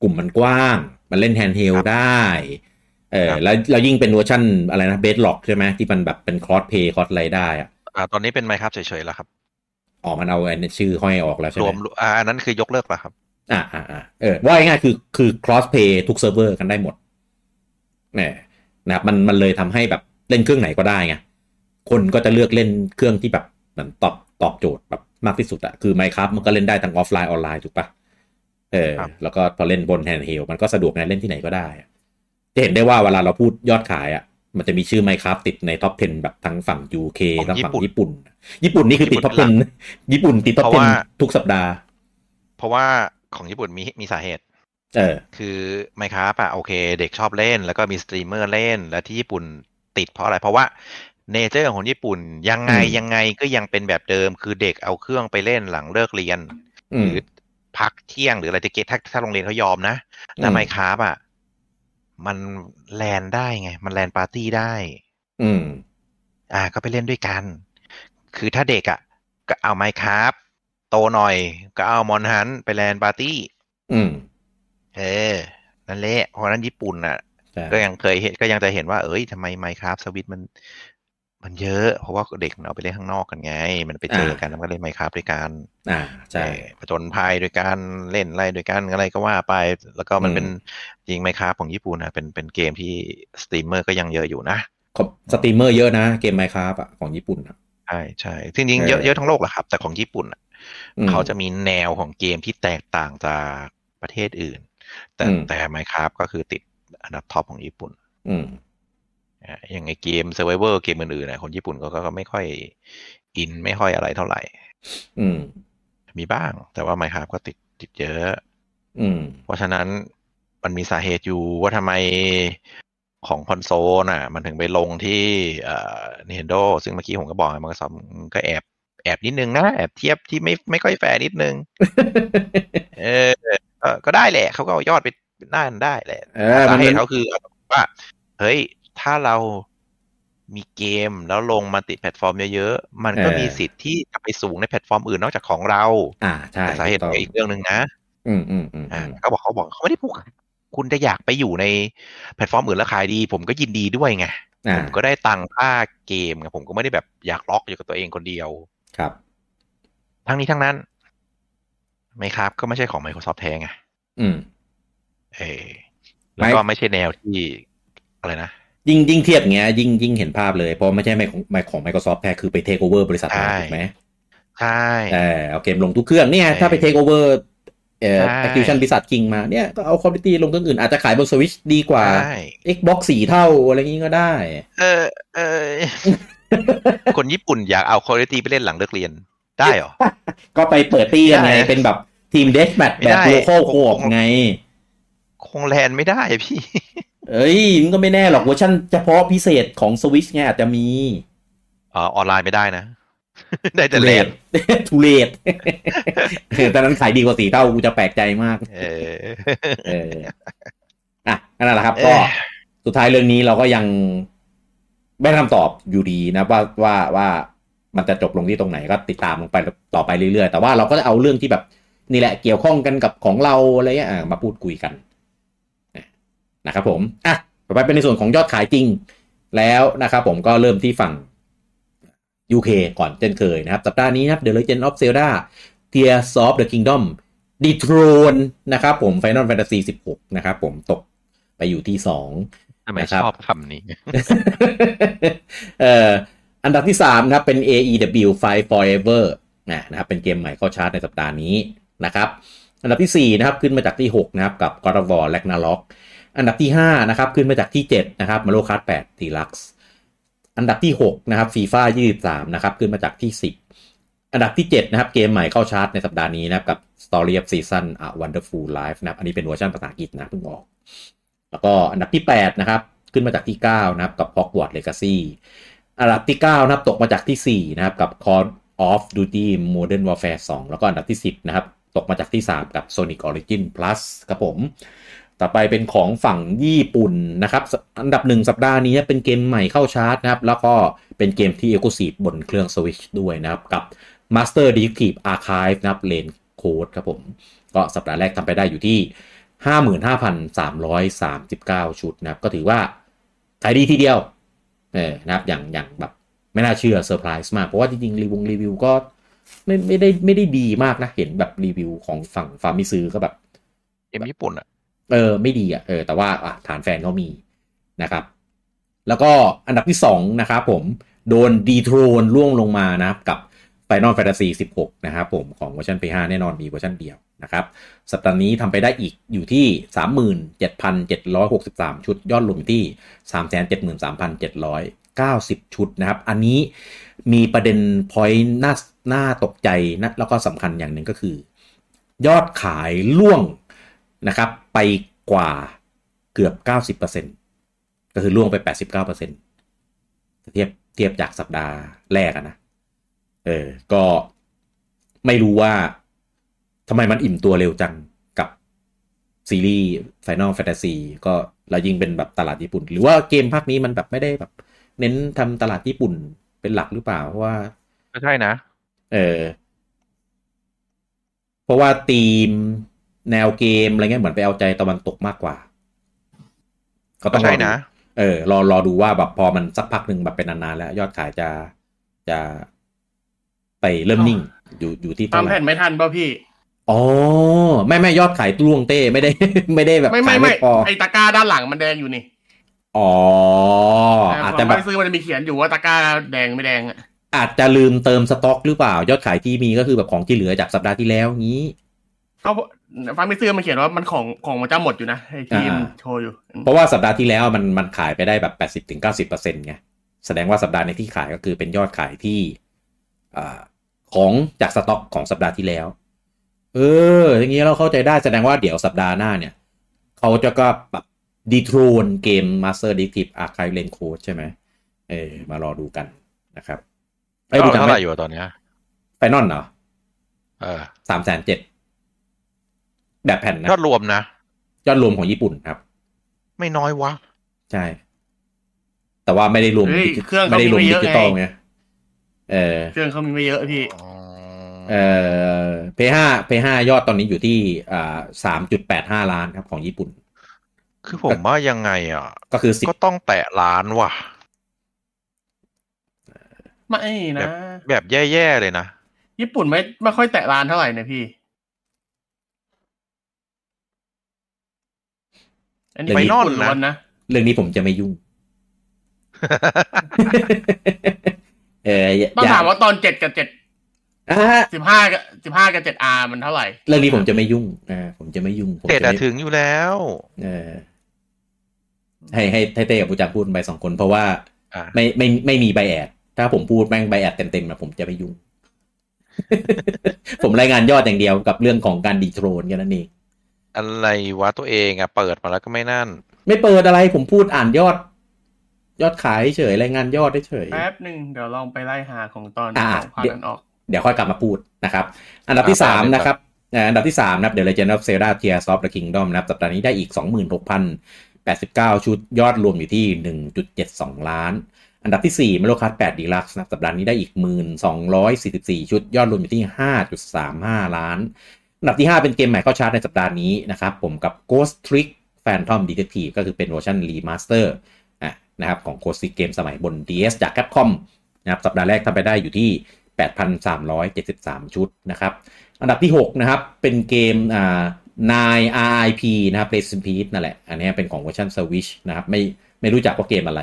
[SPEAKER 1] กลุ่มมันกว้าง มันเล่นแฮนด์เฮลได้ เออ แล้วแล้วยิ่งเป็นเวอร์ชั่นอะไรนะเบสล็อกใช่ไหมที่มันแบบเป็นคอร์สเพย์คอร์สอะไรได้อะ
[SPEAKER 2] อ่าตอนนี้เป็นไมครับเฉยๆแล้วครับ
[SPEAKER 1] ออกมันเอาไอ้ชื่อห้อยออกแล้วใช่
[SPEAKER 2] ร
[SPEAKER 1] ไห
[SPEAKER 2] ว
[SPEAKER 1] ม
[SPEAKER 2] มอ่าอันนั้นคือยกเลิกแล้วครับ
[SPEAKER 1] อ่าอ่าอ่าเออว่าง่ายๆคือคือคอร์สเพย์ทุกเซิร์ฟเวอร์กันได้หมด เนี่ยนะครับมันมันเลยทำให้แบบเล่นเครื่องไหนก็ได้ไงคนก็จะเลือกเล่นเครื่องที่แบบเหมือนตอบตอบโจทย์แบบมากที่สุดอะคือ Minecraft มันก็เล่นได้ทั้งออฟไลน์ออนไลน์ถูกปะเออ
[SPEAKER 2] ครับ
[SPEAKER 1] แล้วก็พอเล่นบนแฮนด์เฮลมันก็สะดวกไงเล่นที่ไหนก็ได้อะจะเห็นได้ว่าเวลาเราพูดยอดขายอะมันจะมีชื่อ Minecraft ติดในท็อป 10 แบบทั้งฝั่ง UK ทั้งฝั่งญี่ปุ่น ญี่ปุ่นนี่คือติดท็อป 10 ญี่ปุ่นติดท็อป 10 ทุกสัปดาห์
[SPEAKER 2] เพราะว่าของญี่ปุ่นมีมีสาเหตุ
[SPEAKER 1] เออ
[SPEAKER 2] คือไมครับอ่ะโอเค เด็กชอบเล่น แล้วก็มีสตรีมเมอร์เล่น แล้วที่ญี่ปุ่นติดเพราะอะไร เพราะว่าเนเจอร์ของญี่ปุ่นยังไง
[SPEAKER 1] อืม
[SPEAKER 2] ยังไงก็ยังเป็นแบบเดิม คือเด็กเอาเครื่องไปเล่นหลังเลิกเรียน
[SPEAKER 1] อื
[SPEAKER 2] ห
[SPEAKER 1] ม
[SPEAKER 2] รือพักเที่ยงหรืออะไรจะเกตถ้าถ้าโรงเรียนเขายอมนะ
[SPEAKER 1] อื
[SPEAKER 2] แต่
[SPEAKER 1] ม
[SPEAKER 2] ไมค์ครับอ่ะมันแลนได้ไง มันแลนปาร์ตี้ได้
[SPEAKER 1] อืม
[SPEAKER 2] อ่า ก็ไปเล่นด้วยกัน คือถ้าเด็กอ่ะ ก็เอาไมค์ครับโตหน่อย ก็เอามอนฮันไปแลนปาร์ตี้
[SPEAKER 1] อืม
[SPEAKER 2] เออ นั่นแหละ เพราะฉะนั้นญี่ปุ่นอ่ะ
[SPEAKER 1] ใช่
[SPEAKER 2] ก็ยังเคยเห็นก็ยังจะเห็นว่าเอ้ยทำไมไมค์ครับสวิตมันมันเยอะ เพราะว่าเด็กมันเอาไปเล่นข้างนอกกันไง มันไปเจอกันแล้วมันก็เล่นไมค์ครับด้วยกัน
[SPEAKER 1] อ่าใช่
[SPEAKER 2] เอ่อผจญภัยโดวยการเล่นไล่โดวยการอะไรก็ว่าไป แล้วก็มัน
[SPEAKER 1] อืม
[SPEAKER 2] เป็นจริงไหมครับของญี่ปุ่นนะเป็นเป็นเกมที่สตรีมเมอร์ก็ยังเยอะอยู่นะ
[SPEAKER 1] สตรีมเมอร์เยอะนะเกม Minecraft อะของญี่ปุ่นอะ
[SPEAKER 2] ใช่ใช่จริงๆเยอะ
[SPEAKER 1] เออ
[SPEAKER 2] เยอะทั้งโลกแหละครับ แต่ของญี่ปุ่นน่ะ
[SPEAKER 1] อืม
[SPEAKER 2] เขาจะมีแนวของเกมที่แตกต่างจากประเทศอื่น แต่
[SPEAKER 1] อืม
[SPEAKER 2] แต่ไมครับก็คือติดอันดับท็อปของญี่ปุ่น
[SPEAKER 1] อืม
[SPEAKER 2] อ่ะอย่างไอเกมเซ r ร์ v วเวอร์เกมอื่นๆนะคนญี่ปุ่นก็ก็ก็ไม่ค่อยอินไม่ค่อยอะไรเท่าไหร่
[SPEAKER 1] อืม
[SPEAKER 2] มีบ้าง แต่ว่าไมครับก็ติดติดเยอะ
[SPEAKER 1] อื
[SPEAKER 2] [laughs]
[SPEAKER 1] ม
[SPEAKER 2] เพราะฉะนั้นมันมีสาเหตุอยู่ว่าทำไมของคอนโซลน่ะ มันถึงไปลงที่เอ่อ Nintendo ซึ่งเมื่อกี้ผมก็บอกไงมันก็ซ้ำก็แอบแอบนิดนึงนะ แอบเทียบที่ไม่ไม่ค่อยแฟร์นิดนึง เออก็ก็ได้แหละ เขาก็เอายอดไปน่านได้แหละ
[SPEAKER 1] เออมั
[SPEAKER 2] สานเห
[SPEAKER 1] เป็น
[SPEAKER 2] ตุเขาคือว่า เฮ้ย ถ้าเรามีเกมแล้วลงมาติดแพลตฟอร์มเยอะๆ มันก็
[SPEAKER 1] เออ
[SPEAKER 2] มีสิทธิ์ที่จะไปสูงในแพลตฟอร์มอื่นนอกจากของเรา
[SPEAKER 1] อ่าใช่
[SPEAKER 2] แต่สาเหตุ
[SPEAKER 1] ถูกต้อง
[SPEAKER 2] อีกเรื่องหนึ่งนะ
[SPEAKER 1] อืมอืมอืม
[SPEAKER 2] อ่า
[SPEAKER 1] อืม
[SPEAKER 2] เขาบอกเขาบอกเขาไม่ได้พูดคุณจะอยากไปอยู่ในแพลตฟอร์มอื่นแล้วขายดี ผมก็ยินดีด้วยไง
[SPEAKER 1] อ่า
[SPEAKER 2] ผมก็ได้ตังค่าเกมไงผมก็ไม่ได้แบบอยากล็อกอยู่กับตัวเองคนเดียว
[SPEAKER 1] ครับ
[SPEAKER 2] ทั้งนี้ทั้งนั้น ไม่ครับก็ไม่ใช่ของ Microsoft แท้ไง
[SPEAKER 1] อืม
[SPEAKER 2] เออแล้วก็
[SPEAKER 1] ไม่
[SPEAKER 2] ไม่ใช่แนวที่อะไรนะ
[SPEAKER 1] ยิ่งยิ่งเทียบอย่างเงี้ยยิ่งยิ่งเห็นภาพเลย เพราะไม่ใช่ไม่ของไม่ของ Microsoft แท้คือไปเทคโอเวอร์บริษัทมา
[SPEAKER 2] ใช่
[SPEAKER 1] ถูกไหม
[SPEAKER 2] ใช่
[SPEAKER 1] แต่เอาเกมลงทุกเครื่องเนี่ย ถ้าไปเทคโอเวอร์เอ่อ
[SPEAKER 2] ใช่
[SPEAKER 1] Activision Blizzard King มาเนี่ย ก็เอาคอมพิวตี้ลงเครื่องอื่นอาจจะขายบน Switch ดีกว่า
[SPEAKER 2] ใช่
[SPEAKER 1] Xbox สี่เท่า อะไรอย่างงี้ก็ได้
[SPEAKER 2] เออเอ [laughs] อ คนญี่ปุ่นอยากเอาคุณภาพไปเล่นหลังเลิกเรียน ได้เหรอ
[SPEAKER 1] ก็ไปเปิดตี้กันไง
[SPEAKER 2] ได้
[SPEAKER 1] เป็นแบบทีมเดสแมท
[SPEAKER 2] ไม่
[SPEAKER 1] แบ
[SPEAKER 2] ได้
[SPEAKER 1] บโลโก้โคก
[SPEAKER 2] ผม
[SPEAKER 1] ไง
[SPEAKER 2] คงแลนไม่ได้อะพี่
[SPEAKER 1] เอ้ยมันก็ไม่แน่หรอกเวอร์ชันเฉพาะพิเศษของ Switch ไงอาจจะมี
[SPEAKER 2] อ๋อออนไลน์ไม่ได้นะ [laughs] ได้แต่แลน
[SPEAKER 1] [laughs] ทุเรศ ตอนนั้นขายดีกว่าสีเท่ากูจะแปลกใจมาก
[SPEAKER 2] เออ
[SPEAKER 1] เอออ่ะนั่นแหละครับ
[SPEAKER 2] เอ้
[SPEAKER 1] ก็
[SPEAKER 2] ย
[SPEAKER 1] สุดท้ายเรื่องนี้เราก็ยังไม่ได้คำตอบอยู่ดีนะว่าว่าว่ามันจะจบลงที่ตรงไหนก็ติดตามลงไปต่อไปเรื่อยๆ แต่ว่าเราก็จะเอาเรื่องที่แบบนี่แหละเกี่ยวข้องกันกับของเราอะไรเงี้ยอ่ะมาพูดคุยกันนะครับผมอ่ะต่อไปเป็นในส่วนของยอดขายจริงแล้วนะครับผมก็เริ่มที่ฝั่ง UK ก่อนเช่นเคยนะครับ สัปดาห์นี้นะครับ The Legend of Zelda Tears of the Kingdom ดีโทรนนะครับผม Final Fantasy 16 นะครับผมตกไปอยู่ที่ 2
[SPEAKER 2] ทำไม
[SPEAKER 1] นะค
[SPEAKER 2] ช
[SPEAKER 1] รับ
[SPEAKER 2] อบคำนี้
[SPEAKER 1] [laughs] เอ่ออันดับที่ 3 นะครับ เป็น AEW Fight Forever นะนะครับเป็นเกมใหม่เข้าชาร์ตในสัปดาห์นี้นะครับ อันดับทีสี่4 นะครับ ขึ้นมาจากที่ 6 นะครับ กับ God of War Ragnarok อันดับที่ 5 นะครับ ขึ้นมาจากที่ 7 นะครับ Mario Kart 8 Deluxe อันดับที่ 6 นะครับ FIFA 23 นะครับ ขึ้นมาจากที่ 10 อันดับที่ 7 นะครับ เกมใหม่เข้าชาร์ตในสัปดาห์นี้นะครับ กับ Story of Season A Wonderful Life นะครับ อันนี้เป็นเวอร์ชันภาษาอังกฤษนะเพิ่งออก แล้วก็อันดับที่ 8 นะครับ ขึ้นมาจากที่ 9 นะครับ กับ Hogwarts Legacy อันดับที่ 9 นะครับ ตกมาจากที่ 4 นะครับ กับ Call of Duty Modern Warfare 2 แล้วก็อันดับที่ 10 นะครับ ตกมาจากที่ 3 กับ Sonic Origin Plus ครับผม ต่อไปเป็นของฝั่งญี่ปุ่นนะครับ อันดับหนึ่งสัปดาห์นี้เป็นเกมใหม่เข้าชาร์ตนะครับ แล้วก็เป็นเกมที่ Exclusive บนเครื่อง Switch ด้วยนะครับ กับ Master Detective Archive นะครับ Lane Code ครับผม ก็สัปดาห์แรกทำไปได้อยู่ที่ 55,339 ชุดนะครับ ก็ถือว่าขายดีทีเดียว เออนะครับอย่างอย่างแบบไม่น่าเชื่อเซอร์ไพรส์มาก เพราะว่าจริงๆ รีวงรีวิวก็ไม่ไม่ได้ไม่ได้ดีมากนะ เห็นแบบรีวิวของฝั่งฟาร์มิซื้อก็แบบ
[SPEAKER 2] เกมญี่ปุ่นอ่ะ
[SPEAKER 1] เออไม่ดีอ่ะเออแต่ว่าอ่ะฐานแฟนเขามีนะครับ แล้วก็อันดับที่ 2 นะครับผม โดนดีทรนล่วงลงมานะครับ กับ Final Fantasy 16 นะครับผมของเวอร์ชัน P5 แน่นอนมีเวอร์ชันเดียวนะครับ สัปดาห์นี้ทำไปได้อีกอยู่ที่ 37,763 ชุด ยอดรวมที่ 373,790 ชุดนะครับ อันนี้มีประเด็น point น่าน่าตกใจนะแล้วก็สำคัญอย่างหนึ่งก็คือ ยอดขายล่วงนะครับ ไปกว่าเกือบ 90%ก็คือล่วงไป 89% เทียบเทียบจากสัปดาห์แรกอะนะ เออ ก็ไม่รู้ว่าทำไมมันอิ่มตัวเร็วจังกับซีรีส์ Final Fantasy ก็เรายิงเป็นแบบตลาดญี่ปุ่น หรือว่าเกมภาคนี้มันแบบไม่ได้แบบ เน้นทำตลาดญี่ปุ่นเป็นหลักหรือเปล่า เพราะว่า
[SPEAKER 2] ก็ใช่นะ
[SPEAKER 1] เออ เพราะว่าธีมแนวเกมอะไรเงี้ยเหมือนไปเอาใจตะวันตกมากกว่า ก็ต้
[SPEAKER 2] ก็
[SPEAKER 1] องรอ
[SPEAKER 2] ใช่
[SPEAKER 1] ดู
[SPEAKER 2] นะ
[SPEAKER 1] เออ รอรอดูว่าแบบพอมันสักพักหนึ่งแบบเป็นนานๆแล้ว ยอดขายจะจะไปเริ่มนิ่ง อยู่อยู่ที่
[SPEAKER 3] ตา
[SPEAKER 1] เท่าม ไห
[SPEAKER 3] แผ
[SPEAKER 1] ร่
[SPEAKER 3] นไม่ทันป่ะพี่
[SPEAKER 1] อ๋อ ไม่ไม่ยอดขายล่วงเต้ไม่ได้ ไม่ได้แบบ
[SPEAKER 3] ไม่
[SPEAKER 1] ขา
[SPEAKER 3] ไม่
[SPEAKER 1] ย
[SPEAKER 3] ไม่
[SPEAKER 1] พอ
[SPEAKER 3] ไอตะกร้าด้านหลังมันแดงอยู่นี่
[SPEAKER 1] อ๋อ
[SPEAKER 3] เ
[SPEAKER 1] อาจจะแบบ
[SPEAKER 3] ผมไปซื้อมันจะมีเขียนอยู่ว่าตะกร้าแดงไม่แดงอะ
[SPEAKER 1] อาจจะลืมเติมสต็อก หรือเปล่า ยอดขายที่มีก็คือแบบของที่เหลือจากสัปดาห์ที่แล้วงี้
[SPEAKER 3] ก็ฟังไม่ซื้อมันเขียนว่ามันของของมันจะหมดอยู่นะไอที่
[SPEAKER 1] อ่า
[SPEAKER 3] โชว์อยู่
[SPEAKER 1] เพราะว่าสัปดาห์ที่แล้วมันมันขายไปได้แบบแปดสิบถึงเก้าสิบเปอร์เซ็นต์ไง แสดงว่าสัปดาห์ในที่ขายก็คือเป็นยอดขายที่อาของจากสต็อกของสัปดาห์ที่แล้ว เออ อย่างนี้เราเข้าใจได้แสดงว่าเดี๋ยวสัปดาห์หน้าเนี่ย เขาจะก็แบบดีทรนเกม Master Detective Archive Lane Code ใช่ไหมเออ มารอดูกันนะครับ
[SPEAKER 2] เอ้
[SPEAKER 1] เอ้ยดูจาก
[SPEAKER 2] เท่าไหร่อยู่อะตอนเนี้ย
[SPEAKER 1] ไฟนอลเหรอ
[SPEAKER 2] เออ
[SPEAKER 1] สามแสนเจ็ดแบบแผ่นนะ
[SPEAKER 2] ยอดรวมนะ
[SPEAKER 1] ยอดรวมของญี่ปุ่นครับ
[SPEAKER 2] ไม่น้อยวะ
[SPEAKER 1] ใช่ แต่ว่าไม่ได้รวม
[SPEAKER 3] เฮ้ย
[SPEAKER 1] ดิจิ
[SPEAKER 3] เครื่อง
[SPEAKER 1] ไม่
[SPEAKER 3] เขา
[SPEAKER 1] ได้
[SPEAKER 3] มี
[SPEAKER 1] รวม
[SPEAKER 3] ไม่เย
[SPEAKER 1] ดิ
[SPEAKER 3] อะ
[SPEAKER 1] จิ
[SPEAKER 3] ไง
[SPEAKER 1] ตอลไง เออ
[SPEAKER 3] เครื่องเขามีไม่เยอะพี่
[SPEAKER 1] เออเพห้าเพห้ายอดตอนนี้อยู่ที่อ่าสามจุดแปดห้าล้านครับของญี่ปุ่น
[SPEAKER 2] คือผมว่ายังไงอ่ะ
[SPEAKER 1] ก็คือสิบ
[SPEAKER 2] ก็ต้องแตะล้านว่ะ
[SPEAKER 3] ไม่นะ
[SPEAKER 2] แบบแย่ๆเลยนะ
[SPEAKER 3] ญี่ปุ่นไม่ไม่ค่อยแตะร้านเท่าไหร่นะพี่ อันนี้
[SPEAKER 1] ไป
[SPEAKER 3] ญี่ปุ่
[SPEAKER 2] นอนนะ
[SPEAKER 3] ล้วนนะ
[SPEAKER 1] เรื่องนี้ผมจะไม่ [laughs] ยุ่ง เอออย่
[SPEAKER 3] ต้อง
[SPEAKER 1] อย่า
[SPEAKER 3] ถามว่าตอนเจ็ดกับเจ็ด
[SPEAKER 1] อ่าฮะ
[SPEAKER 3] สิบห้ากับสิบห้ากับเจ็ดอาร์มันเท่าไหร่
[SPEAKER 1] เรื่องนี้ผมจะไม่ยุ่งอ่าผมจะไม่ยุ่งผม
[SPEAKER 2] เจ็ด
[SPEAKER 1] จะ
[SPEAKER 2] อะ
[SPEAKER 1] ไม่
[SPEAKER 2] ถึงอยู่แล้ว
[SPEAKER 1] เออให้ให้ให้เต้กับปูจังพูดไปสองคนเพราะว่า
[SPEAKER 2] อ่ะ
[SPEAKER 1] ไม่ไม่ไม่มีไบแอด ถ้าผมพูดแม่งไบแอดเต็มๆนะผมจะไป
[SPEAKER 2] [laughs]
[SPEAKER 1] ยุ่ง ผมรายงานยอดอย่างเดียวกับเรื่องของการดีโทรนกันนั่นเอง
[SPEAKER 2] อะไรวะตัวเองอะเปิดมาแล้วก็ไม่นั่น
[SPEAKER 1] ไม่เปิดอะไรผมพูดอ่านยอด ยอดขายเฉยรายงานยอดเฉย
[SPEAKER 3] แป๊บหนึ่งเดี๋ยวลองไปไล่หาของตอน
[SPEAKER 1] อ่า
[SPEAKER 3] สองพัน
[SPEAKER 1] เดี๋ยว
[SPEAKER 3] นั้นออก
[SPEAKER 1] เดี๋ยวค่อยกลับมาพูดนะครับ อันดับที่
[SPEAKER 2] อ่า
[SPEAKER 1] 3
[SPEAKER 2] ได้
[SPEAKER 1] นะครับอ่าอันดับที่ 3 นะครับ The Legend of Zelda Tears of the Kingdom นะครับ สัปดาห์นี้ได้อีก 26,089 ชุดยอดรวมอยู่ที่ 1.72 ล้าน อันดับที่ 4 Mario Kart 8 Deluxe นะครับ สัปดาห์นี้ได้อีก 1,244 ชุดยอดรวมอยู่ที่ 5.35 ล้าน อันดับที่ 5 เป็นเกมใหม่เข้าชาร์ตในสัปดาห์นี้นะครับ ผมกับ Ghost Trick Phantom Detective ก็คือเป็นเวอร์ชัน Remaster อ่ะนะครับของโคสิเกมสมัยบน DS จาก Capcom นะครับสัปดาห์แรกทำไปได้อยู่ที่ 8,373 ชุดนะครับ อันดับที่ 6 นะครับ เป็นเกมอ่านาย RIP นะครับ p l a y s t a t i o n นั่นแหละ อันนี้เป็นของเวอร์ชัน Switch นะครับ ไม่ไม่รู้จักว่าเกมอะไร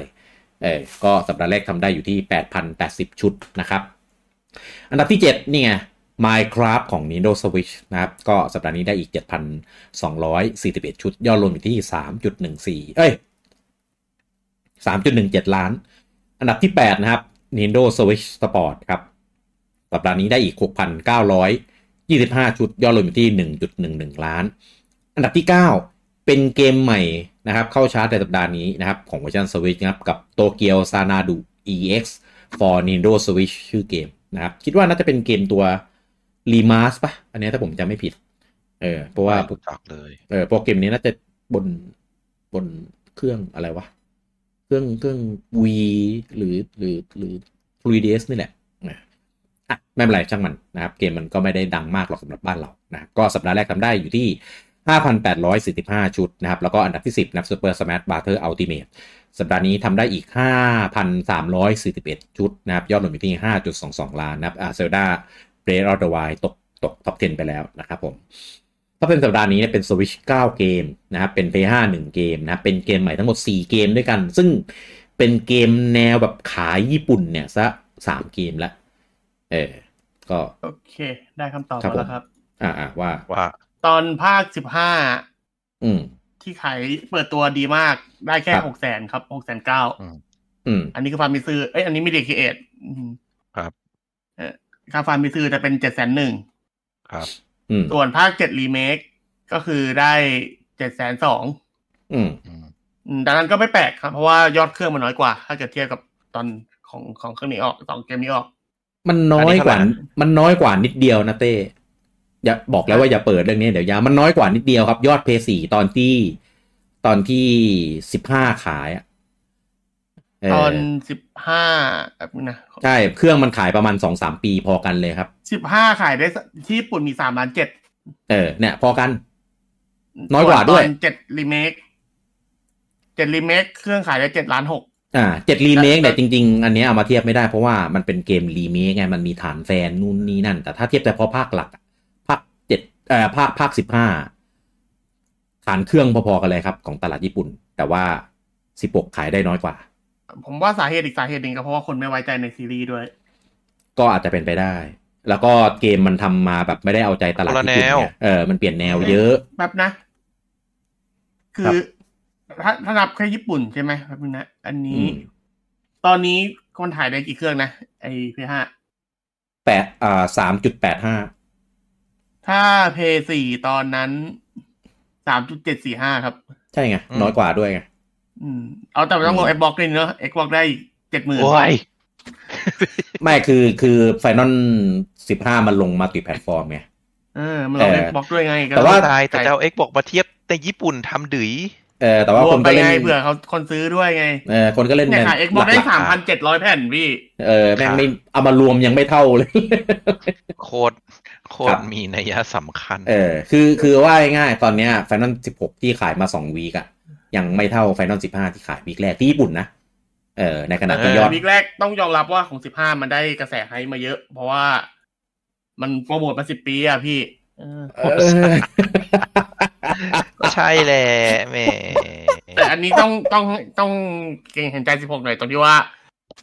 [SPEAKER 1] เออก็สัปดาห์แรกทำได้อยู่ที่ 8,080 ชุดนะครับ อันดับที่ 7 นี่ไง Minecraft ของ Nintendo Switch นะครับ ก็สัปดาห์นี้ได้อีก 7,241 ชุด ยอดรวมอยู่ที่ 3.14 เอ้ย 3.17 ล้าน อันดับที่ 8 นะครับ Nintendo Switch Sport ครับ สัปดาห์นี้ได้อีก 6,925 ชุด ยอดรวมอยู่ที่ 1.11 ล้าน อันดับที่ 9 เป็นเกมใหม่นะครับ เข้าชาร์ตในสัปดาห์นี้นะครับ ของเวอร์ชัน Switch นะครับ กับ Tokyo Sanadu EX for Nintendo Switch ชื่อเกมนะครับ คิดว่าน่าจะเป็นเกมตัว Remas ปะอันเนี้ยถ้าผมจำไม่ผิด เออ เพราะว่า
[SPEAKER 2] ไม่รู้จักเลย
[SPEAKER 1] เออโปรแกรมนี้น่าจะบนบนเครื่องอะไรวะ เครื่องเครื่อง V หรือหรือหรือ 3DS นี่แหละนะอ่ะไม่เป็นไรช่างมันนะครับ เกมมันก็ไม่ได้ดังมากหรอกสำหรับบ้านเรานะครับก็สัปดาห์แรกทำได้อยู่ที่ 5,845 ชุดนะครับ แล้วก็อันดับที่ 10 นะครับ Super Smash Brother Ultimate สัปดาห์นี้ทำได้อีก 5,341 ชุดนะครับ ยอดรวมอยู่ที่ 5.22 ล้านนะครับอ่าเซลดาเบรดออเดอร์ไวตกตกท็อป 10 ไปแล้วนะครับผม ถ้าเป็นสัปดาห์นี้เนี่ยเป็น Switch 9 เกมนะครับ เป็น Play 5 1 เกมนะครับ เป็นเกมใหม่ทั้งหมด 4 เกมด้วยกัน ซึ่งเป็นเกมแนวแบบขายญี่ปุ่นเนี่ยซะ 3 เกมละเออ ก็
[SPEAKER 3] โอเค ได้คำตอบ
[SPEAKER 1] ครับ
[SPEAKER 3] มาแล้
[SPEAKER 1] ผ
[SPEAKER 3] ว
[SPEAKER 1] ม
[SPEAKER 3] ครับ
[SPEAKER 1] อ่าว่า
[SPEAKER 2] ว่า
[SPEAKER 3] ตอนภาคสิบห้า
[SPEAKER 1] อืม
[SPEAKER 3] ที่ขายเปิดตัวดีมากได้แค่
[SPEAKER 1] ครับ
[SPEAKER 3] หกแสนครับหกแสนเก้า
[SPEAKER 2] อืม
[SPEAKER 1] อืม
[SPEAKER 3] อันนี้คือฟาร์มมิซื้อเอ้ยอันนี้มีเดคเอท
[SPEAKER 2] ครับ
[SPEAKER 3] ค่าฟาร์มมิซื้อจะเป็นเจ็ดแสนหนึ่ง
[SPEAKER 2] ครับ
[SPEAKER 1] อืม
[SPEAKER 3] ส่วนภาคเจ็ดรีเมคก็คือได้เจ็ดแสนสอง
[SPEAKER 1] อืม
[SPEAKER 2] อืม
[SPEAKER 3] ดังนั้นก็ไม่แปลกครับ เพราะว่ายอดเครื่องมันน้อยกว่า ถ้าเกิดเทียบกับตอนของของเครื่องนี้ออกสองเกมนี้ออก
[SPEAKER 1] มันน้อยกว่า
[SPEAKER 3] อันนี้เท่าไหร่
[SPEAKER 1] มันน้อยกว่านิดเดียวนะเต้ อย่าบอกแล้วว่าอย่าเปิดเรื่องนี้เดี๋ยวยาวมันน้อยกว่านิดเดียวครับ ยอดเพย์สี่ตอนที่ตอนที่สิบห้าขายอะเ
[SPEAKER 3] ตอนสิบห้าแบบนึงนะ
[SPEAKER 1] ใช่ เครื่องมันขายประมาณสองสามปีพอกันเลยครับ
[SPEAKER 3] สิบห้าขายได้สที่ญี่ปุ่นมีสามล้านเจ็ด
[SPEAKER 1] เออ เนี่ย พอกัน น้อยกว่าด้วย
[SPEAKER 3] เจ็ดรีเมคเจ็ดรีเมคเครื่องขายได้เจ็ดล้านหก
[SPEAKER 1] อ่าเจ็ดรีเมค
[SPEAKER 3] แต่
[SPEAKER 1] เนี่ยจริง ๆ อันเนี้ยเอามาเทียบไม่ได้เพราะว่ามันเป็นเกมรีเมคไงมันมีฐานแฟนนู่นนี่นั่น แต่ถ้าเทียบแต่พอภาคหลักอะภาคเจ็ดเอ่อภาคภาคสิบห้าฐานเครื่องพอๆกันเลยครับ ของตลาดญี่ปุ่น แต่ว่าสิบหกขายได้น้อยกว่า
[SPEAKER 3] ผมว่าสาเหตุอีกสาเหตุหนึ่งก็เพราะว่าคนไม่ไว้ใจในซีรีส์ด้วย
[SPEAKER 1] ก็อาจจะเป็นไปได้ แล้วก็เกมมันทำมาแบบไม่ได้เอาใจตลาดญี่ปุ่น
[SPEAKER 2] คนละแนว
[SPEAKER 1] ไงเออมันเปลี่ยนแนวเยอะ
[SPEAKER 3] แบบนะ คือ ถ้าถ้านับแค่ญี่ปุ่นใช่ไหมแบบนึงนะ อันนี้
[SPEAKER 1] อืม
[SPEAKER 3] ตอนนี้คนถ่ายได้กี่เครื่องนะ ไอ้เพห้า
[SPEAKER 1] แปดอ่าสามจุดแปดห้า
[SPEAKER 3] ถ้าเพสี่ตอนนั้นสามจุดเจ็ดสี่ห้าครับ
[SPEAKER 1] ใช่ไงน้อยกว่าด้วยไง
[SPEAKER 3] อืม เอาแต่ต้องล
[SPEAKER 1] อื
[SPEAKER 3] ง
[SPEAKER 1] ม
[SPEAKER 3] เอ็กบอกด้วยเนอะเอ็กบอกได้เจ็ดหมื่น
[SPEAKER 2] โอ้ย
[SPEAKER 1] ไม่คือคือไฟนอลสิบห้ามันลงมาติแพลตฟอร์มไง
[SPEAKER 3] เออมันเรา
[SPEAKER 1] เออ
[SPEAKER 3] เล่นบล็อกด้วยไงก็
[SPEAKER 1] แต่ว่า
[SPEAKER 2] ตายแต่เจ้าเอ็กบอกมาเทียบในญี่ปุ่นทำดื๋ย
[SPEAKER 1] เออแต่ว่าร ค
[SPEAKER 3] วน มไป
[SPEAKER 1] ก็เล่น
[SPEAKER 3] ไงเผื่อเขาคนซื้อด้วยไง
[SPEAKER 1] เออคนก็เล่น
[SPEAKER 3] เนี่ย
[SPEAKER 1] แม่ง
[SPEAKER 3] ขาย Xbox ได้
[SPEAKER 1] หลักๆ
[SPEAKER 3] สามพันเจ็ดร้อยแผ่นพี่
[SPEAKER 1] เออแม่งไม่เอามารวมยังไม่เท่าเลย
[SPEAKER 2] โคตรโค
[SPEAKER 1] ครั
[SPEAKER 2] ต
[SPEAKER 1] บ
[SPEAKER 2] รมีนัยสำคัญ
[SPEAKER 1] เออคือคือว่าง่ายๆตอนเนี้ยไฟนอลสิบหกที่ขายมาสองวีกอะยังไม่เท่าไฟนอลสิบห้าที่ขายวีกแรกที่ญี่ปุ่นนะ เออในขณะที่ยอด
[SPEAKER 3] วีคแรกต้องยอมรับว่าของสิบห้ามันได้กระแสไฮป์มาเยอะ เพราะว่ามันโปรโมทมาสิบปีอะพี่เออ
[SPEAKER 1] เออ
[SPEAKER 2] ก็ใช่แหละแห [laughs] ม่
[SPEAKER 3] แต่อันนี้ต้องต้องต้องเก่งเห็นใจสิบหกหน่อยตรงที่ว่า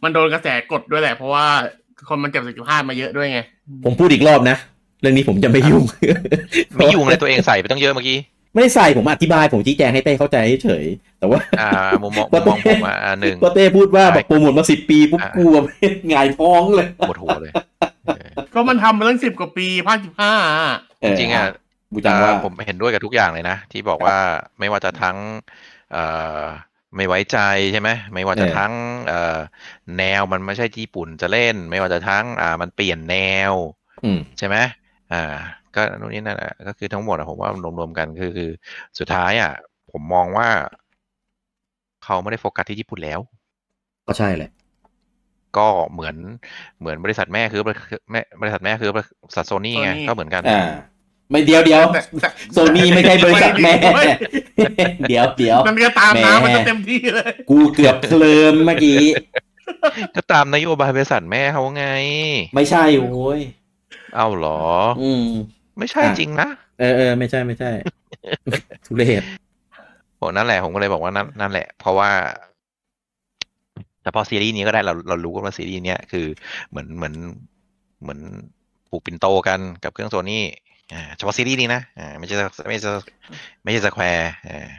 [SPEAKER 3] มันโดนกระแสกดด้วยแหละ เพราะว่าคนมันเก็บสิบห้ามาเยอะด้วยไง
[SPEAKER 1] ผมพูดอีกรอบนะ เรื่องนี้ผมจะไม่ยุ่ง [laughs]
[SPEAKER 2] ไม่ยุ่งเลยตัวเองใส่ไปตั้งเยอะเมื่อกี้
[SPEAKER 1] ไม่ได้ใส่ผมอธิบายผมชี้แจงให้เต้เข้าใจเฉยๆแต่ว่า
[SPEAKER 2] อ่ามุมมองมุมมองผมอ่ะอ่าหนึ่ง
[SPEAKER 1] ก็เต้พูดว่าแบบ
[SPEAKER 2] ใช่
[SPEAKER 1] โปรโมทมาสิบปีปุ๊บ
[SPEAKER 2] อ่ะ
[SPEAKER 1] กลัว [laughs] หงายท้องเลย
[SPEAKER 2] ปวดหัวเลยเออ
[SPEAKER 3] ก็มันทำมาตั้งสิบกว่าปีภาคสิบห้า
[SPEAKER 2] จริงๆอ่ะ
[SPEAKER 1] บูจังว่า
[SPEAKER 2] อ่าผมเห็นด้วยกับทุกอย่างเลยนะ ที่บอกว่าไม่ว่าจะทั้งเอ่อไม่ไว้ใจใช่ไหมไม่ว่าจะทั้งเอ่อแนวมันไม่ใช่ที่ญี่ปุ่นจะเล่น ไม่ว่าจะทั้งอ่ามันเปลี่ยนแนว
[SPEAKER 1] อืม
[SPEAKER 2] ใช่ไหมอ่า ก็นู่นนี่นั่นอ่ะก็คือทั้งหมดอะผมว่ารวมๆกันคือคือสุดท้ายอ่ะผมมองว่าเขาไม่ได้โฟกัสที่ญี่ปุ่นแล้ว
[SPEAKER 1] ก็ใช่แหละ
[SPEAKER 2] ก็เหมือนเหมือนบริษัทแม่คือบริแม่บริษัทแม่คือบริษัทโซนี่ไงก็เหมือนกัน
[SPEAKER 1] อ่า ไม่เดียว [laughs] เดียว
[SPEAKER 3] แต่แต่
[SPEAKER 1] โซนี่ไม่ใช่บริษัทแม่
[SPEAKER 3] เว้ย
[SPEAKER 1] เดี๋ยวเดี๋ยว
[SPEAKER 3] มันก็ตามน้ำมัน
[SPEAKER 1] แหม่
[SPEAKER 3] จะเต็มที่เลย
[SPEAKER 1] กูเกือบเคลิมเมื่อกี้
[SPEAKER 2] ก็ตามนโยบายบริษัทแม่เขาไง
[SPEAKER 1] ไม่ใช่โอ้ย
[SPEAKER 2] เอ้าเหรอ
[SPEAKER 1] อืม
[SPEAKER 2] ไม่ใช่
[SPEAKER 1] อ่ะ
[SPEAKER 2] จริงนะ
[SPEAKER 1] เออเออไม่ใช่ไม่ใช่ทุเรศ
[SPEAKER 2] ผมนั่นแหละผมก็เลยบอกว่านั่นนั่นแหละ เพราะว่า แต่พอซีรีส์นี้ก็ได้เราเรารู้กันว่าซีรีส์เนี้ยคือเหมือนเหมือนเหมือนปลูกปินโตกันกับเครื่องโซนี่อ่าเฉพาะซีรีส์นี้นะอ่าไม่ใช่ไม่ใช่ไม่ใช่สแควร์อ่า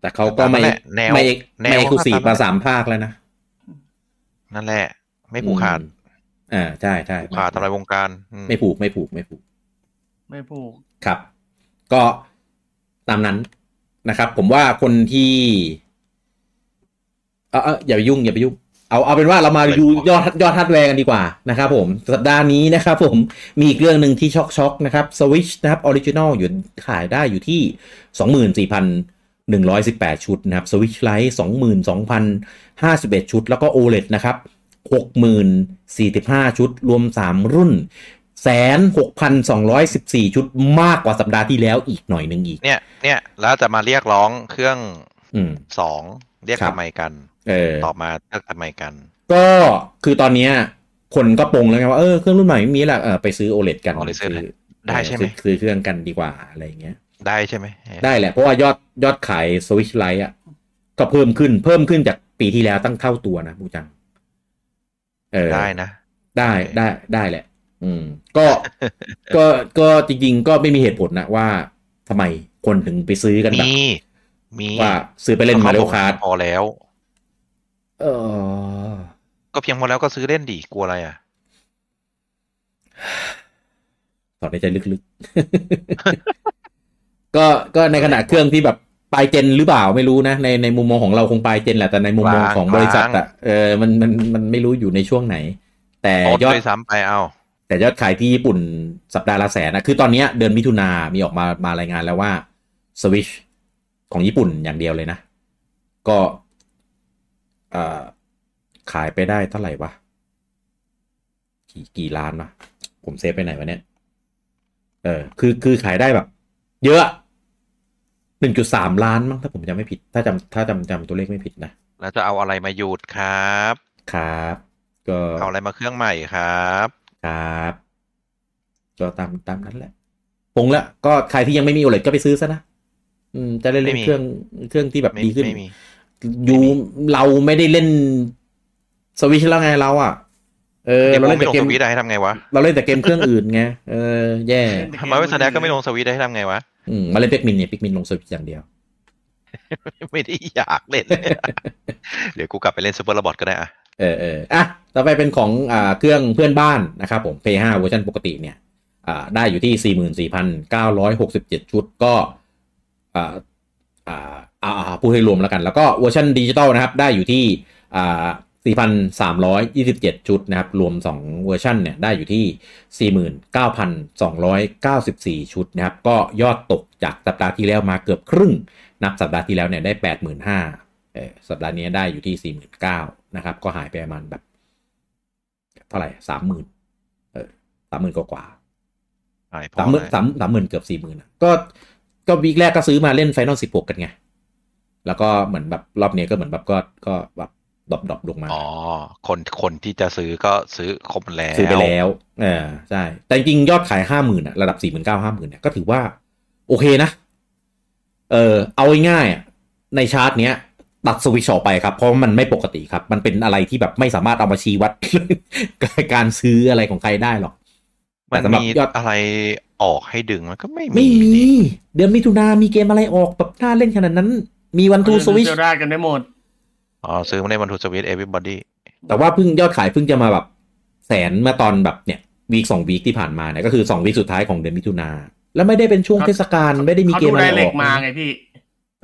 [SPEAKER 1] แต่เขาก็ไม่
[SPEAKER 2] ตามนั้นแหละแนว
[SPEAKER 1] ไม่
[SPEAKER 2] แน
[SPEAKER 1] ไม่
[SPEAKER 2] ว
[SPEAKER 1] เอกลูซี
[SPEAKER 2] ก็ตามนั้น
[SPEAKER 1] มาสามภาคแล้วนะ
[SPEAKER 2] นั่นแหละ ไม่ผูกขาด
[SPEAKER 1] อืมอ่าใช่ใช่
[SPEAKER 2] ผูกขาดทำลายวงการอืม
[SPEAKER 1] ไม่ผูกไม่ผูกไม่ผูก
[SPEAKER 3] ไม่ผูก
[SPEAKER 1] ครับ ก็ตามนั้นนะครับ ผมว่าคนที่ เอาเอาอย่าไปยุ่ง อย่าไปยุ่ง เอาเอาเป็นว่าเรามาดูยอดยอดฮัดแวร์กันดีกว่านะครับผม สัปดาห์นี้นะครับผมมีอีกเรื่องหนึ่งที่ช็อกช็อกๆนะครับ Switch นะครับออริจินอลอยู่ขายได้อยู่ที่ 24,118 ชุดนะครับ Switch Lite 22,051 ชุด แล้วก็ OLED นะครับ 6,045 ชุด รวม 3 รุ่น 1,6,214 ชุดมากกว่าสัปดาห์ที่แล้วอีกหน่อยหนึ่งอีก
[SPEAKER 2] เนี่ย เนี่ยแล้วจะมาเรียกร้องเครื่อง
[SPEAKER 1] อืม
[SPEAKER 2] สองเรียก
[SPEAKER 1] ครับ
[SPEAKER 2] ทำไมกัน
[SPEAKER 1] เออ
[SPEAKER 2] ตอบมาเรียกทำไมกัน
[SPEAKER 1] ก็คือตอนเนี้ยคนก็ปรงแล้วไงว่าเออเครื่องรุ่นใหม่ไม่มีแหละเออไปซื้อ OLED กัน
[SPEAKER 2] อ๋อเลยซื้อ
[SPEAKER 1] ซื้อ
[SPEAKER 2] ได้ใช่ไหม
[SPEAKER 1] ซื้อซื้อเครื่องกันดีกว่าอะไรอย่างเงี้ย
[SPEAKER 2] ได้ใช่ไหมเออ
[SPEAKER 1] ได้แหละ เพราะว่ายอดยอดขาย Switch Lite อ่ะก็เพิ่มขึ้นเพิ่มขึ้นจากปีที่แล้วตั้งเท่าตัวนะบูจัง เออ
[SPEAKER 2] ได้นะ
[SPEAKER 1] ได้
[SPEAKER 2] โอเค
[SPEAKER 1] ได้ได้แหละ อืม ก็ ก็ก็จริง ๆ ก็ไม่มีเหตุผลนะว่าทำไมคนถึงไปซื้อกันแบบ
[SPEAKER 2] มีมี
[SPEAKER 1] ว่าซื้อไปเล่นมาเร็วคาร์ด
[SPEAKER 2] พอแล้ว
[SPEAKER 1] เออ
[SPEAKER 2] ก็เพียงพอแล้วก็ซื้อเล่นดิกลัวอะไรอ่ะ
[SPEAKER 1] ถอนในใจลึกๆ [laughs] ก็ก็ในขณะเครื่องที่แบบปลายเจนหรือเปล่าไม่รู้นะ ในในมุมมองของเราคงปลายเจนแหละแต่ในมุมมอง
[SPEAKER 2] กลาง
[SPEAKER 1] ของ
[SPEAKER 2] ก
[SPEAKER 1] บ
[SPEAKER 2] ลาง
[SPEAKER 1] ริษัทอะเออมันมันมันไม่รู้อยู่ในช่วงไหน แต่
[SPEAKER 2] ตด
[SPEAKER 1] ยอด
[SPEAKER 2] ด้วยซ้ำไปเอา
[SPEAKER 1] แต่ยอดขายที่ญี่ปุ่นสัปดาห์ละแสนนะคือตอนเนี้ยเดือนมิถุนามีออกมามารายงานแล้วว่าสวิชของญี่ปุ่นอย่างเดียวเลยนะ ก็เอ่อขายไปได้เท่าไหร่วะกี่กี่ล้านวะผมเซฟไปไหนวะเนี่ย เออคือคือขายได้แบบ เยอะหนึ่งจุดสามล้านมั้งถ้าผมจำไม่ผิด ถ้าจำถ้าจำจำตัวเลขไม่ผิดนะ
[SPEAKER 2] แล้วจะเอาอะไรมาหยุดครับ
[SPEAKER 1] ครับ ก็
[SPEAKER 2] เอาอะไรมาเครื่องใหม่ครับ
[SPEAKER 1] ครับ ก็ตามตามนั้นแหละคงละก็ใครที่ยังไม่มีโอเลก็ไปซื้อซะนะอืม จะได้เล่น
[SPEAKER 2] ไม่มี
[SPEAKER 1] เครื่องเครื่องที่แบบ
[SPEAKER 2] ไม่
[SPEAKER 1] ดีขึ้น
[SPEAKER 2] ไม่มี
[SPEAKER 1] ยูเราไม่ได้เล่นสวิชแล้วไงเราอ่ะ เออ
[SPEAKER 2] เดี๋ยว
[SPEAKER 1] เรา
[SPEAKER 2] ผม
[SPEAKER 1] เล่น
[SPEAKER 2] ไม่ล
[SPEAKER 1] แต่
[SPEAKER 2] ง
[SPEAKER 1] เก
[SPEAKER 2] ส
[SPEAKER 1] ม
[SPEAKER 2] วิตช์ได้ให้ทำไงวะ
[SPEAKER 1] เราเล่นแต่เกมเครื่องอื่นไงเออ แย่
[SPEAKER 2] ทำไมว่าสแน็กก็ไม่ลงสวิตช์ได้ให้ทำไงวะ [laughs]
[SPEAKER 1] อืมมาเล่นเป็กมินเนี่ยเป็กมินลงสวิชอย่างเดียว
[SPEAKER 2] ไม่ได้อยากเล่น
[SPEAKER 1] [laughs]
[SPEAKER 2] เดี๋ยวกูกลับไปเล่นซูเปอร์โรบอทก็ได้อะ
[SPEAKER 1] เออเอออ่ะ ต่อไปเป็นของอ่าเครื่องเพื่อนบ้านนะครับผม Play 5เวอร์ชันปกติเนี่ยอ่าได้อยู่ที่ 44,967 ชุดก็อ่าอ่าอ่าอ่าพูดให้รวมแล้วกัน แล้วก็เวอร์ชันดิจิตอลนะครับ ได้อยู่ที่อ่า4,327 ชุดนะครับ รวม 2 เวอร์ชันเนี่ยได้อยู่ที่ 49,294 ชุดนะครับ ก็ยอดตกจากสัปดาห์ที่แล้วมาเกือบครึ่ง นับสัปดาห์ที่แล้วเนี่ยได้ 85,000 เออสัปดาห์นี้ได้อยู่ที่สี่หมื่นเก้านะครับ ก็หายไปประมาณแบบ เท่าไหร่สามหมื่นเออสามหมื่นกว่า
[SPEAKER 2] หายพ
[SPEAKER 1] สาม
[SPEAKER 2] อ
[SPEAKER 1] ห
[SPEAKER 2] เล
[SPEAKER 1] มื่น
[SPEAKER 2] ย
[SPEAKER 1] สามสามหมื่นเกือบสี่หมื่นก็ก็วีคแรกก็ซื้อมาเล่นไฟนอลสิบหกกันไง แล้วก็เหมือนแบบรอบนี้ก็เหมือนแบบก็ก็แบบดรอปดรอปลงมา
[SPEAKER 2] อ๋อ คนคนที่จะซื้อก็ซื้อครบแล้ว
[SPEAKER 1] ซื้อไปแล้ว เออใช่ แต่จริงๆยอดขายห้าหมื่นะระดับสี่หมื่นเก้าห้าหมื่นเนี่ยก็ถือว่า โอเคนะ เออเอาง่ายๆอะในชาร์ตเนี้ย ตัดสวิตช์ออกไปครับ เพราะมันไม่ปกติครับ มันเป็นอะไรที่แบบไม่สามารถเอามาชี้วัด [laughs] การซื้ออะไรของใครได้หรอก
[SPEAKER 2] มัน
[SPEAKER 1] แต่สำหรับ
[SPEAKER 2] มี
[SPEAKER 1] ยอด
[SPEAKER 2] อะไรออกให้ดึงมันก็ไม่
[SPEAKER 1] ไม่มี
[SPEAKER 2] นี่
[SPEAKER 1] เดือนมิถุนามีเกมอะไรออกแบบน่าเล่นขนาดนั้น มีวันทูสวิช
[SPEAKER 3] เจอได้กันได้หมด
[SPEAKER 2] อ๋อ ซื้อมาในวันทูสวิตเอวิบอดี้
[SPEAKER 1] แต่ว่าเพิ่งยอดขายเพิ่งจะมาแบบแสนเมื่อตอนแบบเนี่ยวีคสองวีคที่ผ่านมาเนี่ยก็คือสองวีคสุดท้ายของเดือนมิถุนาแล้วไม่ได้เป็นช่วง
[SPEAKER 3] เขา
[SPEAKER 1] เทศกาลไม่ได้มี
[SPEAKER 3] เขา
[SPEAKER 1] เกม
[SPEAKER 3] ดู
[SPEAKER 1] อะ
[SPEAKER 3] ได
[SPEAKER 1] ไร
[SPEAKER 3] เร
[SPEAKER 1] อก อก
[SPEAKER 3] มาไงพี่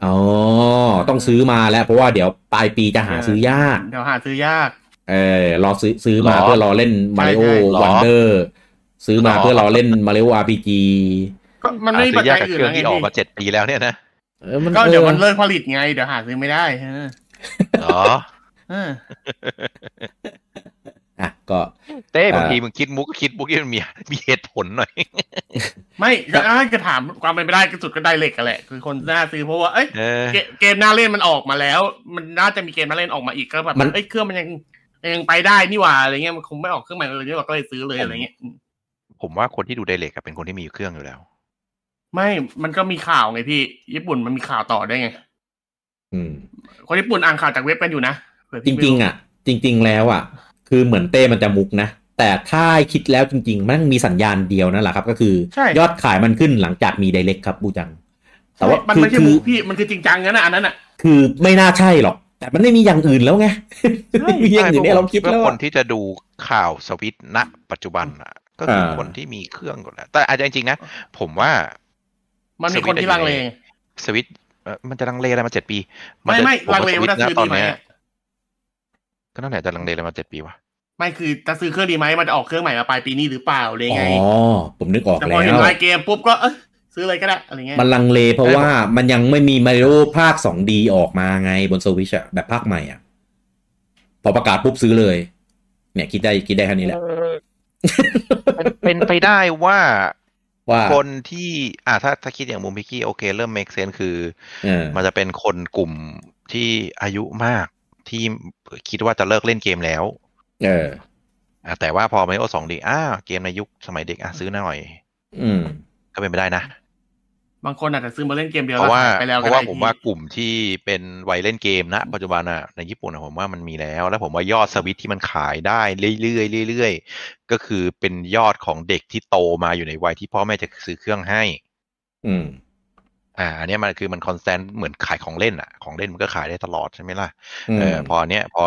[SPEAKER 1] อ๋อต้องซื้อมาแล้ว เพราะว่าเดี๋ยวปลายปีจะหาซื้อยาก
[SPEAKER 3] เดี๋ยวหาซื้อยาก
[SPEAKER 1] เออรอซื้อซื้อมาเพื่อรอเล่นมาริโอ
[SPEAKER 3] ใช่ใช่
[SPEAKER 1] วันเดอร์ซื้อมาเพื่อรอเล่นมาริโออาร์พีจี
[SPEAKER 3] ก็มันไม่มีปัจ
[SPEAKER 2] ยาก
[SPEAKER 3] จัย
[SPEAKER 2] กับ
[SPEAKER 3] อื่
[SPEAKER 2] เคน รื่อง
[SPEAKER 3] แล้วไง
[SPEAKER 2] ที่ออก
[SPEAKER 3] พี่
[SPEAKER 2] มาเจ็ดปีแล้ว
[SPEAKER 3] [laughs]
[SPEAKER 2] เนี่ยนะ
[SPEAKER 1] เออมัน
[SPEAKER 3] ก็เดี๋ยวมัน
[SPEAKER 1] เออ
[SPEAKER 3] เลิกผลิตไง เดี๋ยวหาซื้อไม่ได้เออ
[SPEAKER 2] อ๋อ
[SPEAKER 3] เออ
[SPEAKER 1] อ่ะก็
[SPEAKER 2] เต้
[SPEAKER 1] เอ่อ
[SPEAKER 2] บางทีมึงคิดมุกก็คิดมุกที่มันมี [laughs] มีเหตุผลหน่อย
[SPEAKER 3] ไม่ก็จะถามความเป็นไปได้ก็สุดก็ไดเรกกันแหละ คือคนน่าซื้อเพราะว่าเอ้ย
[SPEAKER 2] เออ
[SPEAKER 3] เกมเกมน่าเล่นมันออกมาแล้ว มันน่าจะมีเกมน่าเล่นออกมาอีกก็แบบ
[SPEAKER 1] มัน
[SPEAKER 3] เอ้ยเครื่องมันยังยังไปได้นี่หว่าอะไรเงี้ยมันคงไม่ออกเครื่องใหม่เลยนี่หว่าก็เลยซื้อเลยอะไรเงี้ย
[SPEAKER 2] ผมว่าคนที่ดูไดเรกเป็นคนที่มีอยู่เครื่องอยู่แล้ว
[SPEAKER 3] ไม่ มันก็มีข่าวไงพี่ ญี่ปุ่นมันมีข่าวต่อได้ไง
[SPEAKER 1] อืม
[SPEAKER 3] คนญี่ปุ่นอ่านข่าวจากเว็บกันอยู่นะเผื่อ
[SPEAKER 1] จ
[SPEAKER 3] พี่ไม่
[SPEAKER 1] ริงๆ อ่ะ จริง ๆ แล้วอ่ะ คือเหมือนเต้มันจะมุกนะ แต่ถ้าคิดแล้วจริง ๆ มันมีสัญญาณเดียวนั่นแหละครับ ก็คือ
[SPEAKER 3] ใช่
[SPEAKER 1] ยอดขายมันขึ้นหลังจากมีไดเ c กครับบูจัง แต่ว่า
[SPEAKER 3] มัน
[SPEAKER 1] คือ
[SPEAKER 3] ไม่ใช่
[SPEAKER 1] คื
[SPEAKER 3] มุ
[SPEAKER 1] อก
[SPEAKER 3] พี่ มันคือจริงจังนะนะอันนั้นอ่ะ
[SPEAKER 1] คือไม่น่าใช่หรอก แต่มันไม่มีอย่างอื่นแล้วไง
[SPEAKER 3] ใช่
[SPEAKER 1] ไม่มีอย่างอื่นให้เราคิด
[SPEAKER 2] เพื่
[SPEAKER 1] แล้ว
[SPEAKER 2] อคน
[SPEAKER 1] อะ
[SPEAKER 2] ที่จะดูข่าวสวิตช์ณปัจจุบันอ่ะ ก็คืออา คนที่มีเครื่องก่อนแหละแต่อาจจะจริงๆนะ ผมว่า
[SPEAKER 3] มันมีคนที่ลังเลไง
[SPEAKER 2] สวิตช์เอ่อมันจะลังเลอะไรมาเจ็ดปี
[SPEAKER 3] ไม่
[SPEAKER 2] จะ
[SPEAKER 3] ไม่
[SPEAKER 2] ผว่า
[SPEAKER 3] ลังเลว่าจะ
[SPEAKER 2] ส
[SPEAKER 3] ซื้
[SPEAKER 2] วิ
[SPEAKER 3] อ
[SPEAKER 2] ตช์นะตอ
[SPEAKER 3] ดี
[SPEAKER 2] น
[SPEAKER 3] ไหม
[SPEAKER 2] เนี้ย
[SPEAKER 3] อะ
[SPEAKER 2] ก็นั่นแหละจะลังเลอะไรมาเจ็ดปีวะ
[SPEAKER 3] ไม่คือจะซื้อเครื่องดีไหมมันจะออกเครื่องใหม่มาปลายปีนี้หรือเปล่าอะไร
[SPEAKER 1] อ๋
[SPEAKER 3] ไง
[SPEAKER 1] อ ผมนึกออก
[SPEAKER 3] แต่พ
[SPEAKER 1] แล้
[SPEAKER 3] อเห็น
[SPEAKER 1] ว
[SPEAKER 3] รายเกมปุ๊บก็เอยซื้อเลยก็ได้อะไรเงี้ย
[SPEAKER 1] มันลังเลเพราะว่ามันยังไม่มีมาริโอภาค 2D ออกมาไงบนสวิชอะแบบภาคใหม่อะพอประกาศปุ๊บซื้อเลย เนี่ยคิดได้คิดได้แค่นี้แหละ
[SPEAKER 2] เป็นเป็นไปได้ว่า
[SPEAKER 1] ว่า
[SPEAKER 2] คนที่อ่าถ้าถ้าคิดอย่างมุมพิกกี้โอเค เริ่ม make sense คือ
[SPEAKER 1] เออ
[SPEAKER 2] มันจะเป็นคนกลุ่มที่อายุมากที่คิดว่าจะเลิกเล่นเกมแล้ว
[SPEAKER 1] เออ
[SPEAKER 2] อ่ะแต่ว่าพอมาริโอสองดีอ้าเกมในยุคสมัยเด็กอ่ะซื้อหน่อย
[SPEAKER 1] อืม
[SPEAKER 2] ก็เป็นไปได้นะ
[SPEAKER 3] บางคนอาจจะซื้อมาเล่นเกมเดียว
[SPEAKER 2] เพราะว่า
[SPEAKER 3] ขยไปแล้ว
[SPEAKER 2] เพ
[SPEAKER 3] ก็
[SPEAKER 2] ราะ
[SPEAKER 3] ได้
[SPEAKER 2] ว่าผมว่ากลุ่มที่เป็นวัยเล่นเกมนะปัจจุบันอะในญี่ปุ่นอะผมว่ามันมีแล้ว แล้วผมว่ายอดสวิตช์ที่มันขายได้เรื่อยๆเรื่อยๆก็คือเป็นยอดของเด็กที่โตมาอยู่ในวัยที่พ่อแม่จะซื้อเครื่องให้
[SPEAKER 1] อืม
[SPEAKER 2] อ่าอันเนี้ยมันคือมันคอนแทนเหมือนขายของเล่นอะของเล่นมันก็ขายได้ตลอดใช่ไหมล่ะเออพอเนี้ยพอ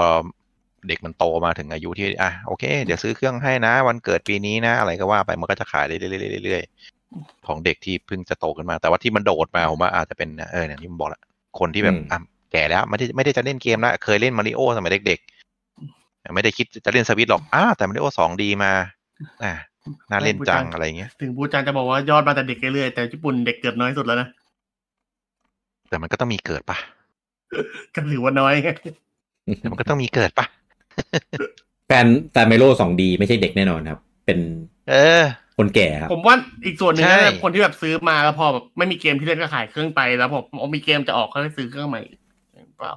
[SPEAKER 2] เด็กมันโตมาถึงอายุที่อ่ะโอเค เดี๋ยวซื้อเครื่องให้นะ วันเกิดปีนี้นะ อะไรก็ว่าไปมันก็จะขายได้เรื่อยๆเรื่อยๆของเด็กที่เพิ่งจะโตขึ้นมา แต่ว่าที่มันโดดมาผมว่าอาจจะเป็นเอออย่างที่ผมบอกละ คนที่แบบ
[SPEAKER 1] อืม
[SPEAKER 2] อ่ะแก่แล้วไม่ได้ไม่ได้จะเล่นเกมแล้วเคยเล่นมาริโอสมัยเด็กๆ ไม่ได้คิดจะเล่นสวิตช์หรอกอ้าวแต่มาริโอสองดีมาอ่ะน่าเล่นจังอะไรเงี้ย
[SPEAKER 3] ถึงบูจานจะบอกว่ายอดมาแต่เด็กเรื่อยๆแต่ญี่ปุ่นเด็กเกิดน้อยสุดแล้วนะ
[SPEAKER 2] แต่มันก็ต้องมีเกิดปะ
[SPEAKER 3] ก็ถือว่าน้อยไง
[SPEAKER 2] แต่มันก็ต้องมีเกิดปะ
[SPEAKER 1] แฟนแฟนไมโลสองดีไม่ใช่เด็กแน่นอนครับ เป็น
[SPEAKER 2] เออ
[SPEAKER 1] คนแก่ครับ
[SPEAKER 3] ผมว่าอีกส่วนหนึ่งนะ
[SPEAKER 2] ใช่
[SPEAKER 3] คนที่แบบซื้อมาแล้วพอแบบไม่มีเกมที่เล่นก็ขายเครื่องไปแล้วพออ๋อมีเกมจะออกก็ซื้อเครื่องใหม่เปล่า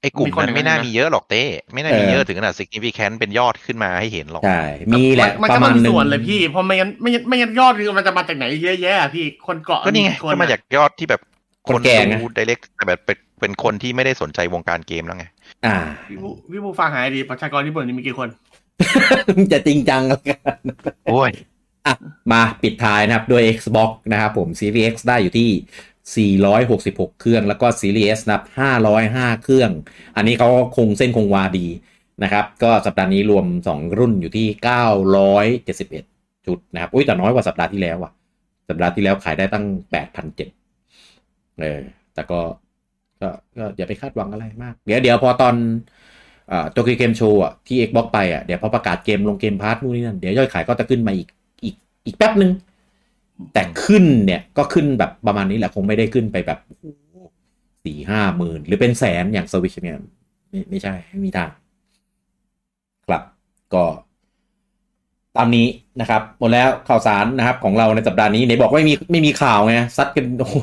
[SPEAKER 2] ไอ้กลุ่ม
[SPEAKER 3] มีคนอ
[SPEAKER 2] นั้
[SPEAKER 3] ย่าน งนั้
[SPEAKER 2] ไม่
[SPEAKER 3] น
[SPEAKER 2] น่า
[SPEAKER 3] นะ
[SPEAKER 2] มีเยอะหรอกเต้ไม่น่ามี
[SPEAKER 1] เออ
[SPEAKER 2] เยอะถึงขนาด significant เป็นยอดขึ้นมาให้เห็นหรอก
[SPEAKER 1] ใช่ มีแหละ
[SPEAKER 3] มัน
[SPEAKER 1] ป
[SPEAKER 3] ก็
[SPEAKER 1] ระมาณ
[SPEAKER 3] มี
[SPEAKER 1] หนึง
[SPEAKER 3] ส่วนเลยพี่ เพราะไม่งั้นไม่งั้นไม่งั้นยอดคือมันจะมาจากไหนเยอะแยะอะพี่คนเกาะ
[SPEAKER 2] ก็นี่ไง
[SPEAKER 3] คน
[SPEAKER 2] ก็มาจากยอดที่แบบ
[SPEAKER 1] ค
[SPEAKER 2] คน น
[SPEAKER 1] แก่ไง
[SPEAKER 2] ดู direct แต่แบบเป็นเป็นคนที่ไม่ได้สนใจวงการเกมแล้วไง
[SPEAKER 1] อ่า [laughs]
[SPEAKER 3] พี่ผู้พี่ผู้ฟังหายดีประชากรญี่ปุ่นนี่มีกี่คน
[SPEAKER 1] จะจริงจังแล้วกัน
[SPEAKER 2] โอ้ย
[SPEAKER 1] มาปิดท้ายนะครับ ด้วย Xbox นะครับผม Series X ได้อยู่ที่ 466 เครื่องแล้วก็ Series S นะครับ 505 เครื่อง อันนี้เขาก็คงเส้นคงวาดีนะครับ ก็สัปดาห์นี้รวม 2 รุ่นอยู่ที่ 971 จุดนะครับ อุ้ยแต่น้อยกว่าสัปดาห์ที่แล้วอ่ะ สัปดาห์ที่แล้วขายได้ตั้ง 8,700เออ แต่ก็ก็ก็อย่าไปคาดหวังอะไรมาก เดี๋ยวเดี๋ยวพอตอนโตเกียวเกมโชว์อ่ะที่ Xbox ไปอ่ะเดี๋ยวพอประกาศเกมลงเกมพาร์ทนู่นนี่นั่นเดี๋ยวยอดขายก็จะขึ้นมาอีก อีกอีกแป๊บหนึ่งแต่ขึ้นเนี่ยก็ขึ้นแบบประมาณนี้แหละคงไม่ได้ขึ้นไปแบบสี่ห้าหมื่นหรือเป็นแสนอย่างสวิชเนี่ยไม่ไม่ใช่ ไม่มีทาง ครับก็ ตามนี้นะครับ หมดแล้วข่าวสารนะครับ [laughs] ของเราในสัปดาห์นี้ไหนบอกว่าไม่มีไม่มีข่าวไงซัดกันโอ้โห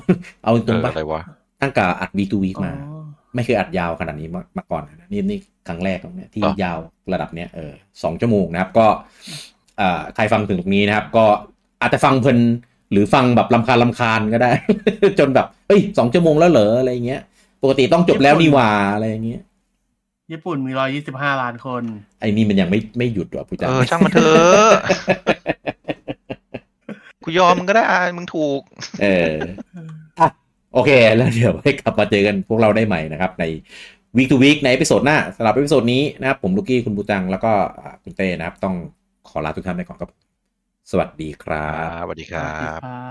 [SPEAKER 1] เอาตรง
[SPEAKER 2] เออ
[SPEAKER 1] ปะ
[SPEAKER 2] อะไรวะ
[SPEAKER 1] ตั้งแต่อัด week to week มา
[SPEAKER 3] อ๋อ
[SPEAKER 1] ไม่เคยอัดยาวขนาดนี้มามาก่อนนะนี่นี่ครั้งแรกของเนี่ยที่
[SPEAKER 2] อ่ะ
[SPEAKER 1] ยาวระดับเนี้ยเออสองชั่วโมงนะครับก็เอ่อใครฟังถึงตรงนี้นะครับ ก็อาจจะฟังเพลินหรือฟังแบบลำคาญลำคาญก็ได้ [laughs] จนแบบเฮ้ยสองชั่วโมงแล้วเหรออะไรอย่างเงี้ย ปกติต้องจบแล้วนี่หว่าอะไรอย่างเงี้ย
[SPEAKER 3] ญี่ปุ่นมี 125 ล้านคน
[SPEAKER 1] ไอ้นี่มันยังไม่ไม่หยุดว่ะผู้จัด
[SPEAKER 2] เออช่างมันเถอะ [laughs] กูยอมมึงก็ได้มึงถูก
[SPEAKER 1] เอออ่ะโอเค แล้วเดี๋ยวให้กลับมาเจอกันพวกเราได้ใหม่นะครับ ใน week to week ในเอพิโซดหน้าสำหรับเอพิโซดนี้นะครับ ผมลูกี้คุณบูตัง แล้วก็อ่าคุณเต้นะครับ ต้องขอลาทุกท่านไปก่อนครับ สวัสดีครั
[SPEAKER 2] อ่า
[SPEAKER 1] บ
[SPEAKER 2] สวัสดีครับ
[SPEAKER 3] ครับ